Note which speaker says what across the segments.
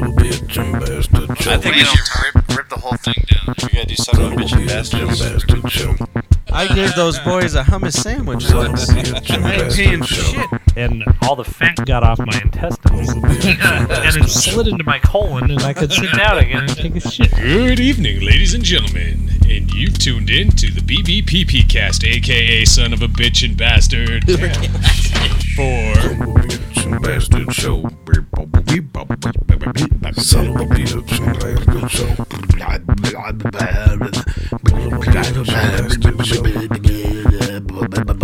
Speaker 1: bitchin' bastard
Speaker 2: I
Speaker 1: chump.
Speaker 2: think
Speaker 3: We
Speaker 2: we
Speaker 3: don't-
Speaker 2: should rip, rip the whole thing down. We gotta do some of
Speaker 1: Come
Speaker 2: the
Speaker 1: here,
Speaker 2: bitch
Speaker 1: you
Speaker 2: bastards.
Speaker 1: bastard chump.
Speaker 4: I gave those boys a hummus sandwich.
Speaker 1: Son of a bitchin'
Speaker 5: I ain't
Speaker 1: bastard
Speaker 5: paying
Speaker 1: chump.
Speaker 5: shit. And all the fat got off my intestines. and it slid into my colon, and I could sit down again and take a shit.
Speaker 6: Good evening, ladies and gentlemen, and you tuned in to the BBPP cast, aka Son of a Bitch and Bastard. For
Speaker 1: Bitchin' bastard chump. Son of a bitchin' bastard chump.
Speaker 2: Welcome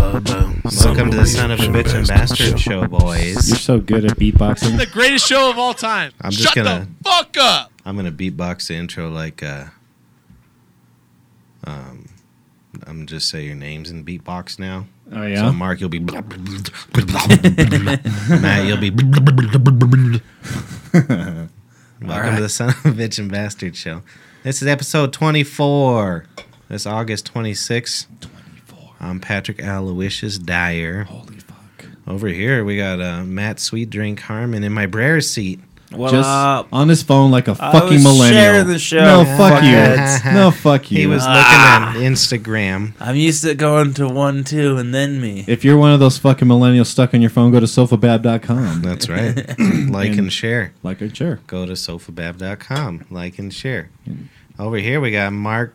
Speaker 2: to the Son of a Bitch and Bastard Show,
Speaker 7: You're
Speaker 2: boys.
Speaker 7: so good at beatboxing.
Speaker 5: The greatest show of all time.
Speaker 2: I'm just
Speaker 5: Shut
Speaker 2: gonna-
Speaker 5: the fuck up.
Speaker 2: I'm gonna beatbox the intro like, uh, um, I'm gonna just say your names in beatbox now.
Speaker 7: Oh
Speaker 2: So
Speaker 7: yeah.
Speaker 2: Mark, you'll be. Matt, you'll be. Welcome to the Son of a Bitch and Bastard Show. This is episode 24. It's August 26th. 24. I'm Patrick Aloysius Dyer. Holy fuck. Over here, we got uh, Matt Sweet Drink Harmon in my Brer seat.
Speaker 4: What
Speaker 7: Just
Speaker 2: uh,
Speaker 4: up?
Speaker 7: on his phone like a
Speaker 4: I
Speaker 7: fucking
Speaker 4: was
Speaker 7: millennial.
Speaker 4: sharing the show,
Speaker 7: No, fuck
Speaker 2: fuckheads.
Speaker 7: you. No, fuck you.
Speaker 2: He was looking at Instagram.
Speaker 4: I'm used to going to one, two, and then me.
Speaker 7: if you're one of those fucking millennials stuck on your phone, go to sofabab.com.
Speaker 2: That's right. like and share.
Speaker 7: Like a chair.
Speaker 2: Go to sofabab.com. Like and share. Over here, we got Mark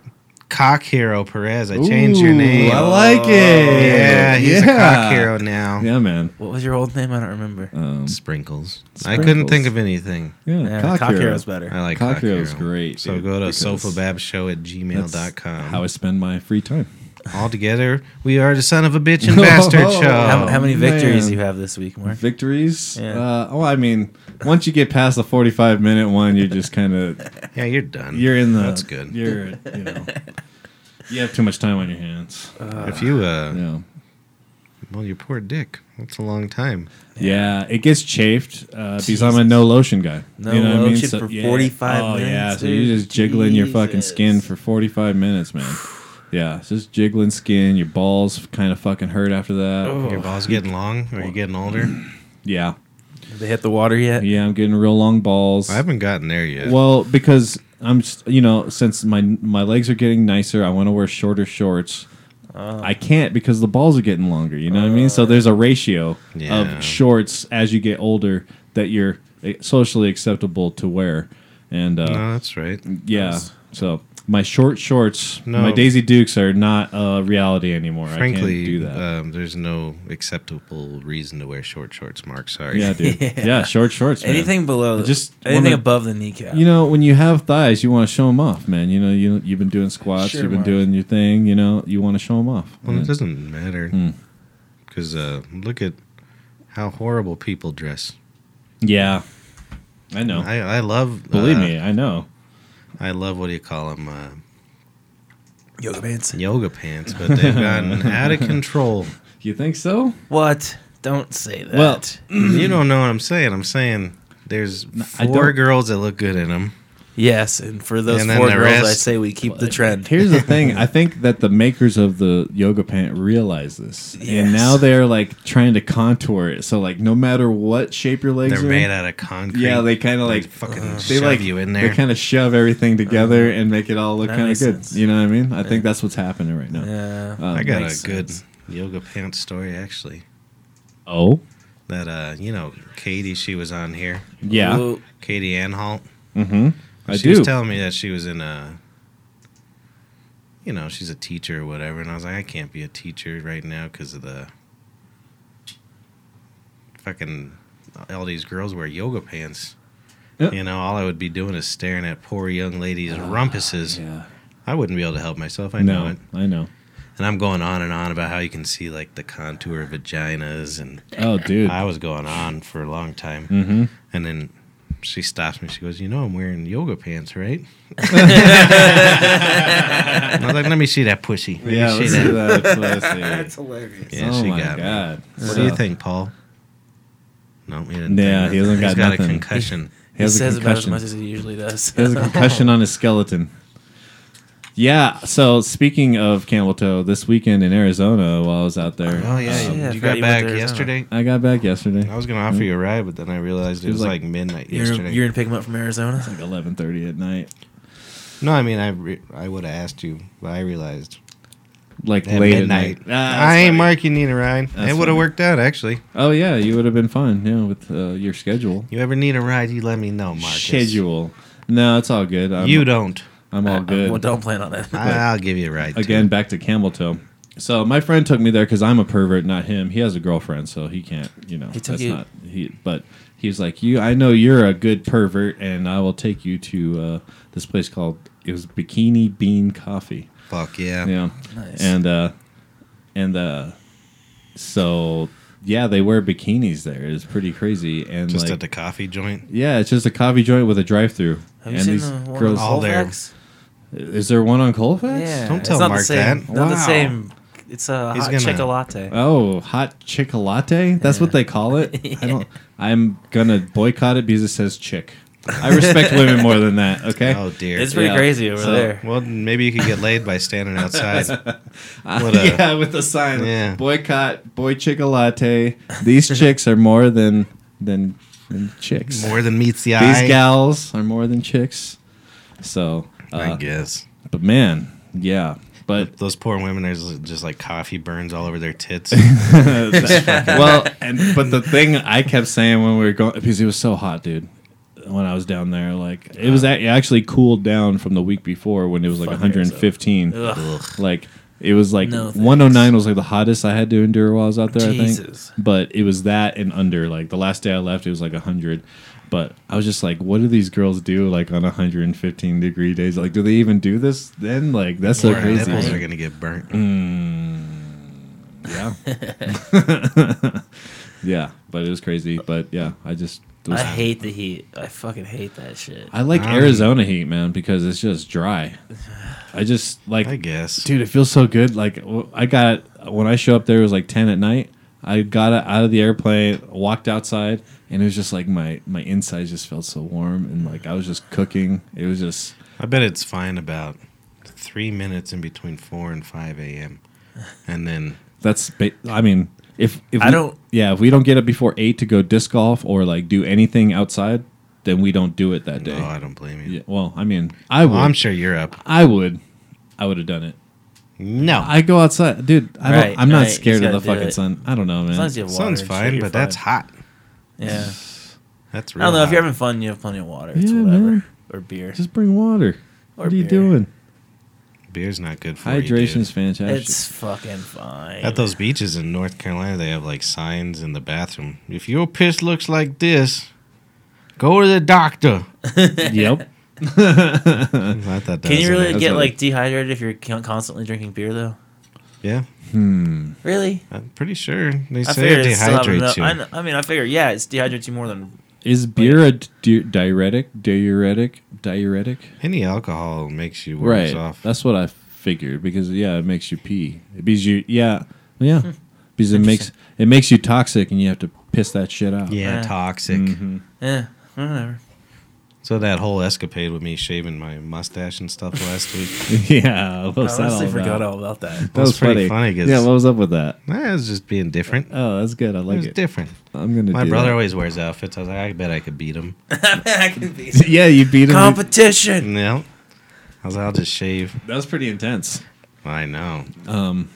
Speaker 2: Cock Hero Perez. I changed your
Speaker 7: Ooh,
Speaker 2: name. Oh,
Speaker 7: I like it.
Speaker 2: Yeah, he's a
Speaker 7: Yeah.
Speaker 2: cock hero now.
Speaker 7: Yeah, man.
Speaker 4: What was your old name? I don't remember.
Speaker 7: Um,
Speaker 2: Sprinkles. I couldn't
Speaker 7: Sprinkles.
Speaker 2: think of anything.
Speaker 7: yeah,
Speaker 4: Yeah,
Speaker 7: cock,
Speaker 4: Cock
Speaker 7: hero.
Speaker 4: Hero's better.
Speaker 2: I like
Speaker 7: Cock
Speaker 2: cock,
Speaker 7: Hero's
Speaker 2: hero.
Speaker 7: great,
Speaker 2: So
Speaker 7: dude,
Speaker 2: go to
Speaker 7: because
Speaker 2: sofababshow at
Speaker 7: That's
Speaker 2: gmail.com.
Speaker 7: How I spend my free time.
Speaker 2: All together, we are the son of a bitch and bastard
Speaker 7: Oh.
Speaker 2: show.
Speaker 7: How-
Speaker 4: how, how many
Speaker 7: oh,
Speaker 4: victories
Speaker 7: man.
Speaker 4: you have this week, Mark?
Speaker 7: Victories.
Speaker 4: Yeah.
Speaker 7: Uh, oh, I mean, once you get past the 45 minute one, you're just kind of
Speaker 2: yeah, you're done.
Speaker 7: you're in the.
Speaker 2: That's good.
Speaker 7: You're you know. You have too much time on your hands.
Speaker 2: if you, uh,
Speaker 7: No.
Speaker 2: well, your poor dick. That's a long time.
Speaker 7: Yeah, it gets chafed uh, because I'm a no lotion guy.
Speaker 4: No lotion for 45
Speaker 7: Oh yeah,
Speaker 4: minutes,
Speaker 7: so you're
Speaker 4: dude.
Speaker 7: just jiggling your fucking skin
Speaker 4: Jesus.
Speaker 7: for 45 minutes, man. Yeah, it's just jiggling skin. Your balls kind of fucking hurt after that.
Speaker 2: Your balls getting long or you getting older?
Speaker 7: Mm. Yeah,
Speaker 4: Have they hit the water yet?
Speaker 7: yeah, I'm getting real long balls.
Speaker 2: I haven't gotten there yet.
Speaker 7: Well, because I'm, s- you know, since my my legs are getting nicer, I want to wear shorter shorts.
Speaker 2: Oh.
Speaker 7: I can't because the balls are getting longer. You know what I mean? So there's a ratio
Speaker 2: Yeah.
Speaker 7: of shorts as you get older that you're eh, socially acceptable to wear, and uh,
Speaker 2: no, that's right.
Speaker 7: yeah. So my short shorts,
Speaker 2: No.
Speaker 7: my Daisy Dukes are not a reality anymore. I
Speaker 2: Frankly,
Speaker 7: can't do that.
Speaker 2: Um, there's no acceptable reason to wear short shorts, Mark. Sorry.
Speaker 7: yeah, dude. yeah. short shorts. man.
Speaker 4: Anything below,
Speaker 7: just
Speaker 4: just anything
Speaker 7: wanna-
Speaker 4: above the kneecap.
Speaker 7: You know, when you have thighs, you want to show them off, man. You know, you you've been doing squats,
Speaker 4: Sure,
Speaker 7: you've been
Speaker 4: Mark.
Speaker 7: doing your thing. You know, you want to show them off.
Speaker 2: Well,
Speaker 7: And-
Speaker 2: it doesn't matter
Speaker 7: Hmm.
Speaker 2: because uh, look at how horrible people dress.
Speaker 7: yeah, I know.
Speaker 2: I, I love.
Speaker 7: Believe
Speaker 2: uh,
Speaker 7: me, I know.
Speaker 2: I love what do you call them? Uh,
Speaker 4: yoga pants.
Speaker 2: yoga pants, but they've gotten out of control.
Speaker 7: You think so?
Speaker 4: What? Don't say that.
Speaker 7: Well,
Speaker 2: you don't know what I'm saying. I'm saying there's
Speaker 7: I
Speaker 2: four
Speaker 7: don't-
Speaker 2: girls that look good in them.
Speaker 4: yes, and for those
Speaker 2: And then
Speaker 4: four
Speaker 2: the
Speaker 4: girls, I
Speaker 2: rest-
Speaker 4: say we keep the trend.
Speaker 7: Here's the thing. I think that the makers of the yoga pant realize this,
Speaker 4: Yes.
Speaker 7: and now they're like trying to contour it. So like, no matter what shape your legs
Speaker 2: They're
Speaker 7: are,
Speaker 2: made
Speaker 7: in,
Speaker 2: out of concrete.
Speaker 7: yeah, they kind of like uh,
Speaker 2: fucking
Speaker 7: they
Speaker 2: shove
Speaker 7: like
Speaker 2: you in
Speaker 7: They
Speaker 2: there. Uh-huh.
Speaker 7: kind of shove everything together and make it all look
Speaker 4: That
Speaker 7: kind of
Speaker 4: makes
Speaker 7: good.
Speaker 4: sense.
Speaker 7: You know what I mean? I think that's what's happening right now.
Speaker 4: Yeah.
Speaker 7: Um,
Speaker 2: I got
Speaker 4: makes
Speaker 2: a good
Speaker 4: sense.
Speaker 2: yoga pants story actually.
Speaker 7: oh
Speaker 2: That uh, you know, Katie, she was on here.
Speaker 7: yeah.
Speaker 4: Well,
Speaker 2: Katie Anhalt.
Speaker 7: Mm-hmm. I
Speaker 2: she
Speaker 7: do.
Speaker 2: was telling me that she was in a, you know, she's a teacher or whatever, and I was like, I can't be a teacher right now because of the fucking all these girls wear yoga pants.
Speaker 7: Yep.
Speaker 2: You know, all I would be doing is staring at poor young ladies' rumpuses.
Speaker 7: Ah, yeah.
Speaker 2: I wouldn't be able to help myself. I know
Speaker 7: no,
Speaker 2: it.
Speaker 7: I know.
Speaker 2: And I'm going on and on about how you can see like the contour of vaginas, and
Speaker 7: Oh, dude.
Speaker 2: I was going on for a long time.
Speaker 7: mm-hmm.
Speaker 2: And then she stops me. She goes, "You know, I'm wearing yoga pants, right?" And I was like, "Let me see that pussy." Let
Speaker 7: Yeah,
Speaker 2: me
Speaker 7: let's
Speaker 2: see
Speaker 7: do
Speaker 2: that.
Speaker 7: that. That's
Speaker 4: hilarious.
Speaker 2: Yeah,
Speaker 7: oh
Speaker 2: she
Speaker 7: my
Speaker 2: got me.
Speaker 7: god.
Speaker 2: What
Speaker 7: So-
Speaker 2: do you think, Paul? No, he didn't.
Speaker 7: Yeah,
Speaker 2: think
Speaker 7: he hasn't
Speaker 2: nothing. He's
Speaker 7: got
Speaker 2: got a
Speaker 7: nothing.
Speaker 2: concussion.
Speaker 7: He
Speaker 4: He
Speaker 7: has a
Speaker 4: says about as
Speaker 7: concussion.
Speaker 4: much as he usually does.
Speaker 7: He has a concussion on his skeleton. Yeah. So speaking of Campbell Toe, this weekend in Arizona, while I was out there, um,
Speaker 2: Oh yeah, Oh.
Speaker 4: shit,
Speaker 2: you-
Speaker 4: I
Speaker 2: you
Speaker 4: forgot
Speaker 2: got
Speaker 4: you went
Speaker 2: back
Speaker 4: to Arizona.
Speaker 2: yesterday.
Speaker 7: I got back yesterday.
Speaker 2: I was gonna offer you a ride, but then I realized it was,
Speaker 7: like-
Speaker 2: like, midnight
Speaker 4: You're,
Speaker 2: yesterday.
Speaker 4: you're gonna pick him up from Arizona.
Speaker 7: like eleven thirty at night,
Speaker 2: no, I mean I re- I would have asked you, but I realized
Speaker 7: like
Speaker 2: at
Speaker 7: late
Speaker 2: midnight.
Speaker 7: at night. Ah,
Speaker 2: I
Speaker 7: that's
Speaker 2: ain't
Speaker 7: funny.
Speaker 2: Mark. You need a ride.
Speaker 7: That's
Speaker 2: it would have
Speaker 7: funny.
Speaker 2: worked out actually.
Speaker 7: Oh yeah, you would have been fine. Yeah, with uh, your schedule.
Speaker 2: You ever need a ride? You let me know, Marcus.
Speaker 7: Schedule. No, it's all good. I'm,
Speaker 2: You don't.
Speaker 7: I'm all good.
Speaker 4: Uh, Well, don't plan on it.
Speaker 2: I- I'll give you a ride. too.
Speaker 7: Again, back to Campbell Toe. So my friend took me there because I'm a pervert, not him. He has a girlfriend, so he can't. You know,
Speaker 4: He took
Speaker 7: that's
Speaker 4: you-
Speaker 7: not he. But he's like, you. I know you're a good pervert, and I will take you to uh, this place called it was Bikini Bean Coffee.
Speaker 2: Fuck yeah.
Speaker 7: Yeah.
Speaker 4: Nice.
Speaker 7: And uh and uh so yeah, they wear bikinis there. It's pretty crazy. And
Speaker 2: Just
Speaker 7: like,
Speaker 2: at the coffee joint.
Speaker 7: yeah, it's just a coffee joint with a drive through. And
Speaker 4: Have you seen
Speaker 7: these
Speaker 4: the
Speaker 7: girls
Speaker 4: one girls,
Speaker 2: All there.
Speaker 4: Colfax?
Speaker 7: is there one on Colfax?
Speaker 4: Yeah,
Speaker 2: Don't
Speaker 4: it's
Speaker 2: tell
Speaker 4: not
Speaker 2: Mark
Speaker 4: the same,
Speaker 2: that.
Speaker 4: Not the
Speaker 2: Wow.
Speaker 4: same. It's a
Speaker 2: He's
Speaker 4: hot
Speaker 2: gonna-
Speaker 4: chick latte.
Speaker 7: Oh, hot chicolate? That's what they call it. I don't I'm gonna boycott it because it says chick. I respect women more than that, okay?
Speaker 2: Oh dear.
Speaker 4: it's pretty
Speaker 7: yeah.
Speaker 4: crazy over
Speaker 7: So-
Speaker 4: there.
Speaker 2: well, maybe you could get laid by standing outside. what a-
Speaker 7: Uh, yeah, with the sign
Speaker 2: Yeah.
Speaker 7: boycott boy chicolate. These chicks are more than than than chicks.
Speaker 2: More than meets the
Speaker 7: These
Speaker 2: eye.
Speaker 7: gals are more than chicks. So,
Speaker 4: Oh,
Speaker 2: I
Speaker 7: uh,
Speaker 2: guess.
Speaker 7: but man, yeah. But
Speaker 2: Those poor women are just just like coffee burns all over their tits.
Speaker 7: well, and but the thing I kept saying when we were going because he was so hot, dude. When I was down there, like it was act- it actually cooled down from the week before when it was like
Speaker 4: Fuck
Speaker 7: 115.
Speaker 4: Ugh.
Speaker 7: Like it was like
Speaker 4: No, thanks.
Speaker 7: 109 was like the hottest I had to endure while I was out there.
Speaker 4: Jesus.
Speaker 7: I think, but it was that and under. Like the last day I left, it was like 100. But I was just like, what do these girls do like on 115 degree days? Like, do they even do this then? Like that's so
Speaker 2: Their
Speaker 7: crazy.
Speaker 2: nipples are gonna get burnt.
Speaker 4: Mm.
Speaker 7: Yeah. yeah, but it was crazy. But yeah, I just it was-
Speaker 4: I
Speaker 7: I,
Speaker 4: hate the heat. I fucking hate that shit.
Speaker 7: like
Speaker 2: Um,
Speaker 7: Arizona heat, man, because it's just dry. I just like,
Speaker 2: I guess.
Speaker 7: dude, it feels so good. Like w- I got when I show up there, it was like ten at night. I got out of the airplane, walked outside, and it was just like my my insides just felt so warm, and like I was just cooking. It was just
Speaker 2: I bet it's fine about three minutes in between four and five a.m. And then
Speaker 7: That's. Ba- I mean, if if
Speaker 4: I
Speaker 7: we,
Speaker 4: don't-
Speaker 7: yeah, if we don't get up before eight to go disc golf or like do anything outside, then we don't do it that day.
Speaker 2: oh, I don't blame you.
Speaker 7: yeah, well, I mean, I would.
Speaker 2: Well, I'm sure you're up.
Speaker 7: I would. I would have done it.
Speaker 2: No,
Speaker 7: I go outside, dude. I don't,
Speaker 4: Right,
Speaker 7: I'm not
Speaker 4: right,
Speaker 7: scared
Speaker 4: you
Speaker 7: of
Speaker 4: just
Speaker 7: the
Speaker 4: gotta do
Speaker 7: fucking
Speaker 4: it.
Speaker 7: sun. I don't know, man.
Speaker 4: As long as you have water,
Speaker 2: sun's
Speaker 4: and shit,
Speaker 2: fine,
Speaker 4: you're
Speaker 2: but that's hot.
Speaker 4: Yeah,
Speaker 2: That's
Speaker 4: I
Speaker 2: real.
Speaker 4: don't know. If you're
Speaker 2: hot.
Speaker 4: having fun, you have plenty of water. It's
Speaker 7: Yeah,
Speaker 4: whatever.
Speaker 7: man.
Speaker 4: Or beer.
Speaker 7: Just bring water. What
Speaker 4: Or
Speaker 7: are you
Speaker 4: beer.
Speaker 7: doing?
Speaker 2: beer's not good for you, dude.
Speaker 7: Hydration's fantastic.
Speaker 4: it's fucking fine.
Speaker 2: At those beaches in North Carolina, they have like signs in the bathroom. If your piss looks like this, go to the doctor.
Speaker 7: yep.
Speaker 2: I thought that
Speaker 4: Can
Speaker 2: was
Speaker 4: you really
Speaker 2: an-
Speaker 4: get
Speaker 7: what-
Speaker 4: like dehydrated if you're con- constantly drinking beer though?
Speaker 2: Yeah,
Speaker 4: Really?
Speaker 2: I'm pretty sure they
Speaker 4: I
Speaker 2: say
Speaker 4: figured
Speaker 2: it
Speaker 4: it's still having
Speaker 2: dehydrates
Speaker 4: enough.
Speaker 2: you.
Speaker 4: I, kn- I mean, I figure yeah, it's dehydrates you more than
Speaker 7: Is beer a di- diuretic? Diuretic? Diuretic?
Speaker 2: Any alcohol makes you worse
Speaker 7: Right.
Speaker 2: off.
Speaker 7: That's what I figured because yeah, it makes you pee. It because you yeah
Speaker 2: Hmm.
Speaker 7: yeah because it makes it makes you toxic and you have to piss that shit out.
Speaker 2: yeah,
Speaker 4: Yeah.
Speaker 2: toxic.
Speaker 7: Mm-hmm.
Speaker 4: eh, whatever.
Speaker 2: So that whole escapade with me shaving my mustache and stuff last week,
Speaker 7: yeah. What was
Speaker 4: I
Speaker 7: that all
Speaker 4: honestly
Speaker 7: about?
Speaker 4: forgot all about that.
Speaker 7: That
Speaker 2: was
Speaker 7: was,
Speaker 2: pretty
Speaker 7: pretty
Speaker 2: funny 'cause-
Speaker 7: yeah. What was up with that?
Speaker 2: I was just being different.
Speaker 7: Oh, that's good. I
Speaker 2: It
Speaker 7: like
Speaker 2: was
Speaker 7: it.
Speaker 2: different.
Speaker 7: I'm gonna.
Speaker 2: My
Speaker 7: do
Speaker 2: brother
Speaker 7: that.
Speaker 2: always wears outfits. I was like, I bet I could beat him.
Speaker 4: I can be
Speaker 7: yeah, you beat him.
Speaker 4: competition.
Speaker 2: no, I was like, I'll just shave.
Speaker 7: that was pretty intense.
Speaker 2: I know.
Speaker 7: Um,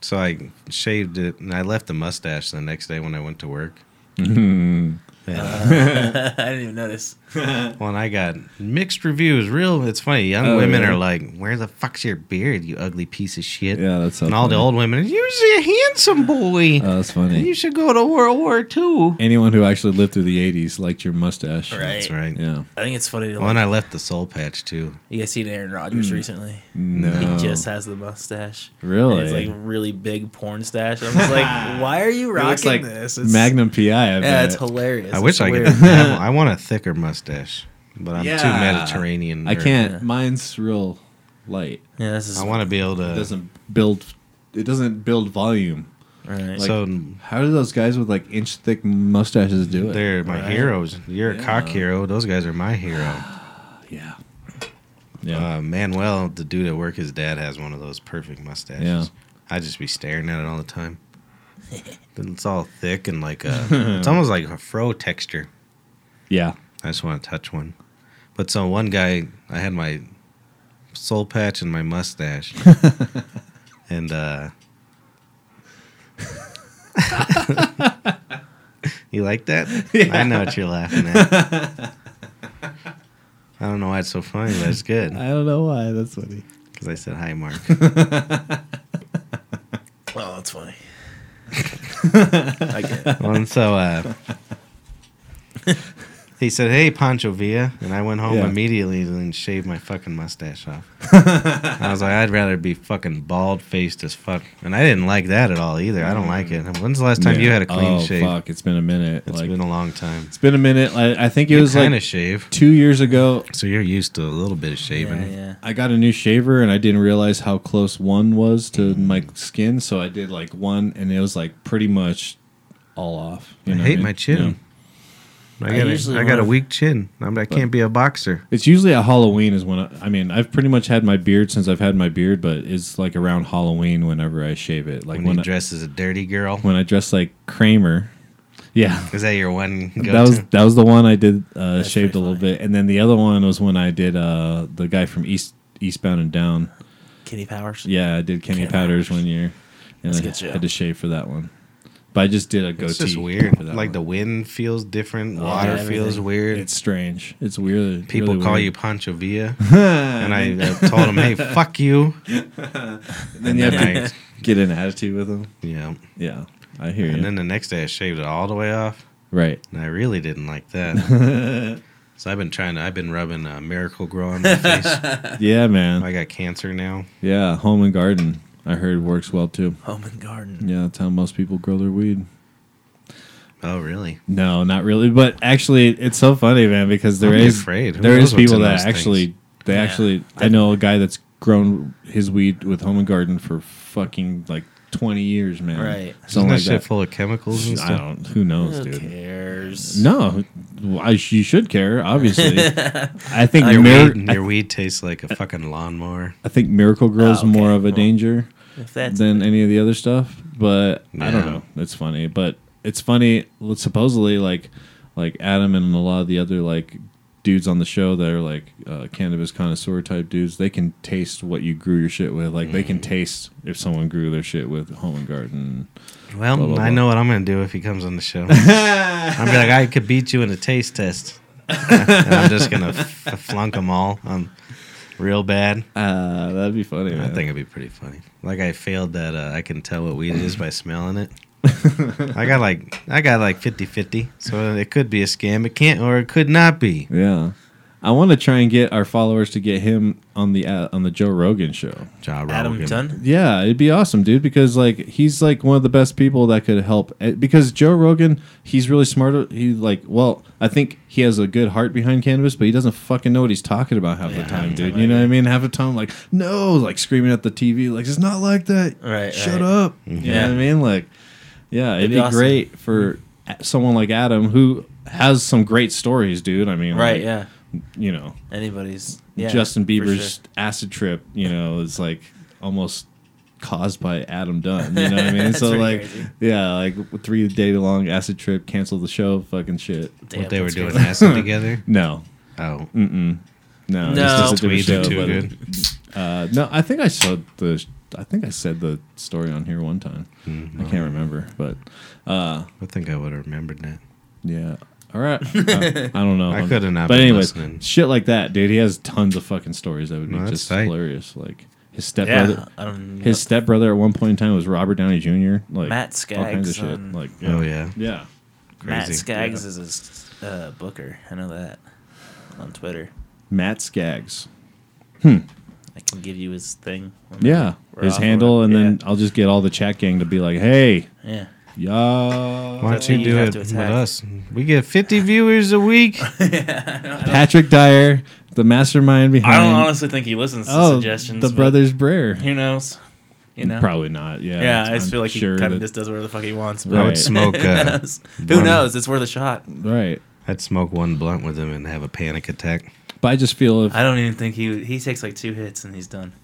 Speaker 2: So I shaved it and I left the mustache the next day when I went to work. And, uh,
Speaker 4: I didn't even notice.
Speaker 2: well, and I got mixed reviews. Real, it's funny. Young
Speaker 7: Oh,
Speaker 2: women
Speaker 7: really?
Speaker 2: are like, "Where the fuck's your beard, you ugly piece of shit?"
Speaker 7: Yeah, that's so
Speaker 2: and all the
Speaker 7: funny.
Speaker 2: old women. You're a handsome boy.
Speaker 7: oh,
Speaker 2: you
Speaker 7: that's funny.
Speaker 2: should go to World War II.
Speaker 7: Anyone who actually lived through the '80s liked your mustache.
Speaker 4: Right.
Speaker 2: That's right.
Speaker 7: Yeah.
Speaker 4: I think it's funny. To,
Speaker 2: Well,
Speaker 4: like,
Speaker 2: and I left the soul patch too.
Speaker 4: you guys seen Aaron Rodgers recently?
Speaker 7: Mm. No.
Speaker 4: He just has the mustache.
Speaker 7: Really?
Speaker 4: It's like really big porn stash. I'm just like, why are you
Speaker 7: It
Speaker 4: rocking
Speaker 7: looks like
Speaker 4: this?
Speaker 7: Magnum PI. I
Speaker 4: Yeah,
Speaker 7: bet.
Speaker 4: it's hilarious.
Speaker 2: I
Speaker 4: It's
Speaker 2: wish I could.
Speaker 4: weird.
Speaker 2: Have, I want a thicker mustache, but I'm too
Speaker 7: Yeah.
Speaker 2: Mediterranean.
Speaker 7: I
Speaker 2: or-
Speaker 7: can't.
Speaker 4: Yeah.
Speaker 7: Mine's real light.
Speaker 4: Yeah, this is.
Speaker 2: I want to be able
Speaker 7: It
Speaker 2: to.
Speaker 7: doesn't build. It doesn't build volume.
Speaker 4: right.
Speaker 7: like-
Speaker 2: so
Speaker 7: How do those guys with like inch thick mustaches do it?
Speaker 2: they're my
Speaker 4: Right.
Speaker 2: heroes. You're a cock
Speaker 7: Yeah.
Speaker 2: hero. Those guys are my hero.
Speaker 7: yeah. Yeah.
Speaker 2: Uh, Manuel, the dude at work, his dad has one of those perfect mustaches.
Speaker 7: Yeah.
Speaker 2: I just be staring at it all the time. it's all thick and like a, it's almost like a fro texture.
Speaker 7: yeah.
Speaker 2: I just want to touch one. But so one guy, I had my soul patch and my mustache, and uh, you like that? I know what you're laughing at. I don't know why it's so funny, but it's good
Speaker 7: I don't know why. That's funny.
Speaker 2: because I said hi, Mark.
Speaker 4: Oh, that's funny. I get it.
Speaker 2: Well, and so uh, he said, "Hey, Pancho Villa," and I went home
Speaker 7: Yeah.
Speaker 2: immediately and shaved my fucking mustache off. I was like, "I'd rather be fucking bald faced as fuck," and I didn't like that at all either. I don't like it. When's the last time you
Speaker 7: Yeah.
Speaker 2: had a clean
Speaker 7: oh,
Speaker 2: shave?
Speaker 7: Fuck, it's been a minute.
Speaker 2: It's
Speaker 7: like,
Speaker 2: been a long time.
Speaker 7: it's been a minute. Like, I think it
Speaker 2: You
Speaker 7: was
Speaker 2: kind
Speaker 7: like
Speaker 2: of shave,
Speaker 7: two years ago.
Speaker 2: so you're used to a little bit of shaving.
Speaker 4: Yeah, yeah.
Speaker 7: I got a new shaver and I didn't realize how close one was to
Speaker 2: Mm.
Speaker 7: my skin, so I did like one, and it was like pretty much all off. you
Speaker 2: I
Speaker 7: know what
Speaker 2: hate
Speaker 7: mean?
Speaker 2: my chin. I
Speaker 4: I
Speaker 2: got,
Speaker 4: usually
Speaker 2: a, I got a
Speaker 4: wanna-
Speaker 2: weak chin. I'm, I can't be a boxer.
Speaker 7: It's usually at Halloween is when I, I mean I've pretty much had my beard since I've had my beard, but it's like around Halloween whenever I shave it, like
Speaker 2: When,
Speaker 7: when
Speaker 2: you
Speaker 7: I,
Speaker 2: dress as a dirty girl,
Speaker 7: when I dress like Kramer. Yeah,
Speaker 2: is that your one? Go-to?
Speaker 7: that was that was the one I did uh,
Speaker 4: That's
Speaker 7: shaved a
Speaker 4: pretty
Speaker 7: little bit, and then the other one was when I did uh, the guy from East Eastbound and Down.
Speaker 4: Kitty Powers.
Speaker 7: Yeah, I did Kenny
Speaker 4: Kenny
Speaker 7: Powders one year, and
Speaker 4: That's
Speaker 7: I
Speaker 4: a good show.
Speaker 7: had to shave for that one. But I just did a goatee.
Speaker 2: It's just weird.
Speaker 7: For that
Speaker 2: Like the
Speaker 7: one.
Speaker 2: wind feels different,
Speaker 7: Oh,
Speaker 2: water
Speaker 4: yeah,
Speaker 2: feels
Speaker 4: everything.
Speaker 2: weird.
Speaker 7: It's strange. It's weird. It's
Speaker 2: People
Speaker 7: really
Speaker 2: call
Speaker 7: weird.
Speaker 2: you Pancho Villa,
Speaker 7: and
Speaker 2: and I uh, told them, "Hey, fuck you."
Speaker 7: then you have to get an attitude with them.
Speaker 2: yeah.
Speaker 7: Yeah, I hear you.
Speaker 2: And then the next day, I shaved it all the way off,
Speaker 7: right.
Speaker 2: and I really didn't like that. so I've been trying to. I've been rubbing uh, Miracle Grow on my face.
Speaker 7: Yeah, man.
Speaker 2: I got cancer now.
Speaker 7: Yeah, home and garden. I heard works well too.
Speaker 4: Home and Garden.
Speaker 7: Yeah, that's how most people grow their weed.
Speaker 2: Oh, really?
Speaker 7: No, not really. But actually, it's so funny, man, because there
Speaker 2: Don't
Speaker 7: is
Speaker 2: be afraid. Who
Speaker 7: there
Speaker 2: knows
Speaker 7: is
Speaker 2: what's
Speaker 7: people
Speaker 2: in
Speaker 7: that
Speaker 2: those
Speaker 7: actually
Speaker 2: things?
Speaker 7: they
Speaker 4: Yeah,
Speaker 7: actually I know a guy that's grown his weed with home and garden for fucking like twenty years, man.
Speaker 4: Right.
Speaker 2: Isn't
Speaker 7: Something
Speaker 2: that
Speaker 7: like
Speaker 2: shit
Speaker 7: that.
Speaker 2: full of chemicals and
Speaker 7: I
Speaker 2: stuff?
Speaker 7: don't. Who knows,
Speaker 4: Who
Speaker 7: dude?
Speaker 4: cares?
Speaker 7: No, I, you should care. Obviously, I think
Speaker 2: Your
Speaker 7: mir-
Speaker 2: weed, your weed tastes like a fucking lawnmower.
Speaker 7: I think Miracle Girl's
Speaker 4: Oh, okay.
Speaker 7: more of a
Speaker 4: Well,
Speaker 7: danger
Speaker 4: If that's
Speaker 7: than any of the other stuff. But I don't
Speaker 2: Yeah.
Speaker 7: know. It's funny, but it's funny. well, Supposedly, like like Adam and a lot of the other like dudes on the show that are like uh, cannabis connoisseur type dudes, they can taste what you grew your shit with. Like they
Speaker 2: Mm.
Speaker 7: can taste if someone grew their shit with home and garden.
Speaker 2: Well,
Speaker 7: Blah, blah,
Speaker 2: I
Speaker 7: blah.
Speaker 2: know what I'm gonna do if he comes on the show. I'm be like, I could beat you in a taste test. and I'm just gonna f- flunk them all, um, real bad.
Speaker 7: Uh, that'd be funny.
Speaker 2: I
Speaker 7: Man.
Speaker 2: think it'd be pretty funny. Like I failed that. Uh, I can tell what weed it is by smelling it. I got like I got like 50-50. so it could be a scam. It can't, or it could not be.
Speaker 7: Yeah. I want to try and get our followers to get him on the uh, on the Joe Rogan show.
Speaker 2: Ja Rule
Speaker 4: Adam
Speaker 2: again.
Speaker 4: Dunn.
Speaker 7: Yeah, it'd be awesome, dude, because like he's like one of the best people that could help. Eh, Because Joe Rogan, he's really smart. He like, well, I think he has a good heart behind cannabis, but he doesn't fucking know what he's talking about half the time, dude. You know what I mean? Half the time, like, no, like screaming at the TV, like it's not like that.
Speaker 4: Right,
Speaker 7: Shut
Speaker 4: right.
Speaker 7: up. You know
Speaker 4: Yeah.
Speaker 7: what I mean? Like, yeah, it'd,
Speaker 4: It'd
Speaker 7: be,
Speaker 4: be awesome.
Speaker 7: great for someone like Adam who has some great stories, dude. I mean,
Speaker 4: Right,
Speaker 7: like,
Speaker 4: yeah.
Speaker 7: You know,
Speaker 4: Anybody's. Yeah,
Speaker 7: Justin
Speaker 4: for sure.
Speaker 7: Bieber's acid trip, you know, is like almost caused by Adam Dunn. You know what I mean?
Speaker 4: That's
Speaker 7: so
Speaker 4: pretty
Speaker 7: like,
Speaker 4: crazy.
Speaker 7: yeah, like three day long acid trip, cancel the show, fucking shit.
Speaker 4: Damn,
Speaker 2: What they were
Speaker 4: that's
Speaker 2: doing
Speaker 4: crazy.
Speaker 2: acid together.
Speaker 7: No,
Speaker 2: Oh,
Speaker 7: no,
Speaker 4: No.
Speaker 7: it's just a
Speaker 2: weed
Speaker 7: different
Speaker 2: are
Speaker 7: show,
Speaker 2: too
Speaker 7: but-
Speaker 2: good.
Speaker 7: Uh, no, I think I saw the. I think I said the story on here one time. I
Speaker 2: Mm-hmm.
Speaker 7: can't remember, but
Speaker 2: I think I would have remembered that.
Speaker 7: yeah. All right, I, I don't know.
Speaker 2: I coulda not
Speaker 7: But
Speaker 2: been
Speaker 7: anyways,
Speaker 2: listening.
Speaker 7: shit like that, dude. He has tons of fucking stories that would
Speaker 2: No,
Speaker 7: be
Speaker 2: that's
Speaker 7: just
Speaker 2: tight.
Speaker 7: hilarious. Like his stepbrother,
Speaker 4: Yeah, I don't.
Speaker 7: His stepbrother at one point in time was Robert Downey Jr. Like
Speaker 4: Matt
Speaker 7: all kinds of
Speaker 4: Skaggs
Speaker 7: shit.
Speaker 4: on-
Speaker 7: Like
Speaker 2: Oh yeah,
Speaker 7: yeah,
Speaker 4: Matt
Speaker 2: Crazy.
Speaker 4: Skaggs is his uh, booker. I know that on Twitter.
Speaker 7: Matt Skaggs.
Speaker 4: I can give you his thing. when
Speaker 7: Yeah,
Speaker 4: we're
Speaker 7: his
Speaker 4: off or
Speaker 7: handle, and
Speaker 4: whatever.
Speaker 7: then I'll just get all the chat gang to be like, "Hey,
Speaker 4: yeah. yeah.
Speaker 7: y'all,
Speaker 2: Why
Speaker 4: I
Speaker 2: don't you
Speaker 4: think
Speaker 2: do
Speaker 4: you have
Speaker 2: it
Speaker 4: to
Speaker 2: with
Speaker 4: attack.
Speaker 2: us? We get 50 viewers a week.
Speaker 7: Patrick Dyer, the mastermind behind."
Speaker 4: I don't honestly think he listens to
Speaker 7: oh,
Speaker 4: suggestions.
Speaker 7: the
Speaker 4: but
Speaker 7: brothers Brer.
Speaker 4: Who knows? You know.
Speaker 7: Probably not. Yeah,
Speaker 4: Yeah, I
Speaker 7: I'm
Speaker 4: just feel like
Speaker 7: sure
Speaker 4: he kind
Speaker 7: that-
Speaker 4: of just does whatever the fuck he wants.
Speaker 2: I
Speaker 7: Right.
Speaker 4: But
Speaker 2: would smoke.
Speaker 4: who
Speaker 2: Uh,
Speaker 4: knows? Who
Speaker 2: one-
Speaker 4: knows? It's worth a shot.
Speaker 7: right.
Speaker 2: I'd smoke one blunt with him and have a panic attack.
Speaker 7: But I just feel if
Speaker 4: I don't even think he he takes like two hits and he's done.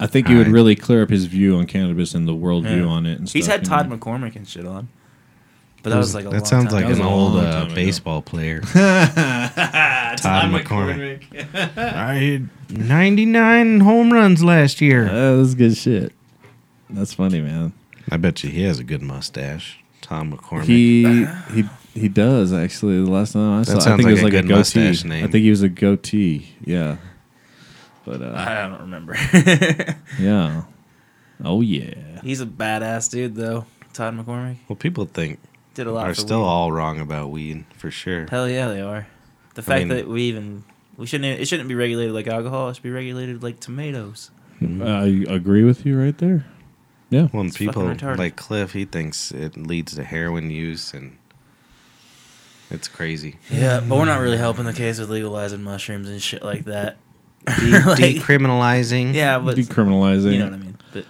Speaker 7: I think he would
Speaker 2: Alright.
Speaker 7: really clear up his view on cannabis and the world
Speaker 4: Yeah.
Speaker 7: view on it. And
Speaker 4: He's
Speaker 7: stuff,
Speaker 4: had
Speaker 7: you know?
Speaker 4: Todd McCormick and shit on, but that was like a
Speaker 2: that
Speaker 4: long
Speaker 2: sounds
Speaker 4: time
Speaker 2: like an
Speaker 4: ago.
Speaker 7: a
Speaker 2: old
Speaker 7: long
Speaker 2: uh,
Speaker 7: time ago.
Speaker 2: baseball player. Todd McCormick. I hit 99 home runs last year.
Speaker 7: Uh, that's good shit. That's funny, man.
Speaker 2: I bet you he has a good mustache. Tom McCormick.
Speaker 7: He he he does actually. The last time I saw, I
Speaker 2: sounds
Speaker 7: think it
Speaker 2: like
Speaker 7: was
Speaker 2: a
Speaker 7: like a,
Speaker 2: good
Speaker 7: goatee.
Speaker 2: mustache name.
Speaker 7: I think he was a goatee. Yeah, but uh,
Speaker 4: I don't remember.
Speaker 7: yeah. Oh yeah.
Speaker 4: he's a badass dude though. Todd McCormick
Speaker 2: well, people think
Speaker 4: did a lot.
Speaker 2: are
Speaker 4: for
Speaker 2: still
Speaker 4: weed.
Speaker 2: all wrong about weed for sure.
Speaker 4: Hell yeah, they are. The fact
Speaker 2: mean-
Speaker 4: that we even we shouldn't it shouldn't be regulated like alcohol. It should be regulated like tomatoes.
Speaker 7: I agree with you right there. Yeah.
Speaker 2: When
Speaker 4: It's fucking
Speaker 2: people
Speaker 4: retarded.
Speaker 2: like Cliff, he thinks it leads to heroin use, and it's crazy.
Speaker 4: Yeah, but we're not really helping the case with legalizing mushrooms and shit like that.
Speaker 2: De-
Speaker 4: Like-
Speaker 2: decriminalizing.
Speaker 4: Yeah, but
Speaker 7: Decriminalizing.
Speaker 4: you know what I mean. But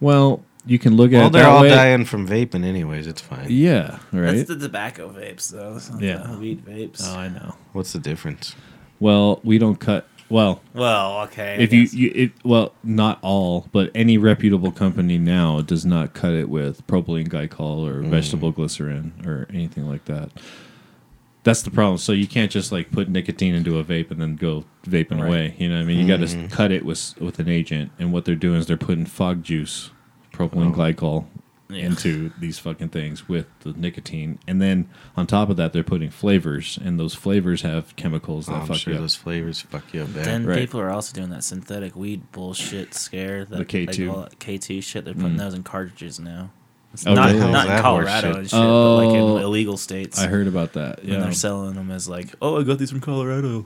Speaker 7: Well, you can look at
Speaker 2: Well,
Speaker 7: it that
Speaker 2: they're all
Speaker 7: way.
Speaker 2: dying from vaping, anyways. It's fine.
Speaker 7: Yeah. Right.
Speaker 4: that's the tobacco vapes though. That's not
Speaker 7: Yeah.
Speaker 4: the weed vapes.
Speaker 7: oh, I know.
Speaker 2: What's the difference?
Speaker 7: Well, we don't cut. Well,
Speaker 4: well, okay. I
Speaker 7: if you,
Speaker 4: guess.
Speaker 7: you it well not all but any reputable company now does not cut it with propylene glycol or vegetable glycerin or anything like that that's the problem so you can't just like put nicotine into a vape and then go vaping away you know what i mean you got to cut it with with an agent and what they're doing is they're putting fog juice propylene glycol
Speaker 4: Yeah.
Speaker 7: into these fucking things with the nicotine and then on top of that they're putting flavors and those flavors have chemicals that
Speaker 2: Oh, I'm
Speaker 7: fuck
Speaker 2: sure
Speaker 7: you up.
Speaker 2: those flavors fuck you up bad.
Speaker 4: then
Speaker 7: right.
Speaker 4: people are also doing that synthetic weed bullshit scare. That,
Speaker 7: The K2.
Speaker 4: like, all that K2 shit. They're
Speaker 7: Hmm.
Speaker 4: putting those in cartridges now. It's
Speaker 7: Oh,
Speaker 4: not
Speaker 7: really?
Speaker 4: not
Speaker 2: How's
Speaker 4: in
Speaker 2: that
Speaker 4: Colorado
Speaker 2: horseshit?
Speaker 4: and shit, but like
Speaker 7: Oh.
Speaker 4: in illegal states.
Speaker 7: i heard about that
Speaker 4: And
Speaker 7: yeah Hmm.
Speaker 4: they're selling them as like, oh, I got these from Colorado.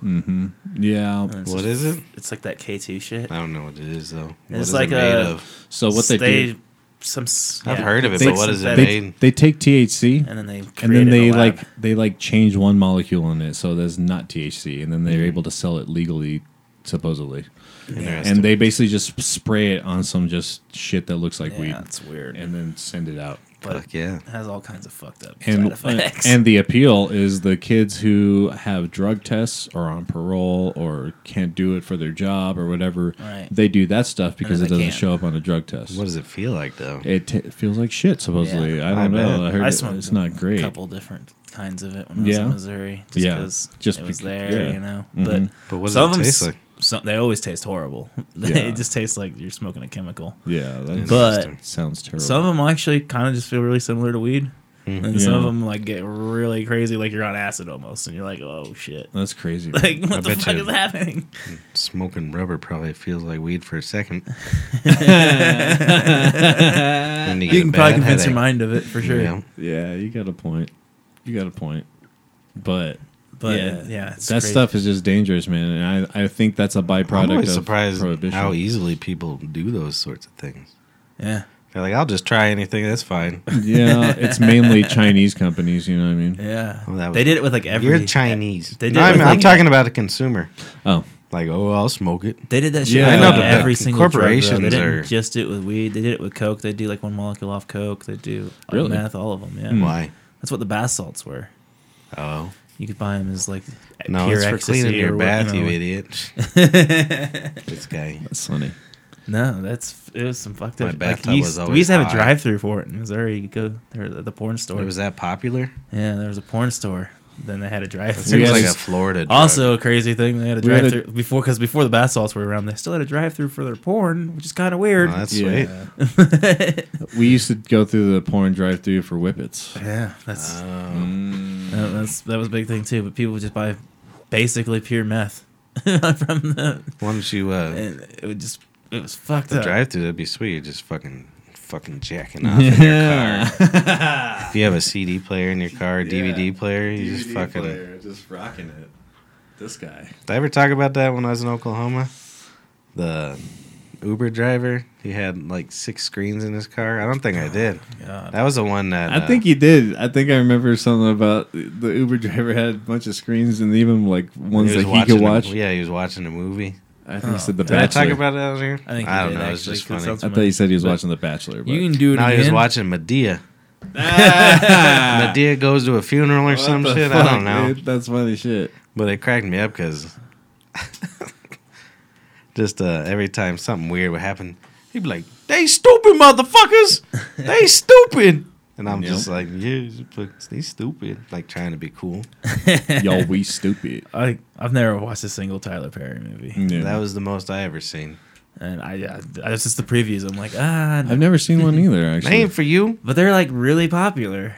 Speaker 7: yeah
Speaker 4: And it's
Speaker 2: What
Speaker 4: just-
Speaker 2: is it?
Speaker 4: It's like that K2 shit.
Speaker 2: I don't know what it is though. What
Speaker 4: It's
Speaker 2: is
Speaker 4: like
Speaker 2: it made
Speaker 4: a-
Speaker 2: of?
Speaker 7: So what they,
Speaker 4: they
Speaker 7: do?
Speaker 4: some s-
Speaker 2: I've
Speaker 4: yeah,
Speaker 2: heard of it,
Speaker 4: it's
Speaker 2: but
Speaker 4: like
Speaker 2: what is
Speaker 4: synthetic-
Speaker 2: it made?
Speaker 7: They they take THC
Speaker 4: And then they
Speaker 7: and then they like they like change one molecule in it so there's not THC and then
Speaker 4: Mm-hmm.
Speaker 7: they're able to sell it legally supposedly.
Speaker 2: Interesting.
Speaker 7: And they basically just spray it on some just shit that looks like
Speaker 4: yeah,
Speaker 7: weed
Speaker 4: it's weird.
Speaker 7: and then send it out.
Speaker 4: but
Speaker 2: Fuck yeah.
Speaker 4: it has all kinds of fucked up
Speaker 7: And
Speaker 4: side effects.
Speaker 7: and the appeal is the kids who have drug tests or on parole or can't do it for their job or whatever.
Speaker 4: Right.
Speaker 7: They do that stuff because it
Speaker 4: then they
Speaker 7: doesn't
Speaker 4: can't.
Speaker 7: show up on a drug test.
Speaker 2: What does it feel like though?
Speaker 7: It t- feels like shit. Supposedly, I don't
Speaker 2: I
Speaker 7: know.
Speaker 2: bet.
Speaker 7: I heard
Speaker 4: I
Speaker 7: it-
Speaker 4: smoked
Speaker 7: it's not
Speaker 4: a
Speaker 7: great.
Speaker 4: couple different kinds of it when I was
Speaker 7: Yeah.
Speaker 4: in Missouri, just
Speaker 7: Yeah.
Speaker 4: because
Speaker 7: Just
Speaker 4: it was
Speaker 7: becau-
Speaker 4: there,
Speaker 7: yeah.
Speaker 4: you know.
Speaker 7: Mhm.
Speaker 4: But
Speaker 2: But what does
Speaker 4: some
Speaker 2: it
Speaker 4: of them
Speaker 2: taste
Speaker 4: s-
Speaker 2: like?
Speaker 4: Some, they always taste horrible.
Speaker 7: Yeah.
Speaker 4: it just tastes like you're smoking a chemical.
Speaker 7: Yeah, that
Speaker 4: But
Speaker 2: Interesting.
Speaker 7: sounds terrible.
Speaker 4: Some of them actually kind of just feel really similar to weed,
Speaker 2: Mm-hmm.
Speaker 4: and some
Speaker 7: Yeah.
Speaker 4: of them like get really crazy, like you're on acid almost, and you're like, oh shit.
Speaker 7: That's crazy. man.
Speaker 4: Like what the
Speaker 2: bet
Speaker 4: fuck
Speaker 2: you-
Speaker 4: is happening?
Speaker 2: smoking rubber probably feels like weed for a second. And
Speaker 4: You
Speaker 2: get a
Speaker 4: can
Speaker 2: bad
Speaker 4: probably convince your
Speaker 2: headache.
Speaker 4: mind of it for sure.
Speaker 2: Yeah.
Speaker 7: yeah, you got a point. You got a point. But
Speaker 4: But
Speaker 7: Yeah.
Speaker 4: yeah, yeah
Speaker 7: that stuff is just dangerous, man. And I, I think that's a byproduct
Speaker 2: I'm always
Speaker 7: of
Speaker 2: surprised
Speaker 7: prohibition.
Speaker 2: how easily people do those sorts of things.
Speaker 4: Yeah,
Speaker 2: They're like, I'll just try anything. That's fine.
Speaker 7: yeah, it's mainly Chinese companies. You know what I mean?
Speaker 4: yeah.
Speaker 2: Oh, that was-
Speaker 4: they did it with like every.
Speaker 2: You're Chinese.
Speaker 4: They did
Speaker 2: No,
Speaker 4: it
Speaker 2: I'm,
Speaker 4: with,
Speaker 2: I'm
Speaker 4: like-
Speaker 2: talking about a consumer.
Speaker 7: Oh,
Speaker 2: Like, oh, I'll smoke it.
Speaker 4: They did that shit.
Speaker 7: Yeah,
Speaker 4: Yeah,
Speaker 7: I know, but
Speaker 4: every
Speaker 2: the
Speaker 4: single corporation.
Speaker 2: corporations
Speaker 4: They didn't
Speaker 2: are-
Speaker 4: just do it with weed. They did it with coke. They do like one molecule off coke. They do like,
Speaker 7: Really?
Speaker 4: meth. All of them. Yeah.
Speaker 2: Why?
Speaker 4: That's what the bath salts were.
Speaker 2: Oh,
Speaker 4: You could buy them as like
Speaker 2: no,
Speaker 4: pure
Speaker 2: it's for
Speaker 4: ecstasy
Speaker 2: cleaning
Speaker 4: or
Speaker 2: your
Speaker 4: what-
Speaker 2: bath, you
Speaker 4: know.
Speaker 2: idiot. this guy.
Speaker 7: that's funny.
Speaker 4: No, that's it was some fucked
Speaker 2: My
Speaker 4: up. Like,
Speaker 2: bathtub
Speaker 4: you
Speaker 2: was
Speaker 4: used, we
Speaker 2: always
Speaker 4: used to have
Speaker 2: hot.
Speaker 4: a drive-through for it in Missouri. You could go there to the porn store.
Speaker 2: Wait, was that popular?
Speaker 4: yeah, there was a porn store. Then they had a drive-through.
Speaker 2: Seems
Speaker 7: We had
Speaker 2: like
Speaker 7: this-
Speaker 2: a Florida. drug.
Speaker 4: Also, a crazy thing they had a
Speaker 7: We had a-
Speaker 4: drive-through before because before the bath salts were around, they still had a drive-through for their porn, which is kind of weird.
Speaker 2: Oh, that's sweet.
Speaker 7: Yeah. we used to go through the porn drive-through for whippets.
Speaker 4: Yeah,
Speaker 2: Uh,
Speaker 4: that's
Speaker 2: Um,
Speaker 4: that, that's that was a big thing too. But people would just buy basically pure meth from the
Speaker 2: Why don't you uh,
Speaker 4: and it would just it was fucked
Speaker 2: the
Speaker 4: up.
Speaker 2: drive through? That'd be sweet. You're just fucking fucking jacking off in your car. if you have a CD player in your car, DVD player, you just fucking.
Speaker 7: just rocking it. This guy.
Speaker 2: Did I ever talk about that when I was in Oklahoma? The Uber driver, he had like six screens in his car. I don't think I did.
Speaker 4: God.
Speaker 2: That was the one that uh,
Speaker 7: I think you did. I think I remember something about the Uber driver had a bunch of screens and even like ones that he could
Speaker 2: watching a-
Speaker 7: watch.
Speaker 2: yeah, he was watching a movie.
Speaker 7: I think he said The
Speaker 2: Did I
Speaker 7: Bachelor.
Speaker 2: talk about it on here?
Speaker 4: I think you
Speaker 2: I don't
Speaker 4: did,
Speaker 2: know.
Speaker 4: Actually,
Speaker 2: It's just
Speaker 4: 'cause
Speaker 2: funny.
Speaker 4: it sounds
Speaker 7: I thought you said he was
Speaker 4: familiar.
Speaker 7: watching The Bachelor. But
Speaker 4: You can do it
Speaker 2: Now
Speaker 4: again.
Speaker 2: he was watching Medea. Medea goes to a funeral or some
Speaker 7: What the
Speaker 2: shit. I
Speaker 7: fuck,
Speaker 2: don't know.
Speaker 7: dude? That's funny shit.
Speaker 2: But it cracked me up because just uh, every time something weird would happen, he'd be like, "They stupid motherfuckers, they stupid," and I'm just like, "Yeah, but they stupid," like trying to be cool.
Speaker 7: Yo, we stupid.
Speaker 4: I I've never watched a single Tyler Perry movie,
Speaker 7: Yeah.
Speaker 2: That was the most I ever seen.
Speaker 4: and I, I it's just the previews. I'm like ah, no.
Speaker 7: I've never seen one either. Actually,
Speaker 2: Name for you.
Speaker 4: but they're like really popular.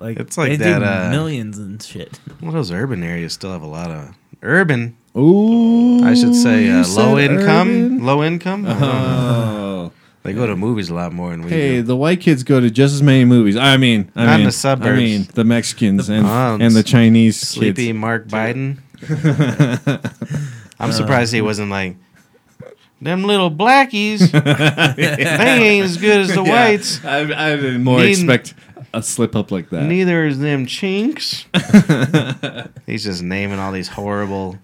Speaker 4: Like
Speaker 2: It's like
Speaker 4: they
Speaker 2: that,
Speaker 4: did
Speaker 2: uh,
Speaker 4: millions and shit.
Speaker 2: Well, those urban areas still have a lot of urban.
Speaker 7: Ooh,
Speaker 2: I should say
Speaker 7: you
Speaker 2: uh,
Speaker 7: said
Speaker 2: low income.
Speaker 7: urban?
Speaker 2: Low income. I don't know.
Speaker 7: Oh,
Speaker 2: They go to movies a lot more than we
Speaker 7: hey,
Speaker 2: do.
Speaker 7: the white kids go to just as many movies. I mean, I
Speaker 2: Not in
Speaker 7: mean,
Speaker 2: the suburbs.
Speaker 7: I mean, the Mexicans and
Speaker 2: bums.
Speaker 7: and the Chinese
Speaker 2: Sleepy
Speaker 7: kids.
Speaker 2: Mark Biden.
Speaker 7: Uh-huh.
Speaker 2: I'm surprised he wasn't like them little blackies. they ain't as good as the
Speaker 7: Yeah,
Speaker 2: whites.
Speaker 7: I, I didn't more
Speaker 2: Need-
Speaker 7: expect a slip up like
Speaker 4: Uh,
Speaker 7: that.
Speaker 2: Neither is them chinks. He's just naming all these horrible.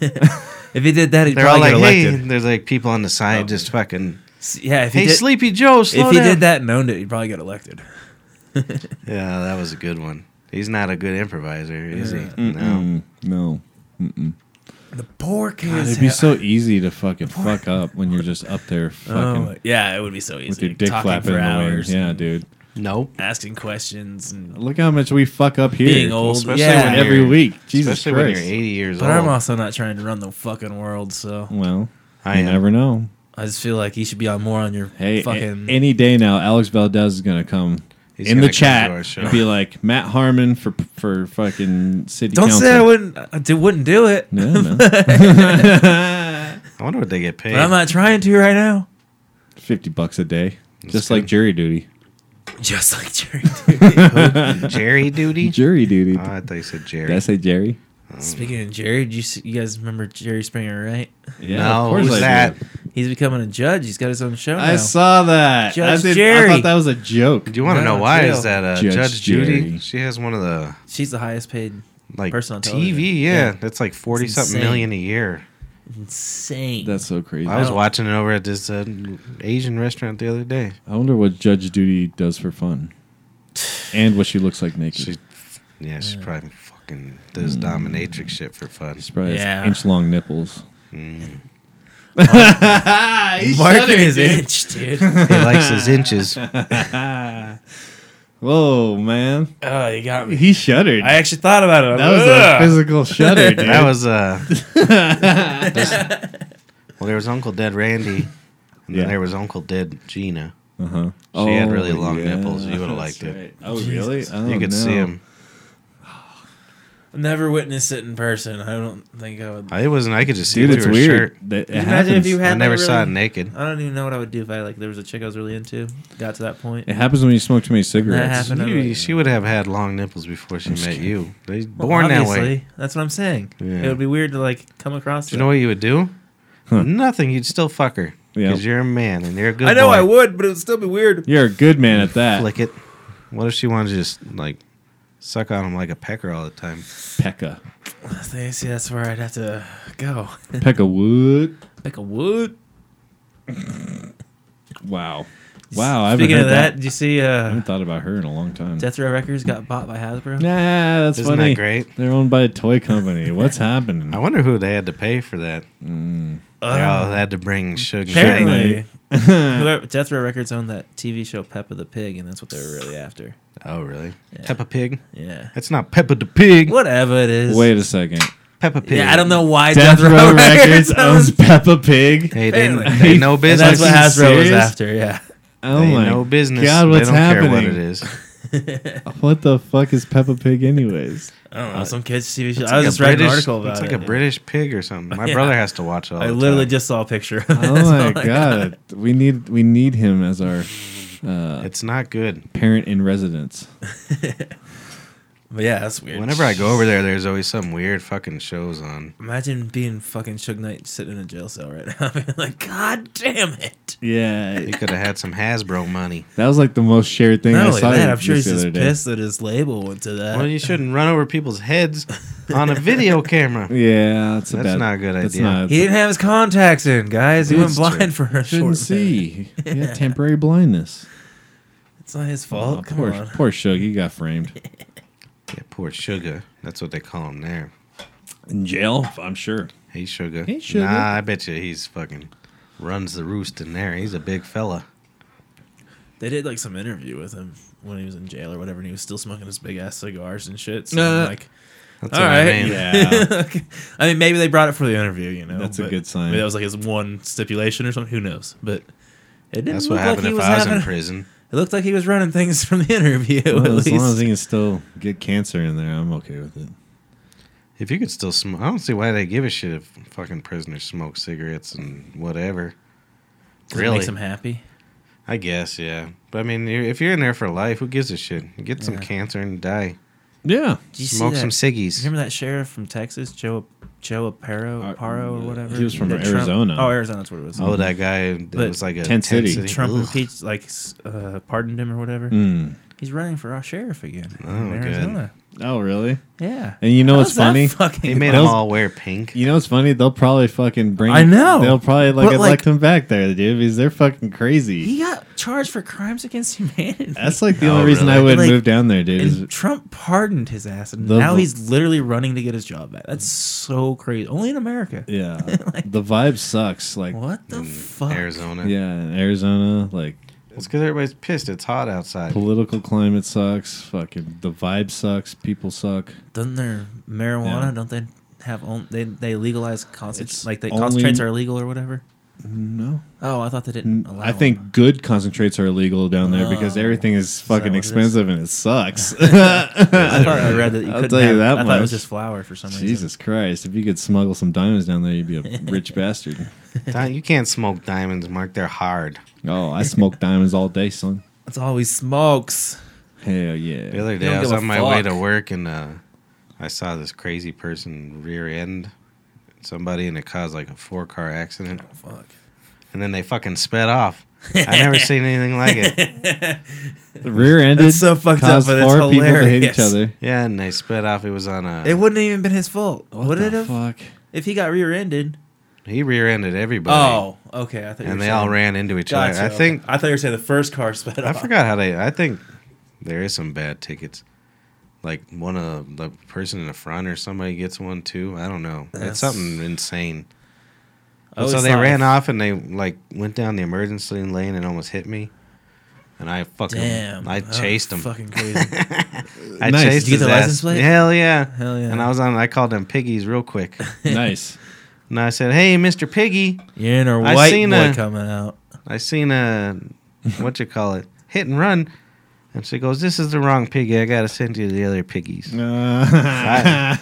Speaker 4: If he did that, he'd
Speaker 2: They're all
Speaker 4: probably
Speaker 2: like,
Speaker 4: get
Speaker 2: hey,
Speaker 4: elected.
Speaker 2: there's like people on the side just fucking.
Speaker 4: S- Yeah, if he
Speaker 2: Hey,
Speaker 4: did,
Speaker 2: Sleepy Joe, slow
Speaker 4: if he
Speaker 2: down.
Speaker 4: did that and owned it, he'd probably get elected.
Speaker 2: Yeah, that was a good one. He's not a good improviser, is he? No.
Speaker 7: Mm, no.
Speaker 4: The poor
Speaker 7: God,
Speaker 4: kids.
Speaker 7: it'd be
Speaker 4: have-
Speaker 7: so easy to fucking fuck up when you're just up there fucking
Speaker 4: oh, yeah, it would be so easy.
Speaker 7: with your dick
Speaker 4: Talking
Speaker 7: flapping in
Speaker 4: for
Speaker 7: the wind.
Speaker 4: hours,
Speaker 7: Yeah, dude.
Speaker 2: Nope.
Speaker 4: asking questions, and
Speaker 7: Look how much we fuck up here.
Speaker 4: Being old,
Speaker 2: Especially
Speaker 4: yeah.
Speaker 2: when
Speaker 7: every
Speaker 2: you're-
Speaker 7: week. Jesus
Speaker 2: Especially when
Speaker 7: Christ.
Speaker 2: you're 80 years
Speaker 4: but
Speaker 2: old.
Speaker 4: I'm also not trying to run the fucking world, so
Speaker 7: Well,
Speaker 2: I
Speaker 7: you
Speaker 2: am.
Speaker 7: never know.
Speaker 4: I just feel like you should be on more on your
Speaker 7: Hey, a-
Speaker 4: fucking.
Speaker 7: any day now, Alex Valdez is gonna come
Speaker 2: He's
Speaker 7: in
Speaker 2: gonna
Speaker 7: the
Speaker 2: come to our
Speaker 7: chat
Speaker 2: show.
Speaker 7: and be like Matt Harmon for for fucking city
Speaker 4: don't
Speaker 7: council.
Speaker 4: say I wouldn't. I d- wouldn't do it.
Speaker 7: No, no.
Speaker 2: I wonder what they get paid.
Speaker 4: But I'm not trying to right now.
Speaker 7: Fifty bucks a day, just
Speaker 2: good.
Speaker 7: like jury duty.
Speaker 4: Just like Jerry.
Speaker 2: Jerry duty?
Speaker 7: Jury duty.
Speaker 2: Oh, I thought you said Jerry.
Speaker 7: Did I say Jerry?
Speaker 4: Speaking of Jerry, did you see, you guys remember Jerry Springer, right?
Speaker 7: Yeah,
Speaker 2: no, who's
Speaker 7: I
Speaker 2: that?
Speaker 7: do.
Speaker 4: He's becoming a judge. He's got his own show now.
Speaker 7: I saw that.
Speaker 4: Judge
Speaker 7: I, did,
Speaker 4: Jerry.
Speaker 7: I thought that was a joke.
Speaker 2: Do you want to
Speaker 4: No,
Speaker 2: know why?
Speaker 4: jail.
Speaker 2: Is that uh, Judge,
Speaker 7: Judge
Speaker 2: Judy?
Speaker 7: Judy.
Speaker 2: She has one of the
Speaker 4: She's the highest paid.
Speaker 2: like
Speaker 4: Person on television.
Speaker 2: TV. Yeah,
Speaker 4: Yeah.
Speaker 2: that's like forty
Speaker 4: It's
Speaker 2: something
Speaker 4: insane.
Speaker 2: million a year.
Speaker 4: Insane.
Speaker 7: That's so crazy.
Speaker 2: I was
Speaker 4: don't-
Speaker 2: watching it over at this uh, Asian restaurant the other day.
Speaker 7: I wonder what Judge Judy does for fun, and what she looks like naked.
Speaker 2: She, yeah, she probably fucking does
Speaker 4: Mm.
Speaker 2: dominatrix shit for fun.
Speaker 7: She's probably
Speaker 4: Yeah.
Speaker 7: inch long nipples. Mm.
Speaker 4: Marker is inch, dude.
Speaker 2: He likes his inches.
Speaker 7: Whoa, man!
Speaker 4: oh, you got me.
Speaker 7: He shuddered.
Speaker 4: I actually thought about it. I'm
Speaker 7: that was
Speaker 4: like,
Speaker 7: a physical shudder, dude.
Speaker 2: That was uh. this- well, there was Uncle Dead Randy, and
Speaker 7: Yeah.
Speaker 2: then there was Uncle Dead Gina.
Speaker 7: uh-huh. She
Speaker 2: She had really long nipples. You would've liked it.
Speaker 7: Oh, really? I
Speaker 2: You
Speaker 7: don't
Speaker 2: could see
Speaker 7: know.
Speaker 2: him.
Speaker 4: I've never witnessed it in person. I don't think I would.
Speaker 2: I wasn't. I could just see
Speaker 7: Dude,
Speaker 2: it
Speaker 7: it's
Speaker 2: through her
Speaker 7: weird.
Speaker 2: shirt.
Speaker 7: That, it
Speaker 4: you imagine
Speaker 7: happens.
Speaker 4: if you had-
Speaker 2: I never
Speaker 4: that
Speaker 2: saw it
Speaker 4: really-
Speaker 2: naked.
Speaker 4: I don't even know what I would do if I like there was a chick I was really into. Got to that point.
Speaker 7: it happens when you smoke too many cigarettes.
Speaker 4: happened. No,
Speaker 2: You-
Speaker 4: no, no.
Speaker 2: she would have had long nipples before she met you. They
Speaker 4: Well,
Speaker 2: born that
Speaker 4: obviously,
Speaker 2: way.
Speaker 4: That's what I'm saying.
Speaker 2: Yeah.
Speaker 4: It would be weird to like come across.
Speaker 2: Do you know what
Speaker 4: it.
Speaker 2: you would do? Nothing. You'd still fuck her
Speaker 7: Yeah.
Speaker 2: because you're a man and you're a good.
Speaker 4: I know
Speaker 2: boy.
Speaker 4: I would, but it would still be weird.
Speaker 7: You're a good man at that.
Speaker 2: Flick it. What if she wanted to just like suck on him like a pecker all the time?
Speaker 7: Pekka.
Speaker 4: See, see, that's where I'd have to go.
Speaker 7: Pekka Wood.
Speaker 4: Pick a wood.
Speaker 7: Wow. Wow. I haven't
Speaker 4: Speaking
Speaker 7: heard
Speaker 4: of that, did you see
Speaker 7: I
Speaker 4: uh,
Speaker 7: haven't thought about her in a long time.
Speaker 4: Death Row Records got bought by Hasbro?
Speaker 7: Nah, that's
Speaker 2: Isn't
Speaker 7: funny.
Speaker 2: that great?
Speaker 7: They're owned by a toy company. What's happening?
Speaker 2: I wonder who they had to pay for that. They all
Speaker 4: Uh,
Speaker 2: had to bring sugar.
Speaker 4: Oh, Apparently, whoever- Death Row Records owned that TV show Peppa the Pig, and that's what they were really after.
Speaker 2: Oh really? Peppa Pig.
Speaker 4: Yeah,
Speaker 2: That's not Peppa the Pig.
Speaker 4: whatever it is.
Speaker 7: Wait a second.
Speaker 2: Peppa Pig.
Speaker 4: yeah, I don't know why
Speaker 7: Death Row Records
Speaker 4: owns.
Speaker 7: owns Peppa Pig.
Speaker 2: Hey, they,
Speaker 4: Apparently.
Speaker 2: they know
Speaker 4: And
Speaker 2: business.
Speaker 4: that's what Hasbro was
Speaker 7: serious?
Speaker 4: after. Yeah,
Speaker 7: Oh
Speaker 2: they
Speaker 7: my
Speaker 2: know business.
Speaker 7: God, what's
Speaker 2: they don't
Speaker 7: happening?
Speaker 2: care what it is.
Speaker 7: What the fuck is Peppa Pig, anyways?
Speaker 4: I don't know. Some kids' TV show.
Speaker 2: It's
Speaker 4: I
Speaker 2: like a
Speaker 4: was just reading an
Speaker 2: British-
Speaker 4: article about
Speaker 2: It's like
Speaker 4: it.
Speaker 2: a British pig or something. My
Speaker 4: Yeah.
Speaker 2: brother has to watch it all
Speaker 4: I
Speaker 2: the
Speaker 4: literally
Speaker 2: time.
Speaker 4: just saw a picture. Of it.
Speaker 7: Oh
Speaker 4: That's
Speaker 7: my
Speaker 4: all I got.
Speaker 7: god, we need we need him as our uh,
Speaker 2: It's not good.
Speaker 7: parent in residence.
Speaker 4: But yeah, that's weird.
Speaker 2: Whenever I go over there, there's always some weird fucking shows on.
Speaker 4: imagine being fucking Suge Knight sitting in a jail cell right now, being like, God damn it!
Speaker 7: Yeah,
Speaker 2: He could have had some Hasbro money.
Speaker 7: that was like the most shared thing
Speaker 4: Not
Speaker 7: I
Speaker 4: only
Speaker 7: saw.
Speaker 4: that, I'm sure he's
Speaker 7: this the
Speaker 4: just
Speaker 7: other day.
Speaker 4: pissed that his label went to that.
Speaker 2: Well, you shouldn't run over people's heads on a video camera.
Speaker 7: Yeah, that's a
Speaker 2: That's
Speaker 7: bad-
Speaker 2: not a good
Speaker 7: that's
Speaker 2: idea.
Speaker 7: Not,
Speaker 4: he didn't have his contacts in, guys. He went
Speaker 7: It's
Speaker 4: blind
Speaker 7: true.
Speaker 4: for a
Speaker 7: couldn't
Speaker 4: short
Speaker 7: see. He had temporary blindness.
Speaker 4: It's not his fault.
Speaker 7: Oh,
Speaker 4: Come
Speaker 7: poor,
Speaker 4: on.
Speaker 7: poor Suge, he got framed
Speaker 2: Yeah, poor Sugar. That's what they call him there.
Speaker 7: in jail. I'm sure.
Speaker 2: Hey, Sugar.
Speaker 7: Hey, Sugar.
Speaker 2: Nah, I bet you he's fucking runs the roost in there. He's a big fella.
Speaker 4: They did like some interview with him when he was in jail or whatever, and he was still smoking his big ass cigars and shit. So
Speaker 7: No,
Speaker 4: I'm
Speaker 7: no.
Speaker 4: like,
Speaker 2: Uh, That's
Speaker 4: all
Speaker 2: what I
Speaker 4: right,
Speaker 2: mean.
Speaker 7: Yeah.
Speaker 4: I mean, maybe they brought it for the interview. You know,
Speaker 7: That's a
Speaker 4: but
Speaker 7: good sign.
Speaker 4: Maybe that was like his one stipulation or something. Who knows? But it didn't
Speaker 2: That's
Speaker 4: look
Speaker 2: what happened
Speaker 4: like he
Speaker 2: if
Speaker 4: was
Speaker 2: I was
Speaker 4: having.
Speaker 2: in prison.
Speaker 4: It looked like he was running things from the interview. at
Speaker 7: Well, as
Speaker 4: least.
Speaker 7: long as he can still get cancer in there, I'm okay with it.
Speaker 2: If you could still smoke, I don't see why they give a shit if fucking prisoners smoke cigarettes and whatever.
Speaker 4: 'Cause it
Speaker 2: Really?
Speaker 4: makes him happy.
Speaker 2: I guess, yeah. But I mean, you- if you're in there for life, who gives a shit? Get some
Speaker 4: Yeah.
Speaker 2: cancer and die.
Speaker 7: Yeah.
Speaker 4: Did you see
Speaker 2: smoke
Speaker 4: that-
Speaker 2: some ciggies.
Speaker 4: Remember that sheriff from Texas, Joe Joe Aparo,
Speaker 7: Uh,
Speaker 4: Aparo or whatever?
Speaker 7: he was from
Speaker 4: That Trump-
Speaker 7: Arizona.
Speaker 4: oh, Arizona, that's what it was.
Speaker 2: Oh, that guy that
Speaker 4: But-
Speaker 2: was like a
Speaker 7: Tent City.
Speaker 4: Trump
Speaker 2: Ugh. Mm-hmm.
Speaker 4: impeached, like, s- uh, pardoned him or whatever.
Speaker 7: Mm.
Speaker 4: He's running for our sheriff again. in
Speaker 2: Oh, good.
Speaker 4: Arizona.
Speaker 7: Oh, really?
Speaker 4: Yeah.
Speaker 7: And you know
Speaker 4: How's
Speaker 7: what's
Speaker 4: that
Speaker 7: funny?
Speaker 4: Fucking
Speaker 2: He made them all wear pink.
Speaker 7: You know what's funny? They'll probably fucking bring.
Speaker 4: I know.
Speaker 7: They'll probably like
Speaker 4: But,
Speaker 7: elect
Speaker 4: like-
Speaker 7: him back there, dude, because they're fucking crazy.
Speaker 4: He got charged for crimes against humanity.
Speaker 7: That's like the
Speaker 2: Oh,
Speaker 7: only reason I
Speaker 2: really?
Speaker 7: would
Speaker 4: Like-
Speaker 7: move down there, dude. is-
Speaker 4: and Trump pardoned his ass, and
Speaker 7: The-
Speaker 4: now he's literally running to get his job back. That's so crazy. Only in America.
Speaker 7: yeah, the vibe sucks. Like,
Speaker 4: What the fuck?
Speaker 2: Arizona.
Speaker 7: yeah, in Arizona, like
Speaker 2: It's because everybody's pissed. It's hot outside.
Speaker 7: political climate sucks. Fucking the vibe sucks. People suck.
Speaker 4: Doesn't their marijuana?
Speaker 7: Yeah.
Speaker 4: Don't they have on, they they legalize concentrates
Speaker 7: It's
Speaker 4: like they
Speaker 7: only-
Speaker 4: concentrates are illegal or whatever?
Speaker 7: No,
Speaker 4: Oh, I thought they didn't. Allow
Speaker 7: I think
Speaker 4: them.
Speaker 7: good concentrates are illegal down there because
Speaker 4: Oh.
Speaker 7: everything is
Speaker 4: that
Speaker 7: fucking
Speaker 4: what it is?
Speaker 7: expensive and it sucks.
Speaker 4: I thought I read that you
Speaker 7: I'll
Speaker 4: couldn't
Speaker 7: tell you
Speaker 4: have-
Speaker 7: that
Speaker 4: I thought it was
Speaker 7: much.
Speaker 4: just flour for some reason.
Speaker 7: Jesus Christ! If you could smuggle some diamonds down there, you'd be a rich bastard.
Speaker 2: Di- you can't smoke diamonds, Mark. They're hard.
Speaker 7: Oh, I smoke diamonds all day, son.
Speaker 4: That's all he smokes.
Speaker 7: Hell
Speaker 2: The
Speaker 7: yeah!
Speaker 2: other
Speaker 4: You
Speaker 2: day,
Speaker 4: don't
Speaker 2: I was
Speaker 4: give a
Speaker 2: on my way to
Speaker 4: fuck.
Speaker 2: work and uh, I saw this crazy person rear end somebody and it caused like a four car accident.
Speaker 4: Fuck.
Speaker 2: And then they fucking sped off. I never seen anything like it.
Speaker 7: Rear-ended.
Speaker 4: That's so fucked up,
Speaker 7: caused
Speaker 4: but it's
Speaker 7: four people to hit each
Speaker 4: hilarious.
Speaker 7: other.
Speaker 2: Yeah, and they sped off. It was on a.
Speaker 4: It wouldn't even been his fault. would
Speaker 7: the
Speaker 4: it have?
Speaker 7: Fuck.
Speaker 4: If he got rear-ended.
Speaker 2: he rear ended everybody.
Speaker 4: Oh, okay. I thought. you
Speaker 2: And
Speaker 4: were
Speaker 2: they all
Speaker 4: saying-
Speaker 2: ran into each
Speaker 4: Gotcha,
Speaker 2: other. I
Speaker 4: okay.
Speaker 2: think.
Speaker 4: I thought you were saying the first car sped
Speaker 2: I
Speaker 4: off.
Speaker 2: forgot how they. I think there is some bad tickets. Like one of the person in the front or somebody gets one too. I don't know.
Speaker 4: That's- Oh,
Speaker 2: It's something insane.
Speaker 4: I always
Speaker 2: so they
Speaker 4: thought
Speaker 2: ran
Speaker 4: if-
Speaker 2: off and they like went down the emergency lane and almost hit me. And I fucking
Speaker 4: Damn.
Speaker 2: I
Speaker 4: Oh,
Speaker 2: chased him.
Speaker 4: Fucking crazy.
Speaker 2: I
Speaker 7: Nice.
Speaker 2: chased
Speaker 4: Did you get
Speaker 2: his
Speaker 4: the
Speaker 2: ass.
Speaker 4: license plate?
Speaker 2: Hell yeah.
Speaker 4: Hell yeah.
Speaker 2: And I was on I called them piggies real quick.
Speaker 7: Nice.
Speaker 2: and I said, "Hey, Mr. Piggy,
Speaker 4: Your inner
Speaker 2: I
Speaker 4: white
Speaker 2: seen
Speaker 4: boy
Speaker 2: a-
Speaker 4: coming out.
Speaker 2: I seen a what you call it? Hit and run." And she goes, "This is the wrong piggy. I got to send you the other piggies." and
Speaker 7: Ah.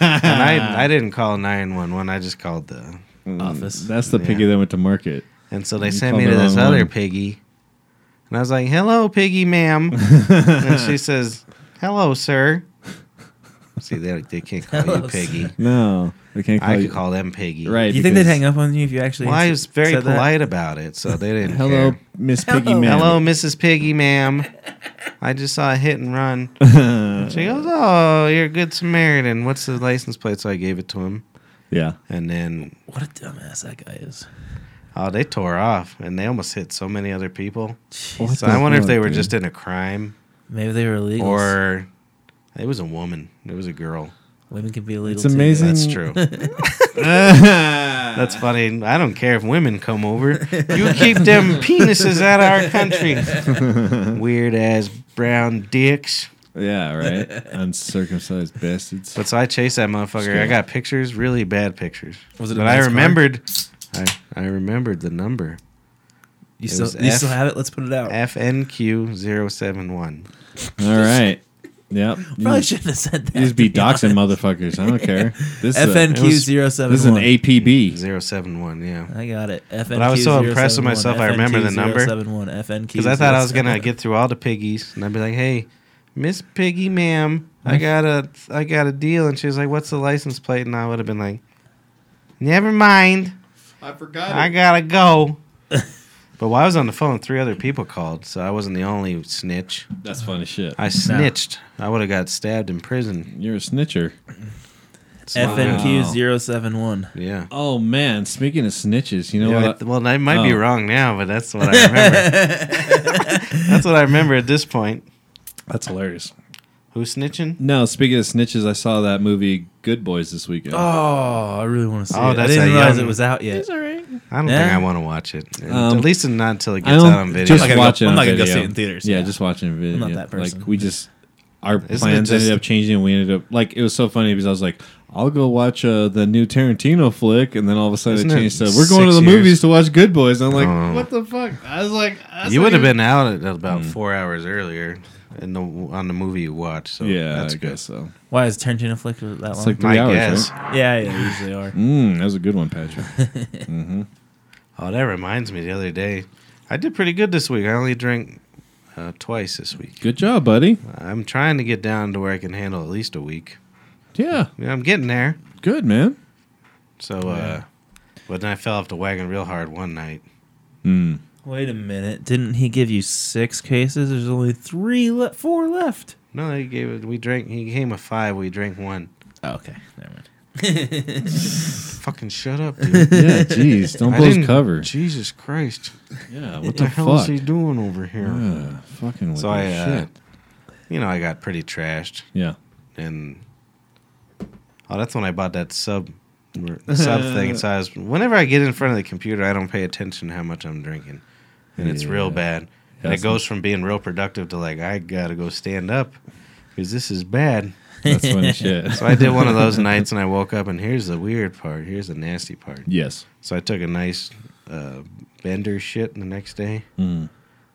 Speaker 2: I, I didn't call 911. I just called the.
Speaker 4: Office.
Speaker 7: That's the piggy
Speaker 2: Yeah.
Speaker 7: that went to market.
Speaker 2: And so they
Speaker 7: You
Speaker 2: sent
Speaker 7: called
Speaker 2: me to
Speaker 7: the
Speaker 2: this
Speaker 7: wrong
Speaker 2: other
Speaker 7: one.
Speaker 2: piggy. And I was like, hello, piggy, ma'am. and she says, hello, sir. See, they, they can't call
Speaker 4: Hello,
Speaker 2: you piggy.
Speaker 7: No, they can't call
Speaker 2: I
Speaker 7: you.
Speaker 2: could call them piggy.
Speaker 7: Right.
Speaker 4: Do you think they'd
Speaker 7: because-
Speaker 4: hang up on you if you actually?
Speaker 2: Well, I
Speaker 4: answered-
Speaker 2: was very
Speaker 4: said that?
Speaker 2: polite about it, so they didn't
Speaker 7: Hello,
Speaker 2: care.
Speaker 7: Miss Piggy
Speaker 4: Hello.
Speaker 7: Man.
Speaker 2: Hello, Mrs. Piggy, ma'am. I just saw a hit and run. She goes, oh, you're a good Samaritan. What's the license plate? So I gave it to him.
Speaker 7: yeah.
Speaker 2: And then
Speaker 4: What a dumbass that guy is.
Speaker 2: Oh, they tore off, and they almost hit so many other people.
Speaker 7: What
Speaker 2: so
Speaker 7: the
Speaker 2: I wonder if
Speaker 7: fuck,
Speaker 2: they were
Speaker 7: dude?
Speaker 2: just in a crime,
Speaker 4: Maybe they were illegal.
Speaker 2: or it was a woman. It was a girl.
Speaker 4: women can be illegal.
Speaker 7: It's
Speaker 4: too.
Speaker 7: amazing.
Speaker 2: That's true. That's funny. I don't care if women come over. You keep them penises out of our country. Weird ass brown dicks.
Speaker 7: Yeah. Right. Uncircumcised bastards.
Speaker 2: But so I chased that motherfucker. I got pictures, really bad pictures.
Speaker 4: Was it a
Speaker 2: But
Speaker 4: nice
Speaker 2: I
Speaker 4: car?
Speaker 2: remembered. I, I remembered the number
Speaker 4: You
Speaker 2: It
Speaker 4: still,
Speaker 2: was
Speaker 4: you
Speaker 2: F-
Speaker 4: still have it? Let's put it out.
Speaker 2: FNQ071.
Speaker 7: All right. Yep.
Speaker 4: Probably
Speaker 7: You
Speaker 4: shouldn't have said that.
Speaker 7: you just be
Speaker 4: to
Speaker 7: doxing
Speaker 4: honest.
Speaker 7: motherfuckers. I don't care. This is a-
Speaker 4: FNQ071.
Speaker 7: This is an APB.
Speaker 2: 071, yeah.
Speaker 4: I got it. FNQ
Speaker 2: I was so impressed with myself, I remember the number.
Speaker 4: FNQ.
Speaker 2: Because I thought I was gonna get through all the piggies, and I'd be like, "Hey, Miss Piggy, ma'am, I got a, I got a deal." And she was like, "What's the license plate?" And I would have been like, "Never mind,
Speaker 7: I forgot.
Speaker 2: I gotta go." but while I was on the phone, three other people called, so I wasn't the only snitch.
Speaker 7: That's funny shit.
Speaker 2: I snitched. I would have got stabbed in prison.
Speaker 7: You're a snitcher.
Speaker 4: FNQ 071.
Speaker 2: Yeah.
Speaker 7: Oh man, speaking of snitches, you know
Speaker 2: Yeah,
Speaker 7: what?
Speaker 2: I- well, I might be
Speaker 7: oh.
Speaker 2: wrong now, but that's what I remember. that's what I remember at this point.
Speaker 7: That's hilarious.
Speaker 2: Who's snitching?
Speaker 7: No, speaking of snitches, I saw that movie Good Boys this weekend.
Speaker 4: Oh, I really want to see
Speaker 2: Oh,
Speaker 4: it. I
Speaker 2: that's
Speaker 4: didn't
Speaker 2: a
Speaker 4: realize
Speaker 2: young-
Speaker 4: it was out yet.
Speaker 2: I don't think
Speaker 4: Yeah.
Speaker 2: I want to watch it.
Speaker 7: Um,
Speaker 2: at least not until it
Speaker 7: I
Speaker 2: gets
Speaker 7: don't-
Speaker 2: out on video.
Speaker 7: Just
Speaker 4: I'm not gonna
Speaker 7: watch
Speaker 4: go-
Speaker 7: it.
Speaker 4: I'm
Speaker 7: on
Speaker 4: not gonna go
Speaker 7: video.
Speaker 4: see it in theaters,
Speaker 7: Yeah,
Speaker 4: yeah.
Speaker 7: just watching video.
Speaker 4: I'm not that person.
Speaker 7: Like we just our
Speaker 2: it
Speaker 7: plans
Speaker 2: just-
Speaker 7: ended up changing. and We ended up like it was so funny because I was like, I'll go watch uh, the new Tarantino flick, and then all of a sudden
Speaker 2: Isn't
Speaker 7: it
Speaker 2: it
Speaker 7: changed to we're going to
Speaker 2: six
Speaker 7: the
Speaker 2: years?
Speaker 7: movies to watch Good Boys. And I'm like,
Speaker 2: Oh.
Speaker 7: what the fuck? I was like, that's
Speaker 2: you
Speaker 7: not
Speaker 2: would have
Speaker 7: even-
Speaker 2: been out at about
Speaker 7: Hmm.
Speaker 2: four hours earlier in the on the movie you watched. So
Speaker 7: Yeah,
Speaker 2: that's
Speaker 7: I
Speaker 2: good.
Speaker 7: guess so.
Speaker 4: Why is Tarantino flick that long?
Speaker 7: It's like three
Speaker 2: My
Speaker 7: hours.
Speaker 2: guess.
Speaker 7: Right?
Speaker 4: yeah, yeah, they usually are.
Speaker 7: Mm, that was a good one, Patrick.
Speaker 2: Oh, that reminds me. The other day, I did pretty good this week. I only drank uh, twice this week.
Speaker 7: good job, buddy.
Speaker 2: I'm trying to get down to where I can handle at least a week.
Speaker 7: Yeah,
Speaker 2: Yeah, I'm getting there.
Speaker 7: good man.
Speaker 2: So, uh, but then I fell off the wagon real hard one night.
Speaker 7: Mm.
Speaker 4: Wait a minute. Didn't he give you six cases? There's only three, le- four left.
Speaker 2: No, he gave it. We drank. He gave a five. We drank one.
Speaker 4: Oh, okay, never mind.
Speaker 2: Fucking shut up, dude.
Speaker 7: Yeah, jeez, don't
Speaker 2: I
Speaker 7: blow his
Speaker 2: didn't-
Speaker 7: cover.
Speaker 2: Jesus Christ!
Speaker 7: Yeah,
Speaker 2: What
Speaker 7: what
Speaker 2: the,
Speaker 7: the
Speaker 2: hell is
Speaker 7: fuck?
Speaker 2: he doing over here?
Speaker 7: Yeah, fucking with
Speaker 2: So
Speaker 7: your
Speaker 2: I, uh,
Speaker 7: shit.
Speaker 2: You know, I got pretty trashed,
Speaker 7: Yeah.
Speaker 2: and oh, that's when I bought that sub sub thing. So I was whenever I get in front of the computer, I don't pay attention to how much I'm drinking, and it's real
Speaker 7: Yeah.
Speaker 2: bad. And
Speaker 7: That's
Speaker 2: it goes from being real productive to like I gotta go stand up because this is bad.
Speaker 7: That's funny shit.
Speaker 2: So I did one of those nights, and I woke up, and here's the weird part. Here's the nasty part.
Speaker 7: Yes.
Speaker 2: So I took a nice uh, bender shit the next day,
Speaker 7: Mm.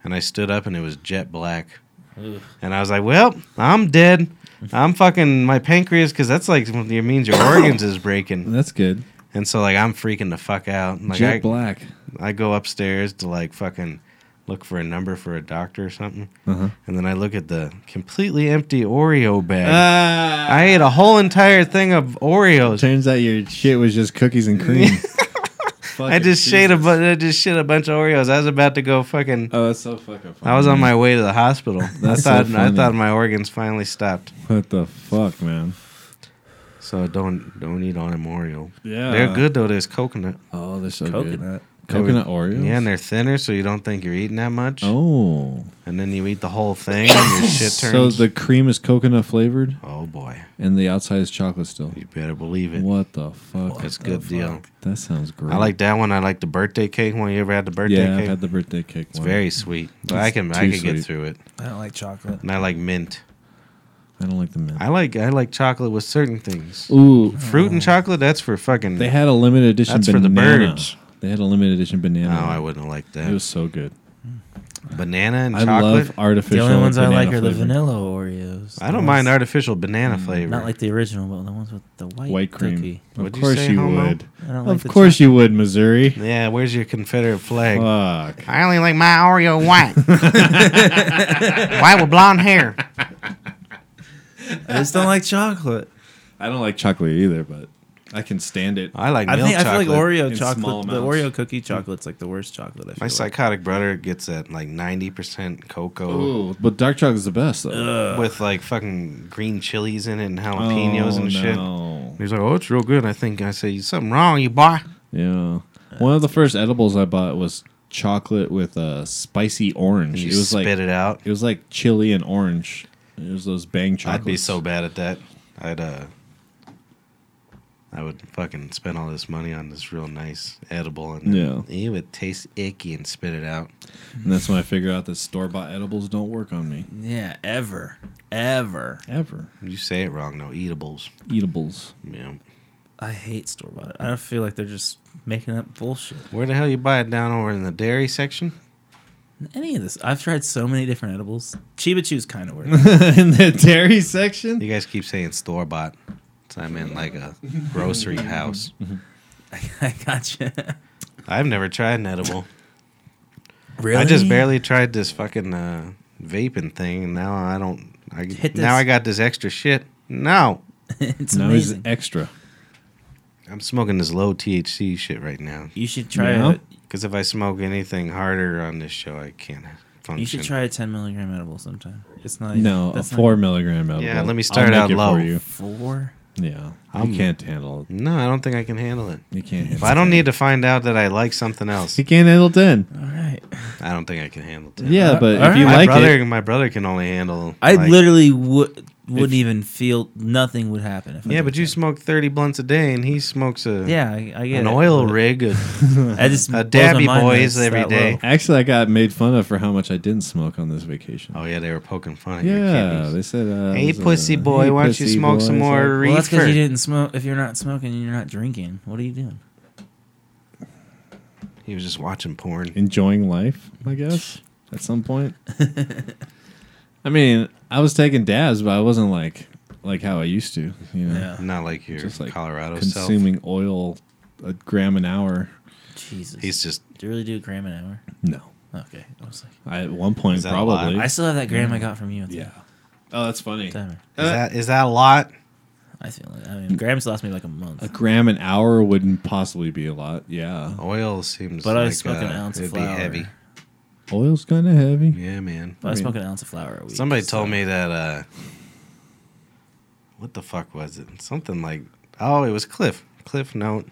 Speaker 2: and I stood up, and it was jet black. And I was like, "Well, I'm dead. I'm fucking my pancreas because that's like when it means your organs is breaking."
Speaker 7: That's good.
Speaker 2: And so like I'm freaking the fuck out. Like
Speaker 7: Jet
Speaker 2: I,
Speaker 7: Black.
Speaker 2: I go upstairs to like fucking look for a number for a doctor or something,
Speaker 7: Uh-huh.
Speaker 2: and then I look at the completely empty Oreo bag.
Speaker 7: Ah,
Speaker 2: I ate a whole entire thing of Oreos.
Speaker 7: turns out your shit was just cookies and cream.
Speaker 2: I just shit a bu- I just shit a bunch of Oreos. I was about to go fucking.
Speaker 7: Oh, that's so fucking funny.
Speaker 2: I was on my way to the hospital. I
Speaker 7: That's so
Speaker 2: thought I
Speaker 7: funny.
Speaker 2: thought my organs finally stopped.
Speaker 7: What the fuck, man?
Speaker 2: So don't don't eat on them Oreo.
Speaker 7: Yeah.
Speaker 2: They're good though. There's coconut.
Speaker 7: Oh, they're so
Speaker 4: Coconut.
Speaker 7: good. Coconut Oreos?
Speaker 2: Yeah, and they're thinner, so you don't think you're eating that much.
Speaker 7: Oh.
Speaker 2: And then you eat the whole thing, and your shit
Speaker 7: So
Speaker 2: turns.
Speaker 7: the cream is coconut flavored
Speaker 2: oh boy,
Speaker 7: and the outside is chocolate still.
Speaker 2: you better believe it.
Speaker 7: What the fuck?
Speaker 2: That's a good deal.
Speaker 7: That sounds great.
Speaker 2: I like that one. I like the birthday cake one. You ever had the birthday
Speaker 7: Yeah, I've
Speaker 2: cake?
Speaker 7: had the birthday cake
Speaker 2: it's
Speaker 7: one.
Speaker 2: very sweet, but I
Speaker 7: It's
Speaker 2: can I
Speaker 7: too
Speaker 2: can
Speaker 7: sweet.
Speaker 2: get through it.
Speaker 4: I don't like chocolate.
Speaker 2: And I like mint.
Speaker 7: I don't like the mint.
Speaker 2: I like I like chocolate with certain things.
Speaker 7: Ooh,
Speaker 2: Fruit and chocolate, that's for fucking.
Speaker 7: They had a limited edition
Speaker 2: That's for the
Speaker 7: banana.
Speaker 2: birds.
Speaker 7: They had a limited edition banana.
Speaker 2: no, I wouldn't like that.
Speaker 7: It was so good.
Speaker 2: banana and
Speaker 7: I
Speaker 2: chocolate.
Speaker 7: love artificial.
Speaker 4: The only ones I
Speaker 7: banana
Speaker 4: like are the
Speaker 7: flavor.
Speaker 4: vanilla Oreos.
Speaker 2: I
Speaker 4: The
Speaker 2: don't
Speaker 4: ones-
Speaker 2: mind artificial banana flavor.
Speaker 4: Mm, Not like the original, but the ones with the white,
Speaker 7: White cream.
Speaker 4: cookie.
Speaker 7: Of
Speaker 2: What'd you
Speaker 7: course
Speaker 2: say,
Speaker 7: you
Speaker 2: homo?
Speaker 7: would.
Speaker 4: I don't like
Speaker 7: Of
Speaker 4: the
Speaker 7: course you would, Missouri.
Speaker 2: yeah, where's your Confederate flag?
Speaker 7: Fuck.
Speaker 2: I only like my Oreo white. white with blonde hair.
Speaker 4: chocolate. I just don't like chocolate.
Speaker 7: I don't like chocolate either, but I can stand it.
Speaker 2: I like
Speaker 4: I
Speaker 2: milk
Speaker 4: think I
Speaker 2: chocolate.
Speaker 4: feel like Oreo
Speaker 7: in small
Speaker 4: chocolate, the
Speaker 7: amounts.
Speaker 4: Oreo cookie chocolate's like the worst chocolate. I feel
Speaker 2: My
Speaker 4: like.
Speaker 2: psychotic brother gets at like 90% cocoa
Speaker 7: Ooh, but dark chocolate is the best. Though.
Speaker 2: with like fucking green chilies in it and jalapenos
Speaker 7: Oh,
Speaker 2: and shit.
Speaker 7: no.
Speaker 2: He's like, oh, it's real good. And I think I say, something wrong, you boy.
Speaker 7: Yeah. One of the first edibles I bought was chocolate with a spicy orange.
Speaker 2: You
Speaker 7: It was
Speaker 2: spit
Speaker 7: like it
Speaker 2: it out.
Speaker 7: was like chili and orange. It was those bang chocolates.
Speaker 2: I'd be so bad at that. I'd uh I would fucking spend all this money on this real nice edible and
Speaker 7: Yeah.
Speaker 2: it would taste icky and spit it out.
Speaker 7: And that's when I figured out that store bought edibles don't work on me
Speaker 4: yeah, ever, ever.
Speaker 7: ever.
Speaker 2: You say it wrong though, eatables.
Speaker 7: Eatables.
Speaker 2: Yeah.
Speaker 4: I hate store bought. I don't feel like they're just making up bullshit.
Speaker 2: Where the hell you buy it down over in the dairy section?
Speaker 4: Any of this, I've tried so many different edibles. Chiba Chew's kind of weird.
Speaker 7: in the dairy section.
Speaker 2: You guys keep saying store bought. So I'm in like a grocery house.
Speaker 4: I gotcha.
Speaker 2: I've never tried an edible.
Speaker 4: Really?
Speaker 2: I just barely tried this fucking uh, vaping thing and now I don't I
Speaker 4: Hit
Speaker 2: now
Speaker 4: this.
Speaker 2: I got this extra shit. No.
Speaker 4: it's
Speaker 7: Now he's
Speaker 4: amazing.
Speaker 7: extra.
Speaker 2: I'm smoking this low THC shit right now.
Speaker 4: You should try
Speaker 7: Yeah.
Speaker 4: it.
Speaker 2: Because if I smoke anything harder on this show, I can't function.
Speaker 4: You should try a 10 milligram edible sometime. It's not
Speaker 7: No, a
Speaker 4: that's not-
Speaker 7: four milligram edible.
Speaker 2: Yeah, let me
Speaker 7: I'll
Speaker 2: start
Speaker 7: make
Speaker 2: out
Speaker 7: it for
Speaker 2: low.
Speaker 7: you.
Speaker 4: four.
Speaker 7: Yeah,
Speaker 2: I'm-
Speaker 7: you can't handle it.
Speaker 2: No, I don't think I can handle it.
Speaker 7: You can't.
Speaker 2: If
Speaker 7: Handle
Speaker 2: I don't need to find out that I like something else,
Speaker 7: You can't handle ten.
Speaker 4: All right.
Speaker 2: I don't think I can handle it.
Speaker 7: Yeah,
Speaker 4: Uh,
Speaker 7: but
Speaker 4: all
Speaker 7: if you
Speaker 4: right.
Speaker 2: my
Speaker 7: like
Speaker 2: brother,
Speaker 7: it,
Speaker 2: my brother can only handle.
Speaker 4: I
Speaker 2: like-
Speaker 4: literally would wouldn't
Speaker 7: If-
Speaker 4: even feel nothing would happen. If I
Speaker 2: Yeah,
Speaker 4: did
Speaker 2: but you
Speaker 4: that.
Speaker 2: smoke thirty blunts a day, and he smokes a
Speaker 4: Yeah, I, I get
Speaker 2: an
Speaker 4: it.
Speaker 2: oil rig. A,
Speaker 4: I just
Speaker 2: a
Speaker 4: blows my
Speaker 2: dabby
Speaker 4: mind that
Speaker 2: boys
Speaker 4: it's
Speaker 2: every
Speaker 4: that
Speaker 2: day.
Speaker 4: low.
Speaker 7: actually, I got made fun of for how much I didn't smoke on this vacation.
Speaker 2: oh yeah, they were poking fun at your
Speaker 7: yeah,
Speaker 2: kidneys.
Speaker 7: they said, uh,
Speaker 2: Hey,
Speaker 7: it was, uh,
Speaker 2: pussy boy,
Speaker 7: hey,
Speaker 2: why don't you
Speaker 7: pussy
Speaker 2: smoke some
Speaker 7: boy.
Speaker 2: more
Speaker 7: It's
Speaker 4: Well, that's because
Speaker 2: reefer?
Speaker 4: you didn't smoke. If you're not smoking, you're not drinking. What are you doing?
Speaker 2: He was just watching
Speaker 7: like
Speaker 2: porn.
Speaker 7: Enjoying life, I guess. At some point. I mean, I was taking dabs, but I wasn't like like how I used to. You know,
Speaker 4: Yeah.
Speaker 2: Not like your
Speaker 7: Just like
Speaker 2: Colorado self.
Speaker 7: consuming oil a gram an hour.
Speaker 4: Jesus,
Speaker 2: He's just
Speaker 4: do you really do a gram an hour?
Speaker 7: No,
Speaker 4: Okay, I was like,
Speaker 7: I, at one point
Speaker 2: Is that a lot?
Speaker 7: probably.
Speaker 4: I still have that gram
Speaker 2: Mm.
Speaker 4: I got from you. At the
Speaker 7: yeah. Oh, that's funny.
Speaker 4: Timer.
Speaker 2: is that is that a lot?
Speaker 4: I feel like I mean, grams last me like a month.
Speaker 7: A gram an hour wouldn't possibly be a lot. Yeah,
Speaker 2: Oil seems.
Speaker 4: But I
Speaker 2: like,
Speaker 4: smoke an
Speaker 2: uh,
Speaker 4: ounce of
Speaker 2: It'd
Speaker 4: flour.
Speaker 2: be heavy.
Speaker 7: oil's kind of heavy.
Speaker 2: Yeah, man.
Speaker 4: But I,
Speaker 7: I mean-
Speaker 4: smoke an ounce of flour a week.
Speaker 2: Somebody
Speaker 4: so-
Speaker 2: told me that uh what the fuck was it? Something like oh, it was Cliff. Cliff note.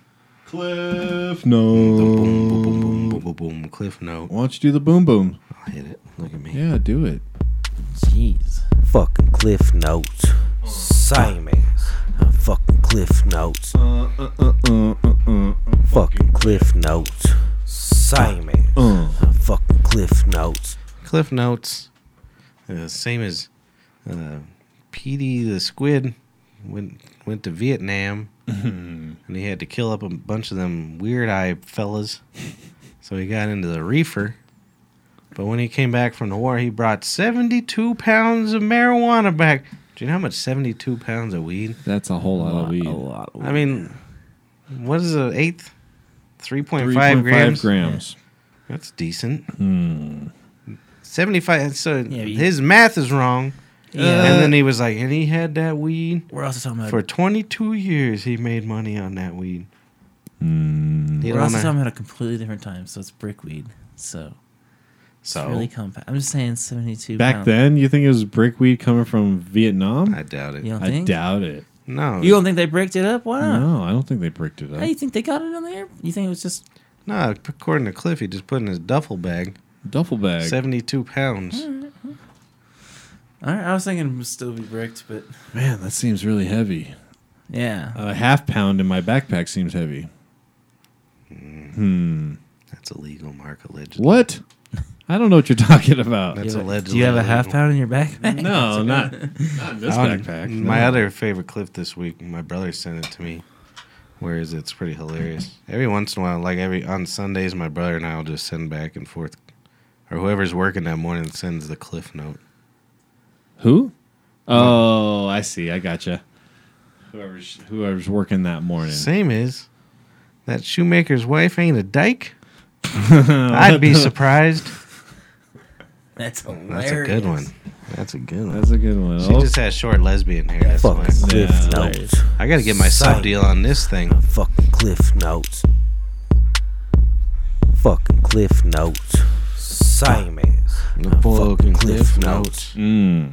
Speaker 7: Cliff,
Speaker 2: Boom, boom, boom, boom,
Speaker 7: no.
Speaker 2: boom, boom, boom. Cliff note.
Speaker 7: Why don't you do the boom boom?
Speaker 2: I'll hit it. Look at me.
Speaker 7: Yeah, do it.
Speaker 4: Jeez.
Speaker 3: Fucking Cliff Notes. Same ass. Uh, Fucking Cliff Notes.
Speaker 7: Uh, uh, uh, uh, uh,
Speaker 3: Fucking Cliff Notes. Same ass.
Speaker 7: uh.
Speaker 3: Uh, Fucking Cliff Notes.
Speaker 2: Cliff notes. Uh, same as uh Petey the squid went went to Vietnam and he had to kill up a bunch of them weird eye fellas. so he got into the reefer. But when he came back from the war, he brought 72 pounds of marijuana back. Do you know how much 72 pounds of weed?
Speaker 7: That's a whole lot, of weed.
Speaker 4: A lot.
Speaker 2: I mean, what is an eighth? 3.5
Speaker 7: 3.5
Speaker 2: grams.
Speaker 7: grams.
Speaker 2: That's decent. 75. Hmm. So
Speaker 4: but you-
Speaker 2: his math is wrong.
Speaker 4: Yeah.
Speaker 2: and then he was like, and he had that weed.
Speaker 4: We're also talking about.
Speaker 2: For 22 years, he made money on that weed.
Speaker 7: Mm.
Speaker 2: You
Speaker 4: we're
Speaker 2: don't
Speaker 4: also
Speaker 2: know-
Speaker 4: talking about a completely different time. So it's brickweed. So
Speaker 2: so,
Speaker 4: really compact. I'm just saying, seventy-two.
Speaker 7: Back
Speaker 4: pounds.
Speaker 7: then, you think it was brick weed coming from Vietnam?
Speaker 2: I doubt it.
Speaker 4: you don't
Speaker 7: I
Speaker 4: think?
Speaker 7: doubt it.
Speaker 2: No,
Speaker 4: You don't think they bricked it up? Why not?
Speaker 7: No, I don't think they bricked it
Speaker 4: How you
Speaker 7: up.
Speaker 4: think they got it on the air? You think it was just
Speaker 2: no. According to Cliff, he just put in his duffel bag,
Speaker 7: Duffel bag.
Speaker 2: 72 pounds.
Speaker 4: Hmm. All right, I was thinking it would still be bricked, but
Speaker 7: Man, that seems really heavy.
Speaker 4: yeah.
Speaker 7: A half pound in my backpack seems heavy. Hmm.
Speaker 2: That's illegal, Mark. Allegedly,
Speaker 7: What? I don't know what you're talking about.
Speaker 2: that's
Speaker 4: Do you have a-
Speaker 2: allegedly.
Speaker 4: Do you have a half
Speaker 2: illegal.
Speaker 4: pound in your backpack?
Speaker 7: No, not, not this
Speaker 2: Oh, and
Speaker 7: backpack.
Speaker 2: My
Speaker 7: no.
Speaker 2: other favorite clip this week, my brother sent it to me. Whereas it's pretty hilarious. Every once in a while, like every on Sundays, my brother and I will just send back and forth, or whoever's working that morning sends the cliff note.
Speaker 7: Who? Oh, I see. I gotcha. Whoever's whoever's working that morning.
Speaker 2: Same is that shoemaker's wife ain't a dyke. I'd be surprised.
Speaker 4: That's
Speaker 2: That's
Speaker 4: hilarious.
Speaker 2: a good one. That's a good one.
Speaker 7: That's a good one.
Speaker 2: She
Speaker 7: Oh,
Speaker 2: just has short lesbian hair. That's why.
Speaker 3: Fucking Cliff
Speaker 7: Yeah.
Speaker 3: Notes.
Speaker 2: I got to get my sub
Speaker 3: Son.
Speaker 2: deal on this thing.
Speaker 3: Fucking Cliff Notes. Fucking Cliff Notes. Same ass.
Speaker 2: The fucking
Speaker 3: Uh, fucking
Speaker 2: cliff notes.
Speaker 7: mm.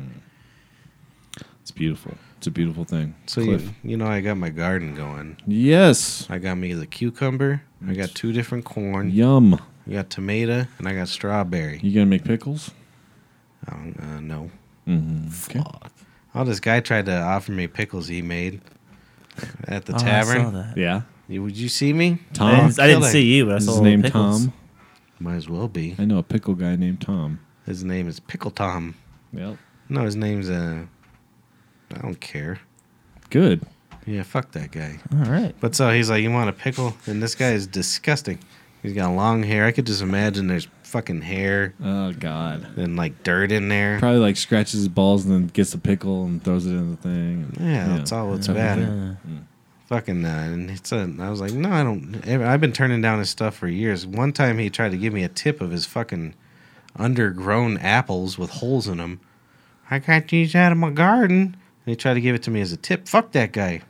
Speaker 7: It's beautiful. It's a beautiful thing.
Speaker 2: So you,
Speaker 7: Cliff.
Speaker 2: you know, I got my garden going.
Speaker 7: yes.
Speaker 2: I got me the cucumber. I got two different corn.
Speaker 7: Yum.
Speaker 2: I got tomato and I got strawberry.
Speaker 7: You gonna make pickles?
Speaker 2: I don't uh, know.
Speaker 7: Mm-hmm.
Speaker 2: Oh, this guy tried to offer me pickles he made at the
Speaker 4: Oh, I saw
Speaker 2: tavern.
Speaker 4: that.
Speaker 7: Yeah.
Speaker 2: You- Would you see me?
Speaker 4: I
Speaker 7: Tom.
Speaker 4: didn't, I didn't
Speaker 2: Killing.
Speaker 4: see you, but I
Speaker 7: Is
Speaker 4: saw
Speaker 7: his
Speaker 4: all the
Speaker 7: name
Speaker 4: pickles.
Speaker 7: Tom?
Speaker 2: Might as well be.
Speaker 7: I know a pickle guy named Tom.
Speaker 2: His name is Pickle Tom.
Speaker 7: Yep.
Speaker 2: No, his name's uh, I don't care.
Speaker 7: Good.
Speaker 2: Yeah, fuck that guy.
Speaker 4: All right.
Speaker 2: But so he's like, you want a pickle? And this guy is disgusting. He's got long hair. I could just imagine there's fucking hair
Speaker 7: Oh God.
Speaker 2: and like dirt in there.
Speaker 7: Probably like scratches his balls and then gets a pickle and throws it in the thing.
Speaker 2: Yeah, that's all it's bad. fucking uh, and it's a, I was like, no, I don't. ever- I've been turning down his stuff for years. One time he tried to give me a tip of his fucking undergrown apples with holes in them. I got these out of my garden, and he tried to give it to me as a tip. Fuck that guy.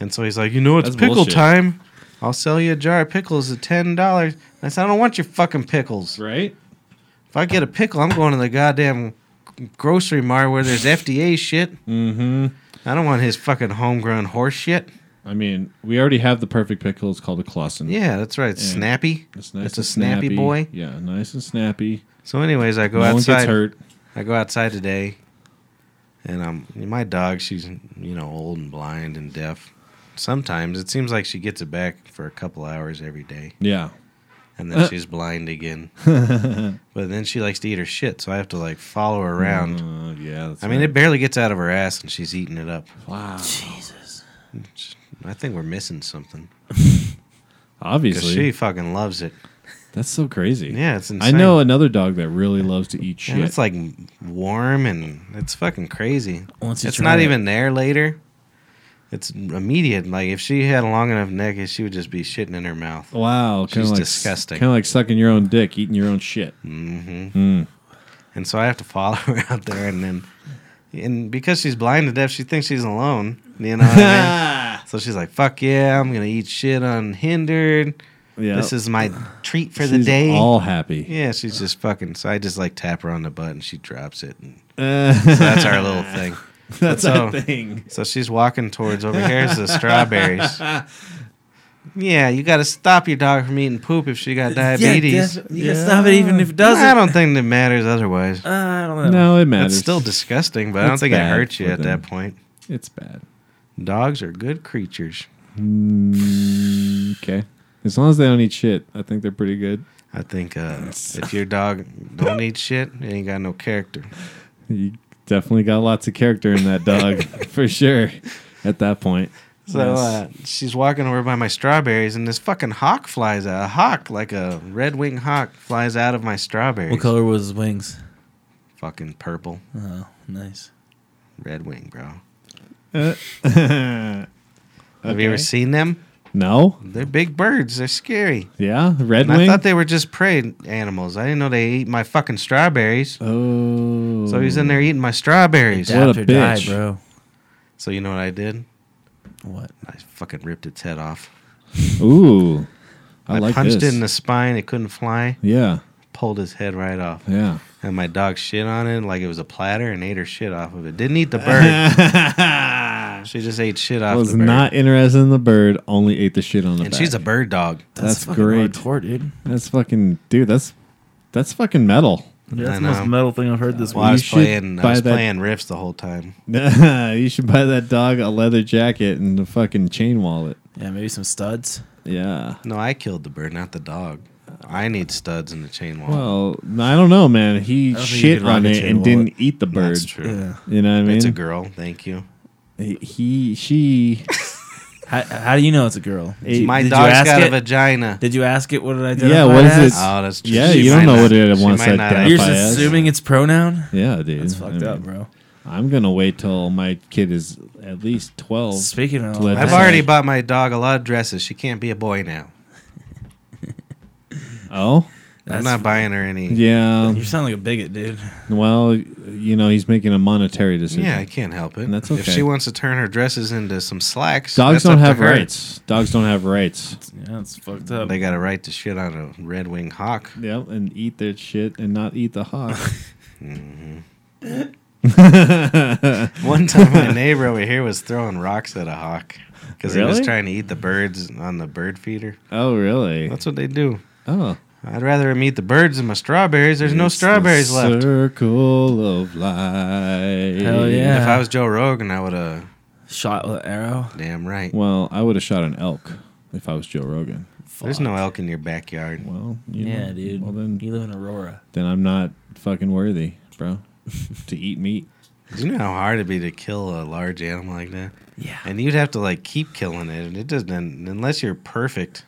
Speaker 2: and so he's like, you know, it's
Speaker 7: That's
Speaker 2: pickle
Speaker 7: bullshit.
Speaker 2: time. I'll sell you a jar of pickles at ten dollars. I said, I don't want your fucking pickles.
Speaker 7: Right.
Speaker 2: If I get a pickle, I'm going to the goddamn grocery mart where there's FDA shit.
Speaker 7: Mm-hmm.
Speaker 2: I don't want his fucking homegrown horse shit.
Speaker 7: I mean, we already have the perfect pickle. It's called a Clausen.
Speaker 2: Yeah, that's right.
Speaker 7: Yeah.
Speaker 2: Snappy.
Speaker 7: It's nice
Speaker 2: That's
Speaker 7: and
Speaker 2: a snappy, boy.
Speaker 7: Yeah, nice and snappy.
Speaker 2: So, anyways, I go
Speaker 7: no one gets
Speaker 2: outside.
Speaker 7: hurt.
Speaker 2: I go outside today, and um, my dog, she's you know old and blind and deaf. Sometimes it seems like she gets it back for a couple hours every day,
Speaker 7: Yeah.
Speaker 2: and
Speaker 7: Uh.
Speaker 2: then she's blind again. but then she likes to eat her shit, so I have to like follow her around.
Speaker 7: Uh, yeah. That's
Speaker 2: I mean,
Speaker 7: right.
Speaker 2: it barely gets out of her ass, and she's eating it up.
Speaker 7: Wow.
Speaker 2: I think we're missing something because
Speaker 7: Obviously,
Speaker 2: she fucking loves it.
Speaker 7: that's so crazy.
Speaker 2: Yeah, it's
Speaker 7: I
Speaker 2: insane.
Speaker 7: know another dog that really loves to eat shit.
Speaker 2: And it's like warm and it's fucking crazy.
Speaker 4: Once you
Speaker 2: it's
Speaker 4: try
Speaker 2: not
Speaker 4: it.
Speaker 2: even there later. It's immediate. Like if she had a long enough neck, she would just be shitting in her mouth.
Speaker 7: wow, kind
Speaker 2: She's
Speaker 7: of like,
Speaker 2: disgusting.
Speaker 7: Kind of like sucking your own dick, eating your own shit.
Speaker 2: And so I have to follow her out there, and then, and because she's blind to deaf, she thinks she's alone. You know. What I mean? So she's like, "Fuck yeah, I'm gonna eat shit unhindered.
Speaker 7: Yeah,
Speaker 2: This is my treat for
Speaker 7: She's
Speaker 2: the day."
Speaker 7: All happy.
Speaker 2: yeah, she's just fucking. So I just like tap her on the butt, and she drops it. And
Speaker 7: Uh,
Speaker 2: so that's our little thing.
Speaker 7: that's
Speaker 2: so-
Speaker 7: a thing.
Speaker 2: So she's walking towards over here's the strawberries. Yeah, you got to stop your dog from eating poop if she got diabetes.
Speaker 4: Yeah, def- you can stop it even if it doesn't.
Speaker 2: I don't think that matters otherwise.
Speaker 4: Uh, I don't know.
Speaker 7: No, it matters.
Speaker 2: It's still disgusting, but I don't
Speaker 7: It's
Speaker 2: think it
Speaker 7: bad
Speaker 2: hurts you
Speaker 7: for
Speaker 2: at
Speaker 7: them.
Speaker 2: that point.
Speaker 7: It's bad.
Speaker 2: Dogs are good creatures.
Speaker 7: Mm, Okay. As long as they don't eat shit, I think they're pretty good.
Speaker 2: I think uh, if your dog don't eat shit, it ain't got no character.
Speaker 7: You definitely got lots of character in that dog for sure. At that point.
Speaker 2: So
Speaker 7: Yes.
Speaker 2: uh, she's walking over by my strawberries, and this fucking hawk flies out. A hawk, like a red wing hawk, flies out of my strawberries.
Speaker 4: What color was his wings?
Speaker 2: Fucking purple.
Speaker 4: Oh, nice.
Speaker 2: Red wing, bro.
Speaker 7: Uh,
Speaker 2: Have you ever
Speaker 7: Okay.
Speaker 2: seen them?
Speaker 7: no.
Speaker 2: They're big birds. They're scary.
Speaker 7: Yeah. Red
Speaker 2: And
Speaker 7: wing.
Speaker 2: I thought they were just prey animals. I didn't know they ate my fucking strawberries.
Speaker 7: oh.
Speaker 2: So he's in there eating my strawberries.
Speaker 7: What a
Speaker 4: Adapt or die,
Speaker 7: bitch.
Speaker 4: bro.
Speaker 2: So you know what I did?
Speaker 4: What?
Speaker 2: I fucking ripped its head off.
Speaker 7: Ooh. I,
Speaker 2: I,
Speaker 7: like
Speaker 2: punched
Speaker 7: this.
Speaker 2: it in the spine. It couldn't fly.
Speaker 7: Yeah.
Speaker 2: Pulled his head right off.
Speaker 7: Yeah.
Speaker 2: And my dog shit on it like it was a platter and ate her shit off of it. Didn't eat the bird. she just ate shit off
Speaker 7: was
Speaker 2: the bird.
Speaker 7: not interested in the bird. Only ate the shit on the.
Speaker 2: and she's a
Speaker 7: back.
Speaker 2: bird dog.
Speaker 7: That's
Speaker 4: fucking
Speaker 7: great.
Speaker 4: Hardcore, dude.
Speaker 7: That's fucking dude. That's that's fucking metal.
Speaker 4: Yeah, that's
Speaker 2: I
Speaker 4: the most
Speaker 2: know.
Speaker 4: metal thing I've heard this
Speaker 2: Well, I was
Speaker 7: should
Speaker 2: playing I
Speaker 7: buy
Speaker 2: was
Speaker 7: that-
Speaker 2: playing riffs the whole time.
Speaker 7: you should buy that dog a leather jacket and a fucking chain wallet.
Speaker 4: week. Yeah, maybe some studs.
Speaker 7: Yeah.
Speaker 2: No, I killed the bird, not the dog. I need studs in the chain wall.
Speaker 7: Well, I don't know, man. He
Speaker 4: don't think you
Speaker 7: shit
Speaker 4: can rock
Speaker 7: on
Speaker 4: a
Speaker 7: it
Speaker 4: chain
Speaker 7: and
Speaker 4: wallet.
Speaker 7: didn't eat the bird.
Speaker 2: That's true.
Speaker 7: You know what I mean?
Speaker 2: It's a girl. Thank you.
Speaker 7: He, she.
Speaker 4: How, how do you know it's a girl? Did you-
Speaker 2: My
Speaker 4: did you
Speaker 2: dog's
Speaker 4: ask
Speaker 2: got a
Speaker 4: it?
Speaker 2: vagina.
Speaker 4: Did you ask it? What did I do?
Speaker 7: Yeah, what is it?
Speaker 2: Oh, that's true.
Speaker 7: Yeah,
Speaker 2: She
Speaker 7: you don't
Speaker 2: might
Speaker 7: know
Speaker 2: not-
Speaker 7: what it
Speaker 2: she
Speaker 7: wants
Speaker 2: might
Speaker 7: to
Speaker 2: not
Speaker 7: identify
Speaker 4: You're
Speaker 7: If I
Speaker 4: just
Speaker 7: asked-
Speaker 4: assuming it's pronoun.
Speaker 7: Yeah, dude.
Speaker 4: That's
Speaker 7: I
Speaker 4: fucked
Speaker 7: mean,
Speaker 4: up, bro.
Speaker 7: I'm gonna wait till my kid is at least twelve.
Speaker 4: Speaking of,
Speaker 7: to let
Speaker 2: I've
Speaker 7: this
Speaker 2: already
Speaker 7: out.
Speaker 2: bought my dog a lot of dresses. She can't be a boy now.
Speaker 7: Oh,
Speaker 4: That's-
Speaker 2: I'm not buying her any. Yeah,
Speaker 7: yeah.
Speaker 4: You sound like a bigot, dude.
Speaker 7: Well, you know, he's making a monetary decision.
Speaker 2: I can't help it.
Speaker 7: And that's
Speaker 2: If
Speaker 7: okay.
Speaker 2: she wants to turn her dresses into some slacks,
Speaker 7: Dogs
Speaker 2: that's up
Speaker 7: don't
Speaker 2: to
Speaker 7: have
Speaker 2: her.
Speaker 7: rights. Dogs don't have rights.
Speaker 4: Yeah, it's fucked up.
Speaker 2: They got a right to shit on a red wing hawk.
Speaker 7: Yep, and eat their shit and not eat the Mm-hmm. hawk.
Speaker 2: One time, my neighbor over here was throwing rocks at a hawk because he was
Speaker 7: Really?
Speaker 2: trying to eat the birds on the bird feeder.
Speaker 7: oh, really?
Speaker 2: That's what they do.
Speaker 7: Oh,
Speaker 2: I'd rather him eat the birds than my strawberries. There's no
Speaker 7: It's the
Speaker 2: strawberries left.
Speaker 7: Circle of life.
Speaker 4: Hell yeah.
Speaker 2: If I was Joe Rogan, I would have.
Speaker 4: Shot with an arrow.
Speaker 2: Damn right.
Speaker 7: Well, I would have shot an elk if I was Joe Rogan.
Speaker 2: There's no elk in your backyard.
Speaker 7: Well, you
Speaker 4: Yeah,
Speaker 7: know,
Speaker 4: dude.
Speaker 7: Well, then,
Speaker 4: you live in Aurora.
Speaker 7: then I'm not fucking worthy, bro, to eat meat.
Speaker 2: Do you know how hard it'd be to kill a large animal like that?
Speaker 4: Yeah.
Speaker 2: And you'd have to like keep killing it, and it doesn't unless you're perfect.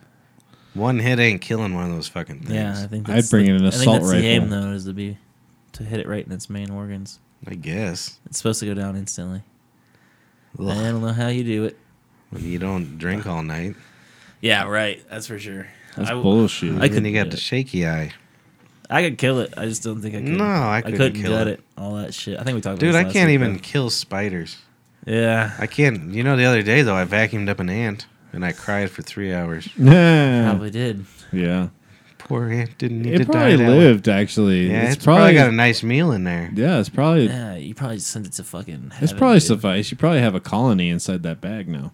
Speaker 2: One hit ain't killing one of those fucking things.
Speaker 4: Yeah, I think
Speaker 7: I'd
Speaker 4: that's
Speaker 7: bring
Speaker 4: the,
Speaker 7: in an
Speaker 4: I
Speaker 7: assault
Speaker 4: think that's The aim
Speaker 7: rifle.
Speaker 4: though is to be to hit it right in its main organs.
Speaker 2: I guess.
Speaker 4: It's supposed to go down instantly.
Speaker 2: Ugh.
Speaker 4: I don't know how you do it.
Speaker 2: When you don't drink all night,
Speaker 4: Yeah, right. That's for sure.
Speaker 7: That's
Speaker 4: I,
Speaker 7: bullshit.
Speaker 4: I
Speaker 2: and then
Speaker 4: couldn't
Speaker 2: you
Speaker 4: do
Speaker 2: got the
Speaker 4: it.
Speaker 2: shaky eye.
Speaker 4: I could kill it. I just don't think I could.
Speaker 2: No, I
Speaker 4: I
Speaker 2: couldn't
Speaker 4: couldn't
Speaker 2: kill
Speaker 4: gut
Speaker 2: it.
Speaker 4: it. All that shit. I think we talked about
Speaker 2: Dude,
Speaker 4: this
Speaker 2: I
Speaker 4: last
Speaker 2: can't
Speaker 4: week,
Speaker 2: even
Speaker 4: though.
Speaker 2: kill spiders.
Speaker 4: Yeah.
Speaker 2: I can't. You know, the other day though, I vacuumed up an ant and I cried for three hours.
Speaker 7: yeah.
Speaker 4: Probably did.
Speaker 7: yeah.
Speaker 2: poor ant didn't need
Speaker 7: It
Speaker 2: to
Speaker 7: probably
Speaker 2: die. that
Speaker 7: lived actually.
Speaker 2: way. Yeah,
Speaker 7: it's, probably,
Speaker 2: got a nice meal in there.
Speaker 7: yeah. It's probably
Speaker 4: Yeah, Uh, you probably send it to fucking. Heaven,
Speaker 7: it's probably
Speaker 4: dude.
Speaker 7: suffice. You probably have a colony inside that bag now.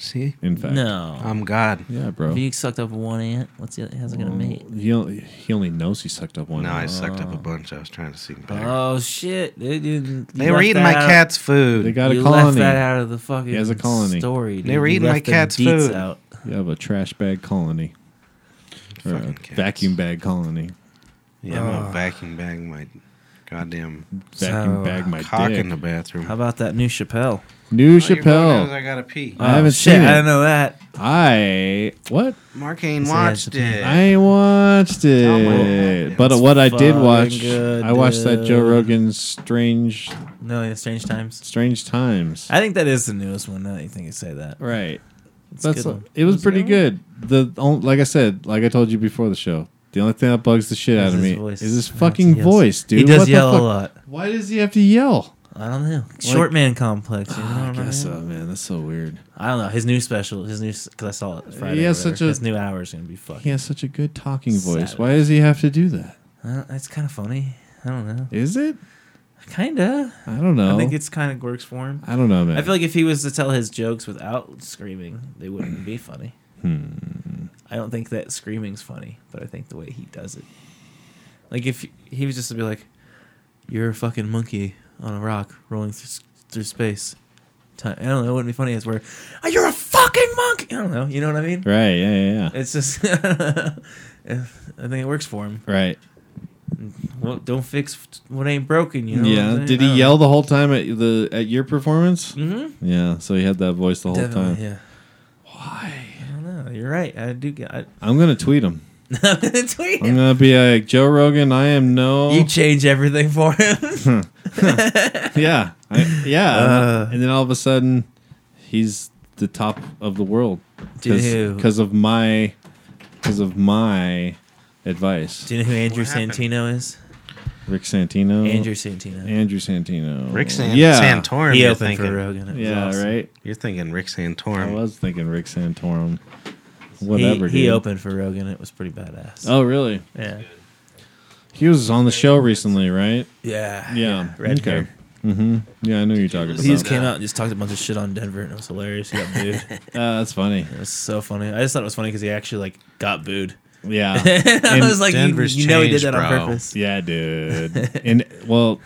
Speaker 2: See,
Speaker 7: In fact,
Speaker 4: No,
Speaker 2: I'm God.
Speaker 7: yeah, bro.
Speaker 4: if you sucked up one ant, what's the other, how's it gonna mate?
Speaker 7: He only, he only knows he sucked up one.
Speaker 2: No, I
Speaker 7: ant.
Speaker 2: sucked up a bunch. I was trying to see back.
Speaker 7: uh,
Speaker 4: Oh shit! They didn't.
Speaker 2: they were eating my cat's food.
Speaker 7: They got
Speaker 4: you
Speaker 7: a
Speaker 4: left
Speaker 7: colony.
Speaker 4: that out of the fucking.
Speaker 7: He has a colony.
Speaker 4: Story. Dude.
Speaker 2: They were
Speaker 4: You
Speaker 2: eating my
Speaker 4: left the
Speaker 2: cat's
Speaker 4: deets
Speaker 2: food.
Speaker 4: Out.
Speaker 7: You have a trash bag colony. Or a
Speaker 2: Fucking cats.
Speaker 7: uh, vacuum uh. bag colony.
Speaker 2: yeah, I'm gonna vacuum bag my goddamn
Speaker 7: Vacuum
Speaker 4: So,
Speaker 7: bag my
Speaker 2: cock
Speaker 7: dick.
Speaker 2: in the bathroom.
Speaker 4: How about that new Chappelle? Oh,
Speaker 7: New
Speaker 2: Oh, your phone knows
Speaker 7: Chappelle.
Speaker 2: I gotta pee.
Speaker 7: I haven't
Speaker 4: shit,
Speaker 7: seen it.
Speaker 4: I didn't know that.
Speaker 7: I what?
Speaker 2: Mark ain't
Speaker 4: He said
Speaker 2: watched
Speaker 4: he has to pee.
Speaker 2: it.
Speaker 7: I ain't watched
Speaker 2: Oh my
Speaker 7: it.
Speaker 2: God.
Speaker 7: But what I did
Speaker 4: fucking
Speaker 7: watch,
Speaker 4: good,
Speaker 7: I watched that Joe
Speaker 4: dude.
Speaker 7: Rogan's Strange
Speaker 4: No, yeah, Strange Times.
Speaker 7: Strange Times.
Speaker 4: I think that is the newest one. Now that you think you say that,
Speaker 7: Right.
Speaker 4: It's a
Speaker 7: That's
Speaker 4: good
Speaker 7: a-
Speaker 4: one.
Speaker 7: it was pretty good. The on- like I said, like I told you before the show, the only thing that bugs the shit out
Speaker 4: Is
Speaker 7: of
Speaker 4: his
Speaker 7: me
Speaker 4: voice.
Speaker 7: is his
Speaker 4: He
Speaker 7: fucking
Speaker 4: yells.
Speaker 7: voice, dude.
Speaker 4: He does
Speaker 7: What the
Speaker 4: yell a
Speaker 7: fuck-
Speaker 4: lot.
Speaker 7: Why does he have to yell?
Speaker 4: I don't know. Short man complex. You know
Speaker 7: I
Speaker 4: what I, mean?
Speaker 7: guess so, man. That's so weird.
Speaker 4: I don't know. His new special. His new because I saw it Friday.
Speaker 7: He
Speaker 4: or
Speaker 7: has such
Speaker 4: whatever.
Speaker 7: a-
Speaker 4: his new hour is gonna be
Speaker 7: He
Speaker 4: fucking.
Speaker 7: has such a good talking voice.
Speaker 4: Savage.
Speaker 7: Why does he have to do that?
Speaker 4: Uh, it's kind of funny. I don't know.
Speaker 7: Is it?
Speaker 4: Kinda.
Speaker 7: I don't know.
Speaker 4: I think it's kind of works for him.
Speaker 7: I don't know, man.
Speaker 4: I feel like if he was to tell his jokes without screaming, they wouldn't be funny. I don't think that screaming's funny, but I think the way he does it. Like if he was just to be like, "You're a fucking monkey on a rock rolling through, through space." Time. I don't know. It wouldn't be funny. It's where, "Oh, "You're a fucking monkey." I don't know. You know what I mean?
Speaker 7: right? Yeah, yeah, yeah.
Speaker 4: It's just. I think it works for him.
Speaker 7: Right.
Speaker 4: Well, don't fix what ain't broken. You know. what I'm
Speaker 7: yeah.
Speaker 4: saying?
Speaker 7: Did
Speaker 4: I
Speaker 7: he
Speaker 4: don't
Speaker 7: yell the whole time at the at your performance?
Speaker 4: Mhm.
Speaker 7: Yeah. So he had that voice the whole
Speaker 4: Definitely,
Speaker 7: time.
Speaker 4: Yeah. Why? I don't know. You're right. I do get. I,
Speaker 7: I'm gonna tweet him.
Speaker 4: I'm gonna tweet.
Speaker 7: I'm gonna be like Joe Rogan. I am no.
Speaker 4: You change everything for him.
Speaker 7: yeah. I, yeah.
Speaker 4: Uh.
Speaker 7: and then all of a sudden, he's the top of the world
Speaker 4: Dude.
Speaker 7: because of my because of my advice.
Speaker 4: do you know who Andrew
Speaker 2: happened?
Speaker 4: Santino is?
Speaker 7: Rick Santino.
Speaker 4: Andrew Santino.
Speaker 7: Andrew Santino.
Speaker 2: Rick San-
Speaker 7: Yeah.
Speaker 2: Santorum.
Speaker 4: he
Speaker 2: you're
Speaker 4: opened
Speaker 2: thinking,
Speaker 4: for Rogan. It was
Speaker 7: Yeah.
Speaker 4: awesome.
Speaker 7: Right.
Speaker 2: You're thinking Rick
Speaker 7: I
Speaker 2: Santorum.
Speaker 7: was thinking Rick Santorum.
Speaker 4: He-
Speaker 7: Whatever.
Speaker 4: He,
Speaker 7: dude.
Speaker 4: opened for Rogan. It was pretty badass.
Speaker 7: Oh, really?
Speaker 4: yeah.
Speaker 7: He was on the show recently, right?
Speaker 4: Yeah.
Speaker 7: Yeah.
Speaker 4: Red hair.
Speaker 7: hmm Yeah, I know who you're talking about.
Speaker 4: He just came out and just talked a bunch of shit on Denver, and it was hilarious. He got booed. it
Speaker 7: Uh, that's funny.
Speaker 4: was so funny. I just thought it was funny because he actually like got booed.
Speaker 7: Yeah.
Speaker 4: I was like, you,
Speaker 2: Denver's
Speaker 4: you know, he did
Speaker 2: changed,
Speaker 4: that on
Speaker 2: bro.
Speaker 4: purpose.
Speaker 7: yeah, dude. And, well,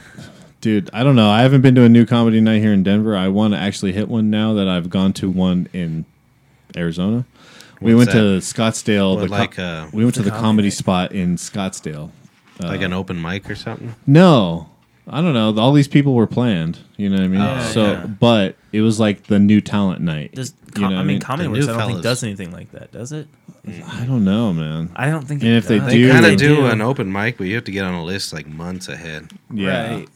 Speaker 7: dude, I don't know. I haven't been to a new comedy night here in Denver. I want to actually hit one now that I've gone to one in Arizona. we went
Speaker 2: What's
Speaker 7: to Scottsdale.
Speaker 2: What,
Speaker 7: the co-
Speaker 2: like, uh,
Speaker 7: we went to the
Speaker 4: comedy
Speaker 7: comedy
Speaker 4: night?
Speaker 7: spot in Scottsdale.
Speaker 2: like an open mic or something.
Speaker 7: No, I don't know. All these people were planned. You know what I mean?
Speaker 4: Yeah,
Speaker 7: so,
Speaker 4: Oh, yeah.
Speaker 7: but it was like the new talent night.
Speaker 4: Does
Speaker 7: You
Speaker 4: com-
Speaker 7: know what
Speaker 4: I mean, Comedy
Speaker 2: The
Speaker 4: Works? I
Speaker 2: new
Speaker 4: don't think
Speaker 2: fellas.
Speaker 4: does anything like that, does it?
Speaker 7: I don't know, man.
Speaker 4: I don't think.
Speaker 7: And
Speaker 4: it
Speaker 7: if they
Speaker 4: does.
Speaker 7: They
Speaker 2: You
Speaker 7: Dude.
Speaker 2: gotta
Speaker 7: They
Speaker 2: do an open mic, but you have to get on a list like months ahead.
Speaker 7: Yeah.
Speaker 4: Right.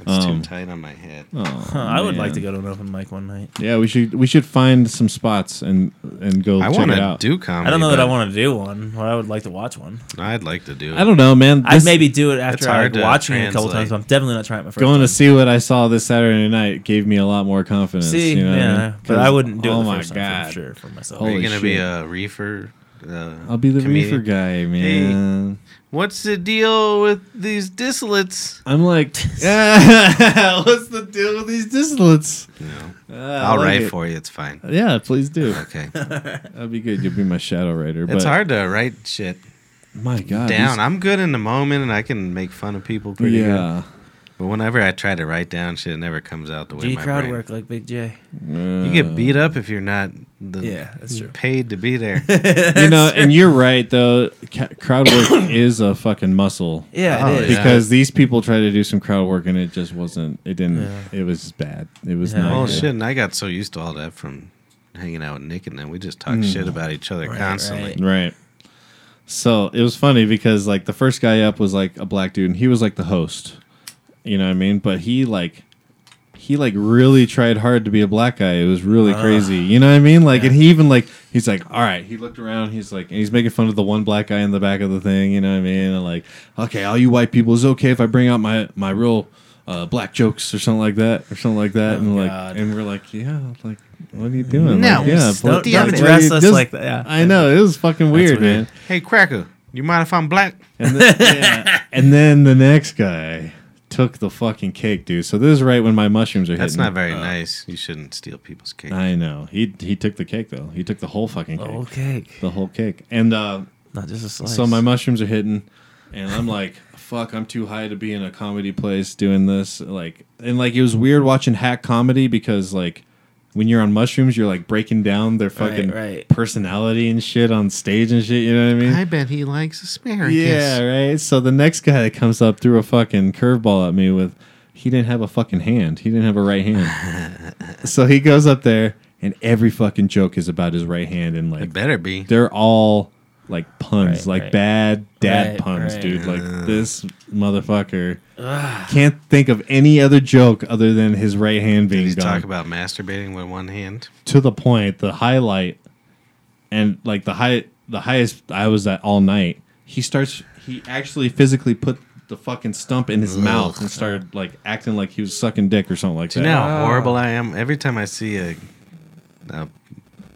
Speaker 2: It's
Speaker 7: Um,
Speaker 2: too tight on my head.
Speaker 7: Oh,
Speaker 4: Huh, I would like
Speaker 7: man.
Speaker 4: to go to an open mic one night.
Speaker 7: Yeah, we should we should find some spots and and go
Speaker 2: I
Speaker 7: check
Speaker 2: want
Speaker 7: it
Speaker 2: to
Speaker 7: out.
Speaker 2: do comedy.
Speaker 4: I don't know that I
Speaker 2: but
Speaker 4: want to do one, but I would like to watch one.
Speaker 2: I'd like to do. It.
Speaker 7: I don't know, man.
Speaker 4: I'd
Speaker 7: This-
Speaker 4: maybe do it
Speaker 2: it's
Speaker 4: after I,
Speaker 2: hard
Speaker 4: like,
Speaker 2: to
Speaker 4: watching it a couple
Speaker 2: translate.
Speaker 4: times, but I'm definitely not trying it my first
Speaker 7: going
Speaker 4: time.
Speaker 7: to see what I saw this Saturday night gave me a lot more confidence.
Speaker 4: See,
Speaker 7: you know what I
Speaker 4: yeah,
Speaker 7: mean?
Speaker 4: but
Speaker 7: 'Cause-
Speaker 4: I wouldn't do
Speaker 7: oh
Speaker 4: it the
Speaker 7: my
Speaker 4: first time
Speaker 7: god,
Speaker 4: for sure for myself.
Speaker 2: Are
Speaker 7: Holy
Speaker 2: you gonna be
Speaker 7: shit.
Speaker 2: a reefer? Uh,
Speaker 7: I'll be the
Speaker 2: comedian?
Speaker 7: reefer guy, man.
Speaker 2: What's the deal with these distillates?
Speaker 7: I'm like, yeah, what's the deal with these distillates? Uh, I
Speaker 2: I'll
Speaker 7: like
Speaker 2: write
Speaker 7: it.
Speaker 2: for you. It's fine.
Speaker 7: Yeah, please do.
Speaker 2: Okay,
Speaker 7: That'd be good. You'll be my shadow writer.
Speaker 2: it's
Speaker 7: but
Speaker 2: hard to write shit
Speaker 7: My God,
Speaker 2: down.
Speaker 7: these-
Speaker 2: I'm good in the moment, and I can make fun of people pretty good.
Speaker 7: yeah,
Speaker 2: But whenever I try to write down shit, it never comes out the way
Speaker 4: Do you
Speaker 2: my
Speaker 4: crowd
Speaker 2: brain.
Speaker 4: work like Big J?
Speaker 2: You
Speaker 7: Uh,
Speaker 2: get beat up if you're not the
Speaker 4: Yeah, that's true.
Speaker 2: paid to be there.
Speaker 7: you know, uh, and you're right though. Ca- crowd work is a fucking muscle.
Speaker 4: Yeah,
Speaker 2: Oh,
Speaker 4: it is.
Speaker 2: yeah.
Speaker 7: Because these people tried to do some crowd work and it just wasn't. It didn't. It was bad. It was
Speaker 4: Yeah.
Speaker 7: not.
Speaker 2: oh
Speaker 7: good.
Speaker 2: shit! And I got so used to all that from hanging out with Nick, and then we just
Speaker 7: Hmm.
Speaker 2: talk shit about each other
Speaker 4: Right,
Speaker 2: constantly.
Speaker 4: right.
Speaker 7: Right. So it was funny because like the first guy up was like a black dude and he was like the host. You know what I mean? But he like he like really tried hard to be a black guy. It was really
Speaker 4: Ah.
Speaker 7: crazy. You know what I mean? Like and he even like he's like, all right. He looked around. He's like, and he's making fun of the one black guy in the back of the thing. You know what I mean? And like, okay, all you white people, is okay if I bring out my my real uh, black jokes or something like that or something like that. and
Speaker 4: Oh, God.
Speaker 7: like, and we're like, yeah, like, what are you doing?
Speaker 2: No,
Speaker 7: like, yeah,
Speaker 2: don't-
Speaker 7: but-
Speaker 4: don't
Speaker 7: like,
Speaker 4: address
Speaker 7: you
Speaker 4: us
Speaker 7: just-
Speaker 4: like that. Yeah.
Speaker 7: I know it was fucking weird,
Speaker 4: weird.
Speaker 7: man.
Speaker 2: Hey, Cracker, You mind if I'm black?
Speaker 7: And, the, yeah. and then the next guy took the fucking cake, dude. So this is right when my mushrooms are hitting.
Speaker 2: That's not very
Speaker 7: Uh,
Speaker 2: nice. You shouldn't steal people's cake.
Speaker 7: I know. He he took the cake though. He took the whole fucking cake.
Speaker 4: Oh, cake,
Speaker 7: The whole cake. And uh,
Speaker 4: not just a slice.
Speaker 7: so my mushrooms are hitting, and I'm like, fuck, I'm too high to be in a comedy place doing this. Like, and like it was weird watching hack comedy because like when you're on mushrooms, you're like breaking down their
Speaker 4: Right,
Speaker 7: fucking
Speaker 4: right.
Speaker 7: personality and shit on stage and shit. You know what I mean?
Speaker 2: I bet he likes asparagus.
Speaker 7: Yeah, right. So the next guy that comes up threw a fucking curveball at me with he didn't have a fucking hand. He didn't have a right hand. so he goes up there and every fucking joke is about his right hand and
Speaker 2: It
Speaker 7: like
Speaker 2: better be.
Speaker 7: they're all like puns,
Speaker 4: Right,
Speaker 7: like
Speaker 4: right.
Speaker 7: bad dad
Speaker 4: Right,
Speaker 7: puns,
Speaker 4: right.
Speaker 7: dude. Like this motherfucker can't think of any other joke other than his right hand being
Speaker 2: He's
Speaker 7: gone
Speaker 2: talking about masturbating with one hand.
Speaker 7: to the point, the highlight, and like the high, the highest I was at all night. He starts. He actually physically put the fucking stump in his mouth and started like acting like he was sucking dick or something like
Speaker 2: Do
Speaker 7: that.
Speaker 2: you know
Speaker 4: Oh.
Speaker 2: how horrible I am? Every time I see a, a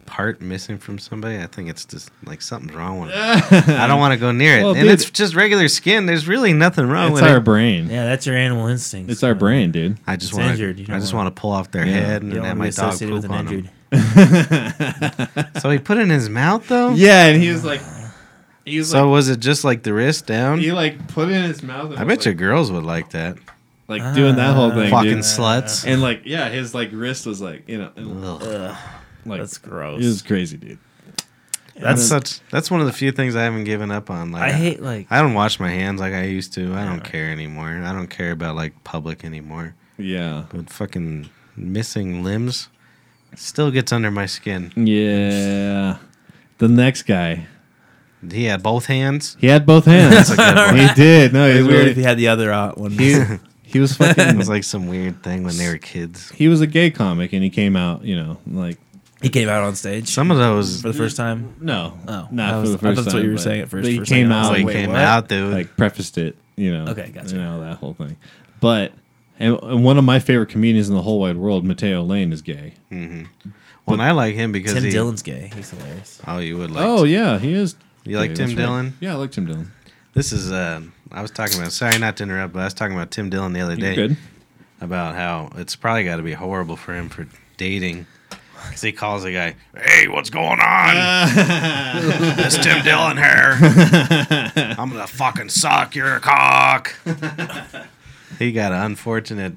Speaker 2: part missing from somebody, I think it's just like something's wrong with it. I don't want to go near it.
Speaker 7: Well,
Speaker 2: and
Speaker 7: dude-
Speaker 2: it's just regular skin. There's really nothing wrong
Speaker 7: it's
Speaker 2: with
Speaker 7: our
Speaker 2: it.
Speaker 7: brain.
Speaker 4: yeah, that's your animal instinct.
Speaker 7: It's our brain, dude.
Speaker 2: I just
Speaker 4: it's
Speaker 2: want
Speaker 4: injured. You
Speaker 2: to.
Speaker 4: don't
Speaker 2: I just
Speaker 4: wanna-
Speaker 2: want to pull off their
Speaker 7: Yeah.
Speaker 2: head and
Speaker 4: You don't
Speaker 2: have
Speaker 4: want
Speaker 2: my
Speaker 4: to be
Speaker 2: dog
Speaker 4: associated with
Speaker 2: poop
Speaker 4: an
Speaker 2: on
Speaker 4: injured.
Speaker 2: him. So he put it in his mouth though.
Speaker 7: Yeah, and he was like, he was
Speaker 2: So
Speaker 7: like,
Speaker 2: was it just like the wrist down?
Speaker 7: he like put it in his mouth. And
Speaker 2: I
Speaker 7: was
Speaker 2: bet your
Speaker 7: like,
Speaker 2: girls would like that.
Speaker 7: like doing that whole thing,
Speaker 2: Fucking
Speaker 7: dude.
Speaker 2: sluts.
Speaker 7: and like yeah, his like wrist was like you know and,
Speaker 2: Ugh.
Speaker 7: like
Speaker 4: That's
Speaker 7: it
Speaker 4: gross.
Speaker 7: was crazy, dude.
Speaker 2: That's such. That's one of the few things I haven't given up on. Like
Speaker 4: I hate like
Speaker 2: I don't wash my hands like I used to. I don't care anymore. I don't care about like public anymore.
Speaker 7: Yeah,
Speaker 2: But fucking missing limbs still gets under my skin.
Speaker 7: yeah. The next guy,
Speaker 2: He had both hands.
Speaker 7: He had both hands. he did. No, he
Speaker 4: it'd
Speaker 7: was
Speaker 4: be weird if
Speaker 7: really-
Speaker 4: you had the other uh, one.
Speaker 7: he, he was
Speaker 2: It
Speaker 7: fucking.
Speaker 2: was like some weird thing when they were kids.
Speaker 7: he was a gay comic, and he came out. You know, like
Speaker 4: He came out on stage
Speaker 2: Some of those
Speaker 4: for the first time.
Speaker 7: no,
Speaker 4: Oh, I
Speaker 7: not
Speaker 4: was-
Speaker 7: for
Speaker 4: I
Speaker 7: the first
Speaker 4: thought that's what
Speaker 7: time,
Speaker 4: you were
Speaker 7: but-
Speaker 4: saying at first
Speaker 7: But he
Speaker 4: for a
Speaker 7: came
Speaker 4: second. I
Speaker 7: out
Speaker 4: was
Speaker 2: like
Speaker 7: like,
Speaker 4: wait,
Speaker 2: came
Speaker 4: what?
Speaker 2: out, dude.
Speaker 7: uh, like prefaced it. You know.
Speaker 4: Okay, gotcha.
Speaker 7: You know that whole thing, but. And, and one of my favorite comedians in the whole wide world, Mateo Lane, is gay.
Speaker 2: when I like him because
Speaker 4: Tim
Speaker 2: he.
Speaker 4: Dillon's gay. He's hilarious.
Speaker 2: Oh, you would like.
Speaker 7: Oh yeah, he is.
Speaker 2: You like
Speaker 7: gay,
Speaker 2: Tim
Speaker 7: that's
Speaker 2: Dillon?
Speaker 7: Yeah, I like Tim Dillon.
Speaker 2: This is. Uh, I was talking about. Sorry, not to interrupt, but I was talking about Tim Dillon the other
Speaker 7: You're
Speaker 2: day.
Speaker 7: good.
Speaker 2: about how it's probably got to be horrible for him for dating. Because he calls the guy, hey, what's going on? it's Tim Dillon here. I'm going to fucking suck your cock. he got an unfortunate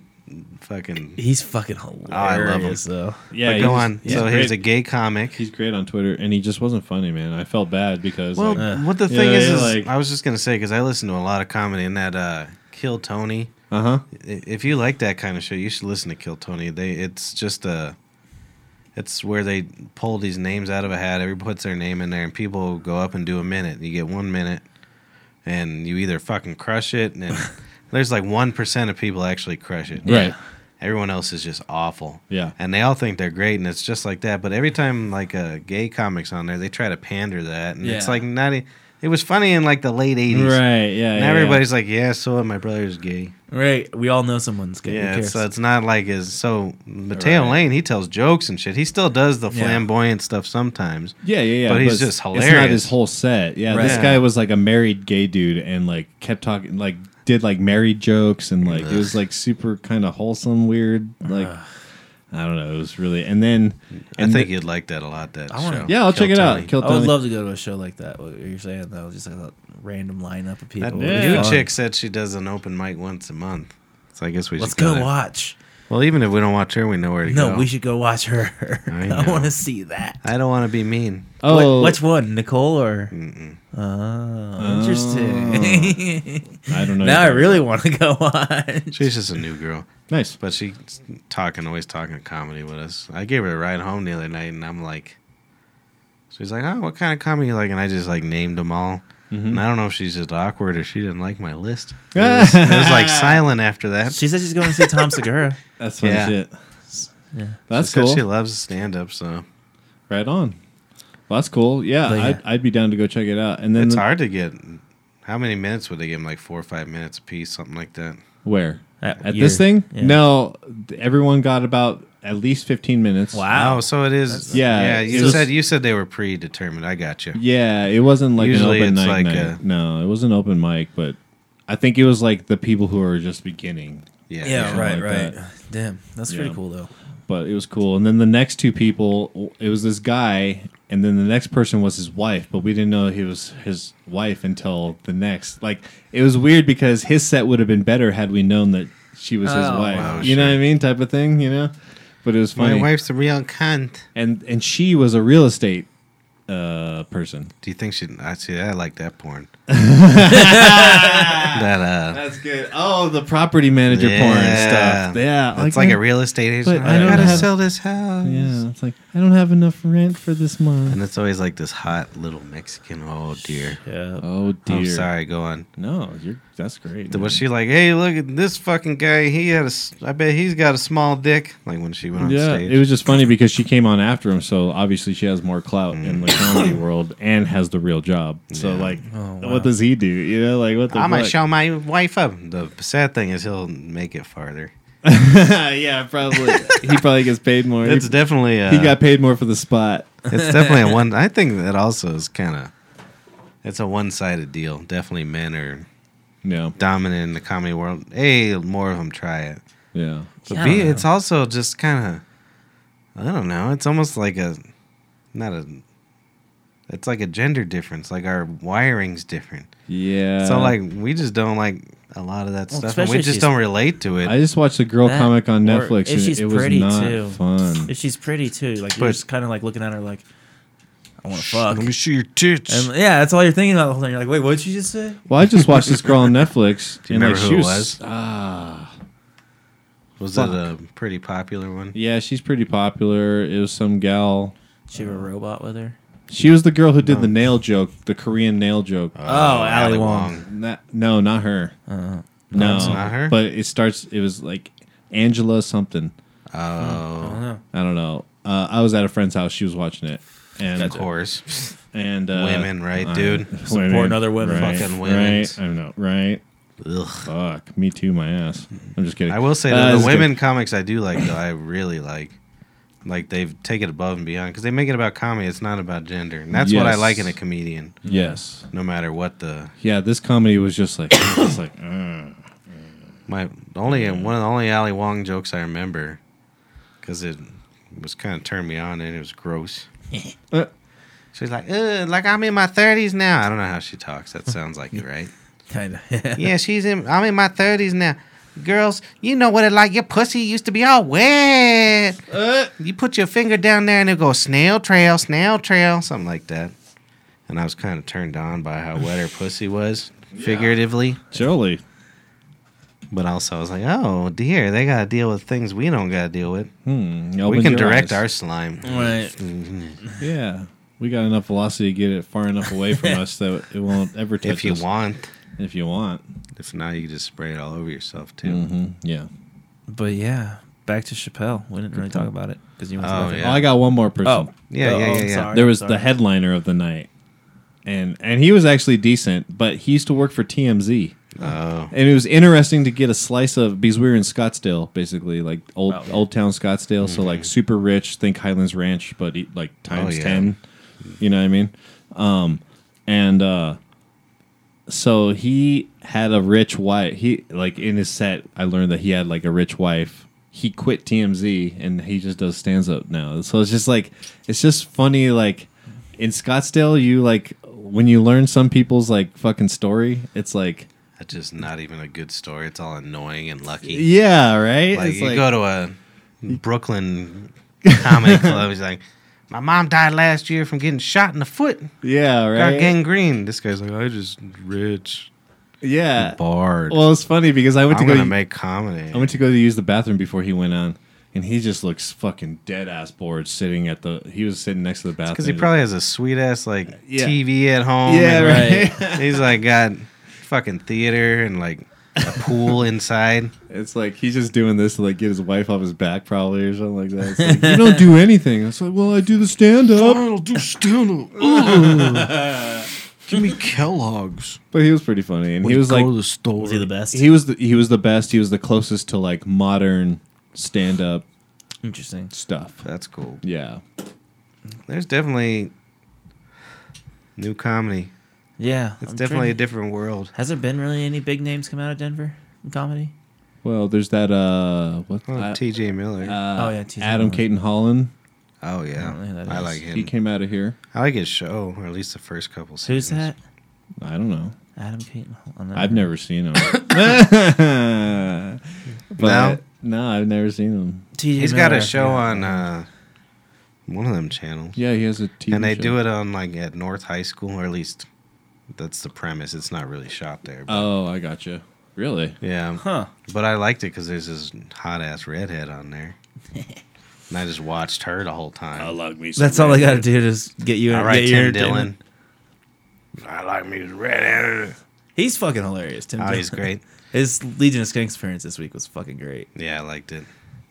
Speaker 2: fucking.
Speaker 4: He's fucking
Speaker 2: Oh,
Speaker 4: hilarious. I love him. Though.
Speaker 7: Yeah,
Speaker 2: but go on.
Speaker 7: He's
Speaker 2: So
Speaker 7: great.
Speaker 2: he's a gay comic.
Speaker 7: he's great on Twitter, and he just wasn't funny, man. I felt bad because
Speaker 2: well,
Speaker 7: like,
Speaker 2: what the
Speaker 7: Yeah,
Speaker 2: thing is,
Speaker 7: yeah,
Speaker 2: is
Speaker 7: like-
Speaker 2: I was just going to say, because I listen to a lot of comedy, and that uh, Kill Tony.
Speaker 7: uh huh.
Speaker 2: I- if you like that kind of show, you should listen to Kill Tony. They it's just a it's where they pull these names out of a hat. Everybody puts their name in there, and people go up and do a minute. You get one minute, and you either fucking crush it, and then- there's like one percent of people actually crush it.
Speaker 7: Right.
Speaker 2: Everyone else is just awful.
Speaker 7: Yeah.
Speaker 2: And they all think they're great, and it's just like that. But every time like a gay comic's on there, they try to pander that, and it's
Speaker 4: Yeah.
Speaker 2: like not. e- It was funny in like the late '80s.
Speaker 7: Right. Yeah.
Speaker 2: And
Speaker 7: yeah, yeah.
Speaker 2: everybody's like, "Yeah, so what? My brother's gay."
Speaker 4: Right. We all know someone's gay.
Speaker 2: Yeah,
Speaker 4: Who
Speaker 2: it's,
Speaker 4: cares?
Speaker 2: so it's not like as so Mateo
Speaker 7: Right.
Speaker 2: Lane. He tells jokes and shit. He still does the
Speaker 4: Yeah.
Speaker 2: flamboyant stuff sometimes.
Speaker 7: Yeah, yeah, yeah.
Speaker 2: But he's
Speaker 7: it's-
Speaker 2: just
Speaker 7: It's not
Speaker 2: hilarious.
Speaker 7: his whole set. Yeah, this
Speaker 2: Right.
Speaker 7: guy was like a married gay dude and like kept talking, like did like married jokes and like it was like super kind of wholesome, weird. Like I don't know, it was really. And then and
Speaker 2: I think
Speaker 7: the-
Speaker 2: you'd like that a lot. That
Speaker 4: I wanna-
Speaker 2: show.
Speaker 7: yeah, I'll
Speaker 2: Kill
Speaker 7: check it
Speaker 2: Tony.
Speaker 7: out. Kill
Speaker 4: I would
Speaker 7: Tony.
Speaker 4: Oh, love to go to a show like that. What you're saying though, just like a random lineup of people.
Speaker 2: That
Speaker 4: It'd be
Speaker 2: new
Speaker 4: fun.
Speaker 2: chick said she does an open mic once a month. So I guess we
Speaker 4: Let's
Speaker 2: should go.
Speaker 4: go
Speaker 2: there.
Speaker 4: watch.
Speaker 2: Well, even if we don't watch her, we know where to go.
Speaker 4: No, we should go watch her.
Speaker 2: I
Speaker 4: I,
Speaker 2: know.
Speaker 4: want to see that.
Speaker 2: I don't want to be mean.
Speaker 7: oh,
Speaker 4: What, which one, Nicole or? Oh, interesting.
Speaker 7: I don't know.
Speaker 4: now I really want to go watch.
Speaker 2: She's just a new girl,
Speaker 7: nice.
Speaker 2: but she's talking, always talking comedy with us. I gave her a ride home the other night, and I'm like, she's like, oh, what kind of comedy you like? And I just like named them all.
Speaker 7: Mm-hmm.
Speaker 2: And I don't know if she's just awkward or she didn't like my list. It was like silent after that.
Speaker 4: She said she's going to see Tom Segura.
Speaker 7: That's funny
Speaker 2: Yeah.
Speaker 7: shit.
Speaker 4: Yeah.
Speaker 7: That's
Speaker 2: she said
Speaker 7: cool.
Speaker 2: She loves stand up, so
Speaker 7: Right on. Well, that's cool. Yeah,
Speaker 4: But, yeah.
Speaker 7: I'd, I'd be down to go check it out. And then
Speaker 2: it's
Speaker 7: the-
Speaker 2: hard to get. How many minutes would they give him? Like four or five minutes a piece, something like that.
Speaker 7: where At this thing?
Speaker 4: Yeah.
Speaker 7: No, th- everyone got about at least 15 minutes.
Speaker 4: Wow.
Speaker 2: Oh, so it is.
Speaker 7: Yeah,
Speaker 2: yeah.
Speaker 7: it's
Speaker 2: You
Speaker 7: just-
Speaker 2: said you said they were predetermined. I got you.
Speaker 7: Yeah, it wasn't like
Speaker 2: Usually
Speaker 7: an open
Speaker 2: it's
Speaker 7: night.
Speaker 2: like
Speaker 7: night.
Speaker 2: a-
Speaker 7: no, it wasn't open mic, but I think it was like the people who are just beginning.
Speaker 2: Yeah.
Speaker 4: Yeah,
Speaker 7: something
Speaker 4: right,
Speaker 7: like
Speaker 4: right.
Speaker 7: that.
Speaker 4: Damn, that's pretty
Speaker 7: Yeah.
Speaker 4: cool though.
Speaker 7: But it was cool. And then the next two people, it was this guy, and then the next person was his wife, but we didn't know he was his wife until the next. Like it was weird because his set would have been better had we known that she was his
Speaker 4: Oh,
Speaker 7: wife.
Speaker 2: wow,
Speaker 7: you know what I mean? Type of thing. You know. But it was
Speaker 2: My
Speaker 7: funny.
Speaker 2: wife's a real cunt.
Speaker 7: and and she was a real estate uh person.
Speaker 2: Do you think she? I see. I like that porn. that uh,
Speaker 7: That's good. Oh, the property manager
Speaker 2: Yeah.
Speaker 7: porn stuff. Yeah,
Speaker 2: it's like a
Speaker 7: I-
Speaker 2: real estate agent.
Speaker 7: but I
Speaker 2: I,
Speaker 7: don't
Speaker 2: gotta
Speaker 7: have-
Speaker 2: sell this house.
Speaker 7: Yeah, it's like I don't have enough rent for this month.
Speaker 2: And it's always like this hot little Mexican. Oh dear.
Speaker 4: Yeah.
Speaker 7: Oh dear.
Speaker 2: I'm sorry. Go on.
Speaker 7: No, you're that's great.
Speaker 2: Was she like, hey, look at this fucking guy? He had a. s- I bet he's got a small dick. Like when she went on
Speaker 7: yeah,
Speaker 2: stage.
Speaker 7: it was just funny because she came on after him, so obviously she has more clout in
Speaker 2: Mm.
Speaker 7: the comedy world and has the real job. So like,
Speaker 4: Oh,
Speaker 7: what does he do? You know, like what the
Speaker 2: I might
Speaker 7: fuck?
Speaker 2: show my wife up. The sad thing is he'll make it farther.
Speaker 7: yeah, probably. he probably gets paid more.
Speaker 2: It's
Speaker 7: he,
Speaker 2: definitely a,
Speaker 7: he got paid more for the spot.
Speaker 2: It's definitely a one. I think that also is kind of. It's a one-sided deal. Definitely, men are
Speaker 7: No,
Speaker 2: dominant in the comedy world. Hey, more of them try it.
Speaker 7: yeah,
Speaker 2: But
Speaker 4: Yeah, I
Speaker 2: B,
Speaker 4: don't
Speaker 2: it's also just kind of. I don't know. It's almost like a, not a. It's like a gender difference. Like our wiring's different.
Speaker 7: yeah.
Speaker 2: so like we just don't like a lot of that stuff,
Speaker 4: Well,
Speaker 2: and
Speaker 4: especially
Speaker 2: we
Speaker 4: if
Speaker 2: just
Speaker 4: she's-
Speaker 2: don't relate to it.
Speaker 7: I just watched a girl
Speaker 4: That
Speaker 7: comic on
Speaker 4: or
Speaker 7: Netflix,
Speaker 4: if
Speaker 7: and
Speaker 4: she's
Speaker 7: it was
Speaker 4: pretty,
Speaker 7: not
Speaker 4: too.
Speaker 7: fun.
Speaker 4: If she's pretty too, like you're
Speaker 2: But-
Speaker 4: just kind of like looking at her like, I want to Oh, fuck.
Speaker 2: Let me see your tits.
Speaker 4: And yeah, that's all you're thinking about the whole time. You're like, wait, what did you just say?
Speaker 7: Well, I just watched this girl on Netflix.
Speaker 2: Do you
Speaker 7: and
Speaker 2: remember
Speaker 7: like,
Speaker 2: who
Speaker 7: she
Speaker 2: it
Speaker 7: was,
Speaker 2: was?
Speaker 7: Ah,
Speaker 2: was
Speaker 7: fuck.
Speaker 2: that a pretty popular one?
Speaker 7: yeah, she's pretty popular. It was some gal.
Speaker 4: She have a robot with her.
Speaker 7: She was the girl who did the nail joke, the Korean nail joke.
Speaker 4: Oh, Ali
Speaker 2: Ali
Speaker 4: Wong. Uh-huh.
Speaker 7: Na- no, not her. no,
Speaker 2: Oh, it's not her?
Speaker 7: But it starts. It was like Angela something.
Speaker 4: I
Speaker 2: Oh,
Speaker 4: don't know.
Speaker 7: I don't know. Uh, I was at a friend's house. She was watching it, and
Speaker 2: of course.
Speaker 7: and uh,
Speaker 2: Women, right,
Speaker 7: I-
Speaker 2: dude?
Speaker 4: Supporting other women.
Speaker 7: right,
Speaker 2: Fucking women.
Speaker 7: Right, I know, right?
Speaker 2: Ugh.
Speaker 7: Fuck, me too, my ass. I'm just kidding.
Speaker 2: I will say
Speaker 7: Uh,
Speaker 2: that
Speaker 7: this
Speaker 2: the
Speaker 7: is good.
Speaker 2: women comics I do like, though, I really like. Like they've taken it above and beyond because they make it about comedy. It's not about gender, and that's what I
Speaker 7: Yes.
Speaker 2: like in a comedian.
Speaker 7: Yes.
Speaker 2: No matter what the
Speaker 7: Yeah, this comedy was just like, it's like, uh,
Speaker 2: my the only one of the only Ali Wong jokes I remember because it was kind of turned me on and it was gross.
Speaker 7: Uh.
Speaker 2: She's like, Ugh, like I'm in my thirties now. I don't know how she talks. That sounds like it, right?
Speaker 4: Kind of.
Speaker 2: yeah, she's in. I'm in my thirties now. Girls, you know what it like. Your pussy used to be all wet. You put your finger down there and it'll go snail trail, snail trail, something like that. And I was kind of turned on by how wet her pussy was, figuratively.
Speaker 7: surely.
Speaker 2: But also, I was like, oh dear, they got to deal with things we don't got to deal with.
Speaker 7: Hmm, you
Speaker 2: we
Speaker 7: opened
Speaker 2: can
Speaker 7: your
Speaker 2: direct our
Speaker 7: eyes.
Speaker 2: slime. Mm-hmm.
Speaker 4: Right.
Speaker 7: Yeah. We got enough velocity to get it far enough away from us that it won't ever touch
Speaker 2: If you
Speaker 7: us.
Speaker 2: want.
Speaker 7: If you want.
Speaker 2: If not, you can just spray it all over yourself, too.
Speaker 7: hmm Yeah.
Speaker 4: But yeah, back to Chappelle. We didn't really talk about it because you went.
Speaker 2: Oh,
Speaker 4: to
Speaker 2: yeah.
Speaker 7: Oh, I got one more
Speaker 4: Oh.
Speaker 7: person.
Speaker 2: Yeah,
Speaker 4: Oh,
Speaker 2: yeah, yeah,
Speaker 4: I'm
Speaker 2: yeah.
Speaker 4: sorry,
Speaker 7: there was
Speaker 4: I'm
Speaker 7: the
Speaker 4: sorry.
Speaker 7: headliner of the night. And and he was actually decent, but he used to work for TMZ.
Speaker 2: Oh.
Speaker 7: And it was interesting to get a slice of because we were in Scottsdale, basically like old
Speaker 4: Oh, yeah.
Speaker 7: old town Scottsdale. So like super rich, think Highlands Ranch, but e- like times
Speaker 2: yeah.
Speaker 7: ten. You know what I mean? Um, and uh, so he had a rich wife. He like in his set, I learned that he had like a rich wife. He quit TMZ and he just does stands up now. So it's just like it's just funny. Like in Scottsdale, you like when you learn some people's like fucking story, it's like.
Speaker 2: That's just not even a good story. It's all annoying and lucky.
Speaker 7: Yeah, right.
Speaker 2: Like
Speaker 7: it's
Speaker 2: you
Speaker 7: like,
Speaker 2: go to a Brooklyn comedy club, he's like, "My mom died last year from getting shot in the foot,
Speaker 7: yeah,
Speaker 2: got
Speaker 7: right.
Speaker 2: gangrene." This guy's like, "I just rich
Speaker 7: Yeah.
Speaker 2: bard.
Speaker 7: Uh, Well, it's funny because I went to
Speaker 2: I'm
Speaker 7: go.
Speaker 2: gonna make comedy."
Speaker 7: I went to go to use the bathroom before he went on, and he just looks fucking dead ass bored sitting at the. He was sitting next to the bathroom
Speaker 2: because he probably has a sweet ass like
Speaker 7: Yeah.
Speaker 2: TV at home.
Speaker 7: Yeah,
Speaker 2: and,
Speaker 7: right.
Speaker 2: like, he's like got fucking theater and like a pool inside.
Speaker 7: It's like he's just doing this to like get his wife off his back, probably or something like that. It's like, you don't do anything. It's like, well, I do the stand up.
Speaker 1: I'll do stand up.
Speaker 2: Give me Kellogg's.
Speaker 7: But he was pretty funny, and he was like
Speaker 2: the store.
Speaker 4: Was he the best?
Speaker 7: he was the, he was the best. He was the closest to like modern stand up
Speaker 4: Interesting.
Speaker 7: stuff.
Speaker 2: That's cool.
Speaker 7: Yeah,
Speaker 2: There's definitely new comedy.
Speaker 4: Yeah.
Speaker 2: It's
Speaker 4: I'm
Speaker 2: definitely a
Speaker 4: trying-
Speaker 2: different world.
Speaker 4: Has there been really any big names come out of Denver in comedy?
Speaker 7: well, there's that uh, what
Speaker 2: Oh,
Speaker 7: I-
Speaker 2: T.J. Miller.
Speaker 7: uh,
Speaker 4: Oh, yeah, T.J.
Speaker 7: Adam
Speaker 4: Miller.
Speaker 7: Caton Holland.
Speaker 2: oh
Speaker 4: I don't know who
Speaker 2: yeah,
Speaker 4: that
Speaker 2: I
Speaker 4: is.
Speaker 2: like
Speaker 7: He
Speaker 2: him.
Speaker 7: came out of here.
Speaker 2: I like his show, or at least the first couple.
Speaker 4: Who's
Speaker 2: Seasons.
Speaker 4: that?
Speaker 7: I don't know.
Speaker 4: Adam Caton. I don't know.
Speaker 7: I've never seen him.
Speaker 2: No?
Speaker 7: but no, I've never seen him.
Speaker 4: T.J.
Speaker 2: He's got a
Speaker 4: Miller,
Speaker 2: show
Speaker 4: yeah.
Speaker 2: on uh, one of them channels.
Speaker 7: Yeah, he has a TV.
Speaker 2: and they
Speaker 7: show.
Speaker 2: do it on like at North High School, or at least that's the premise. It's not really shot there. But,
Speaker 7: Oh, I gotcha. Really?
Speaker 2: yeah,
Speaker 4: Huh.
Speaker 2: but I liked it because there's this hot ass redhead on there, and I just watched her the whole time.
Speaker 6: I like me. some
Speaker 4: That's all I got to
Speaker 6: redhead.
Speaker 4: do is get you.
Speaker 2: All right,
Speaker 4: get your
Speaker 2: Tim Dillon.
Speaker 1: I like me some redhead.
Speaker 4: He's fucking hilarious. Tim.
Speaker 2: Oh, he's
Speaker 4: Dillon.
Speaker 2: great.
Speaker 4: His Legion of Skanks appearance this week was fucking great.
Speaker 2: Yeah, I liked it.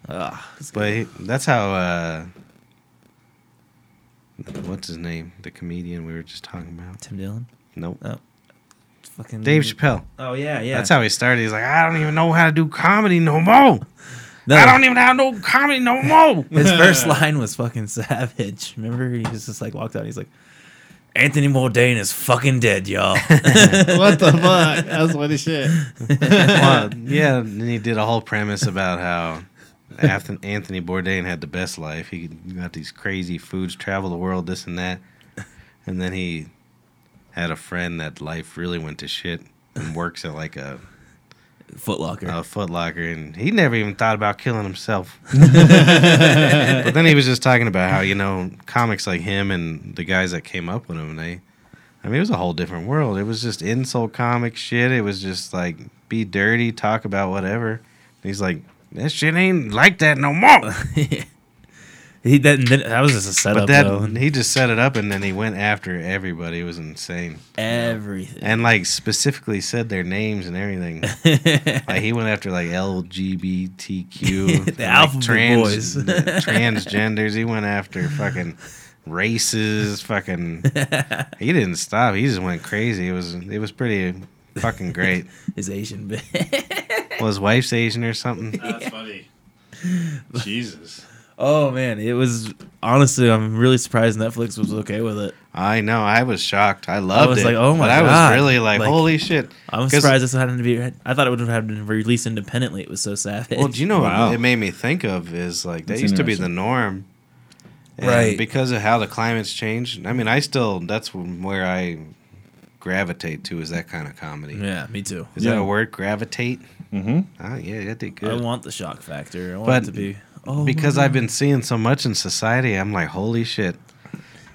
Speaker 4: Ugh,
Speaker 2: But he, that's how. uh What's his name? The comedian we were just talking about.
Speaker 4: Tim Dillon.
Speaker 2: Nope.
Speaker 4: Oh. Fucking
Speaker 2: Dave Chappelle.
Speaker 4: Oh yeah, yeah.
Speaker 2: That's how he started. He's like, I don't even know how to do comedy no more.
Speaker 4: No,
Speaker 2: I don't even know how to do comedy no more.
Speaker 4: his first line was fucking savage. Remember, he was just like walked out. He's like, Anthony Bourdain is fucking dead, y'all.
Speaker 7: what the fuck? That's funny shit.
Speaker 2: well, yeah, and he did a whole premise about how Anth- Anthony Bourdain had the best life. He got these crazy foods, travel the world, this and that. And then he had a friend that life really went to shit and works at like a,
Speaker 4: Footlocker.
Speaker 2: a Foot Locker, and he never even thought about killing himself. but then he was just talking about how, you know, comics like him and the guys that came up with him, they. I mean, it was a whole different world. It was just insult comic shit. It was just like be dirty, talk about whatever. And he's like, that shit ain't like that no more.
Speaker 4: He that, that that was just a
Speaker 2: But
Speaker 4: setup
Speaker 2: that
Speaker 4: though.
Speaker 2: he just set it up, and then he went after everybody. It was insane,
Speaker 4: Everything.
Speaker 2: and like specifically said their names and everything. like he went after like LGBTQ,
Speaker 4: The
Speaker 2: and, like,
Speaker 4: alphabet boys.
Speaker 2: the transgenders. He went after fucking races. Fucking, he didn't stop. He just went crazy. It was it was pretty fucking great.
Speaker 4: His Asian bit.
Speaker 2: Well, his wife's Asian or something.
Speaker 6: That's funny. Jesus.
Speaker 4: oh man, it was honestly. I'm really surprised Netflix was okay with it.
Speaker 2: I know. I was shocked. I loved it.
Speaker 4: was like, oh my
Speaker 2: but I
Speaker 4: God.
Speaker 2: was really like,
Speaker 4: Like-
Speaker 2: holy shit.
Speaker 4: I'm
Speaker 2: 'Cause-
Speaker 4: surprised this hadn't been. I thought it would have been released independently. It was so savage.
Speaker 2: Well, do you know
Speaker 7: Wow.
Speaker 2: what it made me think of is like that
Speaker 7: That's
Speaker 2: used to be the
Speaker 7: interesting.
Speaker 2: norm. And
Speaker 4: Right.
Speaker 2: Because of how the climate's changed. I mean, I still, that's where I gravitate to is that kind of comedy.
Speaker 4: yeah, me too.
Speaker 2: Is that
Speaker 7: Yeah.
Speaker 2: a word? Gravitate?
Speaker 7: Mm-hmm.
Speaker 2: Oh, yeah, that did
Speaker 4: I
Speaker 2: good.
Speaker 4: want the shock factor. I want
Speaker 2: But
Speaker 4: it to be. Oh,
Speaker 2: because
Speaker 4: my
Speaker 2: I've been seeing so much in society, I'm like, holy shit.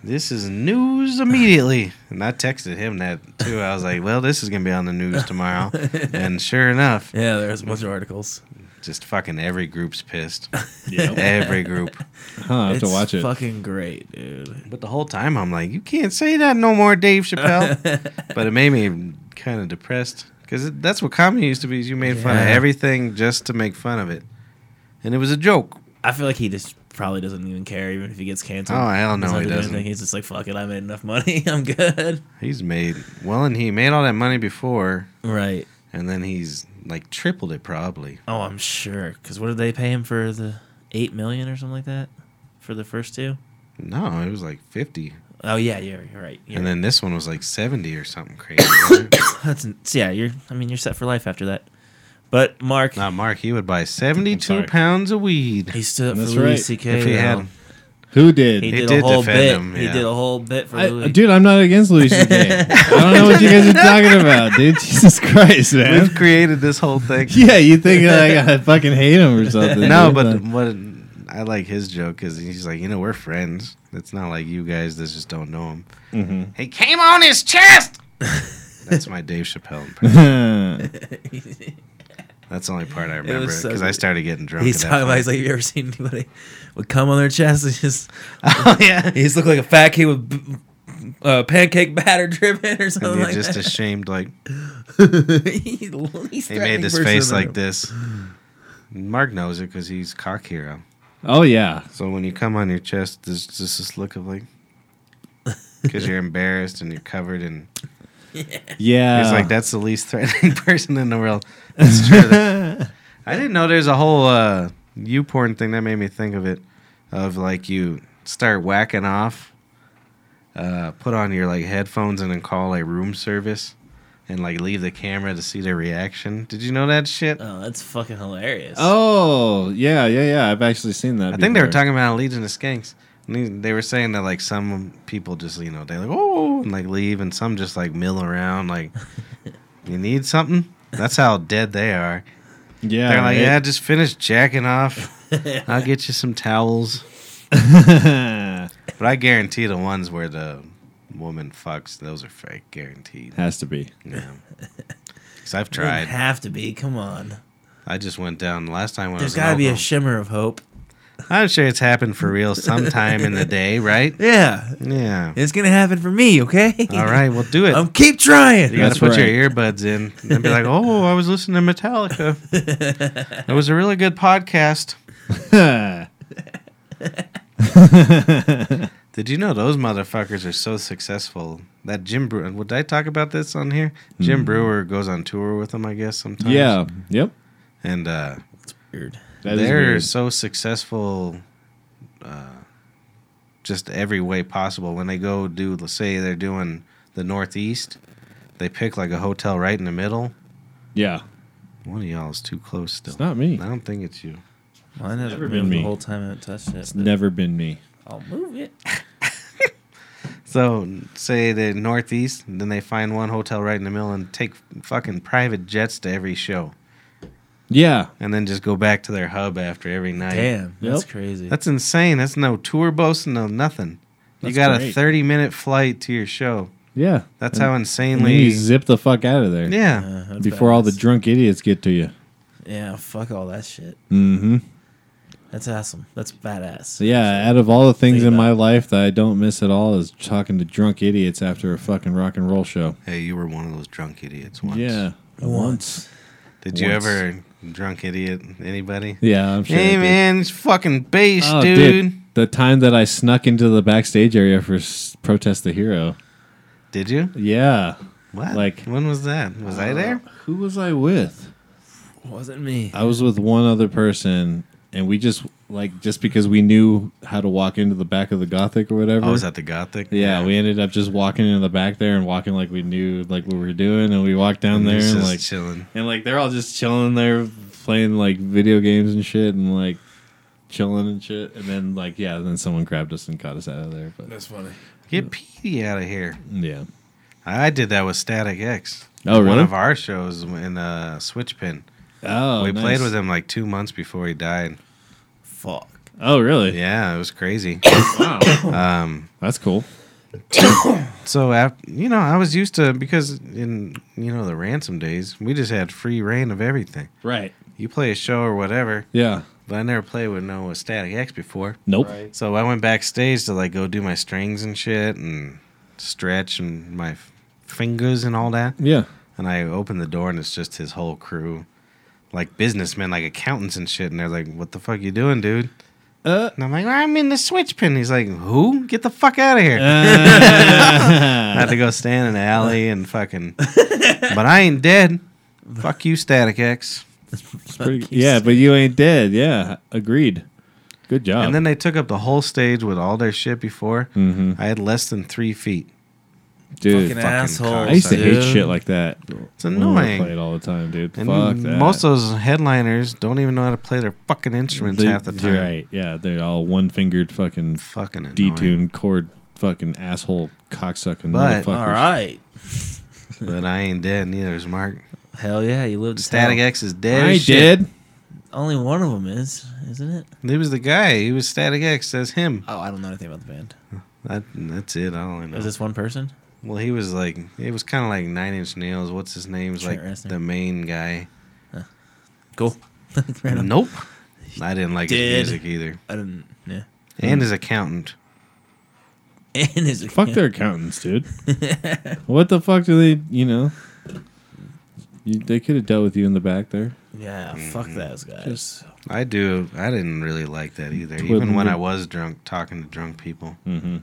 Speaker 2: This is news immediately. And I texted him that too. I was like, well, this is going to be on the news tomorrow. and sure enough,
Speaker 4: God. Yeah, there's a bunch of articles.
Speaker 2: just fucking every group's pissed.
Speaker 6: Yeah.
Speaker 2: Every group.
Speaker 7: Huh, I have to
Speaker 4: It's
Speaker 7: watch it.
Speaker 4: Fucking great, dude.
Speaker 2: But the whole time I'm like, you can't say that no more, Dave Chappelle. but it made me kind of depressed because that's what comedy used to be: is you made fun of
Speaker 4: Yeah.
Speaker 2: everything just to make fun of it, and it was a joke.
Speaker 4: I feel like he just probably doesn't even care, even if he gets canceled.
Speaker 2: Oh, hell no,
Speaker 4: He's not
Speaker 2: he
Speaker 4: doing
Speaker 2: doesn't.
Speaker 4: anything. He's just like, fuck it, I made enough money. I'm good.
Speaker 2: He's made well, and he made all that money before,
Speaker 4: Right.
Speaker 2: and then he's like tripled it probably.
Speaker 4: Oh, I'm sure. Because what did they pay him for the eight million or something like that for the first two?
Speaker 2: No, it was like fifty,
Speaker 4: Oh yeah, you're, you're right. You're
Speaker 2: and
Speaker 4: right.
Speaker 2: then this one was like seventy or something crazy. wasn't it?
Speaker 4: That's it's- yeah. You're. I mean, you're set for life after that. But Mark,
Speaker 2: Not Mark. He would buy seventy-two
Speaker 7: sorry.
Speaker 2: pounds of weed.
Speaker 4: he stood up
Speaker 7: That's
Speaker 4: for
Speaker 7: right.
Speaker 4: Louis C.K.
Speaker 2: If he
Speaker 4: though.
Speaker 2: had-
Speaker 7: Who did?
Speaker 4: he
Speaker 2: He
Speaker 4: did,
Speaker 2: did
Speaker 4: a whole
Speaker 2: defend
Speaker 4: bit.
Speaker 2: him,
Speaker 4: He
Speaker 2: yeah.
Speaker 4: did a whole bit for
Speaker 7: I,
Speaker 4: Louis.
Speaker 7: dude, I'm not against Louis C.K. I don't know what you guys are talking about, dude. Jesus Christ, man.
Speaker 2: We've created this whole thing.
Speaker 7: Yeah, you think like I fucking hate him or something?
Speaker 2: No,
Speaker 7: dude,
Speaker 2: but what I like his joke is he's like, you know, we're friends. It's not like you guys that just don't know him.
Speaker 4: Mm-hmm.
Speaker 2: He came on his chest. That's my Dave Chappelle. Impression. That's the only part I remember
Speaker 4: was
Speaker 2: because
Speaker 4: so
Speaker 2: I
Speaker 4: good.
Speaker 2: started getting drunk.
Speaker 4: He's
Speaker 2: at that
Speaker 4: talking about. He's
Speaker 2: point.
Speaker 4: like, have you ever seen anybody with cum on their chest? He just,
Speaker 2: oh yeah.
Speaker 4: he just looked like a fat kid with b- b- uh, pancake batter dripping or something
Speaker 2: And
Speaker 4: like
Speaker 2: you're just
Speaker 4: that.
Speaker 2: ashamed, like
Speaker 4: he's the least
Speaker 2: he
Speaker 4: threatening
Speaker 2: made his
Speaker 4: person in
Speaker 2: face
Speaker 4: the
Speaker 2: like
Speaker 4: room.
Speaker 2: this. Mark knows it because he's cock hero.
Speaker 7: oh yeah,
Speaker 2: So when you come on your chest, there's just this look of like, because you're embarrassed and you're covered in
Speaker 7: Yeah.
Speaker 2: He's like, that's the least threatening person in the world. That's true. That- I didn't know there's a whole uh, you porn thing that made me think of it, of like you start whacking off, uh, put on your like headphones and then call a room service, and like leave the camera to see their reaction. Did you know that shit?
Speaker 4: Oh, that's fucking hilarious.
Speaker 7: Oh, yeah, yeah, yeah. I've actually seen that.
Speaker 2: I think they were
Speaker 7: before.
Speaker 2: talking about Legion of Skanks. And they- They were saying that like some people just you know they like oh and like leave and some just like mill around like you need something. That's how dead they are.
Speaker 7: Yeah.
Speaker 2: They're like,
Speaker 7: right?
Speaker 2: yeah, just finish jacking off. I'll get you some towels. But I guarantee the ones where the woman fucks, those are fake, guaranteed.
Speaker 7: Has to be.
Speaker 2: Yeah. Because I've
Speaker 4: It didn't
Speaker 2: tried.
Speaker 4: have to be. Come on.
Speaker 2: I just went down last time when
Speaker 4: There's
Speaker 2: I
Speaker 4: got to
Speaker 2: was.
Speaker 4: be
Speaker 2: in
Speaker 4: a
Speaker 2: Oklahoma.
Speaker 4: shimmer of hope.
Speaker 2: I'm sure it's happened for real sometime in the day, right?
Speaker 4: Yeah,
Speaker 2: Yeah.
Speaker 4: it's gonna happen for me. Okay.
Speaker 2: All right, well, do it.
Speaker 4: I'm keep trying.
Speaker 2: you got
Speaker 7: That's
Speaker 2: to put
Speaker 7: right.
Speaker 2: your earbuds in and be like, oh, I was listening to Metallica. it was a really good podcast. Oh, Did you know those motherfuckers are so successful that Jim Brewer? Would I talk about this on here? Jim Brewer goes on tour with them, I guess, sometimes.
Speaker 7: Mm-hmm. yeah. Yep.
Speaker 2: and uh,
Speaker 4: Weird.
Speaker 7: That is
Speaker 2: they're
Speaker 7: weird.
Speaker 2: so successful, uh, just every way possible. When they go do, let's say they're doing the Northeast, they pick like a hotel right in the middle.
Speaker 7: Yeah.
Speaker 2: One of y'all is too close still.
Speaker 7: It's not me.
Speaker 2: I don't think it's you.
Speaker 4: Mine hasn't
Speaker 7: never
Speaker 4: moved
Speaker 7: been me.
Speaker 4: the whole time I haven't touched it.
Speaker 7: It's
Speaker 4: but
Speaker 7: never been me.
Speaker 4: I'll move it.
Speaker 2: So say the Northeast, and then they find one hotel right in the middle and take fucking private jets to every show,
Speaker 7: Yeah.
Speaker 2: and then just go back to their hub after every night.
Speaker 4: Damn, that's
Speaker 7: Yep.
Speaker 4: crazy.
Speaker 2: That's insane. That's no tour bus, no nothing.
Speaker 7: That's
Speaker 2: you got a
Speaker 7: great.
Speaker 2: thirty-minute flight to your show.
Speaker 7: Yeah.
Speaker 2: That's
Speaker 7: And-
Speaker 2: how
Speaker 7: and then you
Speaker 2: insanely.
Speaker 7: zip the fuck out of there.
Speaker 2: Yeah.
Speaker 4: Uh, that's
Speaker 7: Before all the
Speaker 4: badass.
Speaker 7: drunk idiots get to you.
Speaker 4: yeah, fuck all that shit.
Speaker 7: Mm-hmm.
Speaker 4: That's awesome. That's badass.
Speaker 7: So yeah, out of all the things
Speaker 4: Think
Speaker 7: in
Speaker 4: about
Speaker 7: my life that I don't miss at all is talking to drunk idiots after a fucking rock and roll show.
Speaker 2: Hey, you were one of those drunk idiots once.
Speaker 7: Yeah.
Speaker 4: Once.
Speaker 2: Did you
Speaker 7: Once.
Speaker 2: ever drunk idiot anybody?
Speaker 7: Yeah, I'm sure. I
Speaker 2: hey
Speaker 7: did.
Speaker 2: man, it's fucking bass,
Speaker 7: Oh,
Speaker 2: dude.
Speaker 7: The time that I snuck into the backstage area for s- protest the hero.
Speaker 2: Did you?
Speaker 7: Yeah.
Speaker 2: What?
Speaker 7: Like- uh,
Speaker 2: when was that? Was I there?
Speaker 7: Who was I with?
Speaker 4: Wasn't me.
Speaker 7: I was with one other person, and we just like just because we knew how to walk into the back of the Gothic or whatever.
Speaker 2: I was at the Gothic.
Speaker 7: yeah, we ended up just walking in the back there and walking like we knew like what we were doing, and we walked down there
Speaker 2: Just
Speaker 7: and like
Speaker 2: chilling.
Speaker 7: and like they're all just chilling there playing like video games and shit and like chilling and shit, and then like yeah, then someone grabbed us and caught us out of there. But
Speaker 6: That's funny.
Speaker 7: uh,
Speaker 2: Get Petey out of here.
Speaker 7: yeah,
Speaker 2: I did that with Static X.
Speaker 7: Oh,
Speaker 2: One
Speaker 7: really?
Speaker 2: of our shows in uh, Switchpin.
Speaker 7: oh,
Speaker 2: we
Speaker 7: nice.
Speaker 2: played with him like two months before he died.
Speaker 4: Fuck.
Speaker 7: Oh, really?
Speaker 2: Yeah, it was crazy.
Speaker 7: Wow,
Speaker 2: um,
Speaker 7: that's cool.
Speaker 2: so after, you know, I was used to because in you know the ransom days, we just had free reign of everything.
Speaker 7: Right.
Speaker 2: You play a show or whatever,
Speaker 7: Yeah.
Speaker 2: but I never played with no Static X before.
Speaker 7: Nope.
Speaker 2: So I went backstage to like go do my strings and shit and stretch and my f- fingers and all that.
Speaker 7: Yeah.
Speaker 2: And I open the door and it's just his whole crew, like businessmen, like accountants and shit. And they're like, "What the fuck you doing, dude?"
Speaker 7: Uh.
Speaker 2: And I'm like, "I'm in the switch pin." He's like, "Who? Get the fuck out of here!" I had to go stand in the alley and fucking. but I ain't dead. Fuck you, Static X.
Speaker 7: Pretty- yeah, but you ain't dead. Yeah, agreed. Good job.
Speaker 2: And then they took up the whole stage with all their shit before.
Speaker 7: Mhm.
Speaker 2: I had less than three feet.
Speaker 7: dude,
Speaker 4: fucking
Speaker 2: fucking
Speaker 4: asshole.
Speaker 2: cock.
Speaker 7: I used to hate
Speaker 4: dude.
Speaker 7: shit like that.
Speaker 2: It's
Speaker 7: when we were
Speaker 2: annoying.
Speaker 7: Played all the time, dude.
Speaker 2: And
Speaker 7: Fuck that.
Speaker 2: most of those headliners don't even know how to play their fucking instruments
Speaker 7: They-
Speaker 2: half the time.
Speaker 7: You're right. Yeah, they're all one fingered fucking
Speaker 2: Fucking annoying.
Speaker 7: detuned chord fucking asshole cocksucking
Speaker 2: But-
Speaker 7: motherfuckers.
Speaker 4: All right.
Speaker 2: But I ain't dead. Neither is Mark.
Speaker 4: Hell yeah, you lived. to
Speaker 2: Static
Speaker 4: tell.
Speaker 2: X is dead.
Speaker 7: I
Speaker 2: as shit.
Speaker 7: did.
Speaker 4: Only one of them is, isn't it?
Speaker 2: He was the guy. He was Static X. That's him.
Speaker 4: Oh, I don't know anything about the band.
Speaker 2: That, that's it. I don't know.
Speaker 4: Is this one person?
Speaker 2: well, he was like, it was kind of like Nine Inch Nails. What's his name? He's like
Speaker 4: Trent Reznor.
Speaker 2: the main guy.
Speaker 4: Cool. Random.
Speaker 2: Nope. I didn't like
Speaker 4: Dead.
Speaker 2: his music either.
Speaker 4: I didn't. Yeah.
Speaker 2: And his accountant.
Speaker 4: And is
Speaker 7: Fuck their accountants, dude. what the fuck do they? You know, you, they could have dealt with you in the back there.
Speaker 4: Yeah. Fuck
Speaker 2: Mm-hmm.
Speaker 4: those guys.
Speaker 2: I do. I didn't really like that either.
Speaker 7: Twiddling
Speaker 2: Even when
Speaker 7: your-
Speaker 2: I
Speaker 7: Mm.
Speaker 2: was drunk, talking to drunk people,
Speaker 7: Mm-hmm.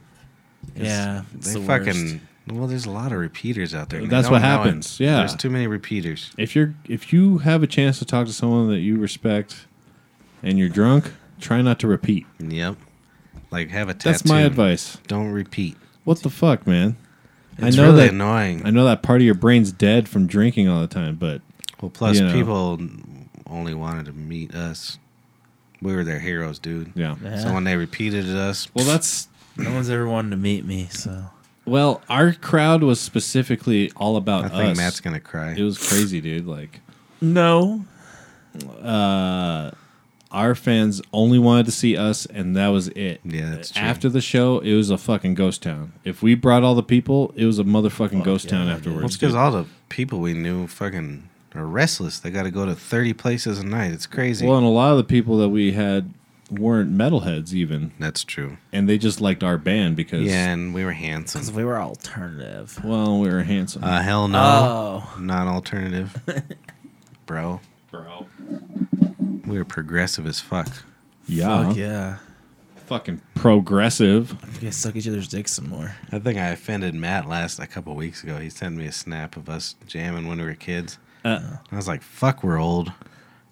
Speaker 4: yeah.
Speaker 2: they fucking Well, there's a lot of repeaters out there. and they
Speaker 7: That's
Speaker 2: don't
Speaker 7: what
Speaker 2: know it.
Speaker 7: happens, yeah.
Speaker 2: There's too many repeaters.
Speaker 7: If you're if you have a chance to talk to someone that you respect, and you're drunk, try not to repeat.
Speaker 2: Yep. Like have a tattoo.
Speaker 7: That's my advice.
Speaker 2: Don't repeat.
Speaker 7: What the fuck, man?
Speaker 2: It's
Speaker 7: I know
Speaker 2: really
Speaker 7: that
Speaker 2: annoying.
Speaker 7: I know that part of your brain's dead from drinking all the time, but
Speaker 2: Well, plus
Speaker 7: You know.
Speaker 2: people only wanted to meet us. We were their heroes, dude.
Speaker 7: yeah.
Speaker 2: So when they repeated us,
Speaker 7: Well, that's
Speaker 4: No one's ever wanted to meet me, so
Speaker 7: well, our crowd was specifically all about
Speaker 2: I think
Speaker 7: us.
Speaker 2: Matt's gonna cry.
Speaker 7: it was crazy, dude. Like
Speaker 4: no.
Speaker 7: our fans only wanted to see us, and that was it.
Speaker 2: Yeah, that's true.
Speaker 7: After the show, it was a fucking ghost town. If we brought all the people, it was a motherfucking ghost town afterwards.
Speaker 2: well, it's
Speaker 7: dude.
Speaker 2: because all the people we knew fucking are restless. They got to go to thirty places a night. It's crazy.
Speaker 7: Well, and a lot of the people that we had weren't metalheads even,
Speaker 2: that's true.
Speaker 7: and they just liked our band because
Speaker 2: Yeah, and we were
Speaker 4: Because
Speaker 2: handsome.
Speaker 4: we were alternative.
Speaker 7: well, we were handsome.
Speaker 2: Uh, hell no,
Speaker 4: Oh.
Speaker 2: not alternative, bro.
Speaker 7: bro.
Speaker 2: We were progressive as fuck.
Speaker 7: Yeah.
Speaker 4: Fuck yeah.
Speaker 7: Fucking progressive.
Speaker 4: You guys suck each other's dicks some more.
Speaker 2: I think I offended Matt last a couple weeks ago. He sent me a snap of us jamming when we were kids.
Speaker 7: Uh,
Speaker 2: I was like, "Fuck, we're old,"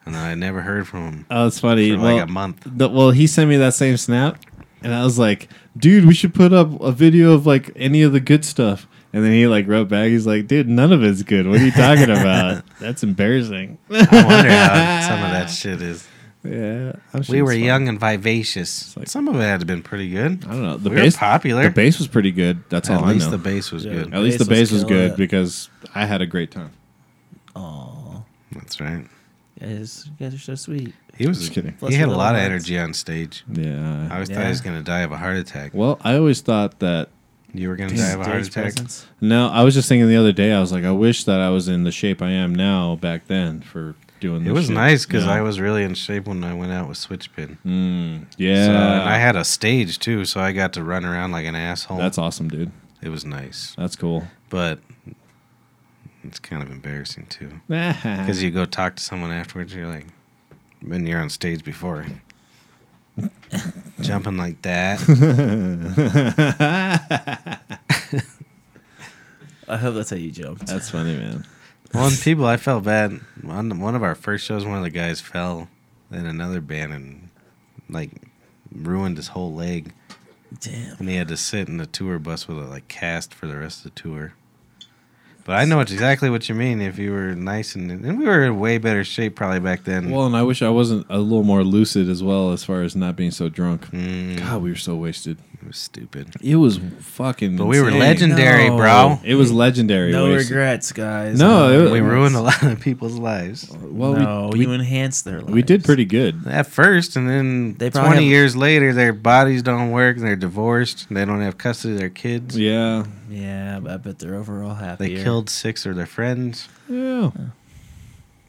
Speaker 2: and then I never heard from him.
Speaker 7: oh, it's funny.
Speaker 2: For like
Speaker 7: well,
Speaker 2: a month.
Speaker 7: the- well, he sent me that same snap, and I was like, dude, we should put up a video of like any of the good stuff. And then he like wrote back. He's like, dude, none of it's good. What are you talking about? That's embarrassing.
Speaker 2: I wonder how some of that shit is.
Speaker 7: yeah. I'm sure
Speaker 2: We
Speaker 7: it's
Speaker 2: were
Speaker 7: fine.
Speaker 2: young and vivacious.
Speaker 7: like-
Speaker 2: some of it had been pretty good.
Speaker 7: I don't know. The
Speaker 2: we
Speaker 7: bass
Speaker 2: were popular.
Speaker 7: The bass was pretty good. That's
Speaker 2: At
Speaker 7: all I
Speaker 2: least
Speaker 7: know.
Speaker 2: the bass was
Speaker 4: Yeah.
Speaker 2: good.
Speaker 7: At least the
Speaker 4: Bass
Speaker 7: bass was
Speaker 4: was killing
Speaker 7: good
Speaker 4: it.
Speaker 7: because I had a great time.
Speaker 4: Oh,
Speaker 2: That's right.
Speaker 4: guys, you guys are so sweet.
Speaker 2: He was
Speaker 7: Just kidding.
Speaker 4: Plus
Speaker 2: He had a
Speaker 4: we
Speaker 2: lot of
Speaker 4: love
Speaker 2: energy on stage.
Speaker 7: Yeah.
Speaker 2: I always thought
Speaker 4: Yeah.
Speaker 2: he was going to die of a heart attack.
Speaker 7: well, I always thought that.
Speaker 2: You were going to die of a heart attack.
Speaker 4: presence.
Speaker 7: No, I was just thinking the other day. I was like, I wish that I was in the shape I am now back then for doing. This
Speaker 2: It was
Speaker 7: shit.
Speaker 2: nice because
Speaker 7: Yeah.
Speaker 2: I was really in shape when I went out with Switchpin.
Speaker 7: Mm,
Speaker 2: So,
Speaker 7: yeah,
Speaker 2: and I had a stage too, so I got to run around like an asshole.
Speaker 7: that's awesome, dude.
Speaker 2: it was nice,
Speaker 7: That's cool.
Speaker 2: but it's kind of embarrassing too because
Speaker 7: Because
Speaker 2: you go talk to someone afterwards. You're like, been you're on stage before, jumping like that.
Speaker 4: I hope that's how you jumped.
Speaker 2: Uh,
Speaker 7: that's funny, man.
Speaker 2: One people, I felt bad. On one of our first shows, one of the guys fell in another band and like ruined his whole leg,
Speaker 4: Damn.
Speaker 2: and he had to sit in a tour bus with a like cast for the rest of the tour. But I know it's exactly what you mean. If you were nice and, and we were in way better shape probably back then.
Speaker 7: Well, and I wish I wasn't a little more lucid as well, as far as not being so drunk.
Speaker 2: Mm.
Speaker 7: God, we were so wasted.
Speaker 2: it was stupid.
Speaker 7: It was fucking.
Speaker 2: But we were
Speaker 7: insane.
Speaker 2: legendary, bro.
Speaker 7: It was legendary.
Speaker 4: No
Speaker 7: wasted.
Speaker 4: regrets, guys.
Speaker 7: No, it was-
Speaker 2: We ruined a lot of people's lives
Speaker 7: Well,
Speaker 4: no,
Speaker 7: we,
Speaker 4: you enhanced their lives.
Speaker 7: we did pretty good.
Speaker 2: at first, and then
Speaker 4: They probably
Speaker 2: twenty
Speaker 4: have-
Speaker 2: years later, their bodies don't work. They're divorced. They don't have custody of their kids.
Speaker 7: Yeah.
Speaker 4: Yeah, but I bet they're overall
Speaker 2: They
Speaker 4: happier.
Speaker 2: killed six of their friends.
Speaker 7: Yeah.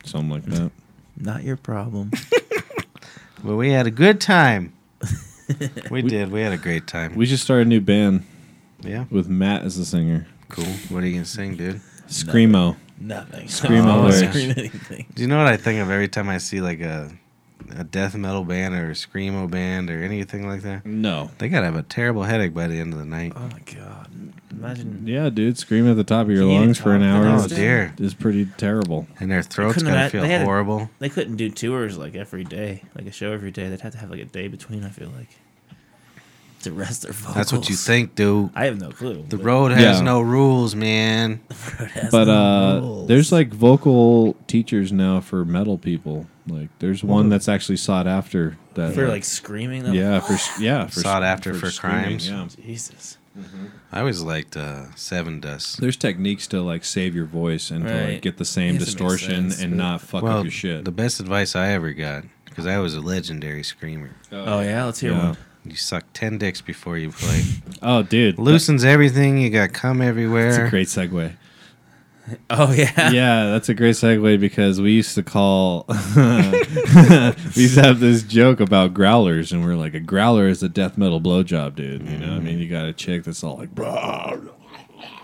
Speaker 7: Something like that.
Speaker 4: Not your problem.
Speaker 2: Well, we had a good time. we, did. We had a great time.
Speaker 7: We just started a new band
Speaker 2: yeah.
Speaker 7: with Matt as the singer.
Speaker 2: Cool. What are you going to sing, dude?
Speaker 7: Screamo.
Speaker 4: Nothing.
Speaker 7: Scream
Speaker 4: I
Speaker 7: all
Speaker 4: won't
Speaker 7: lyrics.
Speaker 4: scream anything.
Speaker 2: Do you know what I think of every time I see like a a death metal band or a screamo band or anything like that?
Speaker 7: No.
Speaker 2: They got to have a terrible headache by the end of the night.
Speaker 4: Oh my god! Imagine
Speaker 7: Yeah, dude, scream at the top of your
Speaker 4: Can you
Speaker 7: lungs for an
Speaker 4: talk
Speaker 7: hour
Speaker 4: about
Speaker 2: Oh,
Speaker 7: is,
Speaker 4: this?
Speaker 2: dear.
Speaker 7: is pretty terrible.
Speaker 2: And their throats
Speaker 4: couldn't
Speaker 2: got to
Speaker 4: have-
Speaker 2: feel
Speaker 4: they had a-
Speaker 2: horrible.
Speaker 4: they couldn't do tours like every day, like a show every day. They'd have to have like a day between. I feel like to rest their vocals.
Speaker 2: That's what you think, dude.
Speaker 4: I have no clue.
Speaker 2: The
Speaker 4: but-
Speaker 2: road has
Speaker 7: Yeah.
Speaker 2: no rules, man.
Speaker 4: Road has
Speaker 7: But
Speaker 4: no
Speaker 7: uh
Speaker 4: rules.
Speaker 7: there's like vocal teachers now for metal people. Like there's one that's actually sought after that
Speaker 4: for like screaming. Them.
Speaker 7: yeah, for s- yeah, for s-
Speaker 2: Sought after for
Speaker 7: screaming,
Speaker 2: crimes.
Speaker 7: yeah.
Speaker 4: Jesus.
Speaker 2: I always liked uh, Seven Dust.
Speaker 7: There's techniques to like save your voice and to like
Speaker 4: Right.
Speaker 7: get the same
Speaker 4: Yes, it makes
Speaker 7: distortion
Speaker 4: sense,
Speaker 7: and
Speaker 4: but-
Speaker 7: not fuck
Speaker 2: Well,
Speaker 7: up your shit.
Speaker 2: the best advice I ever got, because I was a legendary screamer.
Speaker 4: Oh yeah, let's hear
Speaker 7: Yeah.
Speaker 4: one.
Speaker 2: You suck 10 dicks before you play.
Speaker 7: Oh, dude,
Speaker 2: Loosens everything. You got cum everywhere.
Speaker 7: That's a great segue.
Speaker 4: Oh yeah.
Speaker 7: yeah, that's a great segue because we used to call, we used to have this joke about growlers, and we're like, a growler is a death metal blowjob, dude. You know, what I mean, you got a chick that's all like, bro.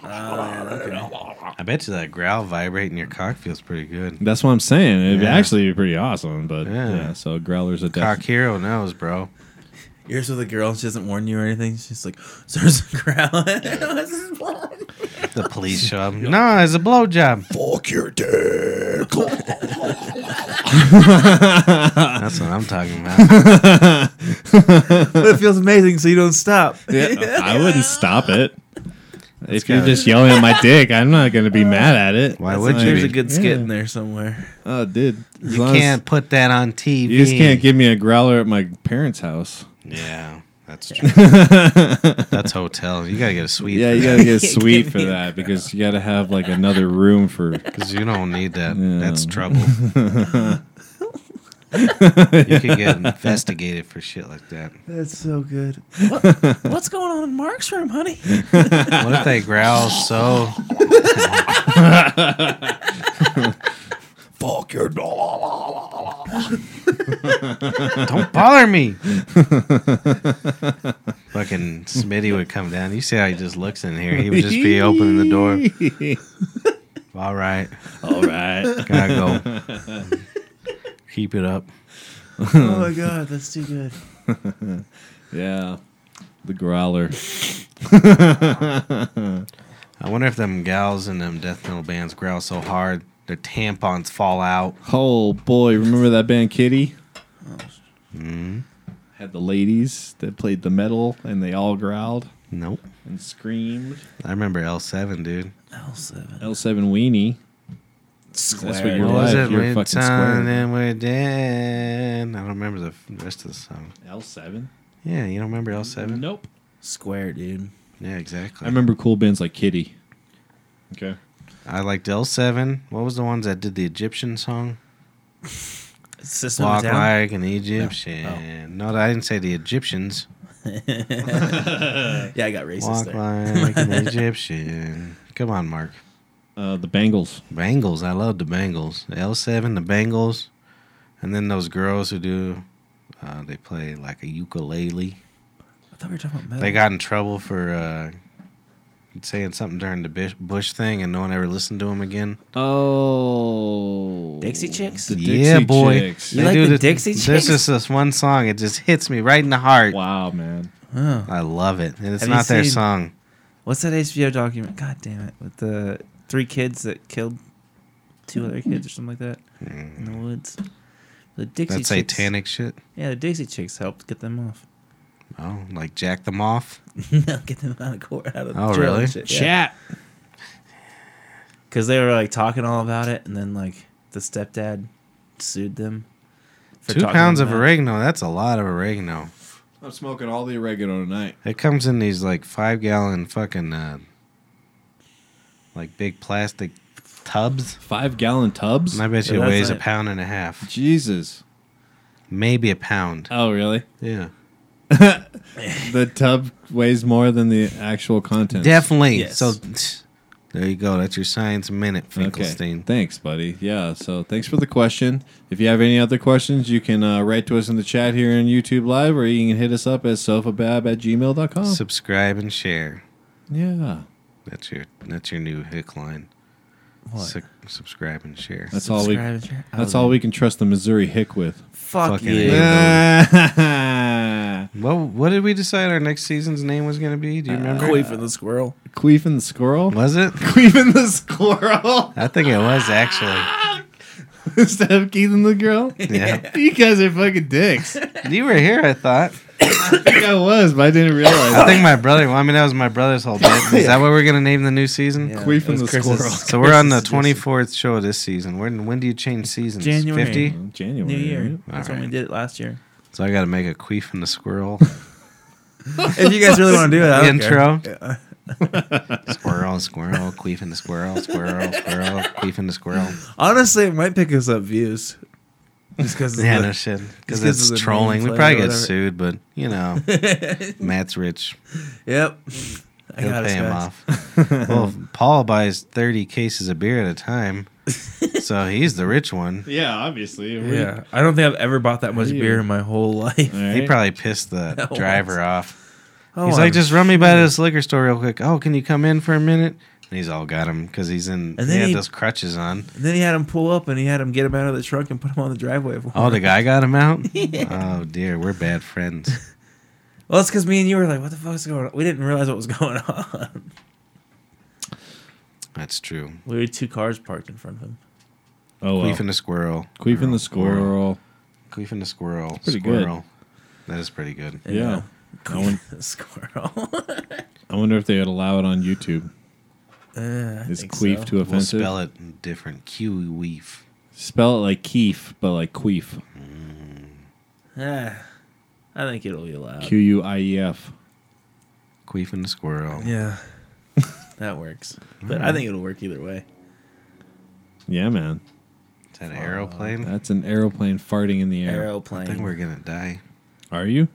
Speaker 2: I bet you that growl vibrating your cock feels pretty good.
Speaker 7: That's what I'm saying. It'd
Speaker 2: Yeah.
Speaker 7: actually be pretty awesome, but yeah.
Speaker 2: Yeah.
Speaker 7: so growler's a death.
Speaker 2: Cock hero knows, bro.
Speaker 4: You're just with a girl. She doesn't warn you or anything. She's like, "There's a crowd." What's this problem?
Speaker 2: The police show up. No, it's a blowjob.
Speaker 1: Fuck your dick.
Speaker 2: That's what I'm talking about.
Speaker 4: but it feels amazing, so you don't stop.
Speaker 7: Yeah, I wouldn't stop it. If you're just yelling at my dick, I'm not going to be mad at it.
Speaker 2: Uh, Why
Speaker 7: That's
Speaker 2: would
Speaker 7: not
Speaker 2: you?
Speaker 4: There's
Speaker 7: even-
Speaker 4: a good skit
Speaker 7: Yeah.
Speaker 4: in there somewhere.
Speaker 7: Oh, dude. As
Speaker 2: You
Speaker 7: long as-
Speaker 2: can't put that on TV.
Speaker 7: You just can't give me a growler at my parents' house.
Speaker 2: Yeah, that's true. that's hotel. You gotta get a suite.
Speaker 7: Yeah,
Speaker 2: Yeah,
Speaker 7: you gotta get a suite
Speaker 4: Give
Speaker 7: for
Speaker 4: me a
Speaker 7: that because you gotta have like another room for.
Speaker 2: because you don't need that.
Speaker 7: Yeah.
Speaker 2: That's trouble. you could get investigated for shit like that.
Speaker 4: That's so good. what's going on in Mark's room, honey?
Speaker 2: What if they growl so?
Speaker 1: Fuck your dog.
Speaker 2: Don't bother me. Fucking Smitty would come down. You see how he just looks in here. He would just be opening the door. All right,
Speaker 7: All right.
Speaker 2: gotta go. Keep it up.
Speaker 4: oh my god, that's too good.
Speaker 7: Yeah, the growler.
Speaker 2: I wonder if them gals in them death metal bands growl so hard their tampons fall out.
Speaker 7: Oh boy, remember that band Kitty?
Speaker 2: Mm-hmm.
Speaker 7: Had the ladies that played the metal and they all growled
Speaker 2: Nope.
Speaker 7: and screamed.
Speaker 2: I remember L7, dude.
Speaker 4: L seven.
Speaker 7: L7 Weenie. what you're
Speaker 2: What
Speaker 7: like.
Speaker 2: was
Speaker 7: Live,
Speaker 2: it?
Speaker 7: you're
Speaker 2: We're
Speaker 7: fucking
Speaker 2: done
Speaker 7: square.
Speaker 2: and we're dead. I don't remember the f- rest of the song.
Speaker 7: L7?
Speaker 2: Yeah, you don't remember L7?
Speaker 7: Nope.
Speaker 4: Square, dude.
Speaker 2: Yeah, exactly.
Speaker 7: I remember cool bands like Kitty. Okay.
Speaker 2: I liked L7. What was the ones that did the Egyptian song?
Speaker 4: System
Speaker 2: Walk
Speaker 4: of a Down.
Speaker 2: like an
Speaker 7: Oh.
Speaker 2: Egyptian. No, I didn't say the Egyptians.
Speaker 4: Yeah, I got racist
Speaker 2: Walk
Speaker 4: there.
Speaker 2: like an Egyptian. Come on, Mark.
Speaker 7: Uh, the Bangles.
Speaker 2: Bangles. I love the Bangles. The L7, the Bangles, and then those girls who do, uh, they play like a ukulele.
Speaker 4: I thought we were talking about metal.
Speaker 2: They got in trouble for uh, saying something during the Bish- Bush thing, and no one ever listened to them again.
Speaker 7: Oh.
Speaker 4: Dixie Chicks?
Speaker 7: The Dixie
Speaker 2: yeah, boy.
Speaker 7: Chicks.
Speaker 4: You like the Dixie
Speaker 2: This
Speaker 4: Chicks?
Speaker 2: is this one song. It just hits me right in the heart.
Speaker 7: Wow, man.
Speaker 4: Oh.
Speaker 2: I love it, and it's
Speaker 4: Have you
Speaker 2: not their
Speaker 4: seen-
Speaker 2: song.
Speaker 4: What's that HBO document? God damn it! With the three kids that killed two other kids or something like that in the woods. The Dixie
Speaker 2: That
Speaker 4: Chicks.
Speaker 2: satanic shit.
Speaker 4: Yeah, the Dixie Chicks helped get them off.
Speaker 2: Oh, like Jack them off.
Speaker 4: no, get them out of court, out of
Speaker 2: Oh,
Speaker 4: jail and
Speaker 2: really?
Speaker 4: shit, yeah. Because they were like talking all about it, and then like the stepdad sued them. For
Speaker 2: Two
Speaker 4: talking
Speaker 2: pounds of
Speaker 4: about-
Speaker 2: oregano. That's a lot of oregano.
Speaker 7: I'm smoking all the oregano tonight.
Speaker 2: It comes in these like five gallon fucking uh, like big plastic tubs,
Speaker 7: Five gallon tubs?
Speaker 2: and I bet
Speaker 4: So
Speaker 2: you it
Speaker 4: that's
Speaker 2: weighs a
Speaker 4: it.
Speaker 2: pound and a half,
Speaker 7: Jesus.
Speaker 2: maybe a pound.
Speaker 4: Uh,
Speaker 7: Oh, really?
Speaker 2: Yeah,
Speaker 7: The tub weighs more than the actual content.
Speaker 2: definitely.
Speaker 4: Yes.
Speaker 2: So there you go. That's your science minute, Finkelstein.
Speaker 7: Thanks, buddy. Yeah. So thanks for the question. If you have any other questions, you can uh, write to us in the chat here on YouTube Live, or you can hit us up at sofabab at gmail.com.
Speaker 4: Oh.
Speaker 2: Subscribe and share.
Speaker 7: yeah.
Speaker 2: That's your that's your new hick line.
Speaker 4: What?
Speaker 2: Su- subscribe and share.
Speaker 7: That's all we.
Speaker 4: Subscribe and share. I
Speaker 7: That's
Speaker 4: was
Speaker 7: all
Speaker 4: like,
Speaker 7: we can trust the Missouri hick with.
Speaker 4: Fuck
Speaker 2: Fucking
Speaker 4: you.
Speaker 2: A.
Speaker 7: Queef
Speaker 2: Well, what did we decide our next season's name was going to be? Do
Speaker 4: Uh,
Speaker 2: you remember?
Speaker 4: Queef and the squirrel.
Speaker 7: and the squirrel.
Speaker 2: was it?
Speaker 7: Queef and the squirrel.
Speaker 2: I think it was actually.
Speaker 7: Instead of Keith and the girl.
Speaker 2: Yeah.
Speaker 7: You guys are fucking dicks. I
Speaker 2: you were here, I thought.
Speaker 7: think I was, but I didn't
Speaker 2: I
Speaker 7: realize.
Speaker 2: think my brother. Well, I mean, that was my brother's whole bit. Is that what we're gonna name the new season?
Speaker 4: Yeah.
Speaker 7: Queef
Speaker 4: It was
Speaker 7: and the
Speaker 4: Chris's-
Speaker 7: squirrel.
Speaker 2: So we're on the
Speaker 4: Chris's
Speaker 2: twenty fourth show of this season. When when do you change seasons?
Speaker 4: January.
Speaker 2: Fifty.
Speaker 7: January.
Speaker 4: New
Speaker 7: right?
Speaker 4: Year. That's when we
Speaker 2: Alright.
Speaker 4: did it last year.
Speaker 2: So I got to make a queef and the squirrel
Speaker 4: If you guys really want to do it, I don't care.
Speaker 2: intro. squirrel, squirrel, queef and the squirrel, squirrel, squirrel, queef and the squirrel.
Speaker 4: Honestly, it might pick us up views. Just because
Speaker 2: Yeah, no shit. Because
Speaker 4: 'cause of
Speaker 2: it's
Speaker 4: the name
Speaker 2: trolling. We
Speaker 4: play
Speaker 2: probably
Speaker 4: or
Speaker 2: get
Speaker 4: whatever.
Speaker 2: sued, but you know, Matt's rich.
Speaker 4: Yep. I
Speaker 2: He'll
Speaker 4: got
Speaker 2: pay
Speaker 4: it.
Speaker 2: him off. well, if Paul buys thirty cases of beer at a time, so he's the rich one.
Speaker 7: Yeah, obviously. We-
Speaker 4: Yeah. I don't think I've ever bought that much
Speaker 7: Yeah.
Speaker 4: beer in my whole life.
Speaker 7: All
Speaker 2: He
Speaker 7: right.
Speaker 2: probably pissed the
Speaker 4: That
Speaker 2: driver
Speaker 4: was-
Speaker 2: off.
Speaker 4: Oh,
Speaker 2: he's
Speaker 4: I'm-
Speaker 2: like, just run me by this liquor store real quick. Oh, can you come in for a minute? And he's all got him because he's in.
Speaker 4: And
Speaker 2: he
Speaker 4: then
Speaker 2: had
Speaker 4: he-
Speaker 2: those crutches on.
Speaker 4: And then he had him pull up and he had him get him out of the truck and put him on the driveway. For
Speaker 2: Oh, the guy got him out. Oh dear, we're bad friends.
Speaker 4: Well, that's because me and you were like, "What the fuck is going on?" We didn't realize what was going on.
Speaker 2: That's true.
Speaker 4: we had two cars parked in front of him.
Speaker 7: Oh, well.
Speaker 2: Queef and a squirrel.
Speaker 7: Queef and the squirrel.
Speaker 2: Queef and a squirrel.
Speaker 7: pretty good.
Speaker 2: squirrel. That is pretty good.
Speaker 7: Yeah.
Speaker 4: Queen of the squirrel.
Speaker 7: I wonder if they would allow it on YouTube. Is
Speaker 4: think
Speaker 7: queef
Speaker 4: so.
Speaker 7: too
Speaker 2: We'll
Speaker 7: offensive?
Speaker 2: spell it different. Kiwi weef.
Speaker 7: Spell it like keef, but like queef.
Speaker 4: Eh, I think it'll be allowed.
Speaker 7: Q U I E F.
Speaker 2: Queef and a squirrel.
Speaker 4: Yeah, that works.
Speaker 2: Mm-hmm.
Speaker 4: But I think it'll work either way.
Speaker 7: Yeah, man.
Speaker 2: Is that an aeroplane?
Speaker 7: That's an aeroplane farting in the air.
Speaker 2: I think
Speaker 4: Aeroplane.
Speaker 2: we're gonna die.
Speaker 7: Are you?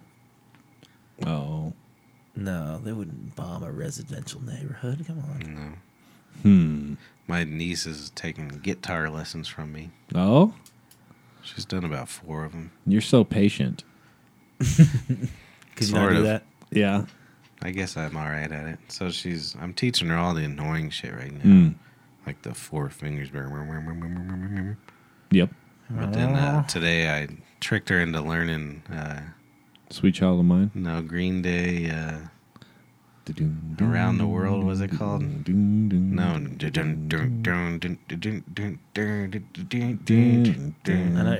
Speaker 7: Oh.
Speaker 4: no, they wouldn't bomb a residential neighborhood. Come on.
Speaker 2: No. Hmm. My niece is taking guitar lessons from me.
Speaker 7: Oh?
Speaker 2: She's done about four of them.
Speaker 7: You're so patient.
Speaker 4: Could you not
Speaker 2: Sort
Speaker 4: do
Speaker 2: of.
Speaker 4: that?
Speaker 7: Yeah.
Speaker 2: I guess I'm all right at it. So she's. I'm teaching her all the annoying shit right now,
Speaker 7: Hmm.
Speaker 2: like the four fingers. But
Speaker 7: Yep.
Speaker 2: then uh, today I tricked her into learning. Uh,
Speaker 7: Sweet child of mine.
Speaker 2: no Green Day. Uh,
Speaker 7: Dun, dun,
Speaker 2: Around the world was it called?
Speaker 7: dun, dun,
Speaker 2: No.
Speaker 4: I know what you're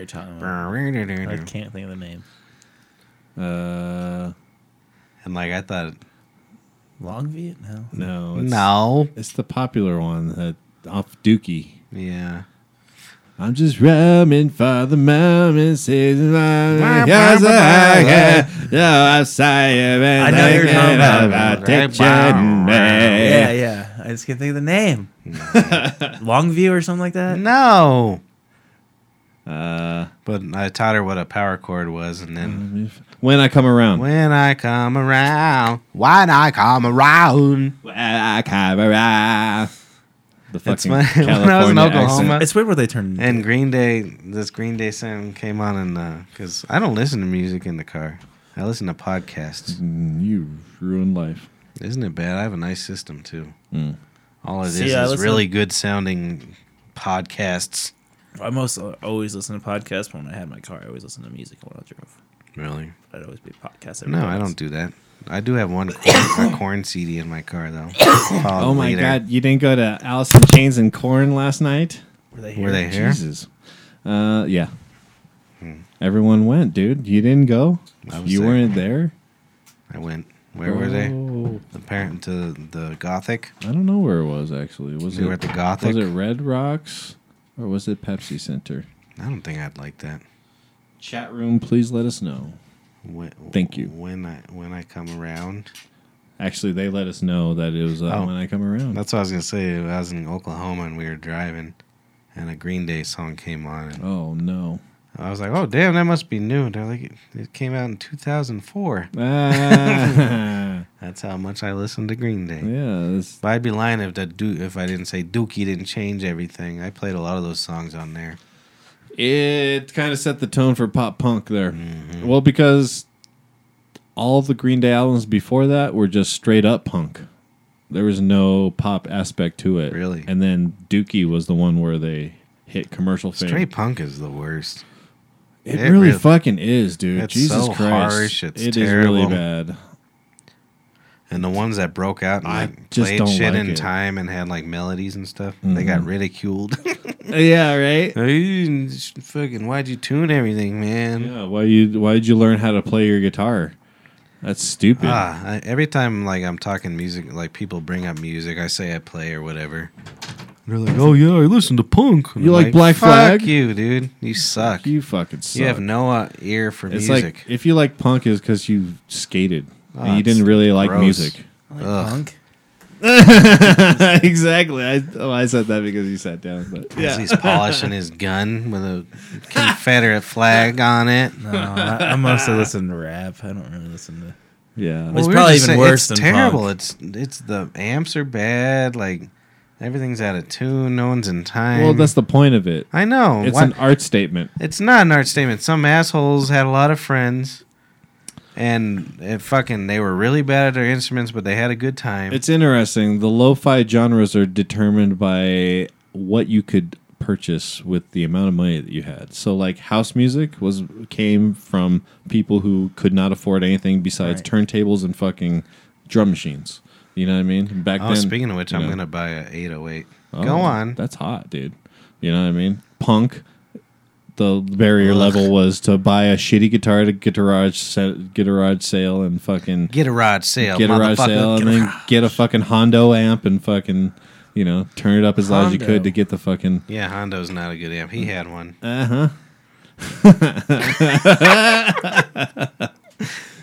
Speaker 4: talking about.
Speaker 2: Mm-hmm.
Speaker 4: I can't think of the name.
Speaker 7: Uh,
Speaker 2: And like I thought,
Speaker 4: Long Vietnam.
Speaker 7: no. It's,
Speaker 2: no,
Speaker 7: It's the popular one that off Dookie.
Speaker 2: yeah.
Speaker 7: I'm just rhyming for the moment. Says my yes, I can. No, I'm sorry, man.
Speaker 4: I know what you're talking
Speaker 7: Thinking
Speaker 4: about.
Speaker 7: attention, man.
Speaker 4: Yeah, yeah. I just can't think of the name. Longview or something like that.
Speaker 2: No.
Speaker 7: Uh,
Speaker 2: But I taught her what a power chord was, and then
Speaker 7: when I come around.
Speaker 2: when I come around, when I come around,
Speaker 7: When I come around. The
Speaker 2: That's
Speaker 7: fucking
Speaker 2: my- when I was in
Speaker 7: California
Speaker 2: Oklahoma-
Speaker 7: accent.
Speaker 4: It's weird where they turned.
Speaker 2: and Green Day, this Green Day song came on, and because I don't listen to music in the car, I listen to podcasts.
Speaker 7: Mm, You ruined life.
Speaker 2: Isn't it bad? I have a nice system too.
Speaker 7: Mm.
Speaker 2: All it is
Speaker 4: See, I
Speaker 2: is
Speaker 4: listen-
Speaker 2: really good sounding podcasts.
Speaker 4: I most always listen to podcasts when I had my car. I always listen to music when I drove.
Speaker 2: Really?
Speaker 4: I'd always be podcasting.
Speaker 2: No, I don't do that. I do have one corn, a corn CD in my car though.
Speaker 7: Oh my god, you didn't go to Alice in Chains and Corn last night?
Speaker 4: Were they
Speaker 2: Were they here? Hmm.
Speaker 7: Jesus. Uh, yeah. Everyone went, dude. You didn't go.
Speaker 2: I was
Speaker 7: You
Speaker 2: there.
Speaker 7: weren't there.
Speaker 2: I went. Where were they?
Speaker 7: Oh,
Speaker 2: The parent to the Gothic.
Speaker 7: I don't know where it was actually. Was
Speaker 2: They
Speaker 7: it
Speaker 2: were at the Gothic.
Speaker 7: Was it Red Rocks or was it Pepsi Center?
Speaker 2: I don't think I'd like that.
Speaker 7: Chat room, please let us know.
Speaker 2: When,
Speaker 7: Thank you.
Speaker 2: When I when I come around,
Speaker 7: Actually, they let us know that it was uh,
Speaker 2: Oh.
Speaker 7: when I come around.
Speaker 2: that's what I was gonna say. I was in Oklahoma and we were driving, and a Green Day song came on, and
Speaker 7: oh no.
Speaker 2: I was like, "Oh damn, that must be new." And they're like, "It came out in 2004."
Speaker 7: Ah.
Speaker 2: That's how much I listened to Green Day.
Speaker 7: yeah, this-
Speaker 2: But I'd be lying if that du- if I didn't say Dookie didn't change everything. I played a lot of those songs on there.
Speaker 7: it kind of set the tone for pop punk there.
Speaker 2: Mm-hmm.
Speaker 7: Well, because all the Green Day albums before that were just straight up punk. There was no pop aspect to it.
Speaker 2: Really?
Speaker 7: And then Dookie was the one where they hit commercial fame.
Speaker 2: Straight punk is the worst.
Speaker 7: It,
Speaker 2: It
Speaker 7: really
Speaker 2: really-
Speaker 7: fucking is, dude.
Speaker 2: It's
Speaker 7: Jesus
Speaker 2: so
Speaker 7: Christ.
Speaker 2: harsh, it's
Speaker 7: It is
Speaker 2: terrible.
Speaker 7: really bad.
Speaker 2: And the ones that broke out and
Speaker 7: I
Speaker 2: like,
Speaker 7: just
Speaker 2: played
Speaker 7: don't
Speaker 2: shit
Speaker 7: like
Speaker 2: in
Speaker 7: it. Mm-hmm.
Speaker 2: time and had like melodies and stuff, they got ridiculed.
Speaker 7: yeah, right?
Speaker 2: "Oh, you didn't sh- fucking why'd you tune everything, man?
Speaker 7: Yeah, why you why did you learn how to play your guitar? That's stupid.
Speaker 2: Ah, I, every time like I'm talking music, like people bring up music, I say I play or whatever. They're like, "Oh yeah, I listen to punk." And
Speaker 7: You
Speaker 2: I'm
Speaker 7: like Black
Speaker 2: "Fuck
Speaker 7: Flag?"
Speaker 2: you, dude. You suck. You,
Speaker 7: you fucking suck.
Speaker 2: have no uh, ear for
Speaker 7: it's
Speaker 2: music.
Speaker 7: like if you like punk is cuz you skated
Speaker 2: Ah,
Speaker 7: and you didn't
Speaker 2: it's
Speaker 7: really like
Speaker 2: gross.
Speaker 7: music.
Speaker 4: Like
Speaker 2: Ugh.
Speaker 4: punk.
Speaker 7: exactly. I oh, I said that because you sat down, but
Speaker 2: As he's polishing his gun with a Confederate flag on it.
Speaker 4: No, I, I mostly listen to rap. I don't really listen to.
Speaker 7: yeah.
Speaker 4: Well, It's
Speaker 2: we were
Speaker 4: probably
Speaker 2: just
Speaker 4: even worse
Speaker 2: It's
Speaker 4: than punk.
Speaker 2: terrible. It's it's the amps are bad. Like everything's out of tune. No one's in time.
Speaker 7: Well, that's the point of it.
Speaker 2: I know.
Speaker 7: It's
Speaker 2: Why-
Speaker 7: an art statement.
Speaker 2: It's not an art statement. Some assholes had a lot of friends, and it fucking they were really bad at their instruments, but they had a good time.
Speaker 7: It's interesting. The lo-fi genres are determined by what you could purchase with the amount of money that you had. So like house music was came from people who could not afford anything besides turntables and fucking drum machines. You know what I mean? Back
Speaker 2: Oh,
Speaker 7: then.
Speaker 2: speaking of which,
Speaker 7: you
Speaker 2: I'm
Speaker 7: know.
Speaker 2: gonna buy a 808.
Speaker 7: Oh,
Speaker 2: Go on.
Speaker 7: That's hot, dude. You know what I mean? Punk. The barrier level was to buy a shitty guitar to get a garage sa- get a garage sale and fucking
Speaker 2: Get a rod sale,
Speaker 7: get a garage
Speaker 2: motherfucker.
Speaker 7: sale and then get a fucking Hondo amp and fucking you know turn it up as loud as you
Speaker 4: Hondo.
Speaker 7: could to get the fucking
Speaker 2: Yeah, Hondo's not a good amp. He had one.
Speaker 7: uh huh.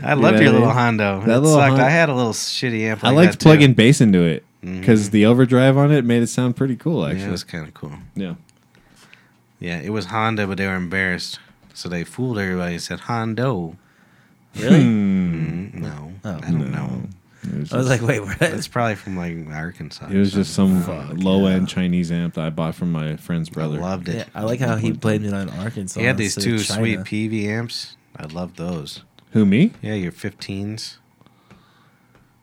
Speaker 2: I loved
Speaker 7: that
Speaker 2: your little
Speaker 7: is-
Speaker 2: Hondo.
Speaker 7: that
Speaker 2: It
Speaker 7: little
Speaker 2: sucked.
Speaker 7: Hon-
Speaker 2: I had a little shitty amp.
Speaker 7: I
Speaker 2: Like
Speaker 7: liked
Speaker 2: that, too. Mm-hmm.
Speaker 7: plugging bass into it because the overdrive on it made it sound pretty cool
Speaker 2: Yeah, it
Speaker 7: actually.
Speaker 2: was kind of cool.
Speaker 7: Yeah.
Speaker 2: Yeah, it was Honda, but they were embarrassed, so they fooled everybody and said Hondo.
Speaker 4: Really?
Speaker 2: No,
Speaker 4: Oh.
Speaker 2: I don't know.
Speaker 7: It was
Speaker 4: I was
Speaker 7: just-
Speaker 4: like, wait, what?
Speaker 2: It's probably from like Arkansas.
Speaker 7: it was
Speaker 2: or
Speaker 7: just some
Speaker 4: Fuck,
Speaker 7: low end
Speaker 4: yeah.
Speaker 7: Chinese amp that I bought from my friend's
Speaker 2: something.
Speaker 7: brother.
Speaker 2: loved it.
Speaker 4: Yeah, I like how he blamed it on Arkansas.
Speaker 2: He had these
Speaker 4: instead
Speaker 2: two
Speaker 4: of
Speaker 2: sweet
Speaker 4: China.
Speaker 2: PV amps. I loved those.
Speaker 7: Who me?
Speaker 2: Yeah, your 15s.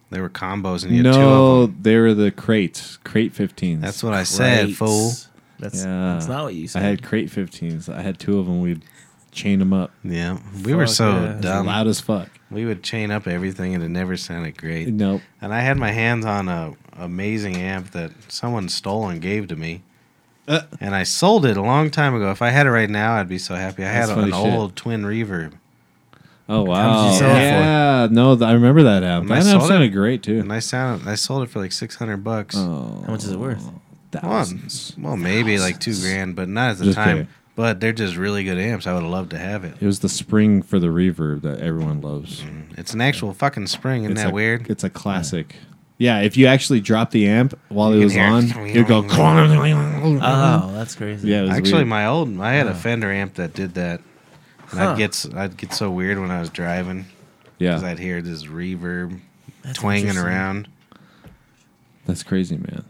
Speaker 2: They were combos, and you had two of
Speaker 7: No,
Speaker 2: them.
Speaker 7: they were the crates, crate 15s.
Speaker 2: That's what I said,
Speaker 4: Crates.
Speaker 2: fool.
Speaker 4: That's,
Speaker 7: Yeah.
Speaker 4: that's not what you
Speaker 7: I
Speaker 4: said.
Speaker 7: had crate 15s. I had two of them. We'd chain them up.
Speaker 2: Yeah, we were
Speaker 4: Fuck
Speaker 2: so
Speaker 4: yeah. It's
Speaker 2: dumb.
Speaker 7: Loud as fuck.
Speaker 2: We would chain up everything, and it never sounded great.
Speaker 7: Nope.
Speaker 2: And I had my hands on a amazing amp that someone stole and gave to me.
Speaker 7: Uh.
Speaker 2: and I sold it a long time ago. If I had it right now, I'd be so happy. I had
Speaker 7: That's
Speaker 2: an
Speaker 7: funny shit.
Speaker 2: old twin reverb,
Speaker 7: Oh, wow.
Speaker 4: you sell it for?
Speaker 7: Yeah. No, th- I remember that amp.
Speaker 2: When I
Speaker 7: That amp
Speaker 2: sold
Speaker 7: sounded
Speaker 2: it-
Speaker 7: great, too.
Speaker 2: and I sound I sold it for like six hundred bucks.
Speaker 7: Oh,
Speaker 4: how much is it worth?
Speaker 7: thousands.
Speaker 2: Well, maybe like two grand, but not at the
Speaker 7: Just
Speaker 2: time.
Speaker 7: kidding.
Speaker 2: But they're just really good amps. I would have loved to have it.
Speaker 7: It was the spring for the reverb that everyone loves.
Speaker 2: It's an actual fucking spring. Isn't
Speaker 7: It's
Speaker 2: that
Speaker 7: a-
Speaker 2: weird?
Speaker 7: It's a classic. Yeah, if you actually drop the amp while it
Speaker 2: can
Speaker 7: was
Speaker 2: hear
Speaker 7: on,
Speaker 2: it.
Speaker 7: you'll go.
Speaker 2: Mm-hmm.
Speaker 4: Oh, that's crazy.
Speaker 7: Yeah, it was
Speaker 2: Actually,
Speaker 7: weird.
Speaker 2: my old I had a Fender amp that did that. And
Speaker 4: Huh.
Speaker 2: I'd get s- I'd get so weird when I was driving because
Speaker 7: yeah,
Speaker 2: I'd hear this reverb
Speaker 4: That's
Speaker 2: twanging
Speaker 4: interesting.
Speaker 2: around.
Speaker 7: that's crazy, man.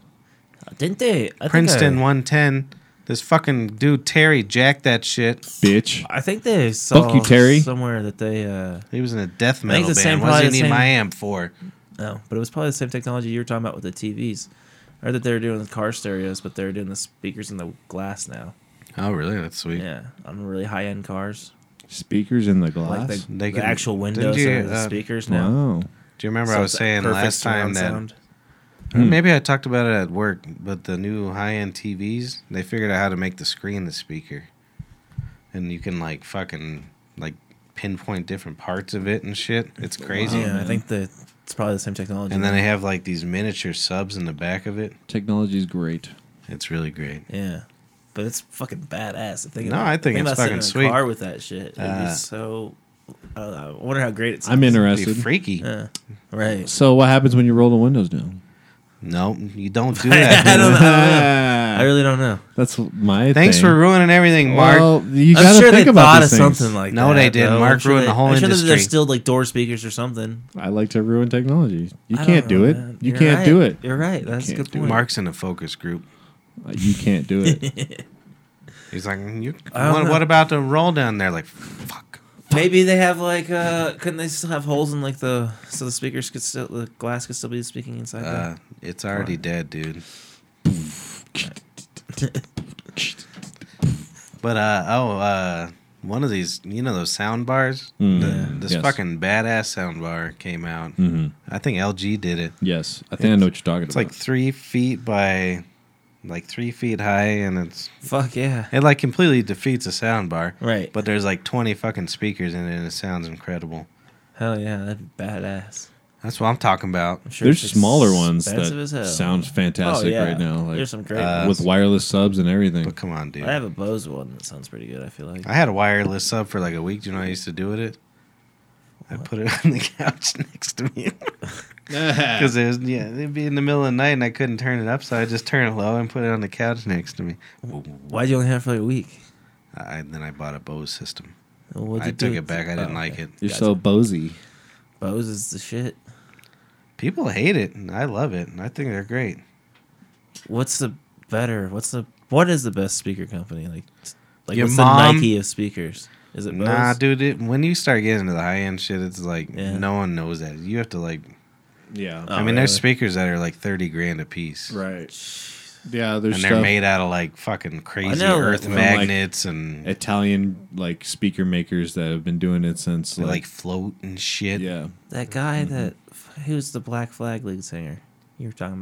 Speaker 4: Didn't they? I think
Speaker 2: Princeton
Speaker 4: I-
Speaker 2: 110. This fucking dude Terry jacked that shit.
Speaker 7: Bitch,
Speaker 4: I think they saw
Speaker 7: you, Terry.
Speaker 4: somewhere that they. uh
Speaker 2: He was in a death metal
Speaker 4: the
Speaker 2: band.
Speaker 4: same-
Speaker 2: what does he
Speaker 4: probably the
Speaker 2: need my
Speaker 4: same-
Speaker 2: amp for?
Speaker 4: No, oh, but it was probably the same technology you were talking about with the TVs. I heard that they were doing the car stereos, but they're doing the speakers in the glass now.
Speaker 2: Oh, really? That's sweet.
Speaker 4: Yeah, on really high end cars,
Speaker 7: speakers in the
Speaker 4: like
Speaker 7: glass.
Speaker 4: the,
Speaker 2: They
Speaker 4: the
Speaker 2: can-
Speaker 4: actual
Speaker 2: didn't
Speaker 4: windows
Speaker 2: you,
Speaker 4: are the
Speaker 2: uh,
Speaker 4: speakers now.
Speaker 7: wow.
Speaker 2: Do you remember
Speaker 4: So
Speaker 2: I was
Speaker 4: it's
Speaker 2: saying
Speaker 4: perfect
Speaker 2: last time
Speaker 4: surround
Speaker 2: that
Speaker 4: sound.
Speaker 2: or
Speaker 4: Hmm.
Speaker 2: maybe I talked about it at work, but the new high-end TVs they figured out how to make the screen the speaker, and you can like fucking like pinpoint different parts of it and shit. It's crazy.
Speaker 4: Yeah, I think that it's probably the same technology.
Speaker 2: Oh, And then
Speaker 4: now.
Speaker 2: they have like these miniature subs in the back of it.
Speaker 7: Technology's great.
Speaker 2: It's really great.
Speaker 4: yeah, but it's fucking badass. If they
Speaker 2: No, I think it's
Speaker 4: about sitting
Speaker 2: fucking
Speaker 4: in
Speaker 2: sweet.
Speaker 4: a car with that shit. It'd
Speaker 2: Uh,
Speaker 4: be so. I, don't know, I wonder how great it's.
Speaker 7: I'm
Speaker 2: It'd be
Speaker 7: interested.
Speaker 2: freaky.
Speaker 4: Yeah, right.
Speaker 7: So what happens when you roll the windows down?
Speaker 2: No, you don't do that.
Speaker 4: I don't know. I
Speaker 7: Ah,
Speaker 4: really don't know.
Speaker 7: that's my.
Speaker 2: Thanks
Speaker 7: thing.
Speaker 2: for ruining everything, Mark.
Speaker 7: Well, you
Speaker 4: I'm
Speaker 7: gotta
Speaker 4: sure
Speaker 7: think
Speaker 4: they
Speaker 7: about
Speaker 4: thought of
Speaker 7: these things.
Speaker 4: something like
Speaker 2: No,
Speaker 4: that.
Speaker 2: they didn't.
Speaker 4: though.
Speaker 2: Mark
Speaker 4: I'm sure
Speaker 2: ruined
Speaker 4: they-
Speaker 2: the whole
Speaker 4: I'm sure that
Speaker 2: industry.
Speaker 4: There's still like door speakers or something.
Speaker 7: I like to ruin technology. You
Speaker 4: I
Speaker 7: can't
Speaker 4: don't
Speaker 7: do
Speaker 4: know,
Speaker 7: it.
Speaker 4: man.
Speaker 7: You
Speaker 4: You're
Speaker 7: can't
Speaker 4: right.
Speaker 7: do it.
Speaker 4: You're right. That's a
Speaker 7: can't
Speaker 4: good
Speaker 7: do
Speaker 4: point.
Speaker 2: Mark's in a focus group.
Speaker 7: You can't do it.
Speaker 2: He's like, you,
Speaker 4: I don't
Speaker 2: what,
Speaker 4: know.
Speaker 2: what about the roll down there? Like, fuck.
Speaker 4: Maybe they have like uh couldn't they still have holes in like the so the speakers could still the glass could still be speaking inside
Speaker 2: Uh, it's already dead, dude. But uh oh, uh one of these, you know, those sound bars. The-
Speaker 7: Yeah.
Speaker 2: This
Speaker 7: Mm. Yes. Mm. Mm-hmm.
Speaker 2: fucking badass sound bar came out. I think LG did it.
Speaker 7: Yes, I think I know what you're talking
Speaker 2: It's
Speaker 7: about.
Speaker 2: like three feet by, like three feet high, and it's
Speaker 4: that. Fuck yeah.
Speaker 2: it like completely defeats a sound bar.
Speaker 4: Right.
Speaker 2: But there's like twenty fucking speakers in it, and it sounds incredible.
Speaker 4: Hell yeah, that'd be badass.
Speaker 2: That's what I'm talking about.
Speaker 4: I'm sure
Speaker 7: There's
Speaker 4: it's
Speaker 7: smaller ones
Speaker 4: expensive as hell.
Speaker 7: that sound fantastic
Speaker 4: Oh, yeah.
Speaker 7: right now, like
Speaker 4: There's some great
Speaker 2: Uh,
Speaker 4: ones.
Speaker 7: with wireless subs and everything.
Speaker 2: But come on, dude.
Speaker 4: I have a Bose one that sounds pretty good, I feel like.
Speaker 2: I had a wireless sub for like a week. Do you know what I used to do with it? I put it on the couch next to me because it was yeah, it'd be in the middle of the night and I couldn't turn it up, so I just turned it low and put it on the couch next to me.
Speaker 4: Why'd you only have it for like a week?
Speaker 2: I, and then I bought a Bose system.
Speaker 4: What'd
Speaker 2: I
Speaker 4: you do
Speaker 2: took
Speaker 4: with
Speaker 2: it back. I
Speaker 4: oh,
Speaker 2: didn't like
Speaker 4: okay.
Speaker 2: it.
Speaker 7: You're so bozy.
Speaker 4: Bose is the shit.
Speaker 2: People hate it, and I love it, and I think they're great.
Speaker 4: What's the better? What's the what is the best speaker company? Like like
Speaker 2: Your
Speaker 4: what's
Speaker 2: mom?
Speaker 4: the Nike of speakers? Is it Bose?
Speaker 2: Nah, dude, it, when you start getting into the high end shit, it's like
Speaker 4: Yeah.
Speaker 2: no one knows that. You have to like.
Speaker 7: Yeah.
Speaker 4: Oh,
Speaker 2: I mean, there's
Speaker 4: really?
Speaker 2: speakers that are like thirty grand a piece.
Speaker 7: Right. Yeah, there's
Speaker 2: and
Speaker 7: stuff.
Speaker 2: they're made out of like fucking crazy
Speaker 4: know,
Speaker 2: earth
Speaker 7: and, like,
Speaker 2: magnets and they,
Speaker 7: Italian like speaker makers that have been doing it since
Speaker 2: like,
Speaker 7: like,
Speaker 2: float and shit.
Speaker 7: yeah.
Speaker 4: That guy that who's the Black Flag League singer you were talking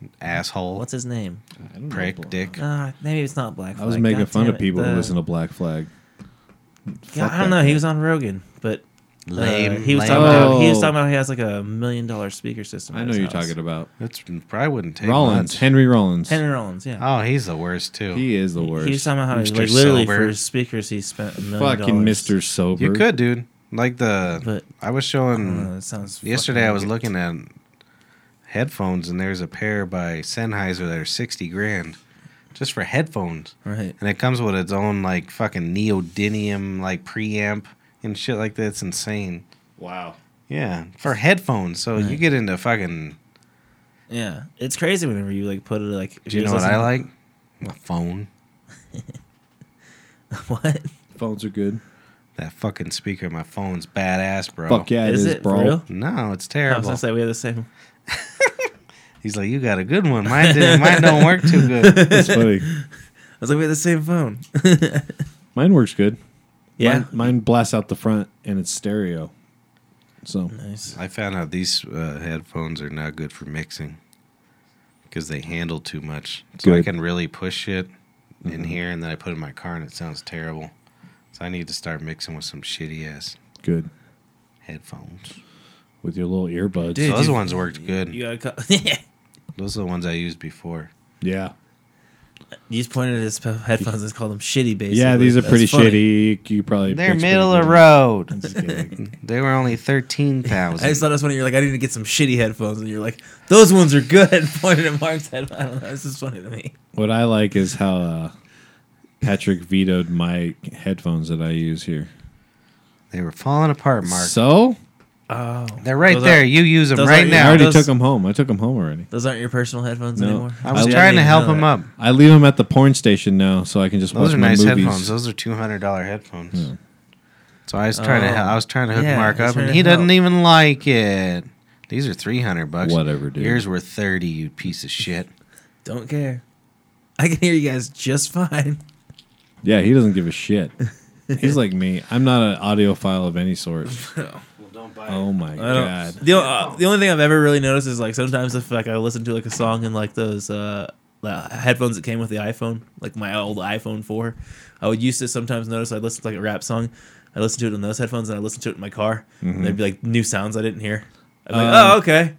Speaker 4: about.
Speaker 2: Asshole.
Speaker 4: What's his name?
Speaker 7: I don't
Speaker 2: prick
Speaker 7: know.
Speaker 2: dick.
Speaker 4: Uh, maybe it's not Black Flag.
Speaker 7: I was making
Speaker 4: God
Speaker 7: fun of
Speaker 4: damn it.
Speaker 7: people
Speaker 4: The-
Speaker 7: who listen to Black Flag.
Speaker 4: Yeah,
Speaker 7: Fuck
Speaker 4: I don't
Speaker 7: that
Speaker 4: know. He was on Rogan, but uh,
Speaker 2: Lame.
Speaker 4: he was
Speaker 2: lame.
Speaker 4: talking about he was
Speaker 7: Oh.
Speaker 4: talking about he has like a million dollar speaker system.
Speaker 7: I know you're talking about
Speaker 2: That's probably wouldn't take
Speaker 7: Rollins,
Speaker 2: much.
Speaker 7: Henry Rollins.
Speaker 4: Henry Rollins.
Speaker 7: Ah,
Speaker 4: Yeah,
Speaker 2: Oh, he's the worst too.
Speaker 7: he is the worst.
Speaker 4: he was talking about how he,
Speaker 2: Mr.
Speaker 4: like literally
Speaker 2: Sober.
Speaker 4: for speakers he spent a million
Speaker 7: Fucking
Speaker 4: dollars.
Speaker 7: Mr. Sober.
Speaker 2: you could, dude. Like the
Speaker 4: But-
Speaker 2: I was
Speaker 4: I don't know,
Speaker 2: showing
Speaker 4: that sounds.
Speaker 2: Mm. yesterday.
Speaker 4: fucking
Speaker 2: I was
Speaker 4: weird.
Speaker 2: looking at headphones, and there's a pair by Sennheiser that are sixty grand just for headphones.
Speaker 4: Right.
Speaker 2: and it comes with its own like fucking neodymium like preamp and shit like that. It's insane.
Speaker 7: Wow.
Speaker 2: Yeah, for headphones. So you get into fucking.
Speaker 4: Yeah, it's crazy whenever you like put it like. if
Speaker 2: Do you know
Speaker 4: just
Speaker 2: what I
Speaker 4: listen-
Speaker 2: like? My phone.
Speaker 4: What
Speaker 7: Phones are good.
Speaker 2: That fucking speaker. in My phone's badass, bro.
Speaker 7: Fuck yeah,
Speaker 4: is
Speaker 7: it is,
Speaker 4: it for
Speaker 7: bro.
Speaker 4: real?
Speaker 2: No, it's
Speaker 4: I was
Speaker 2: terrible.
Speaker 4: gonna say we have the same.
Speaker 2: He's like, you got a good one. Mine didn't. Mine don't work too good.
Speaker 7: That's funny.
Speaker 4: I was like we have the same phone.
Speaker 7: Mine works good.
Speaker 4: yeah.
Speaker 7: Mine, mine blasts out the front and it's stereo. So
Speaker 4: Nice.
Speaker 2: I found out these uh, headphones are not good for mixing because they handle too much. So I
Speaker 7: Good. Mm-hmm.
Speaker 2: can really push it in here, and then I put it in my car, and it sounds terrible. So I need to start mixing with some shitty ass
Speaker 7: good
Speaker 2: headphones.
Speaker 7: with your little earbuds.
Speaker 4: Dude,
Speaker 2: Those
Speaker 4: you-
Speaker 2: ones worked good.
Speaker 4: You gotta call.
Speaker 2: Those are the ones I used before.
Speaker 7: Yeah,
Speaker 4: You just pointed at his pe- headphones and called them shitty, basically.
Speaker 7: yeah. These are
Speaker 4: That's
Speaker 7: pretty
Speaker 4: funny.
Speaker 7: shitty. You probably
Speaker 2: They're
Speaker 7: it's
Speaker 2: middle
Speaker 7: pretty
Speaker 2: of
Speaker 7: good.
Speaker 2: road.
Speaker 7: I'm just kidding.
Speaker 2: They were only thirteen
Speaker 4: I just
Speaker 2: thousand.
Speaker 4: thought it was funny. You're like, I need to get some shitty headphones, and you're like, those ones are good. Pointed at Mark's head. I don't know. This is funny to me.
Speaker 7: what I like is how uh, Patrick vetoed my headphones that I use here.
Speaker 2: They were falling apart, Mark.
Speaker 7: So
Speaker 4: Oh,
Speaker 2: They're right
Speaker 4: Those
Speaker 2: there. you use them
Speaker 4: those
Speaker 2: right
Speaker 4: are-
Speaker 7: I
Speaker 2: now.
Speaker 7: already
Speaker 4: those-
Speaker 7: took them home. I took them home already.
Speaker 4: those aren't your personal headphones
Speaker 7: No.
Speaker 4: anymore.
Speaker 2: I was trying
Speaker 4: See, didn't
Speaker 2: to
Speaker 4: even
Speaker 2: help
Speaker 4: know
Speaker 2: him
Speaker 4: that.
Speaker 2: up.
Speaker 7: I leave them at the porn station now, so I can just
Speaker 2: Those
Speaker 7: watch
Speaker 2: are
Speaker 7: my
Speaker 2: nice
Speaker 7: movies. Hmm.
Speaker 2: headphones. Those are two hundred dollar headphones. So I was trying to
Speaker 4: Oh.
Speaker 2: I was trying to hook
Speaker 4: Yeah,
Speaker 2: Mark
Speaker 4: he's
Speaker 2: up,
Speaker 4: trying
Speaker 2: and
Speaker 4: to
Speaker 2: he doesn't
Speaker 4: help.
Speaker 2: even like it. These are three hundred bucks.
Speaker 7: Whatever, dude.
Speaker 2: Yours were thirty. You piece of shit.
Speaker 4: Don't care. I can hear you guys just fine.
Speaker 7: Yeah, he doesn't give a shit. He's like me. I'm not an audiophile of any sort. Oh my
Speaker 4: I don't.
Speaker 7: god.
Speaker 4: The, uh, the only thing I've ever really noticed is like sometimes if like I listen to like a song in like those uh, uh, headphones that came with the iPhone, like my old iPhone four, I would used to sometimes notice I'd listen to like a rap song, I listen to it in those headphones and I listen to it in my car,
Speaker 2: Mm-hmm.
Speaker 4: and there'd be like new sounds I didn't hear. I'm like,
Speaker 7: Um,
Speaker 4: oh okay,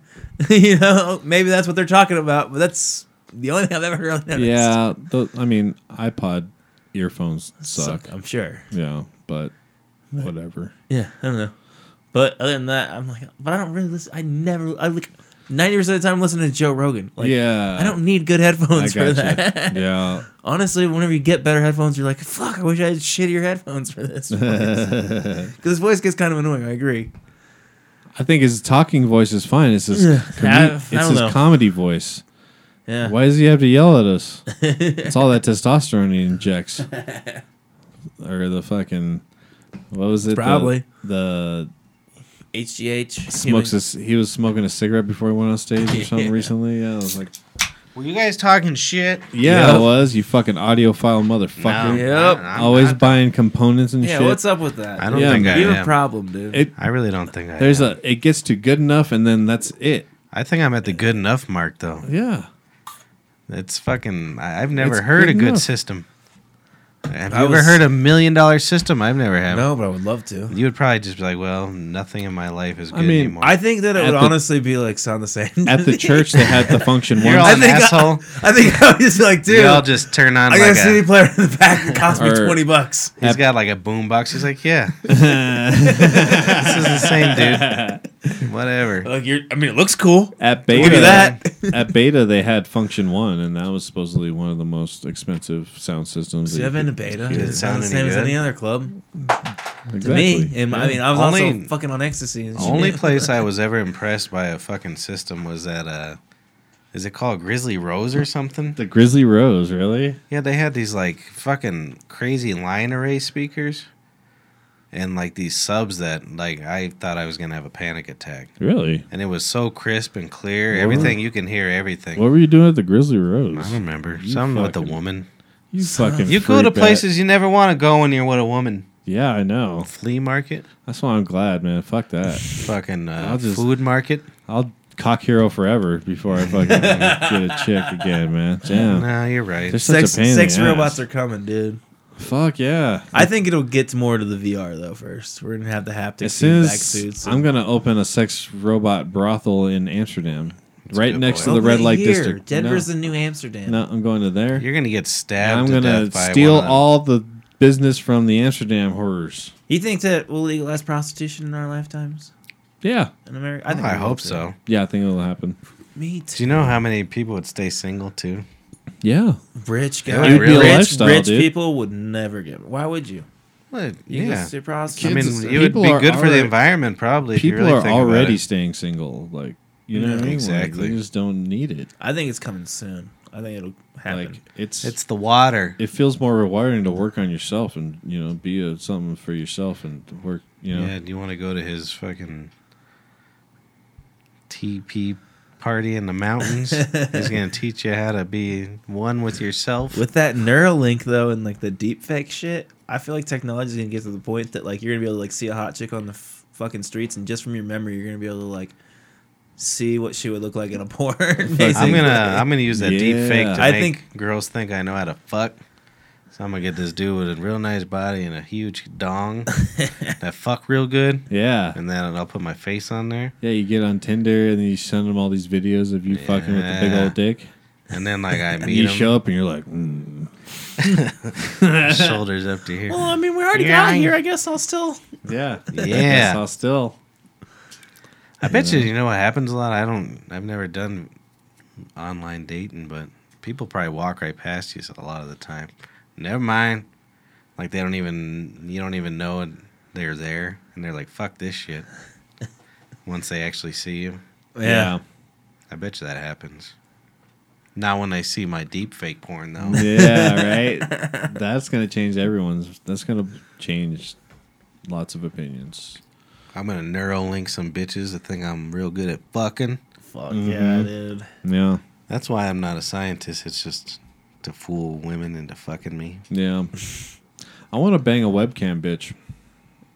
Speaker 4: you know maybe that's what they're talking about, but that's the only thing I've ever really noticed.
Speaker 7: Yeah, tho- I mean iPod earphones suck.
Speaker 4: Suck, I'm sure.
Speaker 7: Yeah, but whatever.
Speaker 4: Yeah, I don't know. But other than that, I'm like, but I don't really listen. I never, I like, ninety percent of the time, I'm listening to Joe Rogan. Like,
Speaker 7: Yeah.
Speaker 4: I don't need good headphones for
Speaker 7: gotcha.
Speaker 4: that.
Speaker 7: yeah.
Speaker 4: Honestly, whenever you get better headphones, you're like, fuck, I wish I had shittier headphones for this. Because his voice gets kind of annoying. I agree.
Speaker 7: I think his talking voice is fine. It's his
Speaker 4: Yeah.
Speaker 7: comi-
Speaker 4: I- I
Speaker 7: it's
Speaker 4: don't
Speaker 7: his
Speaker 4: know.
Speaker 7: comedy voice.
Speaker 4: Yeah.
Speaker 7: Why does he have to yell at us? it's all that testosterone he injects. or the fucking what was it? The-
Speaker 4: Probably.
Speaker 7: the,
Speaker 4: HGH.
Speaker 7: smokes a, c- he was smoking a cigarette before he went on stage or something
Speaker 4: Yeah.
Speaker 7: recently. Yeah, I was like,
Speaker 2: Were you guys talking shit?
Speaker 7: yeah,
Speaker 4: Yeah.
Speaker 7: it was you fucking audiophile motherfucker.
Speaker 4: No. Yep.
Speaker 2: I'm
Speaker 7: Always
Speaker 2: not-
Speaker 7: buying components and
Speaker 4: Yeah,
Speaker 7: shit.
Speaker 4: what's up with that?
Speaker 2: I don't
Speaker 7: Yeah,
Speaker 2: think
Speaker 7: man.
Speaker 2: I
Speaker 4: You have a
Speaker 2: am.
Speaker 4: problem, dude.
Speaker 7: It
Speaker 2: I really don't think I.
Speaker 7: there's
Speaker 2: There's am.
Speaker 7: a it gets to good enough and then that's it.
Speaker 2: I think I'm at the good enough mark though.
Speaker 7: Yeah.
Speaker 2: It's fucking. I, I've never
Speaker 7: It's
Speaker 2: heard
Speaker 7: good
Speaker 2: a good
Speaker 7: enough.
Speaker 2: system. Have
Speaker 4: I
Speaker 2: you ever
Speaker 4: was-
Speaker 2: heard a million dollar system? I've never had.
Speaker 4: no, but I would love to.
Speaker 2: You would probably just be like, well, nothing in my life is good
Speaker 7: I mean,
Speaker 2: anymore.
Speaker 4: I think that it
Speaker 7: At
Speaker 4: would
Speaker 7: the-
Speaker 4: honestly be like sound the same. to
Speaker 7: At the
Speaker 4: me.
Speaker 7: church they had the function
Speaker 2: You're all
Speaker 7: once
Speaker 2: an
Speaker 4: think I-
Speaker 2: asshole.
Speaker 4: I think I would just be like, dude,
Speaker 2: you all just turn on
Speaker 4: I got
Speaker 2: like
Speaker 4: a CD
Speaker 2: a.
Speaker 4: player in the back that cost me
Speaker 7: Or-
Speaker 4: 20 bucks.
Speaker 2: He's got like a boombox. He's like, yeah, this is the same dude. Whatever.
Speaker 4: Like you're, I mean, it looks cool.
Speaker 7: at
Speaker 4: Look
Speaker 7: beta.
Speaker 4: at that.
Speaker 7: at beta they had function one and that was supposedly one of the most expensive sound systems. that
Speaker 4: So you
Speaker 7: you
Speaker 4: have been to
Speaker 7: could-
Speaker 4: beta.
Speaker 2: Does it
Speaker 4: It's
Speaker 2: sound
Speaker 4: not the
Speaker 2: any
Speaker 4: same as
Speaker 2: good?
Speaker 4: any other club. To
Speaker 7: Exactly.
Speaker 4: me, and my- I mean, I was also
Speaker 2: Only-
Speaker 4: fucking on ecstasy. And shit.
Speaker 2: Only place I was ever impressed by a fucking system was at uh is it called Grizzly Rose or something?
Speaker 7: the Grizzly Rose, really?
Speaker 2: Yeah, they had these like fucking crazy line array speakers. and like these subs that like I thought I was gonna have a panic attack.
Speaker 7: Really?
Speaker 2: And it was so crisp and clear. Everything you can hear everything.
Speaker 7: What were you doing at the Grizzly
Speaker 2: I
Speaker 7: Rose?
Speaker 2: don't remember.
Speaker 7: You
Speaker 2: Something with the
Speaker 7: fucking-
Speaker 2: woman.
Speaker 7: You fucking.
Speaker 2: You go to
Speaker 7: freak
Speaker 2: places you never want to go when you're with a woman.
Speaker 7: That. Yeah, I know.
Speaker 2: Flea market,
Speaker 7: That's why I'm glad, man. Fuck that.
Speaker 2: fucking uh,
Speaker 7: I'll just-
Speaker 2: food market.
Speaker 7: I'll cock hero forever before I fucking get a chick again, man. Damn.
Speaker 2: No, you're right.
Speaker 7: There's such
Speaker 4: Sex,
Speaker 7: a pain. in
Speaker 4: sex
Speaker 7: the ass.
Speaker 4: robots are coming, dude.
Speaker 7: Fuck yeah.
Speaker 4: I think it'll get to more to the VR though. First, we're gonna have the haptic
Speaker 7: As soon
Speaker 4: feedback
Speaker 7: as
Speaker 4: suits.
Speaker 7: I'm gonna open a sex robot brothel in Amsterdam,
Speaker 2: a
Speaker 7: right
Speaker 2: good
Speaker 7: next
Speaker 2: point.
Speaker 7: to the
Speaker 4: Over
Speaker 7: red light
Speaker 4: here.
Speaker 7: district.
Speaker 4: Denver's
Speaker 7: no,
Speaker 4: the New Amsterdam.
Speaker 7: no, I'm going to there.
Speaker 2: You're gonna get
Speaker 7: And
Speaker 2: stabbed.
Speaker 7: I'm
Speaker 2: to
Speaker 7: gonna
Speaker 2: death by
Speaker 7: steal
Speaker 2: one of-
Speaker 7: all the business from the Amsterdam horrors.
Speaker 4: You think that we'll legalize prostitution in our lifetimes
Speaker 7: Yeah,
Speaker 4: in America?
Speaker 2: I,
Speaker 4: we will
Speaker 2: hope
Speaker 4: too.
Speaker 2: so.
Speaker 7: yeah, I think it'll happen.
Speaker 4: Me
Speaker 2: Do
Speaker 4: too.
Speaker 2: you know how many people would stay single too?
Speaker 7: Yeah,
Speaker 4: Rich
Speaker 2: Yeah,
Speaker 4: guys,
Speaker 2: it'd be a
Speaker 4: rich,
Speaker 7: lifestyle,
Speaker 4: rich
Speaker 7: dude.
Speaker 4: people would never get. Why would you?
Speaker 2: Well,
Speaker 4: You yeah.
Speaker 2: yeah.
Speaker 4: go see a prostitute.
Speaker 2: I mean,
Speaker 7: Kids-
Speaker 2: it would
Speaker 7: people
Speaker 2: be
Speaker 7: are
Speaker 2: good for the
Speaker 7: already-
Speaker 2: environment, probably. if you
Speaker 7: people
Speaker 2: really
Speaker 7: are
Speaker 2: think about
Speaker 7: already
Speaker 2: it.
Speaker 7: staying single. Like, you know what I mean? Like,
Speaker 2: Exactly.
Speaker 7: you just don't need it.
Speaker 4: I think it's coming soon. I think it'll happen.
Speaker 7: Like, it's,
Speaker 2: It's the water.
Speaker 7: it feels more rewarding to work on yourself and you know be a, something for yourself and work. You know,
Speaker 2: Yeah. Do you want to go to his fucking TP party in the mountains? He's gonna teach you how to be one with yourself.
Speaker 4: With that Neuralink though, and like the deepfake shit, I feel like technology is gonna get to the point that like you're gonna be able to like see a hot chick on the f- fucking streets, and just from your memory, you're gonna be able to like see what she would look like in a porn.
Speaker 2: I'm
Speaker 4: basically.
Speaker 2: gonna I'm gonna use that deep fake to
Speaker 7: Yeah.
Speaker 4: I
Speaker 2: make
Speaker 4: think-
Speaker 2: girls think I know how to fuck. So I'm gonna get this dude with a real nice body and a huge dong that fuck real good,
Speaker 7: yeah.
Speaker 2: and then I'll put my face on there,
Speaker 7: Yeah, you get on Tinder and then you send them all these videos of you fucking with the big
Speaker 2: Yeah.
Speaker 7: old dick.
Speaker 2: and then like I
Speaker 7: And
Speaker 2: meet
Speaker 7: you
Speaker 2: him,
Speaker 7: show up and you're like, mm.
Speaker 2: shoulders up to here.
Speaker 4: Well, I mean, we already
Speaker 2: Yeah,
Speaker 4: got
Speaker 2: I-
Speaker 4: here. I guess I'll still.
Speaker 7: yeah,
Speaker 2: Yeah.
Speaker 7: I'll still.
Speaker 2: I bet you you know what happens a lot. I don't. I've never done online dating, but people probably walk right past you a lot of the time. Never mind. Like they don't even you don't even know they're there, and they're like, "Fuck this shit." Once they actually see you,
Speaker 4: Yeah.
Speaker 2: I bet you that happens. Not when they see my deep fake porn though.
Speaker 7: yeah, yeah, right. That's gonna change everyone's. That's gonna change lots of opinions.
Speaker 2: I'm gonna neurolink some bitches that think I'm real good at fucking.
Speaker 4: Fuck
Speaker 2: Mm-hmm.
Speaker 4: yeah, dude.
Speaker 7: Yeah,
Speaker 2: That's why I'm not a scientist. It's just to fool women into fucking me.
Speaker 7: yeah. I want to bang a webcam bitch.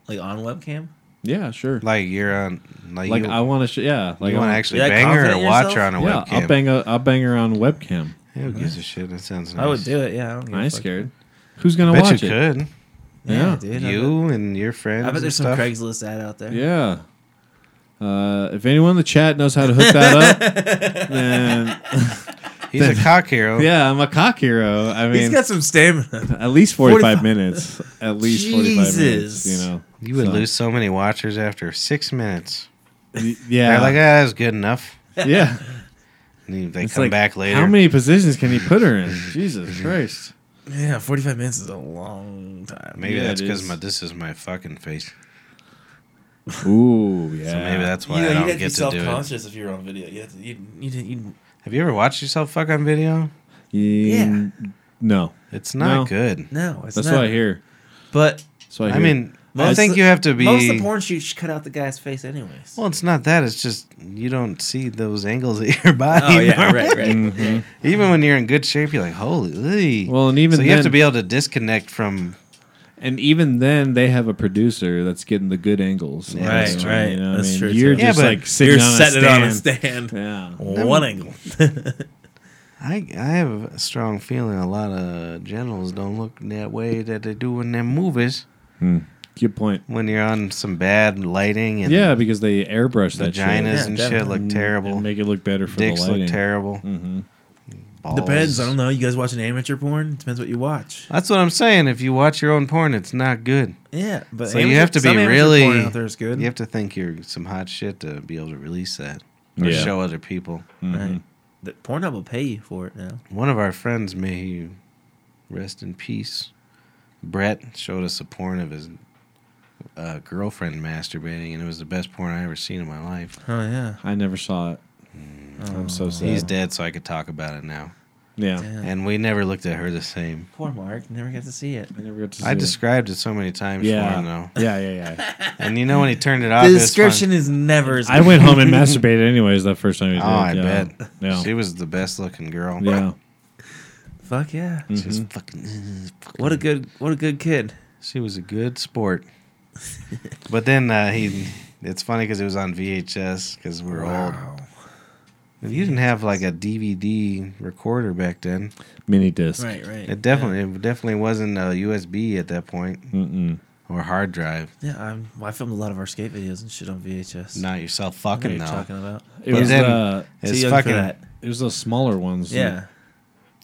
Speaker 4: Like on webcam.
Speaker 7: Yeah, sure.
Speaker 2: Like you're on. Like,
Speaker 7: Like
Speaker 2: you,
Speaker 7: I want to. Sh- yeah, like
Speaker 2: you want
Speaker 7: I
Speaker 2: to
Speaker 7: wanna-
Speaker 2: actually
Speaker 4: You're, like,
Speaker 2: bang her or
Speaker 4: confident
Speaker 2: watch her
Speaker 4: yourself?
Speaker 2: on a
Speaker 7: Yeah,
Speaker 2: webcam?
Speaker 7: I'll bang a. I'll bang her on webcam.
Speaker 2: Who gives a shit? That sounds nice.
Speaker 4: I would do it. Yeah. I, don't give a
Speaker 7: I ain't
Speaker 4: fuck.
Speaker 7: scared. Who's gonna
Speaker 2: I bet
Speaker 7: watch
Speaker 2: you
Speaker 7: it?
Speaker 2: could.
Speaker 4: Yeah,
Speaker 7: Yeah.
Speaker 4: dude. I bet-
Speaker 2: You and your friends.
Speaker 4: I bet
Speaker 2: and
Speaker 4: there's some
Speaker 2: stuff.
Speaker 4: Craigslist ad out there.
Speaker 7: Yeah. Uh, if anyone in the chat knows how to hook that up, then
Speaker 2: He's a cock hero.
Speaker 7: yeah, I'm a cock hero. I mean,
Speaker 4: Oh. He's got some stamina.
Speaker 7: at least 45,
Speaker 4: 45
Speaker 7: minutes. At least 45 minutes. You
Speaker 4: Jesus.
Speaker 7: know,
Speaker 2: You would
Speaker 7: So-
Speaker 2: lose so many watchers after six minutes.
Speaker 7: Y-
Speaker 2: They're like, ah,
Speaker 7: Yeah,
Speaker 2: that was good enough.
Speaker 7: yeah.
Speaker 2: And you- they
Speaker 7: It's
Speaker 2: come
Speaker 7: like,
Speaker 2: back later.
Speaker 7: How many positions can you put her in? Jesus Christ.
Speaker 4: Yeah, 45 minutes is a long time.
Speaker 2: Maybe
Speaker 7: Yeah,
Speaker 2: that's
Speaker 7: it
Speaker 2: because
Speaker 7: is.
Speaker 2: my this is my fucking face.
Speaker 7: Ooh, yeah.
Speaker 2: So maybe that's why I don't get to do it.
Speaker 4: if you're on video. You have to, you, you, you,
Speaker 2: Have you ever watched yourself fuck on video?
Speaker 7: yeah. No,
Speaker 2: It's not
Speaker 7: No.
Speaker 2: good.
Speaker 4: no, it's
Speaker 7: that's
Speaker 4: not.
Speaker 7: what I hear.
Speaker 4: But
Speaker 7: That's what I
Speaker 2: I
Speaker 7: hear.
Speaker 2: mean, I
Speaker 4: Most
Speaker 2: think
Speaker 4: of-
Speaker 2: you have to be.
Speaker 4: most of the porn shoots cut out the guy's face, anyways.
Speaker 2: well, it's not that. It's just you don't see those angles of your body.
Speaker 4: oh, yeah,
Speaker 2: normally.
Speaker 4: right, right.
Speaker 7: Mhm.
Speaker 2: Even when you're in good shape, you're like, holy. Well,
Speaker 7: well, and even
Speaker 2: so you
Speaker 7: then,
Speaker 2: have to be able to disconnect from.
Speaker 7: And even then, they have a producer that's getting the good angles.
Speaker 2: Yeah, Right,
Speaker 7: So,
Speaker 4: right.
Speaker 7: You know what
Speaker 4: That's
Speaker 7: I mean?
Speaker 4: true,
Speaker 7: You're
Speaker 4: too.
Speaker 2: Yeah,
Speaker 7: just
Speaker 2: but
Speaker 7: like sitting on, a stand.
Speaker 4: stand.
Speaker 7: Yeah.
Speaker 4: One angle.
Speaker 2: I I have a strong feeling a lot of generals don't look that way that they do in their movies
Speaker 7: Good point.
Speaker 2: when you're on some bad lighting and
Speaker 7: Yeah, because they airbrush
Speaker 2: vaginas
Speaker 7: that shit
Speaker 4: Yeah,
Speaker 2: and shit
Speaker 4: definitely.
Speaker 2: look
Speaker 7: and,
Speaker 2: terrible.
Speaker 7: make it look better for
Speaker 2: Dicks
Speaker 7: the
Speaker 2: look
Speaker 7: lighting.
Speaker 2: terrible.
Speaker 7: Mhm.
Speaker 2: Balls.
Speaker 4: Depends. I don't know. You guys watching amateur porn? Depends what you watch.
Speaker 2: That's what I'm saying. If you watch your own porn, it's not good.
Speaker 4: Yeah, but
Speaker 2: So you have to be
Speaker 4: some amateur
Speaker 2: really-
Speaker 4: porn out there is good.
Speaker 2: You have to think you're some hot shit to be able to release that or
Speaker 7: Yeah.
Speaker 2: show other people.
Speaker 4: Right. The Pornhub will pay you for it now.
Speaker 2: One of our friends, may he rest in peace, Brett, showed us a porn of his uh, girlfriend masturbating, and it was the best porn I ever seen in my life.
Speaker 4: Oh yeah.
Speaker 7: I never saw it. I'm so sad.
Speaker 2: He's dead, so I could talk about it now.
Speaker 7: Yeah.
Speaker 2: and we never looked at her the same.
Speaker 4: Poor Mark never got to see it.
Speaker 7: I never got to
Speaker 2: I
Speaker 7: see it.
Speaker 2: described it so many times for
Speaker 7: Yeah.
Speaker 2: him though,
Speaker 7: yeah, yeah, yeah.
Speaker 2: and you know when he turned it off,
Speaker 4: The
Speaker 2: it was fun.
Speaker 4: description is never as
Speaker 7: I went home and masturbated anyways that first time. we did
Speaker 2: Oh, I
Speaker 7: it, yeah.
Speaker 2: bet.
Speaker 7: Yeah.
Speaker 2: She was the best looking girl.
Speaker 7: yeah.
Speaker 4: Fuck yeah!
Speaker 2: She was fucking.
Speaker 4: What a good, what a good kid.
Speaker 2: She was a good sport. but then uh, he, it's funny because it was on VHS because we're old. If you didn't have like a DVD recorder back then,
Speaker 7: Mini disc.
Speaker 4: Right, right.
Speaker 2: it definitely it definitely wasn't a USB at that point
Speaker 7: Mm-mm.
Speaker 2: or hard drive.
Speaker 4: Yeah, I'm, well, I filmed a lot of our skate videos and shit on VHS.
Speaker 2: Not yourself
Speaker 4: I know what
Speaker 2: fucking
Speaker 4: you're
Speaker 2: though.
Speaker 4: talking about.
Speaker 7: It
Speaker 2: But
Speaker 7: was
Speaker 2: then-
Speaker 7: uh,
Speaker 4: Too
Speaker 2: It's
Speaker 4: young
Speaker 2: fucking.
Speaker 4: for that.
Speaker 7: it was those smaller ones.
Speaker 4: Yeah,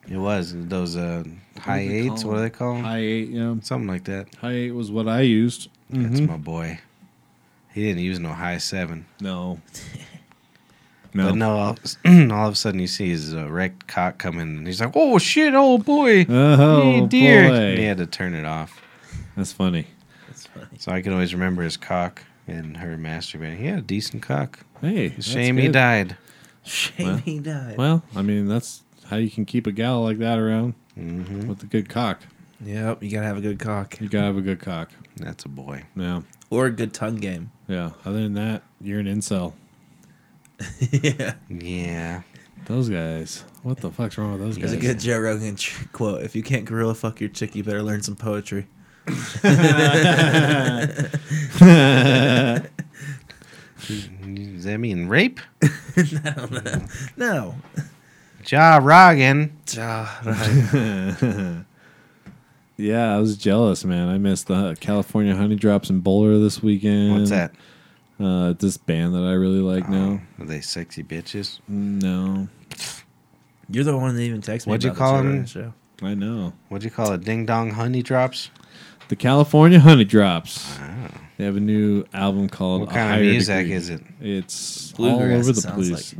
Speaker 2: It was those uh, high
Speaker 7: do they
Speaker 2: eights.
Speaker 7: call
Speaker 2: What are they
Speaker 7: like,
Speaker 2: called?
Speaker 7: high eight. Yeah,
Speaker 2: Something like that.
Speaker 7: high eight was what I used.
Speaker 2: That's
Speaker 7: Hmm?
Speaker 2: my boy. He didn't use no high seven.
Speaker 7: No. No.
Speaker 2: But no, all, all of a sudden you see his uh, wrecked cock coming, and he's like, "Oh shit, oh boy,
Speaker 7: Oh
Speaker 2: hey, dear!"
Speaker 7: boy,
Speaker 2: And he had to turn it off,
Speaker 7: that's funny.
Speaker 4: that's funny.
Speaker 2: so I can always remember his cock and her masturbating. He had a decent cock.
Speaker 7: Hey, that's
Speaker 2: Shame he
Speaker 7: good.
Speaker 2: died.
Speaker 4: Shame
Speaker 7: Well-
Speaker 4: he died.
Speaker 7: Well, I mean, that's how you can keep a gal like that around
Speaker 2: hmm
Speaker 7: with a good cock.
Speaker 4: Yep, you gotta have a good cock
Speaker 7: You gotta have a good cock.
Speaker 2: That's a boy.
Speaker 7: Yeah,
Speaker 4: or a good tongue game.
Speaker 7: yeah. Other than that, you're an incel.
Speaker 4: yeah,
Speaker 2: Yeah,
Speaker 7: Those guys. What the fuck's wrong with those
Speaker 4: there's
Speaker 7: guys?
Speaker 4: a good Joe Rogan ch- quote: "If you can't gorilla fuck your chick, you better learn some poetry."
Speaker 2: does that mean rape?
Speaker 4: No,
Speaker 2: Ja Rogan.
Speaker 4: Ah, right.
Speaker 7: yeah, I was jealous, man. I missed the California Honey Drops in Boulder this weekend.
Speaker 2: What's that? Oh.
Speaker 7: Uh, this band that I really like now.
Speaker 2: Are they sexy bitches?
Speaker 7: No,
Speaker 4: you're the one that even texted me.
Speaker 2: What'd you
Speaker 4: about the
Speaker 2: call
Speaker 4: Joe
Speaker 2: him?
Speaker 4: Rogan Show.
Speaker 7: I know.
Speaker 2: What'd you call it? Ding dong honey drops.
Speaker 7: The California Honey Drops.
Speaker 2: Wow.
Speaker 7: They have a new album called.
Speaker 2: Oh. What
Speaker 7: A
Speaker 2: kind
Speaker 7: Higher
Speaker 2: of music
Speaker 7: Degree.
Speaker 2: is it?
Speaker 7: It's
Speaker 4: Bluegrass,
Speaker 7: all over
Speaker 4: it
Speaker 7: the
Speaker 4: sounds
Speaker 7: place.
Speaker 4: like.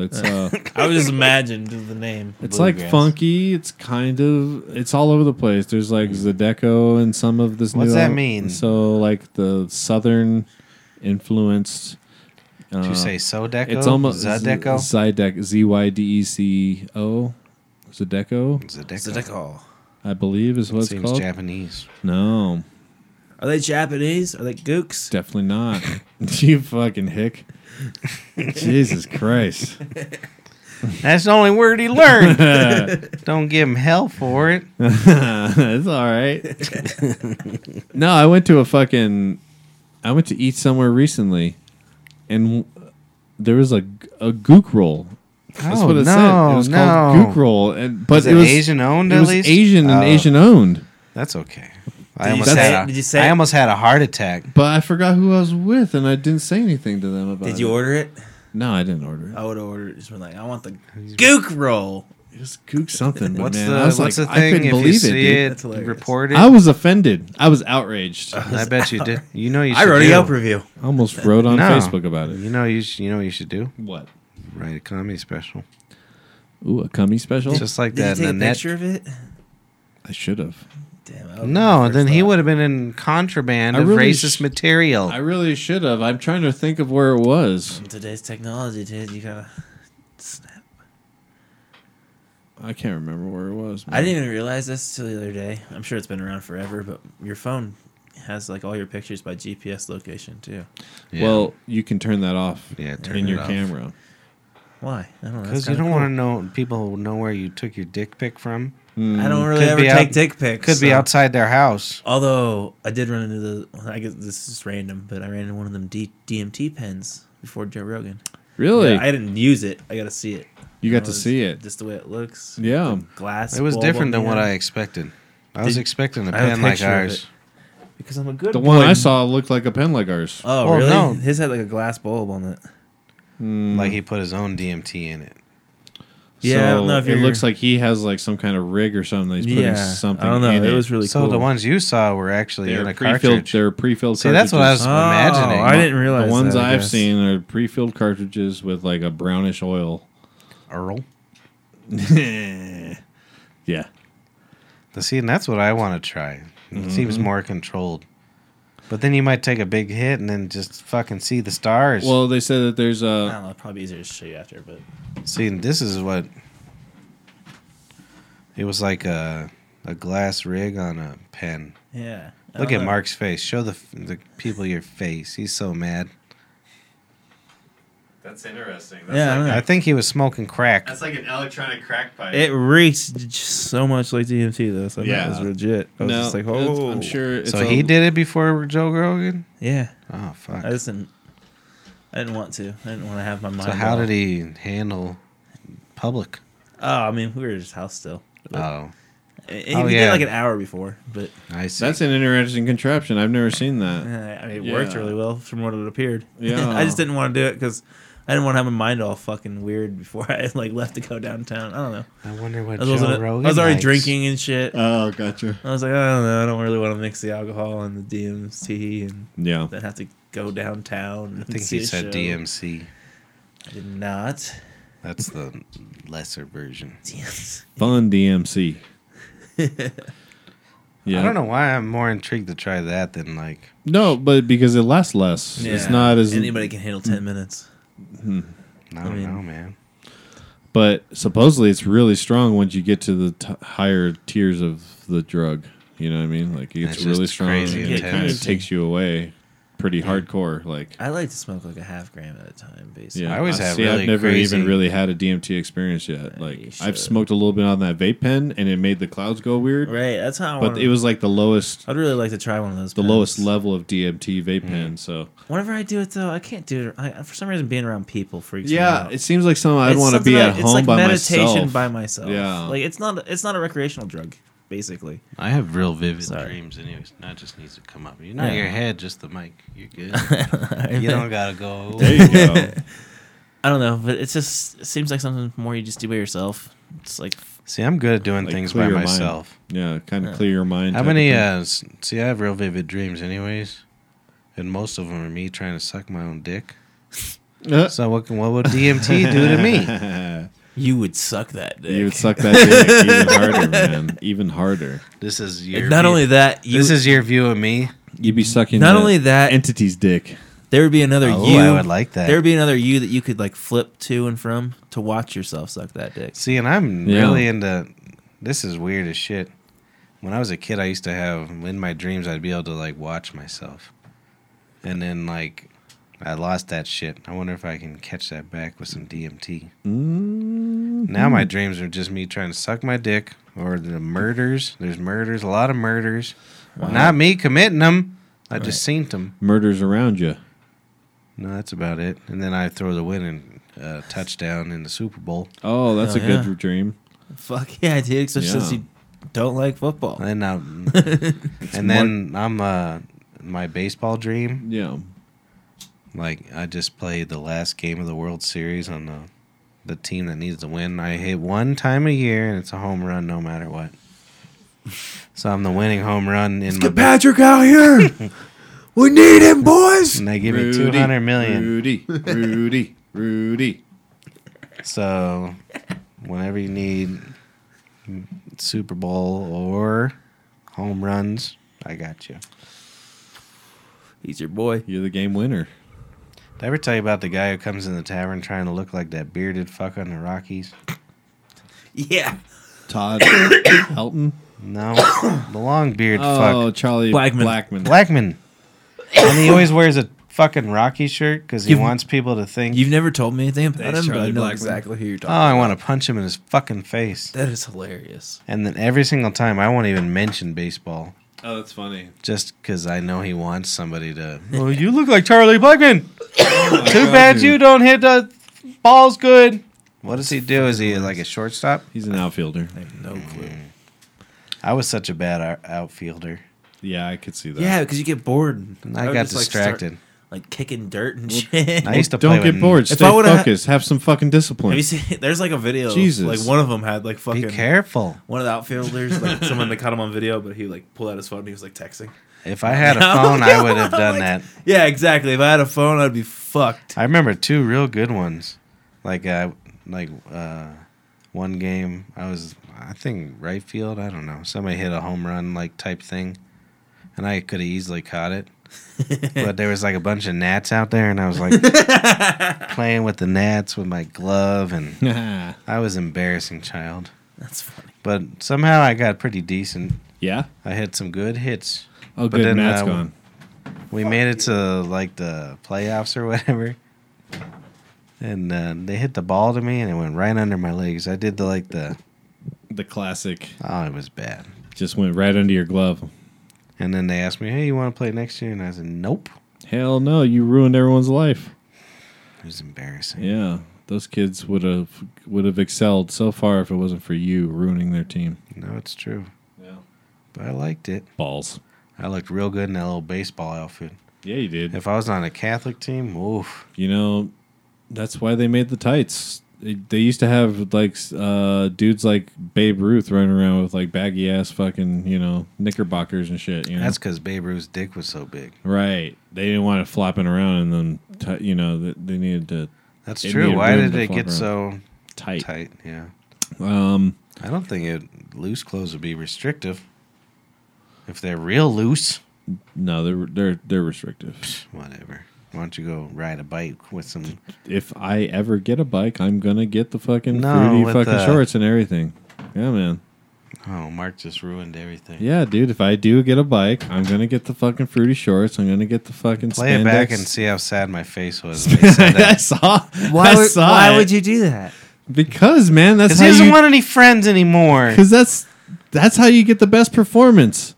Speaker 7: it's uh,
Speaker 4: I was just imagined the name.
Speaker 7: it's like
Speaker 2: Bluegrass.
Speaker 7: funky. It's kind of it's all over the place. There's like Zadeco and some of this.
Speaker 2: What's
Speaker 7: new
Speaker 2: that
Speaker 7: al-
Speaker 2: mean?
Speaker 7: So like the southern influenced. Uh,
Speaker 2: Did you say Sodeco?
Speaker 7: it's almost
Speaker 2: Zadeco.
Speaker 7: Zydeco. Z y d e c o. Zadeco,
Speaker 2: Zadeco.
Speaker 4: Zodiacal.
Speaker 7: I believe, is what it's
Speaker 2: Seems
Speaker 7: called.
Speaker 2: Japanese.
Speaker 7: no,
Speaker 4: Are they Japanese? Are they gooks?
Speaker 7: Definitely not. you fucking hick. Jesus Christ.
Speaker 2: That's the only word he learned. Don't give him hell for it.
Speaker 7: it's all right. no, I went to a fucking. I went to eat somewhere recently, and w- there was a a gook roll. That's
Speaker 2: Oh,
Speaker 7: what it said.
Speaker 2: no,
Speaker 7: It was
Speaker 2: no.
Speaker 7: called gook roll, and but
Speaker 2: Was
Speaker 7: it,
Speaker 2: it
Speaker 7: was
Speaker 2: Asian owned
Speaker 7: It
Speaker 2: at
Speaker 7: was
Speaker 2: least?
Speaker 7: Asian and
Speaker 2: Oh.
Speaker 7: Asian owned.
Speaker 2: That's okay. I
Speaker 4: Did you
Speaker 2: almost
Speaker 7: say
Speaker 2: had
Speaker 4: it?
Speaker 2: a,
Speaker 4: Did you say
Speaker 2: I
Speaker 4: it?
Speaker 2: almost had a heart attack.
Speaker 7: But I forgot who I was with, and I didn't say anything to them about.
Speaker 4: Did you
Speaker 7: it.
Speaker 4: order it?
Speaker 7: No, I didn't order it.
Speaker 4: I would have ordered it. Just been like, I want the gook roll.
Speaker 7: It was gook something. But
Speaker 2: What's
Speaker 7: man,
Speaker 2: the
Speaker 7: I was
Speaker 2: What's
Speaker 7: like,
Speaker 2: the thing?
Speaker 7: I couldn't
Speaker 2: if
Speaker 7: believe
Speaker 2: you
Speaker 7: it.
Speaker 2: see
Speaker 7: dude.
Speaker 2: it,
Speaker 4: That's hilarious.
Speaker 2: report it.
Speaker 7: I was offended. I was outraged.
Speaker 2: I bet you did. You know you.
Speaker 4: I
Speaker 2: should
Speaker 4: wrote a
Speaker 2: do.
Speaker 4: Yelp review.
Speaker 7: I almost wrote on
Speaker 2: No.
Speaker 7: Facebook about it.
Speaker 2: You know you. Sh- you know what you should do.
Speaker 7: What?
Speaker 2: Write a comedy special,
Speaker 7: Ooh, a cummy special?
Speaker 2: just like
Speaker 4: Did you
Speaker 2: that.
Speaker 4: take a
Speaker 2: in the net.
Speaker 4: picture of it?
Speaker 7: I should have.
Speaker 4: Damn. that would've been my
Speaker 2: No,
Speaker 4: first
Speaker 2: then he
Speaker 4: thought.
Speaker 2: would have been in contraband
Speaker 7: I
Speaker 2: of
Speaker 7: really
Speaker 2: racist
Speaker 7: sh-
Speaker 4: Oh.
Speaker 2: material.
Speaker 7: I really should have. I'm trying to think of where it was.
Speaker 4: Today's technology, dude. You gotta snap.
Speaker 7: I can't remember where it was.
Speaker 4: I didn't even realize this till the other day. I'm sure it's been around forever, but your phone has like all your pictures by GPS location too.
Speaker 2: Yeah.
Speaker 7: Well, you can turn that off
Speaker 2: Yeah, turn
Speaker 7: in
Speaker 2: it
Speaker 7: your
Speaker 2: off.
Speaker 7: camera.
Speaker 4: Why? I don't know.
Speaker 2: because
Speaker 4: That's
Speaker 2: you don't
Speaker 4: kinda
Speaker 2: want to know people know where you took your dick pic from.
Speaker 7: Hmm.
Speaker 4: cool. I don't really
Speaker 2: Could
Speaker 4: ever
Speaker 2: be
Speaker 4: take
Speaker 2: out-
Speaker 4: dick pics.
Speaker 2: Could be
Speaker 4: so-
Speaker 2: outside their house.
Speaker 4: Although I did run into the, I guess this is random, but I ran into one of them D- DMT pens before Joe Rogan.
Speaker 7: Really?
Speaker 4: Yeah, I didn't use it. I got to see it.
Speaker 7: you got
Speaker 4: know,
Speaker 7: to
Speaker 4: it's
Speaker 7: see it.
Speaker 4: Just the way it looks.
Speaker 7: Yeah.
Speaker 4: The glass.
Speaker 2: It was
Speaker 4: bulb on
Speaker 2: different than
Speaker 4: the
Speaker 2: what I
Speaker 4: end.
Speaker 2: expected. I was
Speaker 4: Did-
Speaker 2: expecting a
Speaker 4: I have a
Speaker 2: pen like
Speaker 4: picture of
Speaker 2: ours.
Speaker 4: Because I'm a good
Speaker 7: The one
Speaker 4: boy.
Speaker 7: I saw looked like a pen like ours.
Speaker 4: Oh,
Speaker 2: Well,
Speaker 4: really?
Speaker 2: no.
Speaker 4: His had like a glass bulb on it.
Speaker 7: Mm-hmm.
Speaker 2: Like he put his own DMT in it.
Speaker 4: Yeah, I don't
Speaker 7: So
Speaker 4: know if
Speaker 7: it
Speaker 4: you're-
Speaker 7: looks like he has like some kind of rig or something. that He's putting
Speaker 4: yeah.
Speaker 7: something.
Speaker 4: I don't know.
Speaker 7: In
Speaker 4: It was really
Speaker 2: so
Speaker 4: cool.
Speaker 2: the ones you saw were actually in
Speaker 7: they're
Speaker 2: a
Speaker 7: pre-filled.
Speaker 2: cartridge.
Speaker 7: They're pre-filled.
Speaker 2: See, that's what I was
Speaker 7: cartridges.
Speaker 4: Oh,
Speaker 2: imagining.
Speaker 4: I didn't realize
Speaker 7: The ones
Speaker 4: that, I
Speaker 7: I've
Speaker 4: guess.
Speaker 7: seen are pre-filled cartridges with like a brownish oil.
Speaker 2: Earl.
Speaker 7: Yeah.
Speaker 2: See, and that's what I want to try. It
Speaker 7: Mm-hmm.
Speaker 2: seems more controlled. But then you might take a big hit and then just fucking see the stars.
Speaker 7: Well, they said that there's
Speaker 4: I
Speaker 7: a
Speaker 4: don't know. Probably easier to show you after, but
Speaker 2: see, and this is what It was like a a glass rig on a pen.
Speaker 4: Yeah. I
Speaker 2: Look
Speaker 4: don't
Speaker 2: at
Speaker 7: Uh-huh.
Speaker 4: know.
Speaker 2: Mark's face. Show the the people your face. He's so mad.
Speaker 8: That's interesting. That's
Speaker 4: Yeah, I
Speaker 7: Uh-huh.
Speaker 4: don't
Speaker 8: like,
Speaker 4: know.
Speaker 2: I think he was smoking crack.
Speaker 8: that's like an electronic crack pipe.
Speaker 4: It reeks j- so much like DMT though. So yeah,
Speaker 7: Yeah.
Speaker 4: that was legit. I was just like,
Speaker 7: it's-
Speaker 4: oh,
Speaker 7: I'm sure. It's
Speaker 2: So
Speaker 7: a-
Speaker 2: he did it before Joe Rogan.
Speaker 4: Yeah,
Speaker 2: Oh fuck.
Speaker 4: I just didn't. I didn't want to. I didn't want to have my
Speaker 2: So
Speaker 4: mind.
Speaker 2: how
Speaker 4: all-
Speaker 2: did he handle public?
Speaker 4: Oh, I mean, we were at his house still.
Speaker 2: Oh,
Speaker 4: And he
Speaker 2: Oh,
Speaker 4: did
Speaker 2: yeah.
Speaker 4: like an hour before, but
Speaker 2: I see.
Speaker 7: That's an interesting contraption. I've never seen
Speaker 4: uh,
Speaker 7: that.
Speaker 4: I mean, it worked
Speaker 7: Yeah.
Speaker 4: really well from what it appeared.
Speaker 7: Yeah.
Speaker 4: I just didn't want to do it because I didn't want to have my mind all fucking weird before I like left to go downtown. I don't know.
Speaker 2: I wonder what
Speaker 4: I was,
Speaker 2: Joe
Speaker 4: also-
Speaker 2: Rogan.
Speaker 4: I was already
Speaker 2: likes.
Speaker 4: drinking and shit.
Speaker 7: Oh, gotcha.
Speaker 4: I was like, I don't know. I don't really want to mix the alcohol and the DMT and
Speaker 7: Yeah.
Speaker 4: then have to go downtown.
Speaker 2: I think he said DMC.
Speaker 4: I did not.
Speaker 2: That's the lesser version.
Speaker 7: Fun DMC. yeah.
Speaker 2: I don't know why I'm more intrigued to try that than like.
Speaker 7: No, but because it lasts less. It's not as Hmm.
Speaker 4: anybody can handle ten minutes.
Speaker 2: I don't
Speaker 4: mean-
Speaker 2: know, man.
Speaker 7: But supposedly it's really strong once you get to the t- higher tiers of the drug. You know what I mean? Like it
Speaker 2: It's
Speaker 7: gets
Speaker 2: just
Speaker 7: really strong.
Speaker 2: crazy
Speaker 7: and it
Speaker 2: intense.
Speaker 7: kind of takes you away, pretty hardcore. Like
Speaker 4: I like to smoke like a half gram at a time, basically.
Speaker 7: yeah,
Speaker 2: I always have
Speaker 7: see,
Speaker 2: really
Speaker 7: I've never
Speaker 2: crazy-
Speaker 7: even really had a DMT experience yet.
Speaker 4: you
Speaker 7: Like
Speaker 4: should.
Speaker 7: I've smoked a little bit on that vape pen, and it made the clouds go weird.
Speaker 4: Right. That's how. I
Speaker 7: But
Speaker 4: wanna-
Speaker 7: it was like the lowest,
Speaker 4: I'd really like to try one of those.
Speaker 7: the
Speaker 4: pens.
Speaker 7: lowest level of DMT vape
Speaker 4: Mm.
Speaker 7: pen. So
Speaker 4: Whenever I do it though, I can't do it. I, for some reason, being around people freaks me
Speaker 7: yeah,
Speaker 4: out.
Speaker 7: it seems like something I'd
Speaker 4: It's
Speaker 7: want to
Speaker 4: something
Speaker 7: be
Speaker 4: that-
Speaker 7: at home by
Speaker 4: meditation
Speaker 7: myself.
Speaker 4: by myself.
Speaker 7: Yeah.
Speaker 4: Like it's not. It's not a recreational drug, basically.
Speaker 2: I have real vivid
Speaker 4: Sorry.
Speaker 2: dreams, anyways. Not just needs to come up. You're not
Speaker 4: Yeah.
Speaker 2: your head, just the mic. You're good. you don't gotta go.
Speaker 7: there you go.
Speaker 4: I don't know, but it's just it seems like something more you just do by yourself. It's like
Speaker 2: See, I'm good at doing
Speaker 7: Like,
Speaker 2: things
Speaker 7: clear
Speaker 2: by
Speaker 7: your mind.
Speaker 2: myself.
Speaker 7: Yeah, kind of clear your mind.
Speaker 2: How
Speaker 7: type of
Speaker 2: many?
Speaker 7: thing.
Speaker 2: uh s- See, I have real vivid dreams, anyways, and most of them are me trying to suck my own dick.
Speaker 7: Uh,
Speaker 2: So what? Can, what would DMT do to me? uh,
Speaker 4: you would suck that. Dick.
Speaker 7: You would suck that dick even harder, man. Even harder.
Speaker 2: This is your.
Speaker 4: And not
Speaker 2: view-
Speaker 4: only that, you,
Speaker 2: this is your view of me.
Speaker 7: You'd be sucking
Speaker 4: Not
Speaker 7: the
Speaker 4: only that-
Speaker 7: entity's dick.
Speaker 4: there would be another
Speaker 2: Oh,
Speaker 4: you.
Speaker 2: I would like that.
Speaker 4: There would be another you that you could like flip to and from to watch yourself suck that dick.
Speaker 2: See, and I'm
Speaker 7: Yeah.
Speaker 2: really into. This is weird as shit. When I was a kid, I used to have in my dreams I'd be able to like watch myself, and then like I lost that shit. I wonder if I can catch that back with some DMT. Now my dreams are just me trying to suck my dick or the murders. There's murders, a lot of murders. Not me committing them. I just seen them.
Speaker 7: Murders around you.
Speaker 2: No, that's about it. And then I throw the winning uh, touchdown in the Super Bowl.
Speaker 7: Oh, that's
Speaker 4: Hell
Speaker 7: a good
Speaker 4: yeah.
Speaker 7: dream.
Speaker 4: Fuck yeah, dude. Especially since
Speaker 7: Yeah.
Speaker 4: you don't like football.
Speaker 2: And now, and then I'm uh, my baseball dream.
Speaker 7: Yeah.
Speaker 2: Like I just played the last game of the World Series on the the team that needs to win. I hit one time a year, and it's a home run no matter what. So I'm the winning home run in my ba-
Speaker 7: Patrick out here. we need him, boys.
Speaker 2: and they give me two hundred million.
Speaker 7: Rudy. Rudy. Rudy.
Speaker 2: So whenever you need Super Bowl or home runs, I got you.
Speaker 4: He's your boy.
Speaker 7: You're the game winner.
Speaker 2: Did I ever tell you about the guy who comes in the tavern trying to look like that bearded fuck on the Rockies?
Speaker 4: Yeah.
Speaker 7: Todd Helton.
Speaker 2: No, the long beard
Speaker 7: Oh,
Speaker 2: fuck
Speaker 7: Charlie
Speaker 4: Blackman.
Speaker 7: Blackman.
Speaker 2: Blackman, and he always wears a fucking Rocky shirt because he
Speaker 4: You've-
Speaker 2: wants people to think,
Speaker 4: You've never told me anything about
Speaker 7: That's
Speaker 4: him, but I
Speaker 7: Charlie
Speaker 4: know
Speaker 7: Blackman.
Speaker 4: exactly who you're talking
Speaker 2: "Oh, I want to punch him in his fucking face."
Speaker 4: That is hilarious.
Speaker 2: And then every single time, I won't even mention baseball
Speaker 7: Oh, that's funny.
Speaker 2: just because I know he wants somebody to. Well, you look like Charlie Blackman. Too bad you don't hit the balls good. What does he do? Is he like a shortstop?
Speaker 7: He's an outfielder.
Speaker 4: I have no
Speaker 2: Mm.
Speaker 4: clue.
Speaker 2: I was such a bad out- outfielder.
Speaker 7: Yeah, I could see that.
Speaker 4: Yeah, because you get bored.
Speaker 2: And I,
Speaker 4: would
Speaker 2: got
Speaker 4: just, like,
Speaker 2: distracted.
Speaker 4: start, Like, kicking dirt and shit.
Speaker 2: I used to
Speaker 7: Don't
Speaker 2: play
Speaker 7: get
Speaker 2: with-
Speaker 7: bored. Stay
Speaker 4: I would've-
Speaker 7: focused. Have some fucking discipline.
Speaker 4: Have you seen? There's like a video. of,
Speaker 7: Jesus.
Speaker 4: Like one of them had like
Speaker 2: Be
Speaker 4: fucking.
Speaker 2: careful.
Speaker 4: One of the outfielders, like someone that caught him on video, but he like pulled out his phone and he was like texting.
Speaker 2: If I had a
Speaker 4: Yeah.
Speaker 2: phone, I would
Speaker 4: I'm
Speaker 2: have done
Speaker 4: like-
Speaker 2: that. Uh,
Speaker 4: Yeah, exactly. If I had a phone, I'd be fucked.
Speaker 2: I remember two real good ones. Like uh, like uh, one game I was I think right field, I don't know. Somebody hit a home run like type thing and I could have easily caught it. but there was like a bunch of gnats out there and I was like playing with the gnats with my glove and
Speaker 7: Nah.
Speaker 2: I was an embarrassing child.
Speaker 4: That's funny.
Speaker 2: But somehow I got pretty decent.
Speaker 7: Yeah.
Speaker 2: I had some good hits.
Speaker 7: Oh,
Speaker 2: But
Speaker 7: good.
Speaker 2: then,
Speaker 7: Matt's
Speaker 2: uh,
Speaker 7: gone.
Speaker 2: We made it to like the playoffs or whatever. And uh, they hit the ball to me and it went right under my legs. I did the like the
Speaker 7: The classic
Speaker 2: oh it was bad.
Speaker 7: just went right under your glove.
Speaker 2: And then they asked me, "Hey, you want to play next year?" And I said, "Nope."
Speaker 7: Hell no, you ruined everyone's life.
Speaker 2: It was embarrassing.
Speaker 7: Yeah, those kids would have would have excelled so far if it wasn't for you ruining their team.
Speaker 2: No, it's true.
Speaker 7: Yeah.
Speaker 2: But I liked it.
Speaker 7: Balls.
Speaker 2: I looked real good in that little baseball outfit.
Speaker 7: Yeah, you did.
Speaker 2: If I was on a Catholic team, oof.
Speaker 7: You know, that's why they made the tights. They, they used to have like s- uh, dudes like Babe Ruth running around with like baggy ass fucking you know knickerbockers and shit. You know,
Speaker 2: That's because Babe Ruth's dick was so big.
Speaker 7: right. They didn't want it flopping around, and then ti you know th- they needed to
Speaker 2: That's
Speaker 7: It
Speaker 2: true.
Speaker 7: needed
Speaker 2: Why
Speaker 7: room
Speaker 2: did
Speaker 7: to
Speaker 2: it
Speaker 7: fuck
Speaker 2: get
Speaker 7: around.
Speaker 2: so
Speaker 7: tight.
Speaker 2: tight? Yeah.
Speaker 7: Um,
Speaker 2: I don't think it loose clothes would be restrictive. If they're real loose,
Speaker 7: no, they're they're they're restrictive.
Speaker 2: whatever. Why don't you go ride a bike with some?
Speaker 7: If I ever get a bike, I'm gonna get the fucking
Speaker 2: No,
Speaker 7: fruity
Speaker 2: with
Speaker 7: fucking
Speaker 2: the-
Speaker 7: shorts and everything. Yeah, man.
Speaker 2: Oh, Mark just ruined everything.
Speaker 7: Yeah, dude. If I do get a bike, I'm gonna get the fucking fruity shorts. I'm gonna get the fucking
Speaker 2: Play it back
Speaker 7: spandex.
Speaker 2: and see how sad my face was. When he said
Speaker 7: I
Speaker 2: that.
Speaker 7: saw.
Speaker 4: Why,
Speaker 7: I
Speaker 4: would,
Speaker 7: saw
Speaker 4: why
Speaker 7: it.
Speaker 4: would you do that?
Speaker 7: Because man, that's
Speaker 2: Because he
Speaker 7: how
Speaker 2: doesn't
Speaker 7: you.
Speaker 2: want any friends anymore.
Speaker 7: Because that's that's how you get the best performance.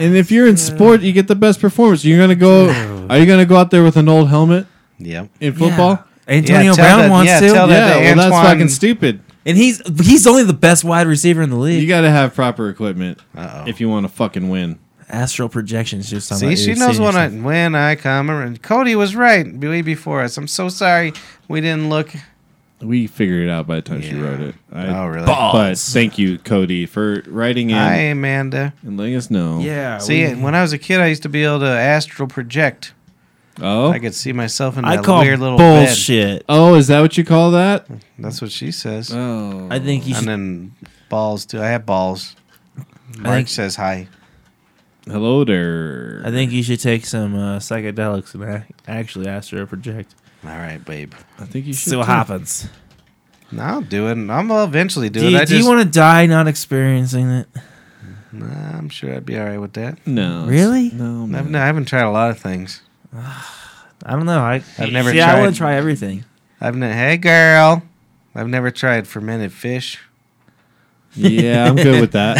Speaker 7: And if you're in sport, you get the best performance. You're gonna go. Are you gonna go out there with an old helmet
Speaker 2: Yep.
Speaker 7: in football?
Speaker 4: Yeah. Antonio
Speaker 2: Yeah, tell
Speaker 4: Brown
Speaker 2: that-
Speaker 4: wants
Speaker 2: yeah,
Speaker 4: to,
Speaker 2: tell
Speaker 7: Yeah,
Speaker 2: that- to
Speaker 7: well, that's
Speaker 2: Antoine-
Speaker 7: fucking stupid.
Speaker 4: and he's he's only the best wide receiver in the
Speaker 7: You
Speaker 4: league.
Speaker 7: got to have proper equipment
Speaker 2: Uh-oh.
Speaker 7: if you want to fucking win.
Speaker 4: Astral projections, just on
Speaker 2: See,
Speaker 4: my
Speaker 2: she
Speaker 4: UFC
Speaker 2: knows
Speaker 4: or
Speaker 2: when I
Speaker 4: something.
Speaker 2: when I come around. Cody was right way before us. I'm so sorry we didn't look.
Speaker 7: We figured it out by the time she
Speaker 2: Yeah.
Speaker 7: wrote it. I,
Speaker 2: Oh, really?
Speaker 7: But thank you, Cody, for writing in
Speaker 2: Hi, Amanda.
Speaker 7: and letting us know.
Speaker 4: Yeah.
Speaker 2: See,
Speaker 4: we-
Speaker 2: when I was a kid, I used to be able to astral project.
Speaker 7: Oh.
Speaker 2: I could see myself in
Speaker 4: I
Speaker 2: that
Speaker 4: call
Speaker 2: weird little bullshit.
Speaker 4: bullshit.
Speaker 7: Oh, is that what you call that?
Speaker 2: That's what she says.
Speaker 7: Oh.
Speaker 4: I think Uh, you
Speaker 2: and
Speaker 4: should.
Speaker 2: then balls too. I have balls. Mark
Speaker 4: think-
Speaker 2: says hi.
Speaker 7: Hello there.
Speaker 4: I think you should take some uh, psychedelics and ac- actually astral project.
Speaker 2: All right, babe.
Speaker 7: I think you should.
Speaker 4: See what
Speaker 7: too.
Speaker 4: happens.
Speaker 2: No, I'll do it. I'm gonna eventually do,
Speaker 4: Do,
Speaker 2: it.
Speaker 4: you,
Speaker 2: I
Speaker 4: do
Speaker 2: just,
Speaker 4: you want to die not experiencing it?
Speaker 2: Nah, I'm sure I'd be all right with that.
Speaker 7: No.
Speaker 4: Really?
Speaker 7: No.
Speaker 2: I've,
Speaker 7: Man.
Speaker 2: no, I haven't tried a lot of things.
Speaker 4: I don't know. I,
Speaker 2: I've never
Speaker 4: See, I
Speaker 2: tried-
Speaker 4: want to try everything.
Speaker 2: I've ne- hey girl, I've never tried fermented fish.
Speaker 7: yeah, I'm good with that.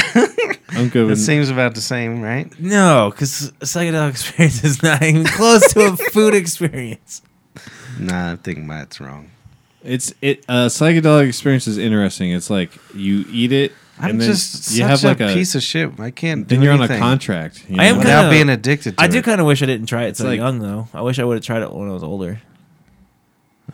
Speaker 7: I'm good
Speaker 2: It
Speaker 7: with
Speaker 2: seems about the same, right?
Speaker 4: No, because psychedelic experience is not even close to a food experience.
Speaker 2: Nah, I think Matt's wrong.
Speaker 7: It's it uh psychedelic experience is interesting. It's like you eat it
Speaker 2: I'm
Speaker 7: and then
Speaker 2: just
Speaker 7: you
Speaker 2: such
Speaker 7: have like
Speaker 2: a,
Speaker 7: a
Speaker 2: piece of shit. I can't.
Speaker 7: then
Speaker 2: do
Speaker 7: you're on a
Speaker 2: anything
Speaker 7: contract. you
Speaker 4: I am
Speaker 7: know?
Speaker 2: without
Speaker 4: Kinda-
Speaker 2: being addicted to
Speaker 4: I
Speaker 2: it.
Speaker 4: do kind of wish I didn't try it so
Speaker 7: like-
Speaker 4: young, though. I wish I would have tried it when I was older.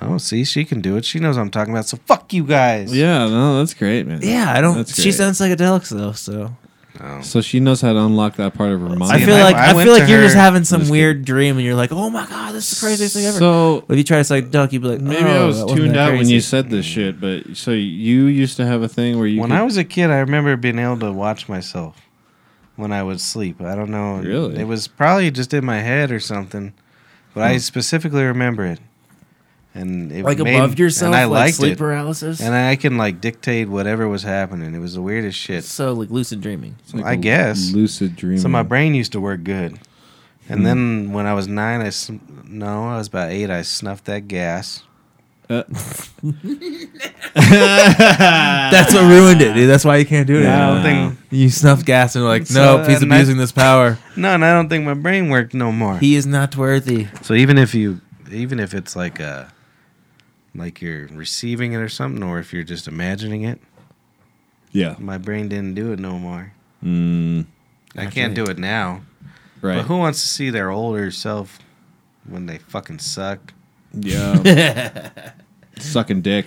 Speaker 2: Oh, see, she can do it. She knows what I'm talking about. So fuck you guys.
Speaker 7: Yeah, no, that's great, man.
Speaker 4: Yeah, I don't.
Speaker 7: That's
Speaker 4: She's
Speaker 7: great.
Speaker 4: done psychedelics though, so
Speaker 2: Oh.
Speaker 7: So she knows how to unlock that part of her mind.
Speaker 4: I feel
Speaker 2: I-
Speaker 4: like
Speaker 2: I
Speaker 4: I,
Speaker 2: went
Speaker 4: feel
Speaker 2: to
Speaker 4: like you're just
Speaker 2: her-
Speaker 4: having some
Speaker 7: Just
Speaker 4: weird dream, and you're like, "Oh my god, this is the craziest thing ever."
Speaker 7: So
Speaker 4: if you try to psychedelic, you'd be like,
Speaker 7: maybe I
Speaker 4: "Oh,
Speaker 7: was
Speaker 4: that wasn't
Speaker 7: tuned
Speaker 4: that
Speaker 7: out when you
Speaker 4: crazy."
Speaker 7: said this shit, but so you used to have a thing where you
Speaker 2: When
Speaker 7: could-
Speaker 2: I was a kid, I remember being able to watch myself when I would sleep. I don't know.
Speaker 7: Really?
Speaker 2: It was probably just in my head or something, but I specifically remember it. And it
Speaker 4: like
Speaker 2: made,
Speaker 4: above yourself,
Speaker 2: and I
Speaker 4: like
Speaker 2: liked
Speaker 4: sleep
Speaker 2: it.
Speaker 4: paralysis.
Speaker 2: And I can like dictate whatever was happening. It was the weirdest shit.
Speaker 4: so like lucid dreaming.
Speaker 7: It's like
Speaker 2: I
Speaker 7: a
Speaker 2: guess.
Speaker 7: lucid dreaming.
Speaker 2: So my brain used to work good.
Speaker 4: Hmm.
Speaker 2: And then when I was nine, I sn- no, I was about eight. I snuffed that gas.
Speaker 7: Uh,
Speaker 4: That's what ruined it, dude. That's why you can't do it.
Speaker 7: Yeah.
Speaker 2: I
Speaker 4: anymore.
Speaker 2: don't think
Speaker 4: You snuff gas and you're like,
Speaker 2: So
Speaker 4: nope, he's
Speaker 2: at night-
Speaker 4: abusing this power.
Speaker 2: no, and I don't think my brain worked no more.
Speaker 4: He is not worthy.
Speaker 2: So even if you, even if it's like a, like you're receiving it or something, or if you're just imagining it,
Speaker 7: yeah,
Speaker 2: my brain didn't do it no more.
Speaker 7: mm,
Speaker 2: I can't do it now.
Speaker 7: right.
Speaker 2: But who wants to see their older self when they fucking suck?
Speaker 7: yeah, sucking dick.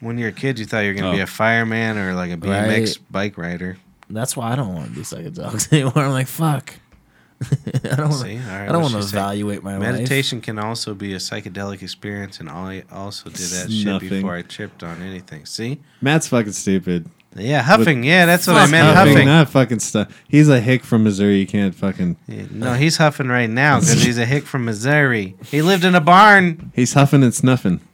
Speaker 2: When you're a kid, you thought you were gonna be
Speaker 7: Oh.
Speaker 2: a fireman or like a BMX bike rider.
Speaker 4: That's why I don't want to do psychedelics anymore. I'm like, fuck. I don't want.
Speaker 2: See, all right,
Speaker 4: I don't
Speaker 2: what
Speaker 4: want to
Speaker 2: she said.
Speaker 4: evaluate my life.
Speaker 2: Meditation can also be a psychedelic experience, and I also did that
Speaker 7: Snuffing.
Speaker 2: shit before I tripped on anything. See?
Speaker 7: Matt's fucking stupid.
Speaker 2: Yeah, huffing. yeah, that's what I
Speaker 4: Fuck
Speaker 2: meant.
Speaker 4: huffing,
Speaker 2: Oh, Huffing.
Speaker 7: not fucking stuff. He's a hick from Missouri. You can't fucking.
Speaker 2: Yeah, no, he's huffing right now because he's a hick from Missouri. He lived in a barn.
Speaker 7: He's huffing and snuffing. Uh,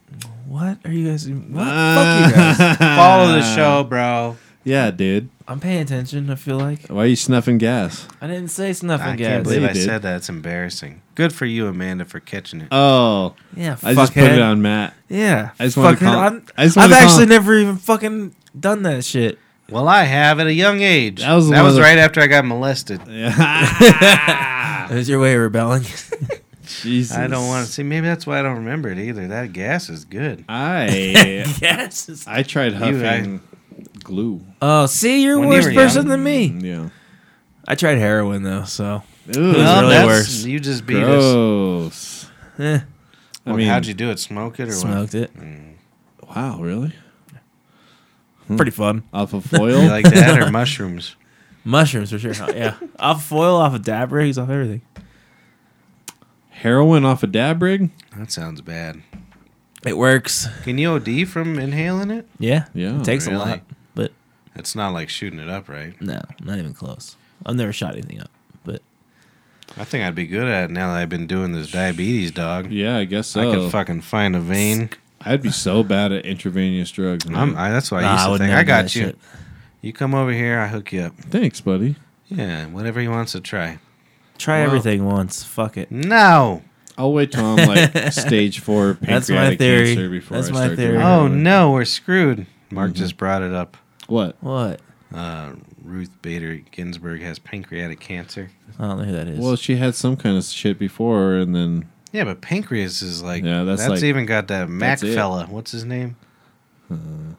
Speaker 4: What are you guys? What? fuck you guys.
Speaker 2: Follow the show, bro.
Speaker 7: Yeah, dude.
Speaker 4: I'm paying attention. I feel like
Speaker 7: Why are you snuffing gas?
Speaker 4: I didn't say snuffing
Speaker 2: I
Speaker 4: gas.
Speaker 2: can't believe
Speaker 7: You
Speaker 2: I
Speaker 7: did.
Speaker 2: said that. It's embarrassing. Good for you, Amanda, for catching it.
Speaker 7: Oh,
Speaker 4: yeah,
Speaker 7: I just put
Speaker 4: fuckhead.
Speaker 7: it on Matt.
Speaker 4: Yeah,
Speaker 7: I just wanted to
Speaker 4: fuckhead.
Speaker 7: call-
Speaker 4: I'm,
Speaker 7: I just
Speaker 4: I've
Speaker 7: wanted to call-
Speaker 4: actually never even fucking done that shit.
Speaker 2: well, I have at a young age.
Speaker 7: That was
Speaker 2: that
Speaker 7: one
Speaker 2: was
Speaker 7: of the-
Speaker 2: right after I got molested. Ah.
Speaker 4: Is your way of rebelling?
Speaker 7: Jesus.
Speaker 2: I don't want to see. Maybe that's why I don't remember it either. That gas is good.
Speaker 7: I
Speaker 4: yes. it's-
Speaker 7: I tried huffing glue. Mm,
Speaker 4: Oh, see, you're a
Speaker 2: When you
Speaker 4: worse
Speaker 2: were
Speaker 4: person
Speaker 2: young.
Speaker 4: than me.
Speaker 7: Yeah.
Speaker 4: I tried heroin though, so
Speaker 7: Ooh,
Speaker 4: Well, really
Speaker 2: that's-
Speaker 4: worse.
Speaker 2: You just beat us.
Speaker 7: gross.
Speaker 4: eh,
Speaker 7: I
Speaker 2: Well,
Speaker 7: mean-
Speaker 2: how'd you do it? Smoke it or what?
Speaker 4: smoked it.
Speaker 7: Wow, really?
Speaker 4: Pretty fun.
Speaker 7: Off of
Speaker 2: You
Speaker 7: foil?
Speaker 2: like that or mushrooms?
Speaker 4: Mushrooms for sure. yeah, off of foil, off of dab rigs, off everything.
Speaker 7: Heroin off a dab rig?
Speaker 2: That sounds bad.
Speaker 4: It works.
Speaker 2: Can you OD from inhaling it?
Speaker 4: Yeah,
Speaker 7: Yeah,
Speaker 4: It takes a
Speaker 2: really?
Speaker 4: lot, but
Speaker 2: It's not like shooting it up, right?
Speaker 4: no, not even close. I've never shot anything up, but
Speaker 2: I think I'd be good at it now that I've been doing this diabetes, dog.
Speaker 7: Yeah, I guess so.
Speaker 2: I could fucking find a vein.
Speaker 7: I'd be so bad at intravenous drugs. man.
Speaker 2: I'm, I, that's why I
Speaker 4: Nah,
Speaker 2: used
Speaker 4: I
Speaker 2: to
Speaker 4: would
Speaker 2: think
Speaker 4: never
Speaker 2: I
Speaker 4: do
Speaker 2: got
Speaker 4: that
Speaker 2: you.
Speaker 4: shit.
Speaker 2: You come over here, I hook you up.
Speaker 7: Thanks, buddy.
Speaker 2: Yeah, whatever he wants to try.
Speaker 4: try
Speaker 7: Well-
Speaker 4: everything once. Fuck it.
Speaker 2: No.
Speaker 7: I'll wait till I'm like stage four
Speaker 4: That's my
Speaker 7: pancreatic
Speaker 4: theory.
Speaker 7: cancer before
Speaker 4: That's
Speaker 7: I
Speaker 4: my
Speaker 7: start
Speaker 4: theory.
Speaker 7: doing
Speaker 2: Oh
Speaker 7: heroin.
Speaker 2: no, we're screwed. Mark
Speaker 4: Mm-hmm.
Speaker 2: just brought it up.
Speaker 7: What?
Speaker 4: What?
Speaker 2: Uh, Ruth Bader Ginsburg has pancreatic cancer.
Speaker 4: I don't know who that is.
Speaker 7: Well, she had some kind of shit before, and then
Speaker 2: Yeah, but pancreas is like
Speaker 7: Yeah, that's
Speaker 2: that's,
Speaker 7: like-
Speaker 2: even got that Mac
Speaker 7: that's it.
Speaker 2: fella. What's his name?
Speaker 4: Uh,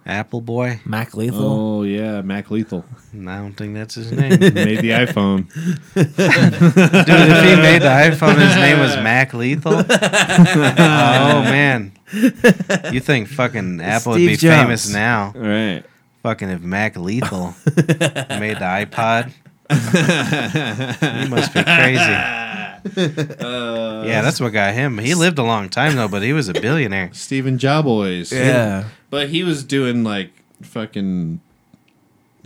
Speaker 2: Apple Boy.
Speaker 4: Mac Lethal.
Speaker 7: oh yeah, Mac Lethal
Speaker 2: I don't think that's his name. Dude,
Speaker 7: made the iPhone.
Speaker 2: if he made the iPhone, his name was Mac Lethal. oh man, you think fucking Apple would be
Speaker 4: Steve Jobs.
Speaker 2: famous now?
Speaker 7: All right.
Speaker 2: Fucking if Mac Lethal made the iPod, he must be crazy. yeah, that's what got him. He lived a long time though, but he was a billionaire.
Speaker 7: Stephen Jobboys.
Speaker 4: yeah.
Speaker 7: but he was doing like fucking.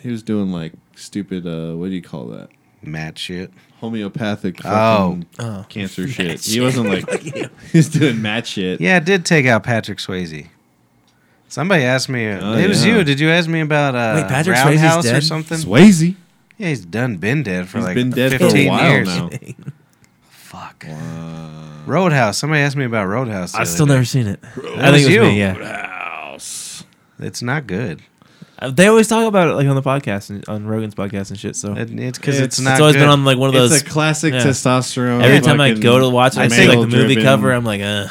Speaker 7: He was doing like stupid. uh What do you call that?
Speaker 2: Matt shit.
Speaker 7: Homeopathic.
Speaker 2: Oh.
Speaker 7: Fucking
Speaker 4: Oh.
Speaker 7: Cancer shit. He wasn't like he was doing mad shit.
Speaker 2: Yeah, it did take out Patrick Swayze. Somebody asked me.
Speaker 7: Oh,
Speaker 2: it was
Speaker 7: yeah.
Speaker 2: you. Did you ask me about uh,
Speaker 4: Wait, Patrick Swayze's
Speaker 2: Roundhouse or
Speaker 4: dead?
Speaker 2: something?
Speaker 7: Swayze.
Speaker 2: yeah, he's done. Been dead for
Speaker 7: He's
Speaker 2: like
Speaker 7: been dead for a
Speaker 2: 15
Speaker 7: while
Speaker 2: years.
Speaker 7: now.
Speaker 2: Fuck. Roadhouse. Somebody asked me about Roadhouse. the
Speaker 4: I've
Speaker 2: other
Speaker 4: still
Speaker 2: day.
Speaker 4: never seen it. I
Speaker 2: That
Speaker 4: think
Speaker 2: was
Speaker 4: it was
Speaker 2: you.
Speaker 4: me, yeah.
Speaker 2: It's not good.
Speaker 4: Uh, They always talk about it like on the podcast and on Rogan's podcast and shit. So
Speaker 2: It- it's because it's,
Speaker 7: It's- it's
Speaker 2: not.
Speaker 4: it's always
Speaker 2: good.
Speaker 4: been on like one of those.
Speaker 7: It's a classic
Speaker 4: yeah.
Speaker 7: testosterone.
Speaker 4: Every time I
Speaker 7: fucking
Speaker 4: go to watch it, I see like the movie
Speaker 7: male-driven-
Speaker 4: cover. I'm like, uh,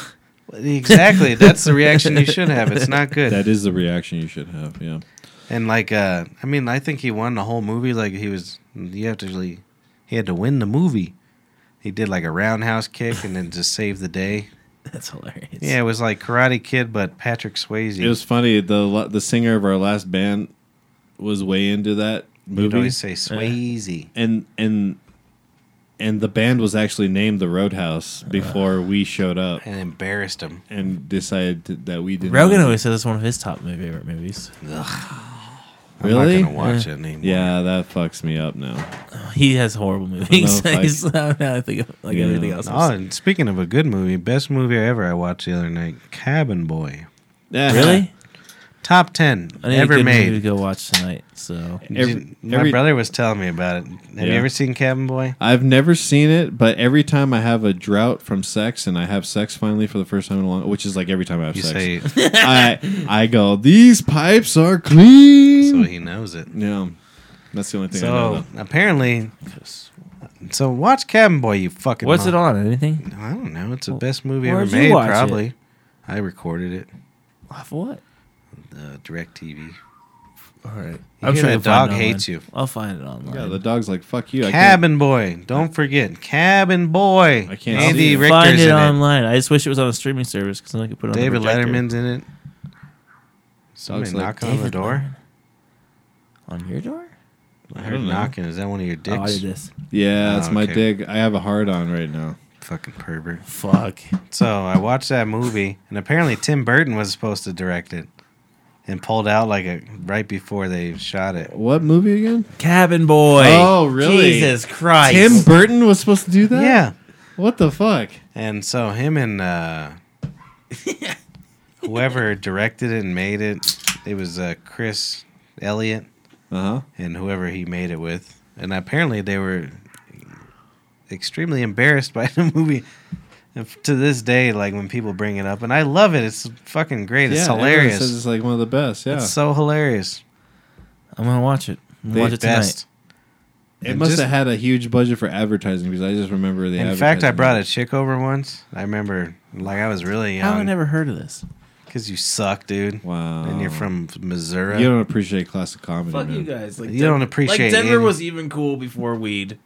Speaker 2: exactly. That's the reaction you should have. It's not good.
Speaker 7: That is the reaction you should have. Yeah.
Speaker 2: And like, uh, I mean, I think he won the whole movie. Like he was, you have to really, he had to win the movie. He did like a roundhouse kick and then just save the day.
Speaker 4: that's hilarious.
Speaker 2: Yeah, it was like Karate Kid, but Patrick Swayze.
Speaker 7: It was funny. The the singer of our last band was way into that
Speaker 2: You'd
Speaker 7: movie,
Speaker 2: always say Swayze.
Speaker 7: and and and the band was actually named the Roadhouse
Speaker 2: Uh.
Speaker 7: before we showed up
Speaker 2: and embarrassed him.
Speaker 7: and decided to- that we didn't.
Speaker 4: Rogan
Speaker 7: like it.
Speaker 4: always says it's one of his top movie favorite movies.
Speaker 7: really.
Speaker 2: I'm not gonna watch it anymore.
Speaker 7: yeah, that fucks me up now.
Speaker 4: He has horrible movies.
Speaker 7: I-
Speaker 4: He's- now I think of like
Speaker 7: Yeah.
Speaker 4: everything else.
Speaker 2: Oh, and speaking of a good movie, best movie I ever I watched the other night, Cabin Boy.
Speaker 4: Really?
Speaker 2: Top ten
Speaker 4: I need a
Speaker 2: ever
Speaker 4: good
Speaker 2: made.
Speaker 4: movie to go watch tonight. So
Speaker 7: Every-
Speaker 2: My
Speaker 7: every-
Speaker 2: brother was telling me about it. Have you
Speaker 7: Yeah.
Speaker 2: ever seen Cabin Boy?
Speaker 7: I've never seen it, but every time I have a drought from sex and I have sex finally for the first time in a long, which is like every time I have
Speaker 2: You
Speaker 7: sex,
Speaker 2: say
Speaker 7: I I go, these pipes are clean.
Speaker 2: so he knows it.
Speaker 7: yeah, that's the only thing I know.
Speaker 2: So
Speaker 7: though.
Speaker 2: apparently, so watch Cabin Boy. You fucking.
Speaker 4: what's it
Speaker 2: mo-
Speaker 4: on? Anything?
Speaker 2: I don't know. It's the best movie
Speaker 4: Where'd
Speaker 2: ever
Speaker 4: you
Speaker 2: made.
Speaker 4: watch it?
Speaker 2: Probably. I recorded it.
Speaker 4: Off what?
Speaker 2: Uh, Direct TV.
Speaker 4: All right.
Speaker 2: I'm sure the dog hates you.
Speaker 4: I'll find it online.
Speaker 7: Yeah, the dog's like, fuck you. I can't-
Speaker 2: Cabin Boy. Don't forget Cabin Boy.
Speaker 7: I can't see
Speaker 2: Andy
Speaker 7: it.
Speaker 2: Richter's
Speaker 4: find it
Speaker 2: in
Speaker 4: online. I just wish it was on a streaming service because then I could put it
Speaker 2: it.
Speaker 4: on. the
Speaker 2: David
Speaker 4: projector.
Speaker 2: Letterman's in it. Somebody
Speaker 7: Dog's like,
Speaker 2: knocking on the
Speaker 4: David
Speaker 2: door.
Speaker 4: on your door.
Speaker 2: I
Speaker 7: I
Speaker 2: heard
Speaker 7: don't know.
Speaker 2: knocking. Is that one of your
Speaker 4: Oh, I
Speaker 2: dicks?
Speaker 4: did this.
Speaker 7: Yeah,
Speaker 2: Oh,
Speaker 7: that's my
Speaker 2: okay.
Speaker 7: dig. I have a hard on right now.
Speaker 2: Fucking pervert.
Speaker 4: Fuck.
Speaker 2: So I watched that movie, and apparently Tim Burton was supposed to direct it, and pulled out like a right before they shot it.
Speaker 7: What movie again?
Speaker 4: Cabin Boy.
Speaker 7: Oh, really?
Speaker 4: Jesus Christ.
Speaker 7: Tim Burton was supposed to do that.
Speaker 2: Yeah.
Speaker 7: What the fuck?
Speaker 2: And so him and uh, whoever directed it and made it, it was uh, Chris Elliott.
Speaker 7: Uh huh.
Speaker 2: and whoever he made it with. And apparently they were extremely embarrassed by the movie. And f- to this day, like when people bring it up, and I love it. It's fucking great. It's hilarious.
Speaker 7: Says it's like one of the best. Yeah.
Speaker 2: It's so hilarious.
Speaker 4: I'm gonna watch it. I'm gonna watch it tonight.
Speaker 2: Best.
Speaker 7: it
Speaker 2: and
Speaker 7: must
Speaker 2: just-
Speaker 7: have had a huge budget for advertising because I just remember the.
Speaker 2: In fact, I
Speaker 7: advertisement.
Speaker 2: brought a chick over once. I remember, like, I was really
Speaker 4: How have I
Speaker 2: young
Speaker 4: never heard of this?
Speaker 2: because you suck, dude.
Speaker 7: Wow.
Speaker 2: And you're from Missouri.
Speaker 7: You don't appreciate classic comedy.
Speaker 4: Fuck
Speaker 7: man.
Speaker 4: you guys. Like
Speaker 2: You don't appreciate
Speaker 4: Like Denver
Speaker 2: any-
Speaker 4: was even cool before weed.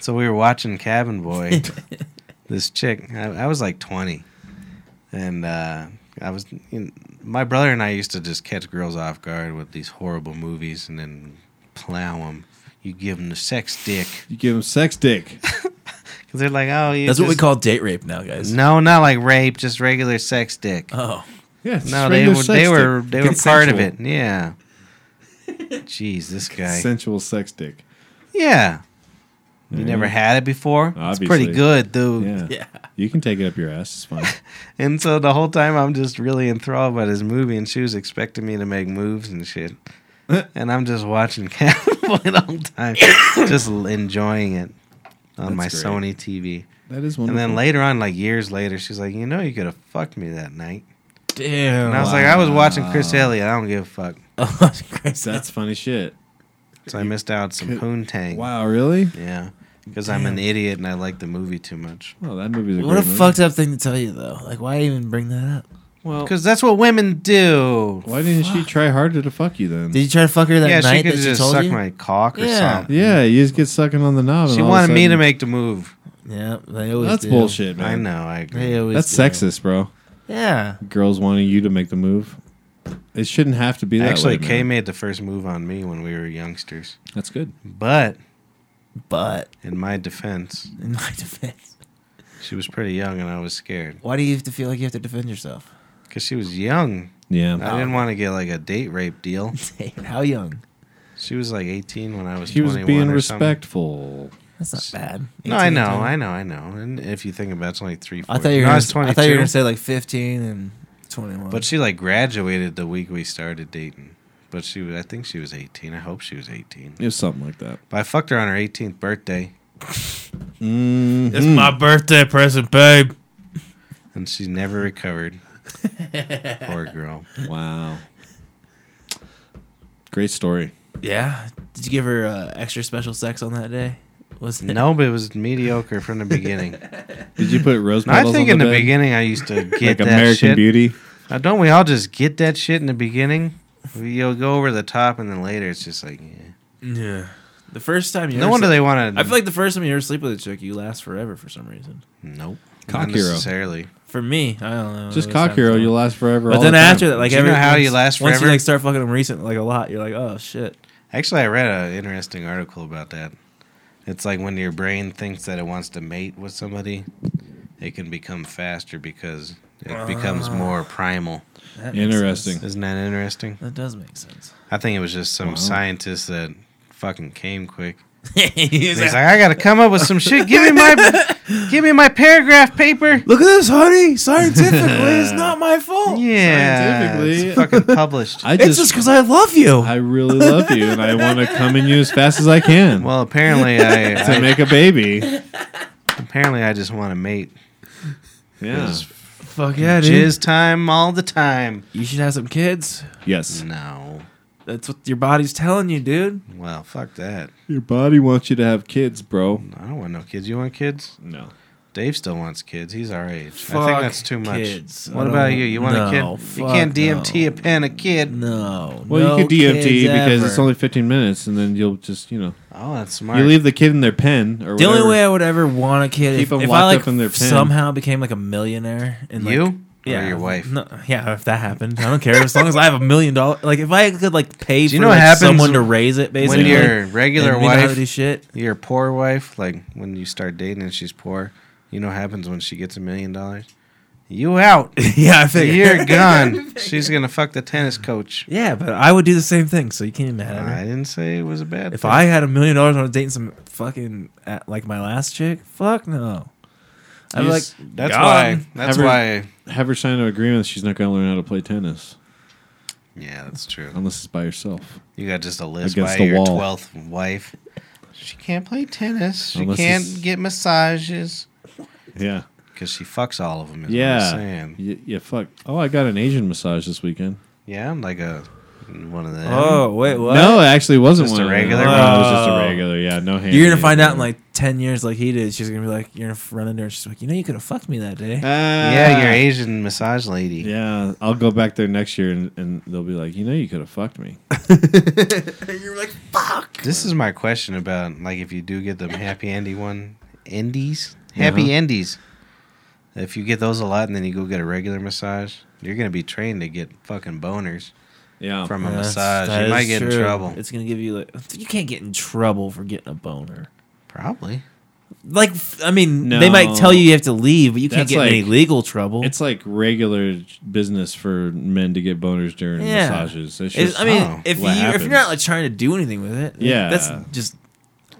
Speaker 2: So we were watching Cabin Boy. this chick, I, I was like 20, and uh, I was. You know, my brother and I used to just catch girls off guard with these horrible movies, and then plow them. You give them the sex dick
Speaker 7: You give him sex dick.
Speaker 2: because they're like, oh, you
Speaker 4: That's what we
Speaker 2: just-
Speaker 4: call date rape now, guys.
Speaker 2: No, not like rape, just regular sex dick.
Speaker 4: Oh,
Speaker 7: Yeah. it's
Speaker 2: no, they
Speaker 7: regular
Speaker 2: were
Speaker 7: sex
Speaker 2: they
Speaker 7: dick.
Speaker 2: were they were part of it.
Speaker 7: Consensual.
Speaker 2: Yeah. Jeez, this guy.
Speaker 7: Sensual sex dick.
Speaker 2: Yeah. You never had it before. It's pretty
Speaker 7: Obviously.
Speaker 2: good, dude.
Speaker 7: Yeah.
Speaker 4: yeah.
Speaker 7: You can take it up your ass. It's fine.
Speaker 2: And so the whole time I'm just really enthralled by this movie, and she was expecting me to make moves and shit. and I'm just watching Cowboy the whole time, just l- enjoying it on my
Speaker 7: That's great. Mm-hmm.
Speaker 2: Sony TV.
Speaker 7: That is
Speaker 2: And
Speaker 7: wonderful.
Speaker 2: then later on, like years later, she's like, "You know, you could have fucked me that night."
Speaker 4: Damn.
Speaker 2: And I was like, "I was watching Chris Elliott. I don't give a fuck."
Speaker 7: That's funny shit.
Speaker 2: So I missed out some poontang.
Speaker 7: Wow, really?
Speaker 2: Yeah, because I'm an idiot and I like the movie too much.
Speaker 7: Well, that movie's a
Speaker 4: what
Speaker 7: great
Speaker 4: a
Speaker 7: movie.
Speaker 4: fucked up thing to tell you though. Like, why even bring that up?
Speaker 7: Well,
Speaker 2: Because that's what women do.
Speaker 7: why didn't she try harder to fuck you then?
Speaker 4: Did you try to fuck her that
Speaker 2: yeah, she
Speaker 4: night
Speaker 2: could
Speaker 4: that she
Speaker 2: just
Speaker 4: told
Speaker 2: suck
Speaker 4: you?
Speaker 2: my cock or
Speaker 4: Yeah.
Speaker 2: something.
Speaker 7: yeah, you just get sucking on the knob.
Speaker 2: She
Speaker 7: and all of a
Speaker 2: wanted me to
Speaker 7: sudden-
Speaker 2: make the move.
Speaker 4: Yeah, they always
Speaker 7: That's
Speaker 4: do.
Speaker 7: bullshit, man.
Speaker 2: I know. I agree.
Speaker 4: They always
Speaker 7: That's
Speaker 4: do.
Speaker 7: sexist, bro.
Speaker 4: Yeah.
Speaker 7: Girls wanting you to make the move. It shouldn't have to be that
Speaker 2: Actually,
Speaker 7: way, man.
Speaker 2: Kay made the first move on me when we were youngsters.
Speaker 7: That's good.
Speaker 2: But
Speaker 4: But
Speaker 2: in my defense,
Speaker 4: in my defense,
Speaker 2: she was pretty young and I was scared
Speaker 4: why do you have to feel like you have to defend yourself?
Speaker 2: because she was young.
Speaker 7: Yeah.
Speaker 2: I didn't want to get like a date rape deal.
Speaker 4: How young?
Speaker 2: She was like 18 when I was
Speaker 7: She was
Speaker 2: 21
Speaker 7: being
Speaker 2: or something.
Speaker 7: respectful.
Speaker 4: That's not bad.
Speaker 2: No, I
Speaker 4: 18,
Speaker 2: know,
Speaker 4: 20.
Speaker 2: I know, I know. And if you think about it, it's only three.
Speaker 4: I thought you
Speaker 2: no, I
Speaker 4: were. Gonna,
Speaker 2: was
Speaker 4: I
Speaker 2: 22.
Speaker 4: thought you were gonna say like fifteen and twenty-one.
Speaker 2: But she like graduated the week we started dating. But she, was, I think she was 18. I hope she was 18.
Speaker 7: It was something like that.
Speaker 2: But I fucked her on her 18th birthday,
Speaker 4: it's
Speaker 2: Mm.
Speaker 7: Mm-hmm.
Speaker 4: my birthday present, babe.
Speaker 2: and she never recovered. Poor girl.
Speaker 7: Wow. Great story.
Speaker 4: Yeah. Did you give her uh, extra special sex on that day? Was it?
Speaker 2: No, but it was mediocre from the beginning.
Speaker 7: Did you put rose
Speaker 2: No, I
Speaker 7: petals
Speaker 2: think in
Speaker 7: on
Speaker 2: the
Speaker 7: the, bed?
Speaker 2: beginning I used to get
Speaker 7: like
Speaker 2: that
Speaker 7: American
Speaker 2: shit.
Speaker 7: Beauty.
Speaker 2: Now, don't we all just get that shit in the beginning? You'll go over the top, and then later it's just like, yeah.
Speaker 4: Yeah. The first time you.
Speaker 2: no
Speaker 4: ever
Speaker 2: wonder
Speaker 4: sleep-
Speaker 2: they want to.
Speaker 4: I feel like the first time you ever sleep with a chick, you last forever for some reason.
Speaker 2: nope,
Speaker 7: Cock
Speaker 2: not
Speaker 7: hero.
Speaker 2: necessarily.
Speaker 4: For me, I don't know.
Speaker 7: Just
Speaker 4: It
Speaker 7: cock
Speaker 4: sounds
Speaker 7: hero,
Speaker 4: dumb.
Speaker 7: you'll last forever.
Speaker 4: But
Speaker 7: all
Speaker 4: then
Speaker 7: the time.
Speaker 4: after that, like
Speaker 2: Do you
Speaker 4: every
Speaker 2: know how you
Speaker 4: once-
Speaker 2: last
Speaker 4: Once you
Speaker 2: forever?
Speaker 4: like start fucking them recent, like a lot, you're like, oh shit.
Speaker 2: Actually, I read an interesting article about that. It's like when your brain thinks that it wants to mate with somebody, it can become faster because it becomes
Speaker 7: Ah.
Speaker 2: more primal.
Speaker 4: That makes
Speaker 7: Interesting.
Speaker 4: sense.
Speaker 2: Isn't that interesting?
Speaker 4: That does make sense.
Speaker 2: I think it was just some scientist that fucking came quick.
Speaker 4: He's
Speaker 2: And he's like, I gotta come up with some shit. Give me my, give me my paragraph paper.
Speaker 4: Look at this, honey. Scientifically, it's not my fault.
Speaker 2: Yeah,
Speaker 7: Scientifically.
Speaker 2: it's fucking published.
Speaker 7: I
Speaker 4: It's
Speaker 7: just,
Speaker 4: just because I love you.
Speaker 7: I really love you, and I want to come in you as fast as I can
Speaker 2: well, apparently I,
Speaker 7: to
Speaker 2: I-
Speaker 7: make a baby.
Speaker 2: apparently I just want to mate.
Speaker 7: Yeah.
Speaker 4: Fuck yeah,
Speaker 2: Jizz time all the time.
Speaker 4: You should have some kids.
Speaker 7: Yes.
Speaker 2: No,
Speaker 4: That's what your body's telling you, dude.
Speaker 2: well, fuck that.
Speaker 7: Your body wants you to have kids, bro.
Speaker 2: I don't want no kids. You want kids?
Speaker 7: No.
Speaker 2: Dave still wants kids. He's our age. I think that's too much.
Speaker 4: kids. I
Speaker 2: What about
Speaker 4: don't-
Speaker 2: you? You want a kid?
Speaker 4: no,
Speaker 2: you can't
Speaker 4: fuck
Speaker 2: DMT a pen a kid.
Speaker 4: No.
Speaker 7: Well,
Speaker 4: no
Speaker 7: you could DMT
Speaker 4: kids
Speaker 7: because
Speaker 4: ever.
Speaker 7: it's only 15 minutes, and then you'll just, you know,
Speaker 2: Oh, that's smart.
Speaker 7: you leave the kid in their pen or
Speaker 4: The
Speaker 7: whatever.
Speaker 4: only way I would ever want a kid
Speaker 7: Keep
Speaker 4: if,
Speaker 7: 'em
Speaker 4: if
Speaker 7: locked
Speaker 4: I like
Speaker 7: up in their pen.
Speaker 4: somehow became like a millionaire and like,
Speaker 2: you
Speaker 4: yeah,
Speaker 2: or your wife?
Speaker 4: No, yeah, if that happened, I don't care. As long as I have a million dollars, like if I could like pay
Speaker 2: Do
Speaker 4: for
Speaker 2: you know what
Speaker 4: like,
Speaker 2: happens
Speaker 4: someone to raise
Speaker 2: When
Speaker 4: it, basically,
Speaker 2: your
Speaker 4: and
Speaker 2: regular
Speaker 4: we know how to
Speaker 2: wife,
Speaker 4: do shit.
Speaker 2: your poor wife, like when you start dating and she's poor, you know what happens when she gets a million dollars? You out.
Speaker 4: yeah, I figured.
Speaker 2: You're gone. she's gonna fuck the tennis coach.
Speaker 4: Yeah, but I would do the same thing, so you can't be mad at
Speaker 2: I
Speaker 4: me.
Speaker 2: didn't say it was a bad
Speaker 4: If
Speaker 2: thing.
Speaker 4: I had a million dollars, I was dating some fucking uh, like my last chick. Fuck no. I'm
Speaker 7: You
Speaker 4: like,
Speaker 7: s-
Speaker 2: that's
Speaker 4: gone.
Speaker 2: why. That's
Speaker 7: Ever-
Speaker 2: why.
Speaker 7: Have her sign an agreement that she's not going to learn how to play tennis.
Speaker 2: Yeah, that's true.
Speaker 7: unless it's by yourself.
Speaker 2: You got just a list
Speaker 7: Against
Speaker 2: by
Speaker 7: the
Speaker 2: your
Speaker 7: wall.
Speaker 2: 12th wife. She can't play tennis. She
Speaker 7: Unless
Speaker 2: can't
Speaker 7: it's-
Speaker 2: get massages.
Speaker 7: Yeah.
Speaker 2: Because she fucks all of them, is yeah. what I'm
Speaker 7: Yeah.
Speaker 2: saying.
Speaker 7: Y- yeah. Fuck. Oh, I got an Asian massage this weekend.
Speaker 2: Yeah, I'm like a one of them.
Speaker 4: Oh wait, what?
Speaker 7: No, it actually wasn't
Speaker 2: Just
Speaker 7: one
Speaker 2: a
Speaker 7: of them.
Speaker 2: regular
Speaker 7: No,
Speaker 2: one?
Speaker 7: it was just a regular. Yeah. No hand.
Speaker 4: Oh. You're gonna find out in like ten years, like he did. She's gonna be like, you're gonna run into her. She's like, you know, you could have fucked me that day.
Speaker 2: Yeah, you're Asian massage lady.
Speaker 7: Ah. Yeah, I'll go back there next year and, and they'll be like, you know, you could have fucked me.
Speaker 2: This is my question about like if you do get the happy endy one endies, happy endies. If you get those a lot and then you go get a regular massage, you're gonna be trained to get fucking boners
Speaker 7: Yeah.
Speaker 2: from a
Speaker 4: Yes,
Speaker 2: massage.
Speaker 4: that
Speaker 2: You might
Speaker 4: is
Speaker 2: get in
Speaker 4: true.
Speaker 2: trouble.
Speaker 4: It's gonna give you like you can't get in trouble for getting a boner.
Speaker 2: Probably.
Speaker 4: Like f- I mean,
Speaker 7: No.
Speaker 4: they might tell you you have to leave, but you can't
Speaker 7: That's
Speaker 4: get in any
Speaker 7: like-
Speaker 4: legal trouble.
Speaker 7: it's like regular business for men to get boners during
Speaker 4: Yeah.
Speaker 7: massages. It's
Speaker 4: It's-
Speaker 7: just,
Speaker 4: I mean,
Speaker 2: oh,
Speaker 4: if you
Speaker 7: what
Speaker 4: if you're not
Speaker 7: happens.
Speaker 4: like trying to do anything with it,
Speaker 7: Yeah.
Speaker 4: that's just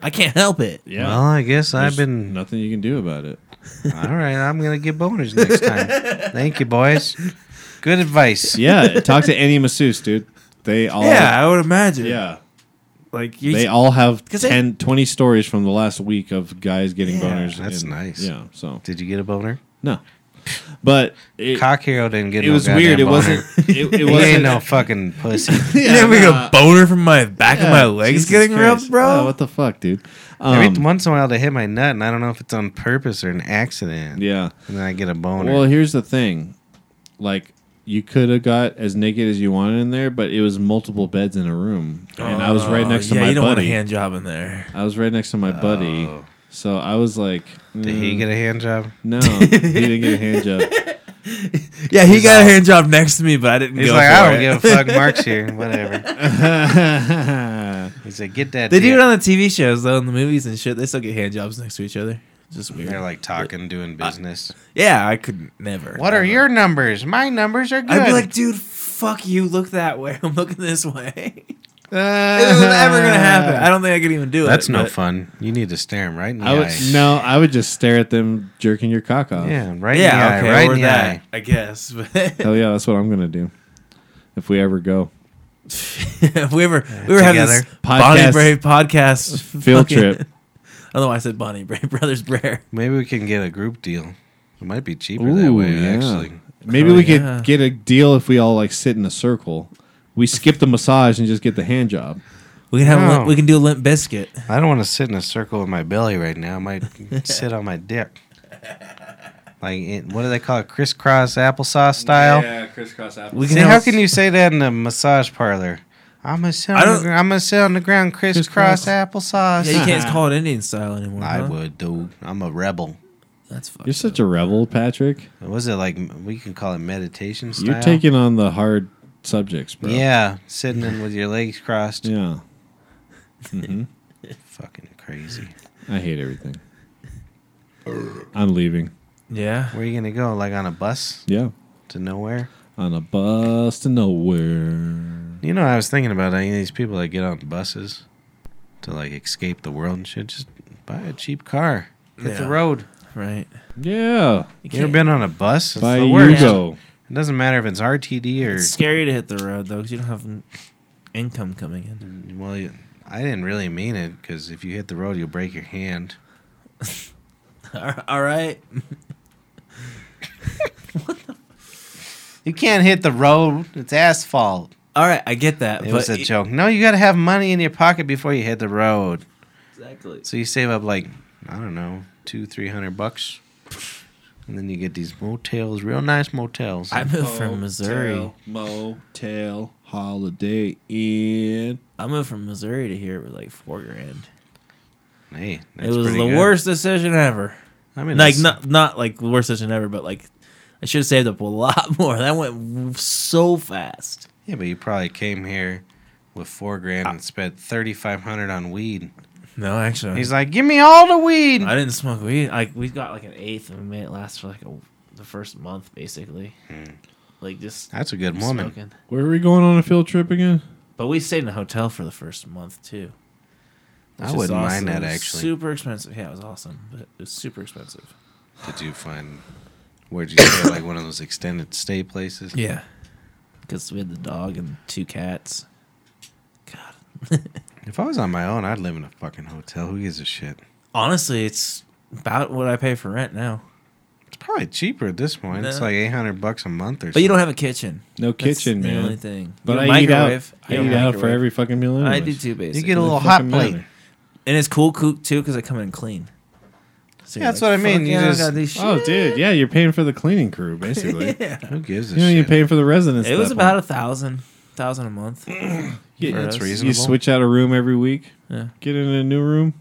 Speaker 4: I can't help it.
Speaker 7: yeah.
Speaker 2: Well, I guess I've
Speaker 7: there's
Speaker 2: been
Speaker 7: nothing you can do about it.
Speaker 2: all right. I'm gonna get boners next time. Thank you, boys. Good advice.
Speaker 7: Yeah, talk to any masseuse, dude. They all
Speaker 4: I would imagine.
Speaker 7: yeah.
Speaker 4: like you.
Speaker 7: They all have
Speaker 4: 'Cause they-
Speaker 7: 10, 20 stories from the last week of guys getting
Speaker 4: Yeah,
Speaker 7: boners.
Speaker 2: that's
Speaker 7: and-
Speaker 2: nice.
Speaker 7: Yeah, so
Speaker 2: Did you get a boner?
Speaker 7: no, but it,
Speaker 2: Cock hero didn't get.
Speaker 7: it
Speaker 2: no
Speaker 7: was
Speaker 2: goddamn
Speaker 7: weird. It
Speaker 2: boner.
Speaker 7: wasn't. It, it
Speaker 2: He
Speaker 7: wasn't
Speaker 2: ain't no fucking pussy.
Speaker 4: you never get a boner from my back of my
Speaker 7: Yeah,
Speaker 4: legs
Speaker 7: Jesus
Speaker 4: getting rubbed,
Speaker 7: Christ.
Speaker 4: bro.
Speaker 7: Oh, what the fuck, dude?
Speaker 2: Every
Speaker 7: Um,
Speaker 2: once in a while, they hit my nut, and I don't know if it's on purpose or an accident.
Speaker 7: yeah.
Speaker 2: and then I get a boner.
Speaker 7: Well, here's the thing. Like, you could have got as naked as you wanted in there, but it was multiple beds in a room, and I was right
Speaker 4: Oh,
Speaker 7: next to
Speaker 4: yeah,
Speaker 7: my
Speaker 4: you don't want a
Speaker 7: buddy.
Speaker 4: hand job in there.
Speaker 7: I was right next to my buddy, so I was like,
Speaker 2: Oh. Did he
Speaker 7: mm,
Speaker 2: get a hand job?
Speaker 7: No, he didn't get a hand job.
Speaker 4: Yeah, he got a hand job next to me, but I didn't.
Speaker 2: He's
Speaker 4: go
Speaker 2: like,
Speaker 4: for
Speaker 2: I don't
Speaker 4: it.
Speaker 2: give a fuck. Mark's here. Whatever. He said, get that.
Speaker 4: They do
Speaker 2: dick."
Speaker 4: it on the TV shows though, in the movies and shit. They still get hand jobs next to each other. Just weird.
Speaker 2: They're like talking, doing business.
Speaker 4: yeah, I could never.
Speaker 2: What are your numbers? My numbers are good.
Speaker 4: I'd be like, dude, fuck you. Look that way. I'm looking this way. It was never gonna happen. I don't think I could even do
Speaker 2: that's
Speaker 4: it.
Speaker 2: no
Speaker 4: but-
Speaker 2: fun. You need to stare him right in the
Speaker 7: I would
Speaker 2: eye.
Speaker 7: no, I would just stare at them jerking your cock off.
Speaker 2: Yeah, right
Speaker 4: Yeah,
Speaker 2: in the
Speaker 4: okay,
Speaker 2: eye. Right
Speaker 4: or
Speaker 2: in the
Speaker 4: that,
Speaker 2: eye.
Speaker 4: I guess. But
Speaker 7: Hell yeah, that's what I'm gonna do. If we ever go
Speaker 4: we were we were having this
Speaker 2: Together.
Speaker 7: Podcast.
Speaker 4: Bonnie Bray podcast
Speaker 7: field
Speaker 4: fucking-
Speaker 7: trip,
Speaker 4: I don't know why I said Bonnie Bray Brothers Bray.
Speaker 2: Maybe we can get a group deal. It might be cheaper that way, actually.
Speaker 7: Maybe
Speaker 4: Oh,
Speaker 7: we
Speaker 4: yeah.
Speaker 7: could get a deal if we all like sit in a circle. We skip the massage and just get the hand job.
Speaker 4: We can have
Speaker 2: No.
Speaker 4: limp, we can do a limp biscuit.
Speaker 2: I don't want to sit in a circle with my belly right now. I might sit on my dick. Like, in, what do they call it? Crisscross applesauce style?
Speaker 7: crisscross apple.
Speaker 4: We
Speaker 2: See,
Speaker 4: have
Speaker 2: how
Speaker 4: a-
Speaker 2: can you say that in a massage parlor? I'm gonna sit.
Speaker 4: I
Speaker 2: On the,
Speaker 4: don't-
Speaker 2: gr- I'm gonna sit on the ground, crisscross applesauce.
Speaker 4: Yeah, you can't call it Indian style anymore.
Speaker 2: I
Speaker 4: huh?
Speaker 2: would, dude. I'm a rebel.
Speaker 4: That's fucked.
Speaker 7: You're such a rebel, Patrick.
Speaker 2: Was it like we can call it meditation style?
Speaker 7: You're taking on the hard subjects, bro.
Speaker 2: Yeah, sitting in with your legs crossed.
Speaker 7: Yeah. Mm-hmm.
Speaker 2: Fucking crazy.
Speaker 7: I hate everything. I'm leaving.
Speaker 4: yeah.
Speaker 2: Where are you gonna go? Like on a bus
Speaker 7: Yeah.
Speaker 2: to nowhere?
Speaker 7: On a bus to nowhere.
Speaker 2: You know, I was thinking about any of these people that get on buses to like escape the world and shit. Just buy a cheap car. Hit
Speaker 4: Yeah.
Speaker 2: the road.
Speaker 4: Right.
Speaker 7: Yeah.
Speaker 2: You ever been on a bus? It's
Speaker 7: By
Speaker 2: the worst.
Speaker 7: Yugo.
Speaker 2: It doesn't matter if it's RTD or
Speaker 4: It's scary to hit the road though, because you don't have n- income coming in.
Speaker 2: Well, you- I didn't really mean it because if you hit the road, you'll break your hand.
Speaker 4: All right.
Speaker 2: You can't hit the road; it's asphalt.
Speaker 4: All right. I get that.
Speaker 2: It
Speaker 4: but
Speaker 2: was a joke. No, you got to have money in your pocket before you hit the road,
Speaker 4: Exactly.
Speaker 2: so you save up like I don't know, two, three hundred bucks, and then you get these motels, real nice motels.
Speaker 4: I moved from Missouri.
Speaker 7: Motel Holiday Inn.
Speaker 4: I moved from Missouri to here with like four grand.
Speaker 2: hey,
Speaker 4: it was the
Speaker 2: pretty good.
Speaker 4: worst decision ever.
Speaker 2: I mean,
Speaker 4: like
Speaker 2: that's-
Speaker 4: not not like the worst decision ever, but like I should have saved up a lot more. That went w- so fast.
Speaker 2: Yeah, but you probably came here with four grand and spent thirty five hundred on weed.
Speaker 4: No, actually,
Speaker 2: He's like, "Give me all the weed."
Speaker 4: I didn't smoke weed. Like we got like an eighth, and we made it last for like a, the first month, basically. Like just
Speaker 2: Hmm. That's a good woman.
Speaker 4: smoking.
Speaker 7: Where are we going on a field trip again?
Speaker 4: But we stayed in a hotel for the first month too.
Speaker 2: I
Speaker 4: which is
Speaker 2: wouldn't
Speaker 4: awesome.
Speaker 2: mind that
Speaker 4: It was
Speaker 2: actually.
Speaker 4: Super expensive. Yeah, it was awesome, but it was super expensive.
Speaker 2: Did you find where'd you stay? like one of those extended stay places?
Speaker 4: Yeah. because we had the dog and two cats. God,
Speaker 2: If I was on my own, I'd live in a fucking hotel. Who gives a shit?
Speaker 4: honestly, it's about what I pay for rent now.
Speaker 2: It's probably cheaper at this point. It's
Speaker 4: No.
Speaker 2: like eight hundred bucks a month or.
Speaker 4: But you don't
Speaker 2: something.
Speaker 4: have a kitchen.
Speaker 7: No
Speaker 4: That's
Speaker 7: kitchen,
Speaker 4: the
Speaker 7: man.
Speaker 4: Only thing.
Speaker 7: But
Speaker 4: You
Speaker 7: I
Speaker 4: have a
Speaker 7: eat out.
Speaker 4: microwave.
Speaker 7: I
Speaker 4: You have
Speaker 7: eat
Speaker 4: a
Speaker 7: out for
Speaker 4: microwave.
Speaker 7: every fucking meal. Anyways.
Speaker 4: I do too, basically.
Speaker 2: You get a little
Speaker 7: Doesn't
Speaker 2: hot
Speaker 7: fucking
Speaker 2: plate.
Speaker 7: matter.
Speaker 4: and it's cool cook too because I come in clean. So
Speaker 2: Yeah,
Speaker 4: you're
Speaker 2: that's what I mean.
Speaker 4: "Fuck
Speaker 2: You
Speaker 4: yeah, I
Speaker 2: just-
Speaker 4: got this
Speaker 7: Oh,
Speaker 4: shit."
Speaker 7: dude, yeah, you're paying for the cleaning crew basically.
Speaker 4: yeah.
Speaker 2: Who gives a
Speaker 7: You know, you're
Speaker 2: shit?
Speaker 7: paying for the residence.
Speaker 4: It was about a thousand, thousand a month.
Speaker 7: a,
Speaker 2: for us.
Speaker 7: You
Speaker 2: reasonable.
Speaker 7: switch out a room every week.
Speaker 4: Yeah.
Speaker 7: Get in a new room.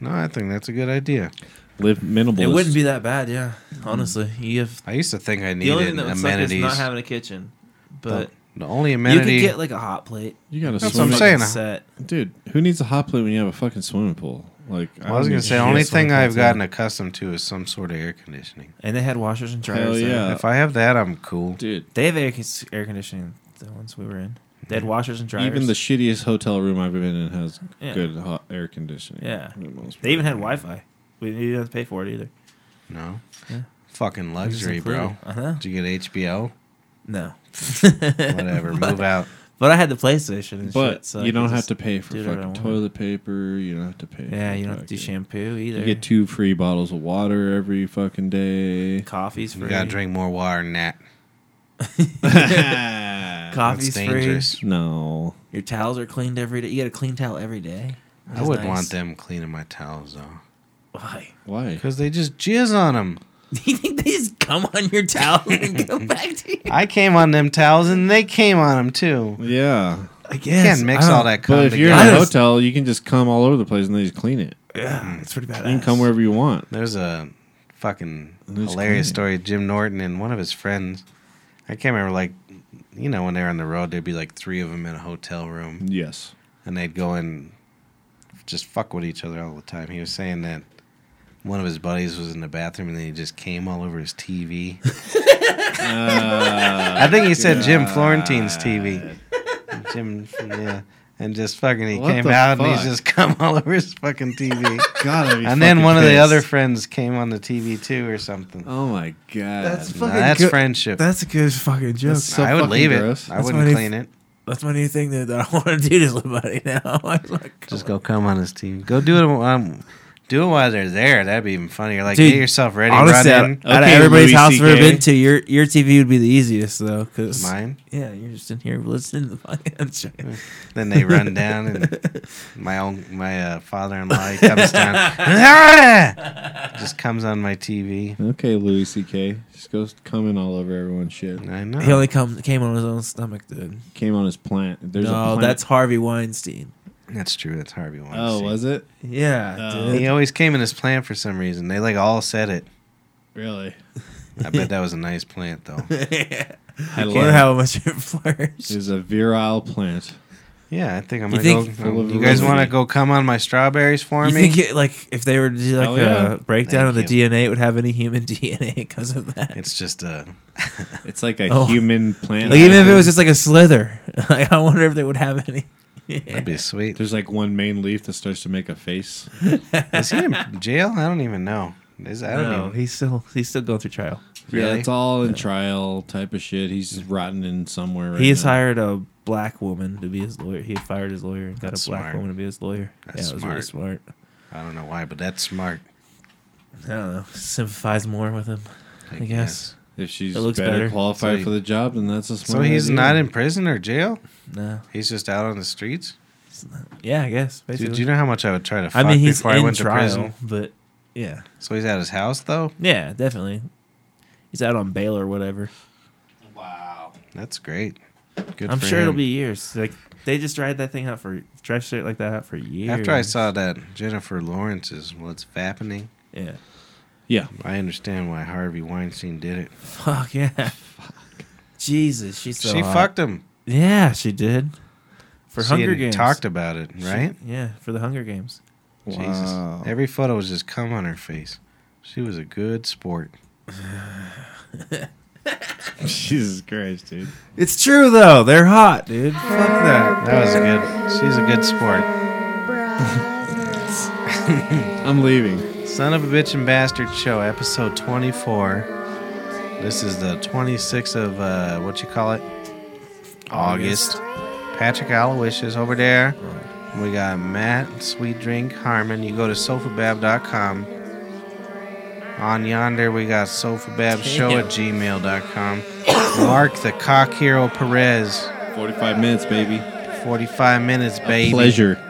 Speaker 2: no, I think that's a good idea.
Speaker 7: Live minimalist.
Speaker 4: It wouldn't be that bad, yeah. Honestly, you have
Speaker 2: I used to think I
Speaker 4: the
Speaker 2: needed
Speaker 4: only thing that would suck is
Speaker 2: amenities.
Speaker 4: not having a kitchen, but
Speaker 2: the, the only
Speaker 4: you could
Speaker 2: amenity.
Speaker 4: get like a hot plate.
Speaker 7: You got a
Speaker 2: That's
Speaker 4: Some
Speaker 2: what I'm
Speaker 7: swimming
Speaker 4: fucking
Speaker 2: saying.
Speaker 4: Set.
Speaker 7: Dude, who needs a hot plate when you have a fucking swimming pool? Like
Speaker 2: Well, I was gonna
Speaker 7: don't need
Speaker 2: say
Speaker 7: shit
Speaker 2: the only
Speaker 7: at swimming
Speaker 2: thing I've
Speaker 7: pools.
Speaker 2: gotten accustomed to is some sort of air conditioning.
Speaker 4: And they had washers and dryers.
Speaker 7: Hell
Speaker 4: there.
Speaker 7: yeah. Uh,
Speaker 2: if I have that, I'm cool.
Speaker 7: Dude,
Speaker 4: They have air, con- air conditioning, the ones we were in. They
Speaker 2: Mm-hmm.
Speaker 4: had washers and dryers.
Speaker 7: even the shittiest hotel room I've been in has
Speaker 4: Yeah.
Speaker 7: good hot air conditioning.
Speaker 4: Yeah.
Speaker 7: For the most
Speaker 4: they even had
Speaker 7: part.
Speaker 4: Wi Fi. We didn't have to pay for it either.
Speaker 2: No,
Speaker 4: Yeah.
Speaker 2: fucking
Speaker 4: It was
Speaker 2: luxury, bro.
Speaker 4: included. Uh-huh.
Speaker 2: Did you get HBO?
Speaker 4: No.
Speaker 2: Whatever. Move out.
Speaker 4: But I had the PlayStation and
Speaker 7: But
Speaker 4: shit. So I
Speaker 7: you
Speaker 4: could
Speaker 7: don't have
Speaker 4: just-
Speaker 7: to pay for
Speaker 4: do whatever I
Speaker 7: fucking
Speaker 4: want.
Speaker 7: toilet paper. You don't have to pay.
Speaker 4: Yeah,
Speaker 7: for
Speaker 4: you don't have to do
Speaker 7: fucking-
Speaker 4: shampoo either.
Speaker 7: You get two free bottles of water every fucking day.
Speaker 4: Coffee's free.
Speaker 2: You gotta drink more water than that.
Speaker 4: Coffee's
Speaker 2: That's
Speaker 4: free.
Speaker 2: dangerous.
Speaker 7: No.
Speaker 4: Your towels are cleaned every day. You got a clean towel every day. which
Speaker 2: I
Speaker 4: is
Speaker 2: would
Speaker 4: nice.
Speaker 2: want them cleaning my towels though,
Speaker 4: Why?
Speaker 7: Why?
Speaker 2: because they just jizz on them.
Speaker 4: Do you think they just come on your towel and go back to you?
Speaker 2: I came on them towels and they came on them too.
Speaker 7: Yeah.
Speaker 4: I
Speaker 2: You
Speaker 4: guess.
Speaker 2: can't mix all that. cum
Speaker 7: But if you're in
Speaker 2: together.
Speaker 7: a
Speaker 4: I was-
Speaker 7: hotel, you can just come all over the place and they just clean it.
Speaker 4: Yeah, it's pretty bad.
Speaker 7: You can come wherever you want.
Speaker 2: There's a fucking
Speaker 7: Who's
Speaker 2: hilarious
Speaker 7: cleaning?
Speaker 2: story. Jim Norton and one of his friends. I can't remember. Like, you know, when they were on the road, there'd be like three of them in a hotel room,
Speaker 7: Yes.
Speaker 2: and they'd go and just fuck with each other all the time. He was saying that one of his buddies was in the bathroom, and then he just came all over his TV.
Speaker 7: Uh,
Speaker 2: I think he said Jim Florentine's TV. Jim, yeah. And just fucking, he
Speaker 7: What
Speaker 2: came
Speaker 7: the
Speaker 2: out and
Speaker 7: fuck?
Speaker 2: he's just come all over his fucking TV.
Speaker 7: God, I'd be
Speaker 2: and then
Speaker 7: fucking
Speaker 2: one of the
Speaker 7: pissed.
Speaker 2: other friends came on the TV too or something.
Speaker 7: Oh my god.
Speaker 4: That's
Speaker 2: Now
Speaker 4: fucking
Speaker 2: that's
Speaker 4: good-
Speaker 2: friendship.
Speaker 4: That's a good fucking joke.
Speaker 7: That's
Speaker 4: That's,
Speaker 7: so
Speaker 2: I would
Speaker 7: fucking
Speaker 2: leave
Speaker 7: gross.
Speaker 2: it. I
Speaker 4: That's
Speaker 2: wouldn't
Speaker 4: funny.
Speaker 2: clean it.
Speaker 4: my new thing that, that I want to do to somebody now. I'm like,
Speaker 2: Just go come on his TV. Go do it. Um, do it while they're there. That'd be even funnier. Like
Speaker 4: Dude,
Speaker 2: get yourself ready.
Speaker 4: honestly, out,
Speaker 2: run
Speaker 4: of-
Speaker 2: in.
Speaker 4: out of
Speaker 7: Okay,
Speaker 4: everybody's
Speaker 7: Louis
Speaker 4: house I've ever
Speaker 7: CK.
Speaker 4: been to, your your TV would be the easiest though, because
Speaker 2: Mine.
Speaker 4: yeah, you're just in here listening to the podcast.
Speaker 2: Then they run down, and my own my uh, father-in-law he comes down. just comes on my TV.
Speaker 7: Okay, Louis C.K. Just goes coming all over everyone's shit.
Speaker 2: I know.
Speaker 4: He only come, came on his own stomach, dude.
Speaker 7: Came on his plant. There's a
Speaker 4: no,
Speaker 7: plant.
Speaker 4: that's Harvey Weinstein.
Speaker 2: That's true. That's Harvey Weinstein.
Speaker 7: Oh, was it?
Speaker 4: Yeah,
Speaker 7: No.
Speaker 4: dude.
Speaker 2: He always came in his plant for some reason. They like all said it.
Speaker 7: Really?
Speaker 2: I bet that was a nice plant though.
Speaker 7: I
Speaker 4: I
Speaker 7: love
Speaker 4: wonder
Speaker 7: it.
Speaker 4: how much it flourished.
Speaker 7: It's a virile plant.
Speaker 2: Yeah, I think I'm
Speaker 4: You
Speaker 2: gonna
Speaker 4: think-
Speaker 2: go.
Speaker 7: Full of
Speaker 2: you guys
Speaker 7: aridity.
Speaker 2: want to go come on my strawberries for
Speaker 4: You
Speaker 2: me?
Speaker 4: think it, like if they were to do
Speaker 2: Oh,
Speaker 7: Hell
Speaker 4: like a
Speaker 7: yeah.
Speaker 4: breakdown
Speaker 2: Thank
Speaker 4: of the DNA, it would have any human DNA because of that?
Speaker 2: it's just uh, a.
Speaker 7: It's like a
Speaker 4: Oh.
Speaker 7: human plant.
Speaker 4: like even if it was just like a slither, like, I wonder if they would have any.
Speaker 2: That'd be sweet.
Speaker 7: There's like one main leaf that starts to make a face.
Speaker 2: Is he in jail? I don't even know. Is I don't
Speaker 4: No,
Speaker 2: even.
Speaker 4: he's still he's still going through trial.
Speaker 7: Yeah,
Speaker 2: Really?
Speaker 7: it's all in trial type of shit. He's just rotting in somewhere. Right
Speaker 4: He has
Speaker 7: now.
Speaker 4: hired a black woman to be his lawyer. He fired his lawyer and got
Speaker 2: That's
Speaker 4: a black
Speaker 2: smart.
Speaker 4: woman to be his lawyer.
Speaker 2: That's
Speaker 4: yeah, it was really smart.
Speaker 2: I don't know why, but that's smart.
Speaker 4: I don't know. Sympathize more with him, I, guess.
Speaker 7: If she's
Speaker 4: It looks
Speaker 7: better,
Speaker 4: better.
Speaker 7: qualified
Speaker 2: So he-
Speaker 7: for the job, then that's a smart.
Speaker 2: So he's
Speaker 7: idea.
Speaker 2: not in prison or jail.
Speaker 4: No.
Speaker 2: He's just out on the streets.
Speaker 4: Yeah, I guess. Basically.
Speaker 2: Dude, do you know how much I would try to fuck
Speaker 4: I mean, he's
Speaker 2: before I
Speaker 4: in
Speaker 2: went
Speaker 4: trial,
Speaker 2: to prison?
Speaker 4: but yeah,
Speaker 2: So he's at his house though.
Speaker 4: yeah, definitely. He's out on bail or whatever.
Speaker 8: Wow.
Speaker 2: That's great. Good.
Speaker 4: I'm
Speaker 2: for
Speaker 4: sure it'll
Speaker 2: him.
Speaker 4: be years. Like they just dried that thing out for drive shit like that out for years.
Speaker 2: After I saw that Jennifer Lawrence's "What's Happening,"
Speaker 4: yeah,
Speaker 7: Yeah.
Speaker 2: I understand why Harvey Weinstein did it.
Speaker 4: fuck yeah, Jesus, she's so
Speaker 2: she
Speaker 4: hot.
Speaker 2: fucked him.
Speaker 4: Yeah, she did. For
Speaker 2: She
Speaker 4: Hunger
Speaker 2: had
Speaker 4: Games,
Speaker 2: talked about it,
Speaker 4: She-
Speaker 2: right?
Speaker 4: yeah, for the Hunger Games.
Speaker 7: Wow.
Speaker 2: Every photo was just cum on her face. She was a good sport.
Speaker 7: Jesus Christ, dude.
Speaker 4: It's true though. They're hot, dude. Fuck that.
Speaker 2: That was good. She's a good sport.
Speaker 7: I'm leaving.
Speaker 2: Son of a bitch and bastard show, episode 24. This is the 26th of uh, what you call it? August. Patrick Aloysius is over there. We got Matt, Sweet Drink, Harmon. You go to sofabab.com. On yonder, we got sofababshow at gmail.com. Mark the Cock Hero Perez.
Speaker 7: 45 minutes, baby.
Speaker 2: 45 minutes, baby.
Speaker 7: Pleasure.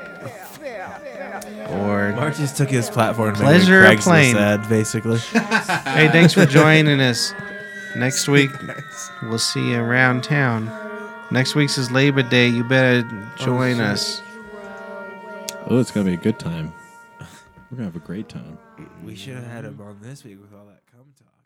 Speaker 2: Or
Speaker 4: Mark just took his platform. and made
Speaker 2: Pleasure
Speaker 4: it a Craigslist
Speaker 2: plane.
Speaker 4: ad, basically.
Speaker 2: Hey, thanks for joining us. Next week, we'll see you around town. Next week's is Labor Day. You better join us.
Speaker 7: Oh, it's going to be a good time. We're going to have a great time.
Speaker 4: we should have had him on this week with all that cum talk.